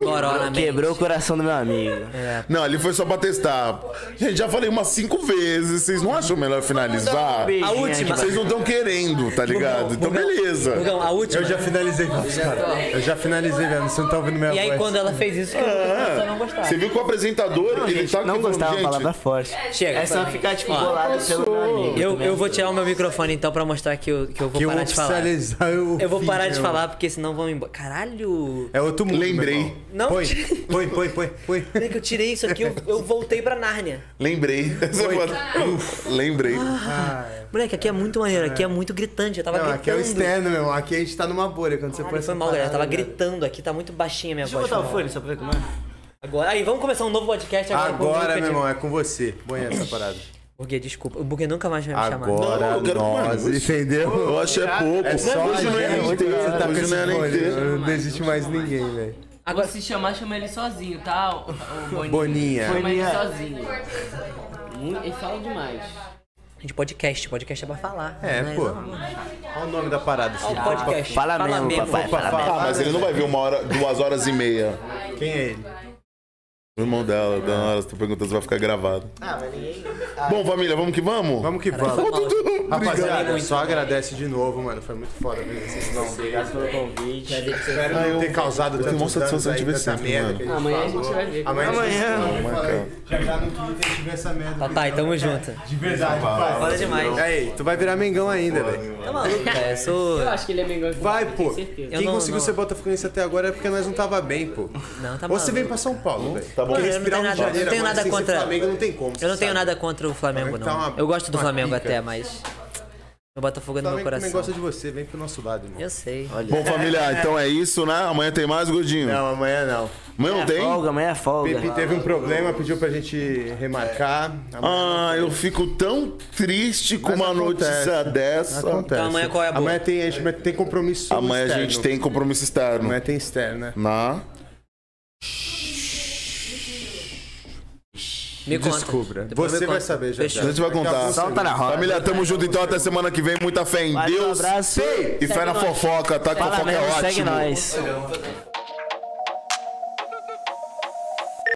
Speaker 3: Corona mesmo.
Speaker 6: Quebrou o coração do meu amigo.
Speaker 1: Não, ali foi só pra testar. Gente, já falei umas cinco vezes. Vocês não acham melhor finalizar?
Speaker 3: A última.
Speaker 1: Vocês não estão querendo, tá ligado? Então beleza.
Speaker 3: Não, a última.
Speaker 4: Eu já finalizei, Vasco, cara. Eu já finalizei, velho. Você não tá ouvindo minha
Speaker 3: E aí,
Speaker 4: voz.
Speaker 3: quando ela fez isso, que eu não gostava.
Speaker 1: Ah. Você viu que o apresentador, ele tá
Speaker 6: Não
Speaker 1: aqui
Speaker 6: gostava
Speaker 1: falando,
Speaker 6: da palavra forte.
Speaker 3: Chega.
Speaker 6: É só ficar, tipo,
Speaker 3: Ó,
Speaker 6: bolado pelo meu amigo.
Speaker 3: Eu, eu vou tirar o meu microfone então pra mostrar que eu, que eu vou
Speaker 4: Que eu
Speaker 3: parar de falar.
Speaker 4: oficializar, eu.
Speaker 3: Eu vou
Speaker 4: fiz,
Speaker 3: parar de
Speaker 4: meu.
Speaker 3: falar porque senão vão embora. Caralho!
Speaker 4: É outro mundo.
Speaker 1: Lembrei.
Speaker 4: meu irmão.
Speaker 3: Não.
Speaker 4: Põe, põe, põe, põe. põe.
Speaker 3: Peraí é que eu tirei isso aqui, eu, eu voltei pra Nárnia.
Speaker 1: Lembrei. Você pode- Lembrei.
Speaker 3: Moleque, aqui é muito maneiro, aqui é muito gritante. Eu tava
Speaker 4: Não,
Speaker 3: gritando.
Speaker 4: aqui é o externo, meu irmão. Aqui a gente tá numa bolha. Quando você põe
Speaker 3: Caralho, foi
Speaker 4: essa
Speaker 3: mal, galera.
Speaker 4: parada, né?
Speaker 3: Tava
Speaker 4: velho.
Speaker 3: gritando aqui, tá muito baixinha a minha
Speaker 6: Deixa eu
Speaker 3: voz.
Speaker 6: botar o
Speaker 3: foi mal.
Speaker 6: fone só pra ver como é.
Speaker 3: Agora, aí, vamos começar um novo podcast agora. com o
Speaker 4: Agora,
Speaker 3: Lucas.
Speaker 4: meu irmão, é com você. Põe essa parada.
Speaker 3: Burguê, desculpa. O Burguê nunca mais vai me chamar.
Speaker 1: Não,
Speaker 4: Agora
Speaker 1: eu quero-
Speaker 4: nós,
Speaker 1: mano,
Speaker 4: entendeu?
Speaker 1: Eu acho é pouco. Hoje não é
Speaker 4: Ah, gente,
Speaker 1: LT.
Speaker 4: você tá com
Speaker 1: Hoje
Speaker 4: esse
Speaker 1: não é
Speaker 4: fone,
Speaker 1: LT.
Speaker 4: Não existe mais ninguém, velho.
Speaker 13: Agora se chamar, chama ele sozinho, tá? O, o Boninho.
Speaker 4: Boninha.
Speaker 13: Chama
Speaker 6: Boninha.
Speaker 13: ele sozinho. Muito- Ele fala demais.
Speaker 3: A gente podcast, podcast é pra falar.
Speaker 4: É,
Speaker 3: né?
Speaker 4: pô. Olha o nome da parada. assim.
Speaker 3: Olha o podcast. tá
Speaker 6: Fala mesmo, papai, fala mesmo.
Speaker 1: Ah, mas ele não vai ver uma hora, duas horas e meia.
Speaker 4: Quem é ele?
Speaker 1: O irmão dela, da hora, tu perguntando se vai ficar gravado. Ah, mas ninguém. Bom, família, vamos que vamos?
Speaker 4: Vamos que vamos.
Speaker 3: Obrigado.
Speaker 4: Rapaziada, só agradece de novo, mano. Foi muito foda ver vocês. Não, obrigado pelo convite. Espero não ter causado
Speaker 1: tenho maior
Speaker 4: tantos danos
Speaker 1: satisfação de
Speaker 4: aí,
Speaker 1: ver
Speaker 4: tanta
Speaker 1: sempre,
Speaker 4: merda
Speaker 1: mano.
Speaker 4: que a gente
Speaker 13: Amanhã a
Speaker 4: falou.
Speaker 13: gente vai ver.
Speaker 4: Amanhã.
Speaker 6: Amanhã.
Speaker 4: Amanhã. Já já no Twitter a gente vê essa merda.
Speaker 3: Tá, tá, e tamo junto.
Speaker 4: De verdade, pai.
Speaker 3: Fala demais.
Speaker 4: Ei, tu vai virar Mengão ainda, velho.
Speaker 3: Tá maluco, cara. Eu sou.
Speaker 13: Eu acho que ele é Mengão.
Speaker 4: Vai, pô.
Speaker 13: Tenho certeza.
Speaker 3: Eu
Speaker 4: Quem
Speaker 3: não-
Speaker 4: conseguiu
Speaker 3: não.
Speaker 4: ser botafoguense até agora é porque nós não tava bem, pô.
Speaker 3: Não, tá
Speaker 4: Ou você
Speaker 3: maluco.
Speaker 4: vem pra São Paulo, velho.
Speaker 1: Tá bom.
Speaker 4: Porque
Speaker 1: Eu não
Speaker 3: tenho
Speaker 4: respirar um
Speaker 3: nada-
Speaker 4: Rio de
Speaker 3: eu não
Speaker 4: Janeiro
Speaker 3: tenho
Speaker 4: agora
Speaker 3: nada
Speaker 4: sem ser
Speaker 3: contra-
Speaker 4: Flamengo não tem como, você
Speaker 3: Eu não tenho
Speaker 4: sabe.
Speaker 3: nada contra o Flamengo,
Speaker 4: Flamengo tá
Speaker 3: não.
Speaker 4: uma-
Speaker 3: Eu gosto do
Speaker 4: uma
Speaker 3: Flamengo
Speaker 4: pica.
Speaker 3: até, mas. Meu Botafogo é no meu
Speaker 4: Flamengo também
Speaker 3: coração.
Speaker 4: gosta de você, vem pro nosso lado, irmão.
Speaker 3: Eu sei.
Speaker 1: Bom, família, então é isso, né? Amanhã tem mais, Godinho?
Speaker 4: Não, amanhã não.
Speaker 1: Amanhã não tem?
Speaker 6: Folga, amanhã é folga.
Speaker 4: Pepe teve um problema, pediu pra gente remarcar.
Speaker 1: Ah, eu fico tão triste com
Speaker 4: Mas
Speaker 1: uma
Speaker 4: acontece.
Speaker 1: notícia dessa.
Speaker 4: Acontece.
Speaker 3: Então amanhã qual é a boa?
Speaker 4: Amanhã tem, a gente tem compromisso
Speaker 1: Amanhã a gente
Speaker 4: externo.
Speaker 1: tem compromisso externo.
Speaker 4: Amanhã tem externo, né?
Speaker 1: Na.
Speaker 3: Me conta.
Speaker 4: Descubra.
Speaker 3: Depois
Speaker 4: Você
Speaker 3: me
Speaker 4: vai
Speaker 3: conta.
Speaker 4: saber já.
Speaker 1: A
Speaker 3: Fechou.
Speaker 1: gente vai contar.
Speaker 6: Solta na roda.
Speaker 1: Família, tamo junto então. Até semana que vem. Muita fé em
Speaker 6: Valeu,
Speaker 1: Deus.
Speaker 6: abraço.
Speaker 1: E fé na fofoca, tá? Que
Speaker 6: Fala
Speaker 1: fofoca é
Speaker 6: mesmo,
Speaker 1: ótimo.
Speaker 6: segue nós.